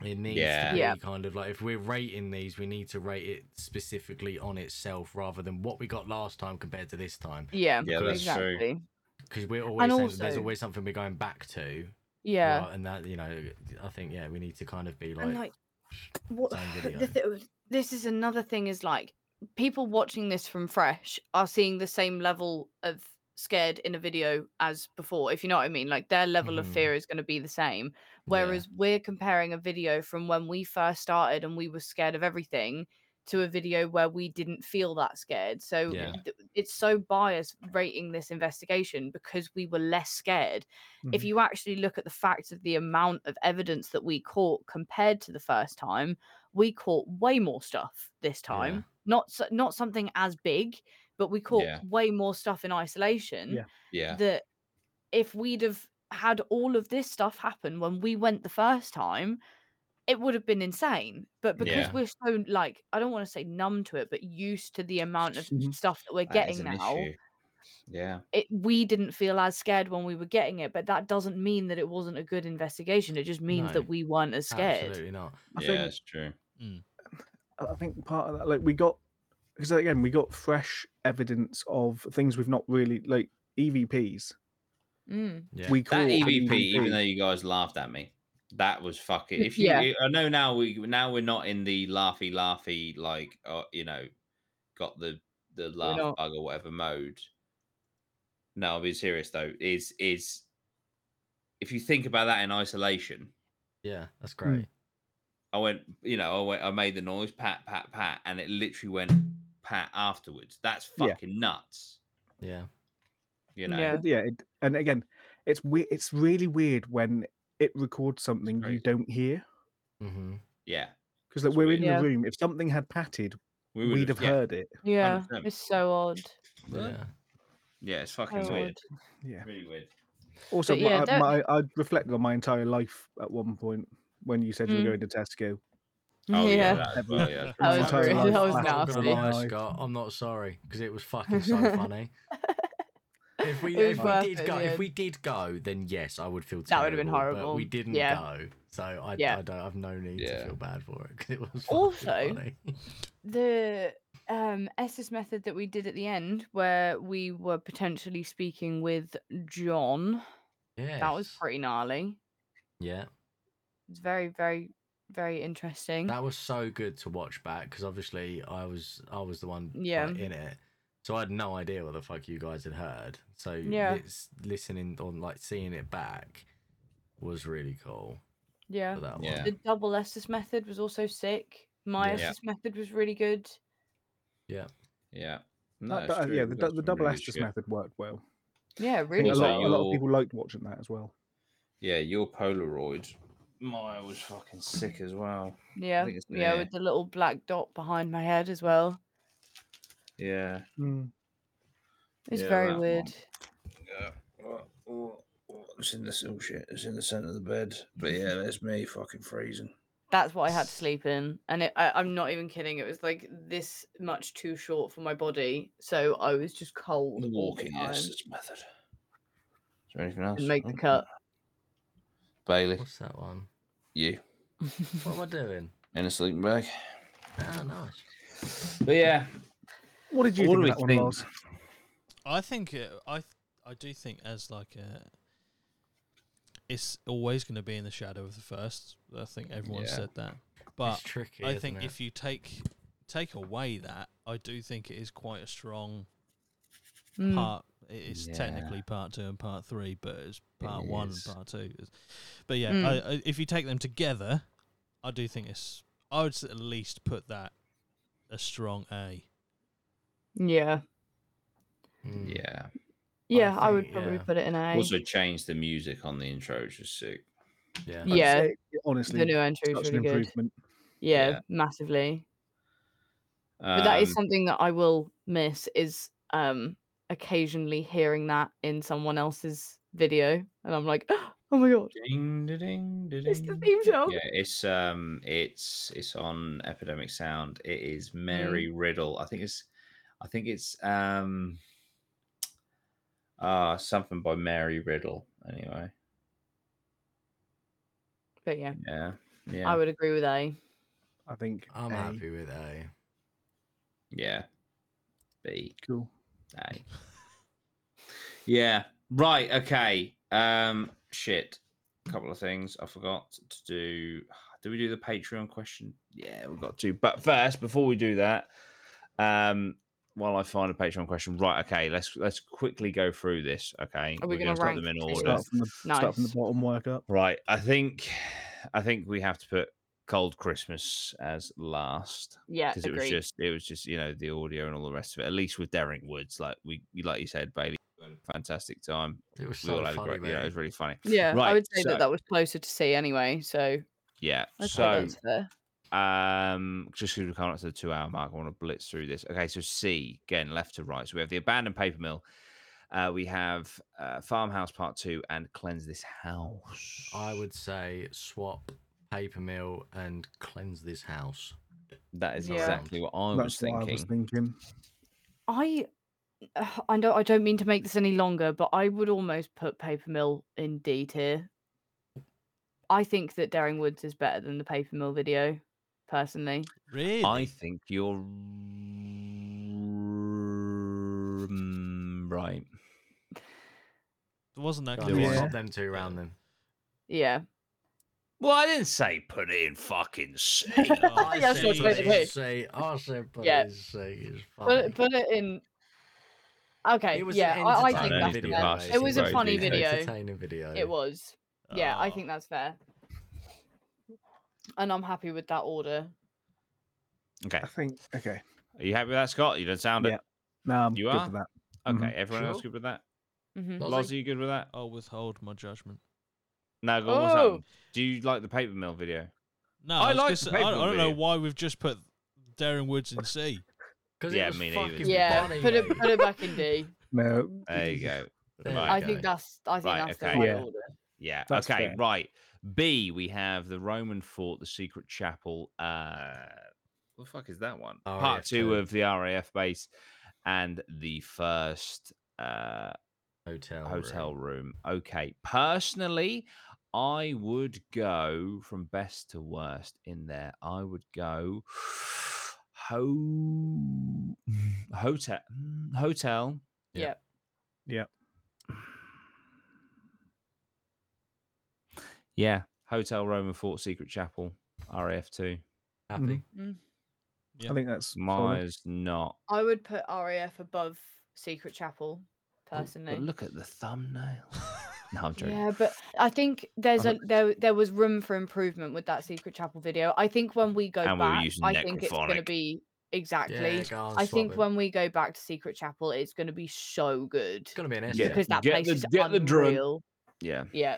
[SPEAKER 3] It needs
[SPEAKER 2] Yeah.
[SPEAKER 3] to be
[SPEAKER 1] Yeah.
[SPEAKER 3] kind of like if we're rating these, we need to rate it specifically on itself rather than what we got last time compared to this time.
[SPEAKER 1] Yeah.
[SPEAKER 2] Yeah, that's
[SPEAKER 1] exactly.
[SPEAKER 2] true.
[SPEAKER 3] Because we're always saying that there's
[SPEAKER 1] also-
[SPEAKER 3] always something we're going back to.
[SPEAKER 1] Yeah.
[SPEAKER 3] right, and that you know, I think yeah, we need to kind of be
[SPEAKER 1] and
[SPEAKER 3] like,
[SPEAKER 1] like what
[SPEAKER 3] same
[SPEAKER 1] <laughs>
[SPEAKER 3] video.
[SPEAKER 1] the th- this is another thing is like people watching this from fresh are seeing the same level of scared in a video as before if you know what i mean like their level of
[SPEAKER 3] Mhm.
[SPEAKER 1] fear is going to be the same
[SPEAKER 3] yeah,
[SPEAKER 1] whereas we're comparing a video from when we first started and we were scared of everything to a video where we didn't feel that scared so
[SPEAKER 3] Yeah.
[SPEAKER 1] th- it's so biased rating this investigation because we were less scared if
[SPEAKER 3] Mm-hmm.
[SPEAKER 5] Mhm.
[SPEAKER 1] you actually look at the facts of the amount of evidence that we caught compared to the first time, we caught way more stuff this
[SPEAKER 3] Yeah.
[SPEAKER 1] time. Not so, not something as big, but we caught
[SPEAKER 2] Yeah.
[SPEAKER 1] way more stuff in isolation.
[SPEAKER 5] Yeah.
[SPEAKER 2] Yeah.
[SPEAKER 1] That if we'd have had all of this stuff happen when we went the first time, it would have been insane. But because
[SPEAKER 2] Yeah.
[SPEAKER 1] we're so like, I don't want to say numb to it, but used to the amount of
[SPEAKER 5] Mhm.
[SPEAKER 1] stuff that we're
[SPEAKER 2] Mm-hmm. That is
[SPEAKER 1] getting
[SPEAKER 2] an
[SPEAKER 1] now
[SPEAKER 2] issue. Yeah.
[SPEAKER 1] it we didn't feel as scared when we were getting it, but that doesn't mean that it wasn't a good investigation. It just means
[SPEAKER 3] No,
[SPEAKER 1] that we weren't as scared.
[SPEAKER 3] absolutely not.
[SPEAKER 5] I
[SPEAKER 2] yeah,
[SPEAKER 5] think-
[SPEAKER 2] it's true.
[SPEAKER 5] I I think part of that, like we got, because again, we got fresh evidence of things we've not really like EVPs.
[SPEAKER 1] Mm.
[SPEAKER 3] Yeah.
[SPEAKER 5] We E
[SPEAKER 2] That
[SPEAKER 5] call
[SPEAKER 2] EVP, even though you guys laughed at me, that was
[SPEAKER 3] <laughs>
[SPEAKER 2] fucking. If you,
[SPEAKER 1] Yeah.
[SPEAKER 2] I know now we now we're not in the laughy laughy like uh, you know, got the the laugh
[SPEAKER 1] not.
[SPEAKER 2] bug or whatever mode. No, I'll be serious though. Is is if you think about that in isolation,
[SPEAKER 3] yeah, that's great.
[SPEAKER 2] I went, you know, I went, I made the noise, pat, pat, pat, and it literally went pat afterwards. That's
[SPEAKER 5] Yeah.
[SPEAKER 2] fucking nuts.
[SPEAKER 3] Yeah.
[SPEAKER 2] You know,
[SPEAKER 1] Yeah.
[SPEAKER 5] But yeah it, and again it's we- it's really weird when it records something
[SPEAKER 2] crazy.
[SPEAKER 5] you don't hear
[SPEAKER 3] Mm-hmm.
[SPEAKER 2] yeah.
[SPEAKER 5] because like
[SPEAKER 2] It's
[SPEAKER 5] we're
[SPEAKER 2] weird.
[SPEAKER 5] in
[SPEAKER 1] Yeah.
[SPEAKER 5] the room if something had patted
[SPEAKER 2] We
[SPEAKER 5] we
[SPEAKER 2] would
[SPEAKER 5] would have
[SPEAKER 2] yeah,
[SPEAKER 5] heard it
[SPEAKER 1] Yeah,
[SPEAKER 2] 100%.
[SPEAKER 1] it's so odd.
[SPEAKER 2] Really?
[SPEAKER 3] Yeah.
[SPEAKER 2] Yeah, it's fucking
[SPEAKER 1] So
[SPEAKER 2] weird.
[SPEAKER 1] odd. <laughs>
[SPEAKER 5] yeah
[SPEAKER 2] Really weird.
[SPEAKER 5] also
[SPEAKER 1] yeah,
[SPEAKER 5] my,
[SPEAKER 1] don't-
[SPEAKER 5] my, I reflected on my entire life at one point when you said you
[SPEAKER 1] Mm.
[SPEAKER 5] were going to Tesco
[SPEAKER 2] Oh yeah,
[SPEAKER 1] yeah.
[SPEAKER 2] that as well, yeah, that's
[SPEAKER 1] That
[SPEAKER 5] my
[SPEAKER 1] was
[SPEAKER 5] entire
[SPEAKER 1] rude.
[SPEAKER 5] life
[SPEAKER 1] That was
[SPEAKER 5] flashed
[SPEAKER 3] I'm not
[SPEAKER 5] before
[SPEAKER 1] nasty.
[SPEAKER 3] gonna
[SPEAKER 5] my
[SPEAKER 3] lie,
[SPEAKER 5] eyes.
[SPEAKER 3] Scott. I'm not sorry because it was
[SPEAKER 1] <laughs>
[SPEAKER 3] fucking so funny. If we,
[SPEAKER 1] It was
[SPEAKER 3] if we
[SPEAKER 1] worth it
[SPEAKER 3] did
[SPEAKER 1] in
[SPEAKER 3] go,
[SPEAKER 1] the
[SPEAKER 3] if
[SPEAKER 1] end.
[SPEAKER 3] we did go, then yes, I would feel terrible.
[SPEAKER 1] That would've been
[SPEAKER 3] But we
[SPEAKER 1] horrible.
[SPEAKER 3] didn't
[SPEAKER 1] Yeah.
[SPEAKER 3] go, so I,
[SPEAKER 1] Yeah.
[SPEAKER 3] I don't. I've no need
[SPEAKER 2] Yeah.
[SPEAKER 3] to feel bad for it because it was fucking
[SPEAKER 1] Also,
[SPEAKER 3] funny. <laughs>
[SPEAKER 1] the um S's method that we did at the end where we were potentially speaking with John. That was
[SPEAKER 3] Yes.
[SPEAKER 1] pretty gnarly.
[SPEAKER 3] Yeah,
[SPEAKER 1] It's very, very, very interesting.
[SPEAKER 3] that was so good to watch back because obviously I was I was the one like,
[SPEAKER 1] Yeah.
[SPEAKER 3] in it, so I had no idea what the fuck you guys had heard. So
[SPEAKER 1] Yeah.
[SPEAKER 3] lis- listening on like seeing it back was really cool.
[SPEAKER 1] yeah.
[SPEAKER 3] For that one.
[SPEAKER 2] Yeah.
[SPEAKER 1] The double Estes method was also sick. My
[SPEAKER 3] Yeah.
[SPEAKER 2] Yeah.
[SPEAKER 1] Estes method was really good.
[SPEAKER 2] Yeah. No,
[SPEAKER 5] That-
[SPEAKER 2] it's
[SPEAKER 5] that-
[SPEAKER 2] true,
[SPEAKER 5] yeah
[SPEAKER 2] we've
[SPEAKER 5] the,
[SPEAKER 2] got
[SPEAKER 5] du- the
[SPEAKER 2] some
[SPEAKER 5] double
[SPEAKER 2] really
[SPEAKER 5] Estes
[SPEAKER 2] shit.
[SPEAKER 5] method worked well
[SPEAKER 1] Yeah,
[SPEAKER 5] I think
[SPEAKER 1] really
[SPEAKER 5] a
[SPEAKER 2] Also,
[SPEAKER 5] lot,
[SPEAKER 1] well.
[SPEAKER 5] a lot of
[SPEAKER 2] you'll-
[SPEAKER 5] people liked watching that as well
[SPEAKER 2] Yeah, your Polaroid. My was fucking sick as well.
[SPEAKER 1] Yeah.
[SPEAKER 2] think it's been a
[SPEAKER 1] Yeah,
[SPEAKER 2] year.
[SPEAKER 1] with the little black dot behind my head as well.
[SPEAKER 2] Yeah.
[SPEAKER 1] Hmm. It's
[SPEAKER 2] Yeah,
[SPEAKER 1] very
[SPEAKER 2] that one.
[SPEAKER 1] weird.
[SPEAKER 2] Yeah. Oh, oh, oh, It's in the oh shit. It's in the center of the bed. But yeah, that's me fucking freezing.
[SPEAKER 1] That's what I had to sleep in, and it, I, I'm not even kidding. It was like this much too short for my body, so I was just cold.
[SPEAKER 2] The
[SPEAKER 1] all the
[SPEAKER 2] walking
[SPEAKER 1] time.
[SPEAKER 2] Estes method. Mm, Is there anything else?
[SPEAKER 1] Didn't make the
[SPEAKER 2] Oh, <laughs>
[SPEAKER 1] cut.
[SPEAKER 2] Bailey,
[SPEAKER 3] What's that one?
[SPEAKER 2] you
[SPEAKER 3] What am I doing?
[SPEAKER 2] in a sleeping bag.
[SPEAKER 3] Oh, nice.
[SPEAKER 2] But yeah,
[SPEAKER 5] what did you
[SPEAKER 2] What do
[SPEAKER 5] think of
[SPEAKER 2] we
[SPEAKER 5] that one
[SPEAKER 2] think? <laughs>
[SPEAKER 5] Lars?
[SPEAKER 4] I think it, I th- I do think as like a it's always going to be in the shadow of the first. I think everyone
[SPEAKER 2] Yeah.
[SPEAKER 4] said that, but
[SPEAKER 3] it's tricky.
[SPEAKER 4] I
[SPEAKER 3] isn't
[SPEAKER 4] think
[SPEAKER 3] it?
[SPEAKER 4] if you take take away that, I do think it is quite a strong
[SPEAKER 1] Mm.
[SPEAKER 4] part. It is
[SPEAKER 2] Yeah.
[SPEAKER 4] technically part two and part three, but it's
[SPEAKER 2] It
[SPEAKER 4] part one
[SPEAKER 2] is.
[SPEAKER 4] and part two. It's- But yeah,
[SPEAKER 1] Mm.
[SPEAKER 4] I, I, if you take them together, I do think it's. I would s- at least put that a strong A.
[SPEAKER 1] Yeah,
[SPEAKER 3] Mm.
[SPEAKER 2] yeah.
[SPEAKER 1] yeah, I, would
[SPEAKER 3] think-
[SPEAKER 1] probably
[SPEAKER 3] yeah.
[SPEAKER 1] put it in A.
[SPEAKER 2] Also changed the music on the intro, which is sick.
[SPEAKER 3] yeah,
[SPEAKER 5] I'd
[SPEAKER 1] Yeah.
[SPEAKER 5] say, honestly
[SPEAKER 1] the new entry
[SPEAKER 5] such
[SPEAKER 1] is
[SPEAKER 5] an
[SPEAKER 1] really good.
[SPEAKER 5] improvement
[SPEAKER 1] Yeah,
[SPEAKER 2] Yeah.
[SPEAKER 1] massively. But that is
[SPEAKER 2] Um,
[SPEAKER 1] something that I will miss is um occasionally hearing that in someone else's video, and I'm like, <gasps> oh my god,
[SPEAKER 2] Ding, da, ding, da,
[SPEAKER 1] it's the
[SPEAKER 2] ding.
[SPEAKER 1] theme song.
[SPEAKER 2] Yeah, it's um, it's it's on Epidemic Sound. It is Mary
[SPEAKER 1] Mm.
[SPEAKER 2] Riddle. I think it's, I think it's um, uh something by Mary Riddle. Anyway,
[SPEAKER 1] But yeah,
[SPEAKER 2] yeah, yeah,
[SPEAKER 1] I would agree with A.
[SPEAKER 5] I think
[SPEAKER 3] I'm
[SPEAKER 5] A.
[SPEAKER 3] happy with A.
[SPEAKER 2] yeah. B
[SPEAKER 5] cool
[SPEAKER 2] A. <laughs> Yeah. Right. Okay. Um. Shit. A couple of things I forgot to do. <sighs> Do we do the Patreon question? Yeah, we've got to. But first, before we do that, um, while I find a Patreon question, right? Okay, let's let's quickly go through this. Okay,
[SPEAKER 1] Are we
[SPEAKER 2] We're
[SPEAKER 1] gonna
[SPEAKER 2] start
[SPEAKER 1] rank
[SPEAKER 2] them in
[SPEAKER 1] these
[SPEAKER 2] order?
[SPEAKER 5] start from the, start from the
[SPEAKER 1] Nice.
[SPEAKER 5] bottom work up
[SPEAKER 2] Right. I think, I think we have to put Cold Christmas as last
[SPEAKER 3] Uh,
[SPEAKER 1] Yeah,
[SPEAKER 2] because it was
[SPEAKER 1] agreed.
[SPEAKER 2] just it was just you know the audio and all the rest of it. At least with Derek Woods, like we like you said, Bailey, we had a fantastic time.
[SPEAKER 3] It was
[SPEAKER 2] We all
[SPEAKER 3] so
[SPEAKER 2] had a
[SPEAKER 3] funny,
[SPEAKER 2] great, yeah, it was
[SPEAKER 3] man.
[SPEAKER 2] really funny.
[SPEAKER 1] Yeah, I
[SPEAKER 2] Right,
[SPEAKER 1] would say
[SPEAKER 2] so-
[SPEAKER 1] that that was closer to C anyway. So
[SPEAKER 2] Yeah.
[SPEAKER 1] I'd say
[SPEAKER 2] so
[SPEAKER 1] that's fair.
[SPEAKER 2] um, just because we're coming up to the two hour mark, I want to blitz through this. Okay, so C again, left to right. So we have the abandoned paper mill. Uh, we have uh, farmhouse part two and cleanse this house.
[SPEAKER 3] I would say swap paper mill and cleanse this house.
[SPEAKER 2] That is
[SPEAKER 1] Yeah.
[SPEAKER 2] exactly what I was
[SPEAKER 5] that's what I
[SPEAKER 2] thinking.
[SPEAKER 5] was thinking
[SPEAKER 1] I ugh, I know I don't mean to make this any longer, but I would almost put Paper Mill in D tier. I think that Daring Woods is better than the Paper Mill video, personally.
[SPEAKER 4] Really?
[SPEAKER 2] I think you're mm, right.
[SPEAKER 4] Wasn't that
[SPEAKER 3] Go
[SPEAKER 4] close?
[SPEAKER 3] on,
[SPEAKER 5] Yeah.
[SPEAKER 3] Swap them two round then.
[SPEAKER 1] Yeah.
[SPEAKER 2] Well, I didn't say put it in fucking
[SPEAKER 1] <laughs>
[SPEAKER 2] C. Oh.
[SPEAKER 1] I Yes,
[SPEAKER 4] see.
[SPEAKER 1] that's what it is.
[SPEAKER 3] say, I said, but
[SPEAKER 1] Yeah.
[SPEAKER 3] it's say it's
[SPEAKER 1] Put
[SPEAKER 3] funny.
[SPEAKER 1] it, put it in. Okay.
[SPEAKER 3] It was
[SPEAKER 1] Yeah,
[SPEAKER 3] an
[SPEAKER 1] I, I
[SPEAKER 2] entertaining
[SPEAKER 1] think
[SPEAKER 2] I
[SPEAKER 1] that's
[SPEAKER 2] video,
[SPEAKER 1] fair.
[SPEAKER 2] guys.
[SPEAKER 1] It was a
[SPEAKER 2] Very
[SPEAKER 1] funny
[SPEAKER 2] detailed.
[SPEAKER 1] video.
[SPEAKER 3] Entertaining video.
[SPEAKER 1] It was. Yeah, I
[SPEAKER 4] Oh.
[SPEAKER 1] think that's fair. and I'm happy with that order.
[SPEAKER 2] Okay.
[SPEAKER 5] I think. Okay.
[SPEAKER 2] Are you happy with that, Scott? You don't sound
[SPEAKER 5] Yeah. No, I'm
[SPEAKER 2] You
[SPEAKER 5] good
[SPEAKER 2] are?
[SPEAKER 5] with that.
[SPEAKER 2] it. Okay.
[SPEAKER 5] Mhm.
[SPEAKER 1] Mm-hmm.
[SPEAKER 2] Everyone else
[SPEAKER 3] Sure.
[SPEAKER 2] good with that?
[SPEAKER 1] Mhm.
[SPEAKER 3] Loz,
[SPEAKER 2] Loz, are you good with that? Oh,
[SPEAKER 4] I'll withhold my judgment.
[SPEAKER 2] No, go on, what's
[SPEAKER 1] Oh.
[SPEAKER 2] happened? Do you like the paper mill video?
[SPEAKER 4] No,
[SPEAKER 2] I
[SPEAKER 4] I, was
[SPEAKER 2] like
[SPEAKER 4] gonna
[SPEAKER 2] the
[SPEAKER 4] say- I,
[SPEAKER 2] paper
[SPEAKER 4] I don't know
[SPEAKER 2] beer.
[SPEAKER 4] why we've just put Darren Woods in C. <laughs>
[SPEAKER 3] Because
[SPEAKER 2] Yeah,
[SPEAKER 3] it was
[SPEAKER 2] me neither.
[SPEAKER 3] fucking
[SPEAKER 1] Yeah,
[SPEAKER 3] funny,
[SPEAKER 1] put it
[SPEAKER 3] mate.
[SPEAKER 1] put it back in D.
[SPEAKER 5] No.
[SPEAKER 2] <laughs> There you go.
[SPEAKER 3] There you
[SPEAKER 2] Right,
[SPEAKER 1] I
[SPEAKER 3] go.
[SPEAKER 1] think that's I think
[SPEAKER 2] Right,
[SPEAKER 1] that's
[SPEAKER 2] okay.
[SPEAKER 1] the right
[SPEAKER 5] Yeah.
[SPEAKER 1] order.
[SPEAKER 2] Yeah.
[SPEAKER 5] That's
[SPEAKER 2] okay.
[SPEAKER 5] fair.
[SPEAKER 2] Right. B. We have the Roman fort, the secret chapel. Uh, what the fuck is that one? Part
[SPEAKER 3] RAF
[SPEAKER 2] two
[SPEAKER 3] too.
[SPEAKER 2] of the RAF base, and the first uh,
[SPEAKER 3] hotel.
[SPEAKER 2] hotel
[SPEAKER 3] room.
[SPEAKER 2] room. Okay. Personally, I would go from best to worst in there. I would go <sighs> ho hotel mm, hotel.
[SPEAKER 3] Yeah.
[SPEAKER 1] Yep.
[SPEAKER 2] Yeah, hotel Roman Fort Secret Chapel. RAF two.
[SPEAKER 3] Happy.
[SPEAKER 4] Yeah.
[SPEAKER 5] I think that's solid.
[SPEAKER 2] Mine's not.
[SPEAKER 1] I would put RAF above Secret Chapel,
[SPEAKER 2] Oh,
[SPEAKER 1] personally.
[SPEAKER 2] But look at the thumbnail. <laughs> <laughs> no, I'm joking.
[SPEAKER 1] Yeah, but I think there's a
[SPEAKER 3] don't-
[SPEAKER 1] there there was room for improvement with that Secret Chapel video. I think when we go
[SPEAKER 2] And we were
[SPEAKER 1] back,
[SPEAKER 2] using
[SPEAKER 1] I think it's going to
[SPEAKER 2] necrophonic.
[SPEAKER 1] be exactly.
[SPEAKER 3] Yeah, go on,
[SPEAKER 1] I
[SPEAKER 3] swap
[SPEAKER 1] think
[SPEAKER 3] it.
[SPEAKER 1] when we go back to Secret Chapel, it's going to be so good
[SPEAKER 3] it's gonna be an S.
[SPEAKER 2] Yeah.
[SPEAKER 1] because that
[SPEAKER 2] Get
[SPEAKER 1] place
[SPEAKER 2] the-
[SPEAKER 1] is
[SPEAKER 2] get the drone.
[SPEAKER 1] unreal.
[SPEAKER 2] Yeah.
[SPEAKER 1] yeah,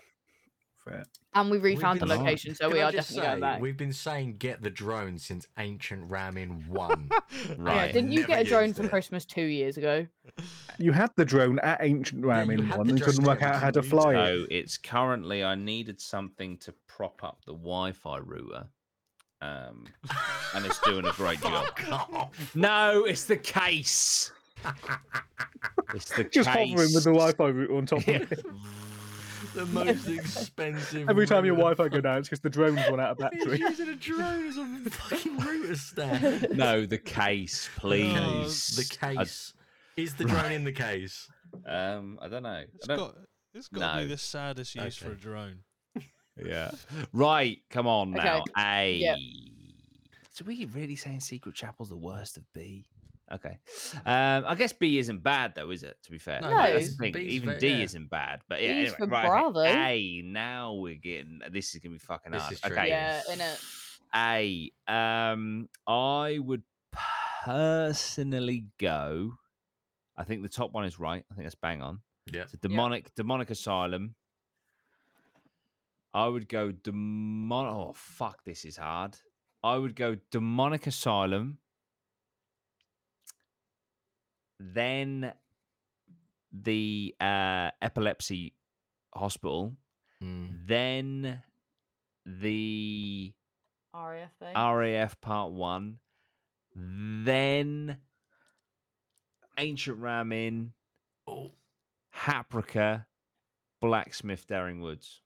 [SPEAKER 5] Fair.
[SPEAKER 1] and we
[SPEAKER 3] We've
[SPEAKER 1] refound the
[SPEAKER 3] been saying-
[SPEAKER 1] location, so
[SPEAKER 3] Can
[SPEAKER 1] we
[SPEAKER 3] I
[SPEAKER 1] are
[SPEAKER 3] just
[SPEAKER 1] definitely going
[SPEAKER 3] say,
[SPEAKER 1] back.
[SPEAKER 3] We've been saying get the drone since Ancient Ramin One.
[SPEAKER 1] Yeah,
[SPEAKER 2] Right.
[SPEAKER 1] didn't you
[SPEAKER 3] Never
[SPEAKER 1] get a drone
[SPEAKER 3] used
[SPEAKER 1] for
[SPEAKER 3] it.
[SPEAKER 1] Christmas two years ago?
[SPEAKER 5] You had the drone at Ancient
[SPEAKER 3] you
[SPEAKER 5] Ramin
[SPEAKER 3] had
[SPEAKER 5] one
[SPEAKER 3] the
[SPEAKER 5] and couldn't
[SPEAKER 3] drone
[SPEAKER 5] work
[SPEAKER 3] there,
[SPEAKER 5] out how to
[SPEAKER 3] didn't you?
[SPEAKER 5] fly it.
[SPEAKER 2] So it's currently I needed something to prop up the Wi-Fi router. Um, <laughs> and it's doing
[SPEAKER 1] <laughs>
[SPEAKER 2] a great job.
[SPEAKER 3] <laughs> Fuck off.
[SPEAKER 2] No, it's the case. <laughs> It's the
[SPEAKER 5] Just
[SPEAKER 2] case.
[SPEAKER 5] hovering with the Wi-Fi router on top
[SPEAKER 2] <laughs>
[SPEAKER 5] of
[SPEAKER 2] Yeah.
[SPEAKER 5] it.
[SPEAKER 3] The most expensive.
[SPEAKER 5] Every time your
[SPEAKER 3] router
[SPEAKER 5] Wi-Fi goes down, it's because the drone's run
[SPEAKER 1] <laughs>
[SPEAKER 5] out of
[SPEAKER 3] He's
[SPEAKER 5] battery.
[SPEAKER 3] using a drone as a <laughs> fucking router <laughs> stand.
[SPEAKER 2] <laughs> No, the case, please.
[SPEAKER 3] The case. Is the drone in the case?
[SPEAKER 2] I, um, I don't know.
[SPEAKER 4] It's
[SPEAKER 2] I don't,
[SPEAKER 4] got, it's got to
[SPEAKER 2] No.
[SPEAKER 4] be the saddest use for a
[SPEAKER 3] Okay.
[SPEAKER 4] drone.
[SPEAKER 2] Yeah. Right. Come on
[SPEAKER 1] Okay.
[SPEAKER 2] now. A.
[SPEAKER 1] Yep.
[SPEAKER 2] So we really saying Secret Chapel's the worst of B? Okay. Um, I guess B isn't bad though, is it? To be fair,
[SPEAKER 3] No,
[SPEAKER 1] No.
[SPEAKER 2] That's the
[SPEAKER 3] it's-
[SPEAKER 2] thing.
[SPEAKER 3] B's
[SPEAKER 2] even
[SPEAKER 3] ve-
[SPEAKER 2] D
[SPEAKER 3] yeah.
[SPEAKER 2] isn't bad, but yeah.
[SPEAKER 1] B's
[SPEAKER 2] Anyway,
[SPEAKER 1] for
[SPEAKER 2] right, okay.
[SPEAKER 1] bravo.
[SPEAKER 2] A. Now we're getting this is gonna be fucking
[SPEAKER 3] This
[SPEAKER 2] hard.
[SPEAKER 3] is true.
[SPEAKER 2] Okay.
[SPEAKER 1] Yeah, in it.
[SPEAKER 2] A. Um, I would personally go. I think the top one is right. I think that's bang on.
[SPEAKER 3] Yeah.
[SPEAKER 2] So demonic, demonic asylum. I would go demon. Oh fuck, this is hard. I would go demonic asylum. Then the uh, epilepsy hospital.
[SPEAKER 3] Mm.
[SPEAKER 2] Then the
[SPEAKER 1] RAF. though.
[SPEAKER 2] RAF Part One, then Ancient Ramin,
[SPEAKER 3] Oh,
[SPEAKER 2] Haprica, Blacksmith, Daring Woods.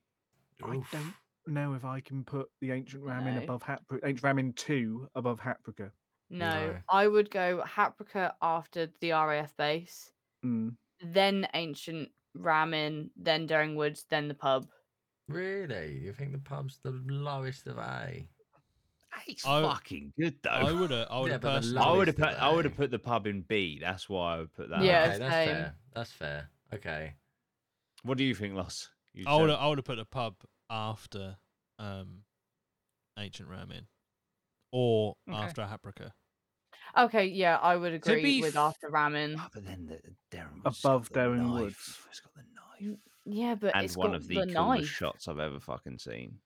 [SPEAKER 5] I
[SPEAKER 3] oof.
[SPEAKER 5] don't know if I can put the Ancient Ramin
[SPEAKER 1] No.
[SPEAKER 5] above Hatbro- Ancient Ramin two above Hatbrooker.
[SPEAKER 1] No,
[SPEAKER 3] No.
[SPEAKER 1] I would go Haprica after the RAF base,
[SPEAKER 5] Mm.
[SPEAKER 1] then Ancient Ramen, then Daring Woods, then the pub.
[SPEAKER 3] Really? You think the pub's the lowest of A?
[SPEAKER 2] He's
[SPEAKER 4] I-
[SPEAKER 2] fucking good though.
[SPEAKER 4] I
[SPEAKER 1] <laughs>
[SPEAKER 4] would have. I would
[SPEAKER 3] Yeah,
[SPEAKER 4] have
[SPEAKER 3] but the
[SPEAKER 4] personally.
[SPEAKER 2] I would have
[SPEAKER 3] lowest of
[SPEAKER 2] put. I would have
[SPEAKER 3] A.
[SPEAKER 2] put the pub in B. That's why I would put that.
[SPEAKER 1] Yeah,
[SPEAKER 2] up.
[SPEAKER 3] okay, that's
[SPEAKER 1] same.
[SPEAKER 3] fair. That's fair. Okay.
[SPEAKER 2] What do you think, Loss? You
[SPEAKER 4] I would.
[SPEAKER 2] said-
[SPEAKER 4] I would have put a pub after, um, ancient ramen, or
[SPEAKER 2] Okay.
[SPEAKER 4] after Haprica.
[SPEAKER 1] Okay, yeah, I would
[SPEAKER 2] To be
[SPEAKER 1] agree with
[SPEAKER 2] f-
[SPEAKER 1] after Ramen.
[SPEAKER 2] Oh, but then the, the Darren Woods has got
[SPEAKER 5] Above
[SPEAKER 2] the
[SPEAKER 5] Darren
[SPEAKER 2] knife.
[SPEAKER 5] Woods.
[SPEAKER 2] It's got the knife.
[SPEAKER 1] N- Yeah, but
[SPEAKER 2] And
[SPEAKER 1] it's
[SPEAKER 2] one
[SPEAKER 1] got
[SPEAKER 2] of the,
[SPEAKER 1] the
[SPEAKER 2] coolest
[SPEAKER 1] knife.
[SPEAKER 2] shots I've ever fucking seen.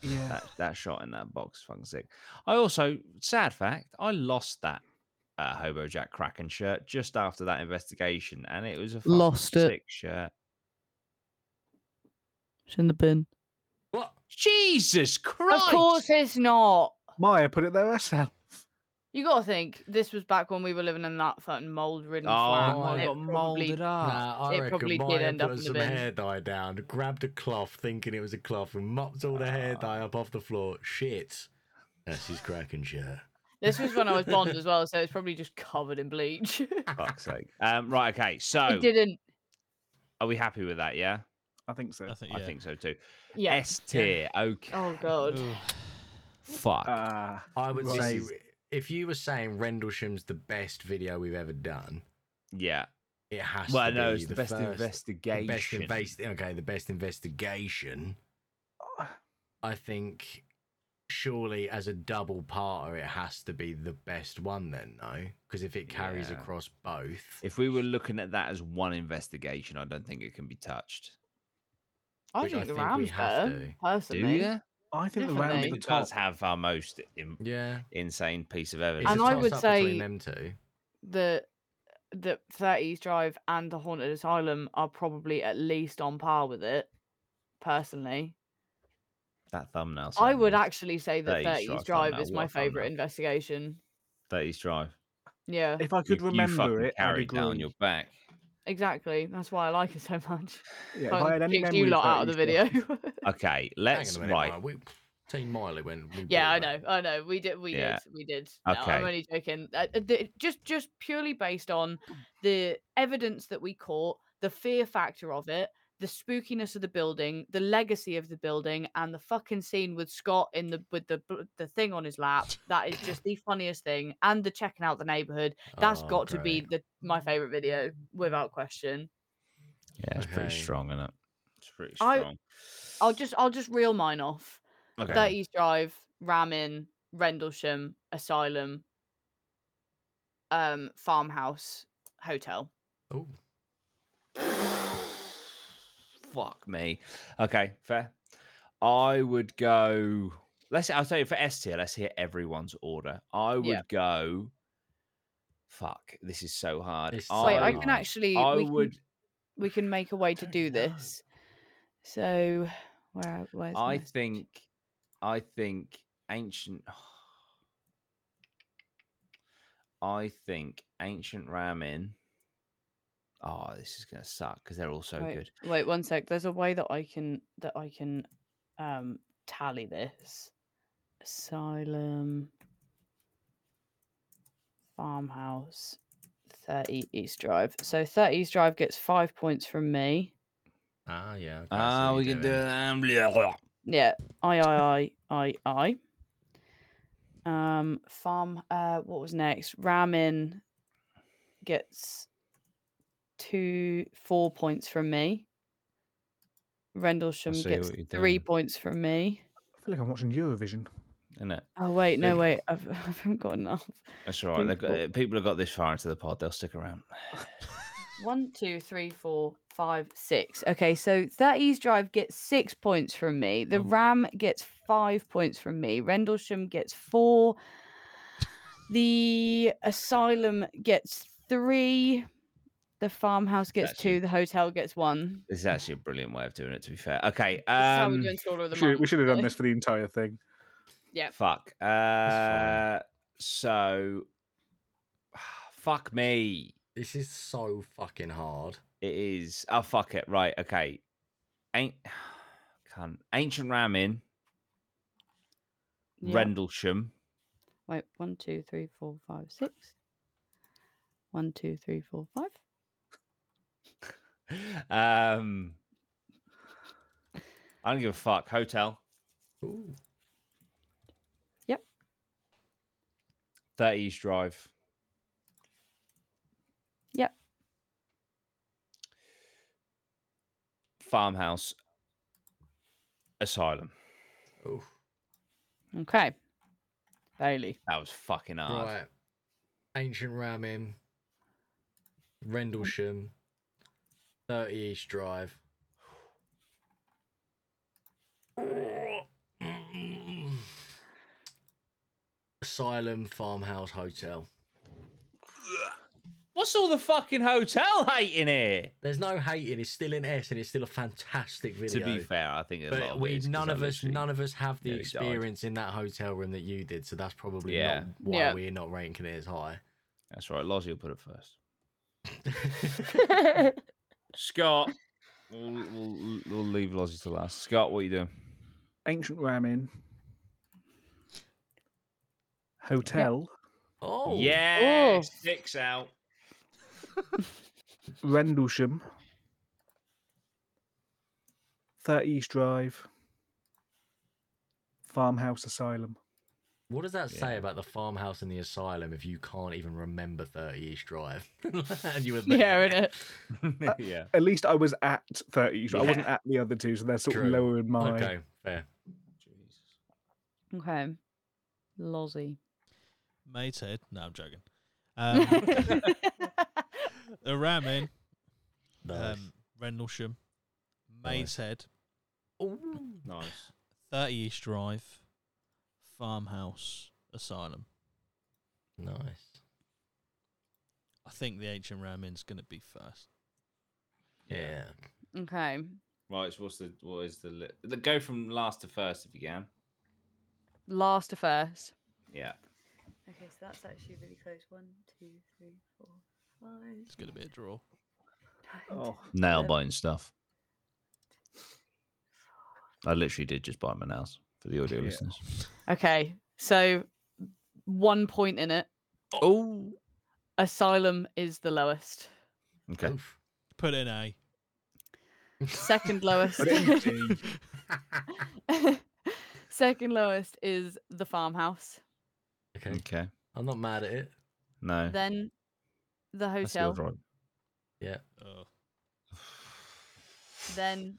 [SPEAKER 5] Yeah.
[SPEAKER 2] That that shot in that box, is fucking sick. I also, sad fact, I lost that uh, Hobo Jack Kraken shirt just after that investigation, and it was a fucking
[SPEAKER 1] Lost it.
[SPEAKER 2] sick shirt.
[SPEAKER 1] It's in the bin.
[SPEAKER 3] What?
[SPEAKER 2] Jesus Christ!
[SPEAKER 1] Of course, it's not.
[SPEAKER 5] Maya put it there herself.
[SPEAKER 1] You gotta think this was back when we were living in that fucking mold
[SPEAKER 2] Oh,
[SPEAKER 1] ridden flat.
[SPEAKER 2] I
[SPEAKER 1] and it
[SPEAKER 2] got
[SPEAKER 1] probably- <laughs>
[SPEAKER 2] molded up.
[SPEAKER 3] Nah, I
[SPEAKER 1] it
[SPEAKER 3] reckon
[SPEAKER 1] probably did
[SPEAKER 3] Maya
[SPEAKER 1] end
[SPEAKER 3] put
[SPEAKER 1] up in the
[SPEAKER 3] some
[SPEAKER 1] bin.
[SPEAKER 3] hair dye down, grabbed a cloth thinking it was a cloth, and mopped all the hair dye up off the floor. Shit. That's his cracking shirt.
[SPEAKER 1] This was when I was blonde
[SPEAKER 2] <laughs>
[SPEAKER 1] as well, so it's probably just covered in bleach. <laughs>
[SPEAKER 2] Fuck's sake. Um, right, okay. So,
[SPEAKER 1] It didn't.
[SPEAKER 2] are we happy with that? Yeah,
[SPEAKER 5] I think so.
[SPEAKER 4] I think.
[SPEAKER 2] I
[SPEAKER 4] Yeah.
[SPEAKER 2] think so too.
[SPEAKER 1] Yeah.
[SPEAKER 2] S tier. Okay. <laughs>
[SPEAKER 1] Oh Uh, god.
[SPEAKER 4] Ugh.
[SPEAKER 2] Fuck.
[SPEAKER 5] Ah,
[SPEAKER 3] I would
[SPEAKER 5] Right.
[SPEAKER 3] say
[SPEAKER 5] This is-
[SPEAKER 3] if you were saying Rendlesham's the best video we've ever done,
[SPEAKER 2] yeah.
[SPEAKER 3] it has
[SPEAKER 2] Well,
[SPEAKER 3] to
[SPEAKER 2] no,
[SPEAKER 3] be
[SPEAKER 2] it's the, best
[SPEAKER 3] first,
[SPEAKER 2] investigation.
[SPEAKER 3] the best invest- okay, the best investigation. I think surely as a double parter, it has to be the best one then, no? Because if it carries
[SPEAKER 2] Yeah.
[SPEAKER 3] across both,
[SPEAKER 2] If we were looking at that as one investigation, I don't think it can be touched.
[SPEAKER 1] I
[SPEAKER 3] Which I
[SPEAKER 1] think the
[SPEAKER 3] think we
[SPEAKER 1] Rams
[SPEAKER 3] have
[SPEAKER 1] better,
[SPEAKER 3] to.
[SPEAKER 2] Do
[SPEAKER 1] personally.
[SPEAKER 2] you?
[SPEAKER 5] I think the
[SPEAKER 1] Definitely.
[SPEAKER 5] round
[SPEAKER 1] Hey.
[SPEAKER 5] at the
[SPEAKER 2] It does
[SPEAKER 5] top.
[SPEAKER 2] have our most in-
[SPEAKER 3] yeah,
[SPEAKER 2] insane piece of
[SPEAKER 3] it's
[SPEAKER 2] evidence.
[SPEAKER 3] a
[SPEAKER 1] And I would
[SPEAKER 3] toss-up between
[SPEAKER 1] say-
[SPEAKER 3] them two.
[SPEAKER 1] The the 30s Drive and the Haunted Asylum are probably at least on par with it. Personally,
[SPEAKER 2] that thumbnail.
[SPEAKER 1] I would
[SPEAKER 2] certainly.
[SPEAKER 1] actually say that
[SPEAKER 2] 30s
[SPEAKER 1] 30s,
[SPEAKER 2] Drive
[SPEAKER 1] Drive
[SPEAKER 2] thumbnail,
[SPEAKER 1] is
[SPEAKER 2] what
[SPEAKER 1] my
[SPEAKER 2] a thumbnail.
[SPEAKER 1] favorite investigation.
[SPEAKER 2] 30s drive.
[SPEAKER 1] Yeah,
[SPEAKER 5] If I could
[SPEAKER 2] you, you
[SPEAKER 5] remember
[SPEAKER 2] fucking
[SPEAKER 5] it, I'd
[SPEAKER 2] carried down
[SPEAKER 5] agree.
[SPEAKER 2] your back.
[SPEAKER 1] exactly. That's why I like it so much.
[SPEAKER 5] Yeah, if
[SPEAKER 1] Fucking
[SPEAKER 5] I had any
[SPEAKER 1] kicks
[SPEAKER 5] memory
[SPEAKER 1] you
[SPEAKER 5] of
[SPEAKER 1] lot out of the
[SPEAKER 5] 30s drive-
[SPEAKER 1] video. <laughs>
[SPEAKER 2] Okay,
[SPEAKER 3] Hang on a
[SPEAKER 2] let's
[SPEAKER 3] minute,
[SPEAKER 2] right.
[SPEAKER 3] Mike, We, Team Miley when we
[SPEAKER 1] Yeah, I
[SPEAKER 3] bought
[SPEAKER 1] know,
[SPEAKER 3] that.
[SPEAKER 1] I know. We did, we
[SPEAKER 2] Yeah.
[SPEAKER 1] did, we did. No, I'm
[SPEAKER 2] Okay.
[SPEAKER 1] only joking. Uh, uh, the- just, just purely based on the evidence that we caught, the fear factor of it, the spookiness of the building, the legacy of the building, and the fucking scene with Scott in the with the bl- the thing on his lap. That is just the funniest thing, and the checking out the neighborhood. That's
[SPEAKER 3] Oh,
[SPEAKER 1] got to be
[SPEAKER 3] great.
[SPEAKER 1] the my favorite video without question.
[SPEAKER 2] Yeah, it's pretty
[SPEAKER 3] Okay.
[SPEAKER 2] strong, isn't it? It's pretty
[SPEAKER 1] I-
[SPEAKER 2] strong. <sighs>
[SPEAKER 1] I'll just, I'll just reel mine off.
[SPEAKER 2] okay.
[SPEAKER 1] 30s Drive, Ramin, Rendlesham, Asylum, um, Farmhouse, Hotel.
[SPEAKER 3] Ooh,
[SPEAKER 2] Fuck me. Okay, fair. I would go. Let's. I'll tell you for S tier. Let's hear everyone's order. I would
[SPEAKER 1] Yeah.
[SPEAKER 2] go. Fuck. This is so hard.
[SPEAKER 3] It's
[SPEAKER 1] Wait, I
[SPEAKER 3] Oh.
[SPEAKER 1] can actually.
[SPEAKER 2] I
[SPEAKER 1] we,
[SPEAKER 2] would.
[SPEAKER 1] Can, we can make a way to
[SPEAKER 2] <laughs>
[SPEAKER 3] don't
[SPEAKER 1] do
[SPEAKER 3] know.
[SPEAKER 1] this. So, where? Where's my-
[SPEAKER 2] I think. I think ancient. <sighs> I think ancient ramen. Oh, this is gonna suck because they're all so
[SPEAKER 1] wait,
[SPEAKER 2] good.
[SPEAKER 1] Wait one sec. There's a way that I can that I can um tally this. Asylum, farmhouse, thirty East Drive. So thirty East Drive gets five points from me.
[SPEAKER 3] ah, yeah. okay, I see
[SPEAKER 2] Ah,
[SPEAKER 3] what
[SPEAKER 2] we
[SPEAKER 3] you're
[SPEAKER 2] can do
[SPEAKER 3] doing.
[SPEAKER 2] it. um, blah, blah.
[SPEAKER 1] Yeah, I I I I I. Um, farm. Uh, what was next? Ramen gets two four points from me. Rendlesham
[SPEAKER 2] see
[SPEAKER 1] gets
[SPEAKER 2] what you're
[SPEAKER 1] three
[SPEAKER 2] doing.
[SPEAKER 1] points from me.
[SPEAKER 5] <laughs> I feel like I'm watching Eurovision.
[SPEAKER 2] Innit?
[SPEAKER 1] Oh wait, no
[SPEAKER 2] See?
[SPEAKER 1] wait, I've, <laughs> I haven't got enough.
[SPEAKER 2] That's all right. They've got,
[SPEAKER 5] Beautiful.
[SPEAKER 2] uh, people have got this far into the pod; they'll stick around.
[SPEAKER 1] One, two, three, four, five, six. Okay, so 30s Drive gets six points from me. The
[SPEAKER 4] Oh.
[SPEAKER 1] Ram gets five points from me. Rendlesham gets four. The Asylum gets three. The Farmhouse gets
[SPEAKER 2] Actually-
[SPEAKER 1] two. The Hotel gets one.
[SPEAKER 2] This is actually a brilliant way of doing it. To be fair, okay.
[SPEAKER 1] That's how
[SPEAKER 2] Um,
[SPEAKER 1] we're doing Sword of the
[SPEAKER 5] We should, we
[SPEAKER 1] Month,
[SPEAKER 5] should have
[SPEAKER 1] so- <laughs>
[SPEAKER 5] done this for the entire thing.
[SPEAKER 1] Yep.
[SPEAKER 2] fuck.
[SPEAKER 3] fine.
[SPEAKER 2] Uh, so, <sighs> fuck me.
[SPEAKER 3] This is so fucking hard.
[SPEAKER 2] It is. Oh fuck it. Right. Okay. <sighs> Ain't can ancient ramen
[SPEAKER 1] yep.
[SPEAKER 2] Rendlesham. <laughs>
[SPEAKER 1] Wait, one, two, three, four, five, six. One, two, three, four, five.
[SPEAKER 2] Um, I don't give a fuck. Hotel
[SPEAKER 3] Ooh,
[SPEAKER 2] Thirty East Drive.
[SPEAKER 1] Yep.
[SPEAKER 2] Farmhouse. Asylum.
[SPEAKER 3] ooh.
[SPEAKER 1] Okay. Bailey. <laughs>
[SPEAKER 2] That was fucking hard.
[SPEAKER 3] Right. Ancient Ramin, Rendlesham, 30 East Drive. Asylum, Farmhouse, Hotel.
[SPEAKER 2] What's all the fucking hotel hate in here?
[SPEAKER 3] There's no hating. It's still in S, and it's still a fantastic video.
[SPEAKER 2] To be fair, I think a lot
[SPEAKER 3] but
[SPEAKER 2] of
[SPEAKER 3] we
[SPEAKER 2] it is 'cause
[SPEAKER 3] none
[SPEAKER 2] I
[SPEAKER 3] of us,
[SPEAKER 2] literally-
[SPEAKER 3] none of us have the
[SPEAKER 2] nearly died.
[SPEAKER 3] experience in that hotel room that you did. So that's probably
[SPEAKER 2] Yeah.
[SPEAKER 3] not why
[SPEAKER 1] Yeah.
[SPEAKER 3] we're not ranking it as high.
[SPEAKER 2] That's right. Lozzie will put it first. Scott, we'll, we'll, we'll leave Lozzie to last. Scott, what are you doing?
[SPEAKER 5] Ancient ramen. Hotel.
[SPEAKER 3] oh,
[SPEAKER 2] yeah,
[SPEAKER 1] Oh.
[SPEAKER 2] six <laughs> out.
[SPEAKER 5] Rendlesham. 30 East Drive. Farmhouse Asylum.
[SPEAKER 3] What does that say
[SPEAKER 2] Yeah.
[SPEAKER 3] about the farmhouse and the asylum if you can't even remember 30 East Drive? <laughs> and you were there.
[SPEAKER 1] yeah, innit?
[SPEAKER 5] Uh,
[SPEAKER 2] yeah.
[SPEAKER 5] At least I was at 30 East Drive. I wasn't
[SPEAKER 2] Yeah.
[SPEAKER 5] at the other two, so they're sort
[SPEAKER 3] True.
[SPEAKER 5] of lower in my.
[SPEAKER 3] Okay, fair.
[SPEAKER 1] Okay.
[SPEAKER 2] <laughs>
[SPEAKER 1] Lozzy.
[SPEAKER 4] Matehead. No, I'm joking.
[SPEAKER 1] <laughs>
[SPEAKER 4] Um, the ramen.
[SPEAKER 3] Nice.
[SPEAKER 4] Um, Rendlesham.
[SPEAKER 3] Nice.
[SPEAKER 4] Matehead.
[SPEAKER 2] Nice.
[SPEAKER 4] 30 East Drive. Farmhouse. Asylum.
[SPEAKER 3] nice.
[SPEAKER 4] I think the ancient ramen's going to be first.
[SPEAKER 3] Yeah.
[SPEAKER 1] Okay.
[SPEAKER 2] Right. So what's the what is the, li- the go from last to first if you can?
[SPEAKER 1] Last to first.
[SPEAKER 2] Yeah.
[SPEAKER 1] Okay, so that's actually really close. One, two, three, four, five.
[SPEAKER 4] It's going to be a draw.
[SPEAKER 5] Oh,
[SPEAKER 2] Nail biting stuff. I literally did just bite my nails for the audio
[SPEAKER 5] Yeah.
[SPEAKER 2] listeners.
[SPEAKER 1] Okay, so one point in it.
[SPEAKER 2] Oh.
[SPEAKER 1] Asylum is the lowest. <laughs>
[SPEAKER 2] Okay.
[SPEAKER 3] Oof.
[SPEAKER 4] Put in A.
[SPEAKER 1] Second
[SPEAKER 3] <laughs>
[SPEAKER 1] lowest.
[SPEAKER 5] Put it in D.
[SPEAKER 1] Second lowest is the farmhouse.
[SPEAKER 3] okay.
[SPEAKER 2] Okay.
[SPEAKER 3] I'm not mad at it.
[SPEAKER 2] No.
[SPEAKER 1] Then the
[SPEAKER 2] that's the
[SPEAKER 1] hotel.
[SPEAKER 2] order I-
[SPEAKER 4] Oh,
[SPEAKER 1] Then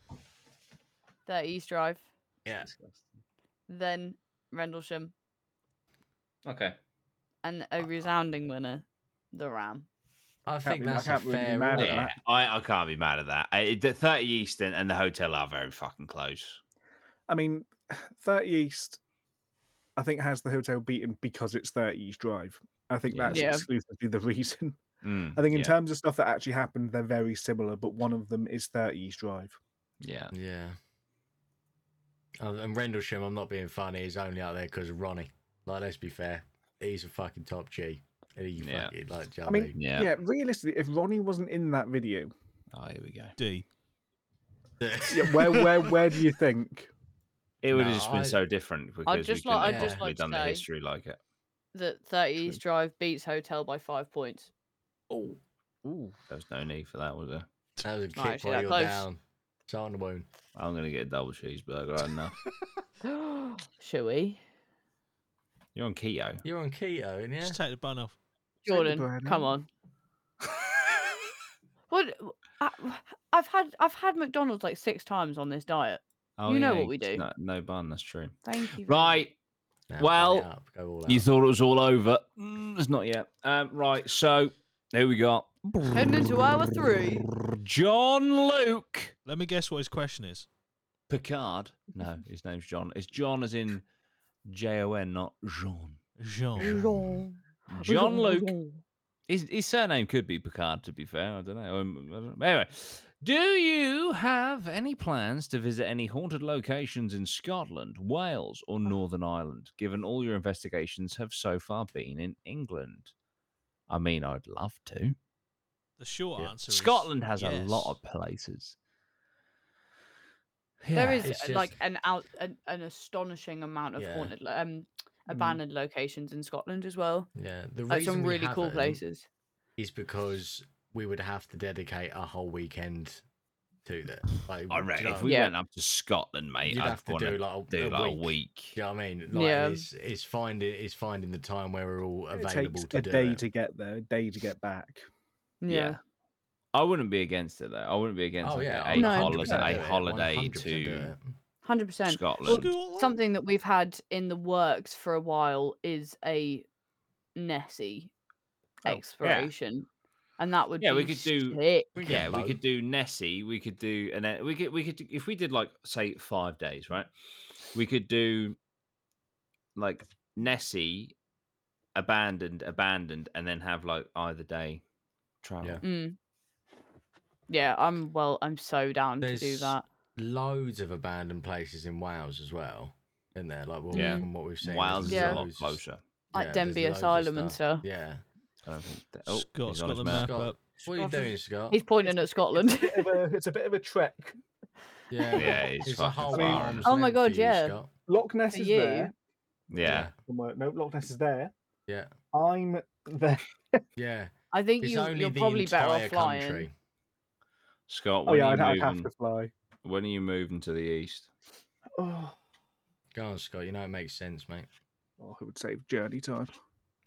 [SPEAKER 1] the East Drive.
[SPEAKER 3] Yeah.
[SPEAKER 1] Then Rendlesham.
[SPEAKER 2] Okay.
[SPEAKER 1] And a resounding winner, the Ram.
[SPEAKER 3] I think
[SPEAKER 5] be- I
[SPEAKER 3] that's a
[SPEAKER 5] can't really be
[SPEAKER 3] fair
[SPEAKER 5] mad at
[SPEAKER 3] order.
[SPEAKER 2] Yeah, I, I can't be mad at that. I, the 30 East and, and the hotel are very fucking close.
[SPEAKER 5] I mean, 30 East, I think, has the hotel beaten because it's 30 East Drive. I think
[SPEAKER 2] Yeah.
[SPEAKER 5] that's
[SPEAKER 1] Yeah.
[SPEAKER 5] exclusively the <laughs> reason.
[SPEAKER 2] Mm,
[SPEAKER 5] I think, in
[SPEAKER 2] yeah,
[SPEAKER 5] terms of stuff that actually happened, they're very similar, but one of them is 30 East Drive.
[SPEAKER 2] yeah.
[SPEAKER 3] Yeah. Oh, and Rendlesham, I'm not being funny, is only out there because Ronnie. Like, let's be fair, he's a fucking top G. He
[SPEAKER 2] Yeah.
[SPEAKER 3] fucking, like, do you know
[SPEAKER 5] I
[SPEAKER 3] what I
[SPEAKER 5] mean,
[SPEAKER 3] mean,
[SPEAKER 2] Yeah.
[SPEAKER 5] Yeah. realistically, if Ronnie wasn't in that video,
[SPEAKER 2] Oh, here we go.
[SPEAKER 4] D.
[SPEAKER 5] yeah, where, where, where do you think?
[SPEAKER 2] It would
[SPEAKER 3] No,
[SPEAKER 2] have just been
[SPEAKER 3] I-
[SPEAKER 2] so different because
[SPEAKER 1] just
[SPEAKER 2] we couldn't
[SPEAKER 1] like-
[SPEAKER 3] I'd
[SPEAKER 2] have
[SPEAKER 3] just
[SPEAKER 2] possibly
[SPEAKER 1] like to
[SPEAKER 2] done the
[SPEAKER 1] say-
[SPEAKER 2] history like it.
[SPEAKER 1] That 30
[SPEAKER 5] True.
[SPEAKER 1] East Drive beats Hotel by five points.
[SPEAKER 3] <laughs> Oh,
[SPEAKER 5] Ooh.
[SPEAKER 2] There was no need for that, was there?
[SPEAKER 3] that was a kick
[SPEAKER 1] Not actually that
[SPEAKER 3] while you're
[SPEAKER 1] close.
[SPEAKER 3] down. Salt on the wound.
[SPEAKER 2] I'm gonna get a double cheeseburger. I had <laughs> enough.
[SPEAKER 1] Shall we?
[SPEAKER 2] You're on keto.
[SPEAKER 3] You're on keto, and yeah,
[SPEAKER 4] Just take the bun off.
[SPEAKER 5] Take the
[SPEAKER 1] Jordan,
[SPEAKER 5] bread
[SPEAKER 1] come
[SPEAKER 5] out.
[SPEAKER 1] on. What? I, have had I've had McDonald's like six times on this diet.
[SPEAKER 2] Oh,
[SPEAKER 1] You know
[SPEAKER 2] yeah,
[SPEAKER 1] what we
[SPEAKER 2] it's
[SPEAKER 1] do.
[SPEAKER 2] No, no bun. That's true.
[SPEAKER 1] Thank you.
[SPEAKER 2] Right.
[SPEAKER 3] Now, bring it
[SPEAKER 2] Well,
[SPEAKER 3] up, go all
[SPEAKER 2] You
[SPEAKER 3] out.
[SPEAKER 2] thought it was all over. Mm, it's not yet. Um, right. So here we got
[SPEAKER 1] Heading into hour three.
[SPEAKER 2] John Luke.
[SPEAKER 4] Let me guess what his question is.
[SPEAKER 2] Picard. No, his name's John. It's John as in J O N, not Jean.
[SPEAKER 5] Oh,
[SPEAKER 4] Jean.
[SPEAKER 1] Jean. <laughs>
[SPEAKER 2] John Luke. His, his surname could be Picard, to be fair. I don't know. Um, I don't know. Anyway, do you have any plans to visit any haunted locations in Scotland, Wales,
[SPEAKER 3] Oh.
[SPEAKER 2] or Northern Ireland, given all your investigations have so far been in England? I mean, I'd love to.
[SPEAKER 4] The short
[SPEAKER 2] Yeah.
[SPEAKER 4] answer is
[SPEAKER 2] Scotland has a lot
[SPEAKER 4] yes.
[SPEAKER 2] of places.
[SPEAKER 1] There
[SPEAKER 2] Yeah.
[SPEAKER 1] is
[SPEAKER 3] it's
[SPEAKER 1] uh, like
[SPEAKER 3] just-
[SPEAKER 1] an out an, an astonishing amount of
[SPEAKER 3] Yeah.
[SPEAKER 1] haunted lo- um abandoned locations in Scotland as well.
[SPEAKER 3] Yeah, the
[SPEAKER 1] Like
[SPEAKER 3] reason
[SPEAKER 1] some
[SPEAKER 3] we
[SPEAKER 1] really cool
[SPEAKER 3] haven't
[SPEAKER 1] places.
[SPEAKER 3] is because we would have to dedicate a whole weekend to that. Like,
[SPEAKER 2] I
[SPEAKER 3] do you
[SPEAKER 2] reckon
[SPEAKER 3] know
[SPEAKER 2] if
[SPEAKER 3] what
[SPEAKER 2] we
[SPEAKER 1] Yeah.
[SPEAKER 2] went up to Scotland,
[SPEAKER 3] I mean?
[SPEAKER 2] mate,
[SPEAKER 3] you'd
[SPEAKER 2] I'd
[SPEAKER 3] have to
[SPEAKER 2] want to
[SPEAKER 3] do like a,
[SPEAKER 2] do
[SPEAKER 3] a
[SPEAKER 2] like
[SPEAKER 3] week.
[SPEAKER 2] a week.
[SPEAKER 3] Do you know what I mean? Like,
[SPEAKER 1] Yeah.
[SPEAKER 3] it's, it's finding it's finding the time where we're all
[SPEAKER 5] It
[SPEAKER 3] available
[SPEAKER 5] takes
[SPEAKER 3] to
[SPEAKER 5] a
[SPEAKER 3] do
[SPEAKER 5] day
[SPEAKER 3] it.
[SPEAKER 5] to get there, a day to get back.
[SPEAKER 1] Yeah.
[SPEAKER 2] I wouldn't be against it though. I wouldn't be against
[SPEAKER 3] Oh
[SPEAKER 2] like,
[SPEAKER 3] yeah,
[SPEAKER 2] a,
[SPEAKER 3] I'd
[SPEAKER 1] No,
[SPEAKER 2] holiday,
[SPEAKER 3] 100% do
[SPEAKER 2] a
[SPEAKER 3] it,
[SPEAKER 2] holiday
[SPEAKER 3] 100% do
[SPEAKER 2] to
[SPEAKER 3] it.
[SPEAKER 1] Hundred percent.
[SPEAKER 2] Scotland.
[SPEAKER 1] Something that we've had in the works for a while is a Nessie
[SPEAKER 5] Oh, yeah.
[SPEAKER 1] exploration. And that would
[SPEAKER 2] Yeah,
[SPEAKER 1] be
[SPEAKER 2] we could do-
[SPEAKER 1] sick.
[SPEAKER 3] We can
[SPEAKER 2] yeah, we
[SPEAKER 3] both.
[SPEAKER 2] could do Nessie. We could do and then we could we could do- if we did like say five days, right? We could do like Nessie, abandoned, abandoned, and then have like either day travel.
[SPEAKER 3] Yeah.
[SPEAKER 1] Mm. Yeah, I'm well. I'm so down to do
[SPEAKER 3] There's-
[SPEAKER 1] that.
[SPEAKER 3] loads of abandoned places in Wales as well, isn't there? Like what,
[SPEAKER 2] Yeah.
[SPEAKER 3] from what we've seen.
[SPEAKER 2] Wales is
[SPEAKER 3] there's
[SPEAKER 1] Yeah.
[SPEAKER 2] a lot
[SPEAKER 3] loads-
[SPEAKER 2] closer.
[SPEAKER 1] Like
[SPEAKER 3] yeah, there's
[SPEAKER 1] Denby
[SPEAKER 3] loads of
[SPEAKER 1] Asylum and stuff.
[SPEAKER 3] Yeah.
[SPEAKER 2] I don't think that, oh,
[SPEAKER 4] Scott's
[SPEAKER 2] he's on
[SPEAKER 4] got
[SPEAKER 2] his
[SPEAKER 4] the
[SPEAKER 2] map.
[SPEAKER 4] map
[SPEAKER 3] Scott,
[SPEAKER 4] up.
[SPEAKER 3] What are you doing, Scott?
[SPEAKER 1] He's pointing at <laughs> Scotland.
[SPEAKER 5] It's a bit of a, it's a bit of a trek.
[SPEAKER 1] <laughs>
[SPEAKER 3] Yeah,
[SPEAKER 2] Yeah, it's
[SPEAKER 3] a
[SPEAKER 2] fucking
[SPEAKER 3] whole
[SPEAKER 5] far.
[SPEAKER 3] arm's
[SPEAKER 1] Oh my
[SPEAKER 3] length for
[SPEAKER 1] God,
[SPEAKER 3] you,
[SPEAKER 1] yeah.
[SPEAKER 3] Scott.
[SPEAKER 5] Loch Ness
[SPEAKER 1] For
[SPEAKER 5] is
[SPEAKER 1] you.
[SPEAKER 5] there.
[SPEAKER 2] Yeah.
[SPEAKER 5] Somewhere- No, Loch Ness is there.
[SPEAKER 3] yeah,
[SPEAKER 5] I'm there.
[SPEAKER 3] yeah.
[SPEAKER 1] I think
[SPEAKER 3] It's
[SPEAKER 1] you,
[SPEAKER 3] only
[SPEAKER 1] you're
[SPEAKER 3] the
[SPEAKER 1] probably better off
[SPEAKER 3] entire
[SPEAKER 1] flying.
[SPEAKER 3] country.
[SPEAKER 2] Scott,
[SPEAKER 5] Oh
[SPEAKER 2] when,
[SPEAKER 5] yeah, I'd,
[SPEAKER 2] are
[SPEAKER 5] I'd
[SPEAKER 2] you
[SPEAKER 5] have
[SPEAKER 2] moving,
[SPEAKER 5] to fly. <sighs>
[SPEAKER 2] when are you moving to the
[SPEAKER 3] <laughs>
[SPEAKER 2] east?
[SPEAKER 5] Oh,
[SPEAKER 3] Go on, Scott. You know it makes sense, mate.
[SPEAKER 5] oh, it would save journey time.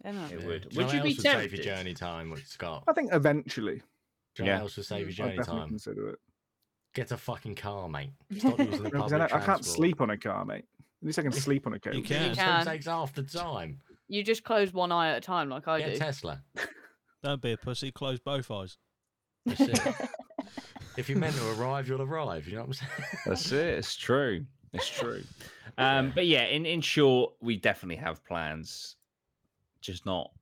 [SPEAKER 1] innit?
[SPEAKER 2] It
[SPEAKER 3] Yeah.
[SPEAKER 2] would.
[SPEAKER 3] Do
[SPEAKER 2] Would
[SPEAKER 3] know what
[SPEAKER 2] you be
[SPEAKER 3] else would save
[SPEAKER 2] tempted?
[SPEAKER 3] your journey time, with Scott?
[SPEAKER 5] I think eventually.
[SPEAKER 3] Do you know what
[SPEAKER 2] Yeah.
[SPEAKER 3] else would save your
[SPEAKER 1] Mm,
[SPEAKER 5] I'd
[SPEAKER 3] journey
[SPEAKER 5] definitely
[SPEAKER 3] time?
[SPEAKER 5] consider it.
[SPEAKER 1] <laughs>
[SPEAKER 3] Get a fucking car, mate. Stop using the public
[SPEAKER 5] Because <laughs> I, know- I can't
[SPEAKER 3] transport.
[SPEAKER 5] sleep on a car, mate. At least I can sleep on a coat.
[SPEAKER 4] You can.
[SPEAKER 3] Still
[SPEAKER 1] can.
[SPEAKER 3] takes half the time.
[SPEAKER 1] You just close one eye at a time, like I
[SPEAKER 3] Get
[SPEAKER 1] do.
[SPEAKER 3] Tesla.
[SPEAKER 4] Don't be a pussy. Close both eyes.
[SPEAKER 3] That's it. if you're meant to arrive, you'll arrive. You know what I'm saying?
[SPEAKER 2] That's it. It's true. It's true. Um, but yeah, in, in short, we definitely have plans, just not,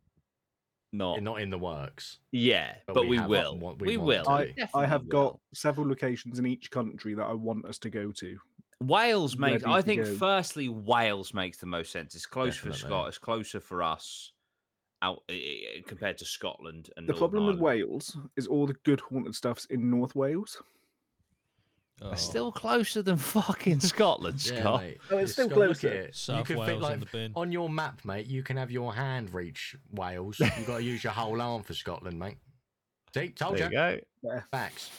[SPEAKER 2] not,
[SPEAKER 3] <laughs> Not in the works.
[SPEAKER 2] yeah. But,
[SPEAKER 3] but we
[SPEAKER 2] we,
[SPEAKER 3] have what-
[SPEAKER 2] will.
[SPEAKER 3] what
[SPEAKER 2] we
[SPEAKER 3] we want
[SPEAKER 2] will.
[SPEAKER 3] to
[SPEAKER 5] I, I
[SPEAKER 2] Definitely
[SPEAKER 5] have
[SPEAKER 2] will.
[SPEAKER 5] got several locations in each country that I want us to go to.
[SPEAKER 2] Wales makes.
[SPEAKER 5] ready
[SPEAKER 2] I
[SPEAKER 5] to
[SPEAKER 2] think,
[SPEAKER 5] go.
[SPEAKER 2] firstly, Wales makes the most sense. It's close for
[SPEAKER 3] Definitely.
[SPEAKER 2] Scott. It's closer for us, out i- i- compared to Scotland and
[SPEAKER 5] The
[SPEAKER 2] Northern
[SPEAKER 5] problem with
[SPEAKER 2] Ireland.
[SPEAKER 5] Wales is all the good haunted stuff's in North Wales.
[SPEAKER 4] Oh.
[SPEAKER 2] It's Still closer than <laughs> fucking Scotland, Scott.
[SPEAKER 3] mate.
[SPEAKER 5] Oh,
[SPEAKER 3] Just
[SPEAKER 5] it's still
[SPEAKER 3] go look
[SPEAKER 5] closer.
[SPEAKER 3] at it. You
[SPEAKER 4] South
[SPEAKER 3] could
[SPEAKER 4] Wales
[SPEAKER 3] fit,
[SPEAKER 4] in
[SPEAKER 3] like,
[SPEAKER 4] the bin.
[SPEAKER 3] on your map, mate. You can have your hand reach Wales. You've got to use your whole arm for Scotland, mate. See, told you.
[SPEAKER 2] go.
[SPEAKER 5] Yeah.
[SPEAKER 3] Facts.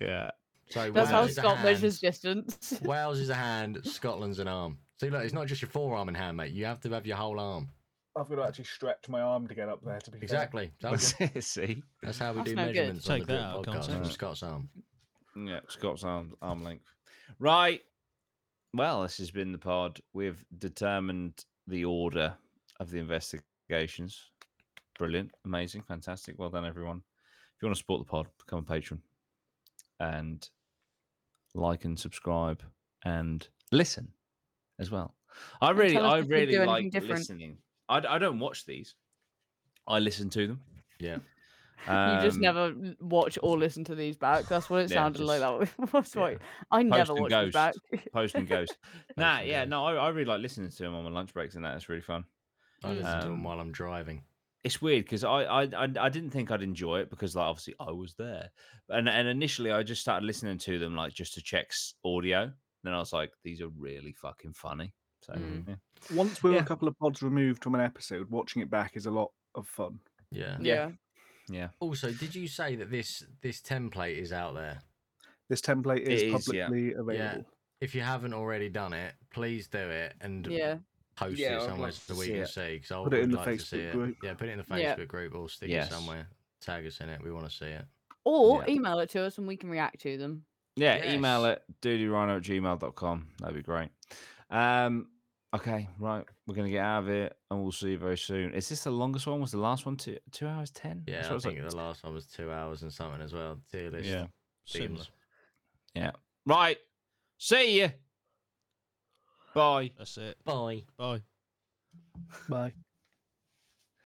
[SPEAKER 2] Yeah.
[SPEAKER 3] So
[SPEAKER 1] That's how
[SPEAKER 3] Wales is a
[SPEAKER 1] Scott measures
[SPEAKER 3] hand.
[SPEAKER 1] distance. <laughs>
[SPEAKER 3] Wales is a hand. Scotland's an arm. See, look, it's not just your forearm and hand, mate. You have to have your whole arm.
[SPEAKER 5] I've got to actually stretch my arm to get up there. To be fair.
[SPEAKER 3] Exactly. Told
[SPEAKER 2] <laughs>
[SPEAKER 3] you.
[SPEAKER 2] See.
[SPEAKER 3] That's how we
[SPEAKER 1] That's
[SPEAKER 3] do
[SPEAKER 1] no good.
[SPEAKER 3] measurements on
[SPEAKER 4] Take
[SPEAKER 3] the
[SPEAKER 4] that out
[SPEAKER 3] group
[SPEAKER 4] of
[SPEAKER 3] podcast.
[SPEAKER 4] context.
[SPEAKER 3] with Scott's arm.
[SPEAKER 2] Yeah, Scott's arm arm length. Right. Well, this has been the pod. We've determined the order of the investigations. Brilliant, amazing, fantastic. Well done, everyone. If you want to support the pod, become a patron and like and subscribe and listen as well. I
[SPEAKER 1] And
[SPEAKER 2] really,
[SPEAKER 1] tell us
[SPEAKER 2] I
[SPEAKER 1] if we
[SPEAKER 2] really
[SPEAKER 1] do anything
[SPEAKER 2] like
[SPEAKER 1] different.
[SPEAKER 2] listening. I, d- I don't watch these. I listen to them.
[SPEAKER 3] Yeah.
[SPEAKER 1] you just
[SPEAKER 2] Um,
[SPEAKER 1] never l- watch or listen to these back. That's what it
[SPEAKER 2] Yeah,
[SPEAKER 1] sounded like. That <laughs> was
[SPEAKER 2] yeah.
[SPEAKER 1] what I
[SPEAKER 2] Post
[SPEAKER 1] never
[SPEAKER 2] and
[SPEAKER 1] watched
[SPEAKER 2] ghost. <laughs>
[SPEAKER 1] these back.
[SPEAKER 2] Post and goes. nah,
[SPEAKER 3] and
[SPEAKER 2] yeah,
[SPEAKER 3] goes.
[SPEAKER 2] no, I, I really like listening to them on my lunch breaks and that. It's really fun.
[SPEAKER 3] I listen to
[SPEAKER 2] Um,
[SPEAKER 3] them while I'm driving.
[SPEAKER 2] It's weird because I, I I I didn't think I'd enjoy it because like obviously I was there, and and initially I just started listening to them like just to check s- audio. Then I was like, these are really fucking funny. So
[SPEAKER 1] Mm.
[SPEAKER 2] yeah.
[SPEAKER 5] Once we're
[SPEAKER 2] Yeah.
[SPEAKER 5] a couple of pods removed from an episode, watching it back is a lot of fun.
[SPEAKER 3] Yeah.
[SPEAKER 1] Yeah.
[SPEAKER 3] Also, did you say that this this template is out there?
[SPEAKER 5] This template
[SPEAKER 2] It
[SPEAKER 5] is,
[SPEAKER 2] is, yeah.
[SPEAKER 5] publicly available.
[SPEAKER 3] If you haven't already done it, please do it and
[SPEAKER 1] Yeah.
[SPEAKER 3] post
[SPEAKER 2] Yeah, I'd
[SPEAKER 3] it
[SPEAKER 2] like
[SPEAKER 3] somewhere
[SPEAKER 2] to
[SPEAKER 3] so we
[SPEAKER 2] see
[SPEAKER 3] can
[SPEAKER 2] it.
[SPEAKER 3] see. Because I
[SPEAKER 5] Put
[SPEAKER 3] would
[SPEAKER 5] it in the
[SPEAKER 3] like to see
[SPEAKER 5] Facebook
[SPEAKER 3] it.
[SPEAKER 5] group.
[SPEAKER 3] Yeah, put it in the Facebook
[SPEAKER 1] Yeah.
[SPEAKER 3] group or stick
[SPEAKER 2] Yes.
[SPEAKER 3] it somewhere. Tag us in it. We want to see it.
[SPEAKER 1] Or
[SPEAKER 2] Yeah.
[SPEAKER 1] email it to us and we can react to them.
[SPEAKER 2] Yeah, email
[SPEAKER 3] Yes.
[SPEAKER 2] it doodyrhino at gmail.com. That'd be great. Um, okay, right. We're going to get out of it and we'll see you very soon. Is this the longest one? Was the last one two, two hours 10?
[SPEAKER 3] Yeah, I think the last one was two hours and something as well. Tier list.
[SPEAKER 2] Yeah.
[SPEAKER 4] Similar.
[SPEAKER 3] themes.
[SPEAKER 2] Right. See you. Bye.
[SPEAKER 4] That's it.
[SPEAKER 3] Bye.
[SPEAKER 4] Bye.
[SPEAKER 5] Bye.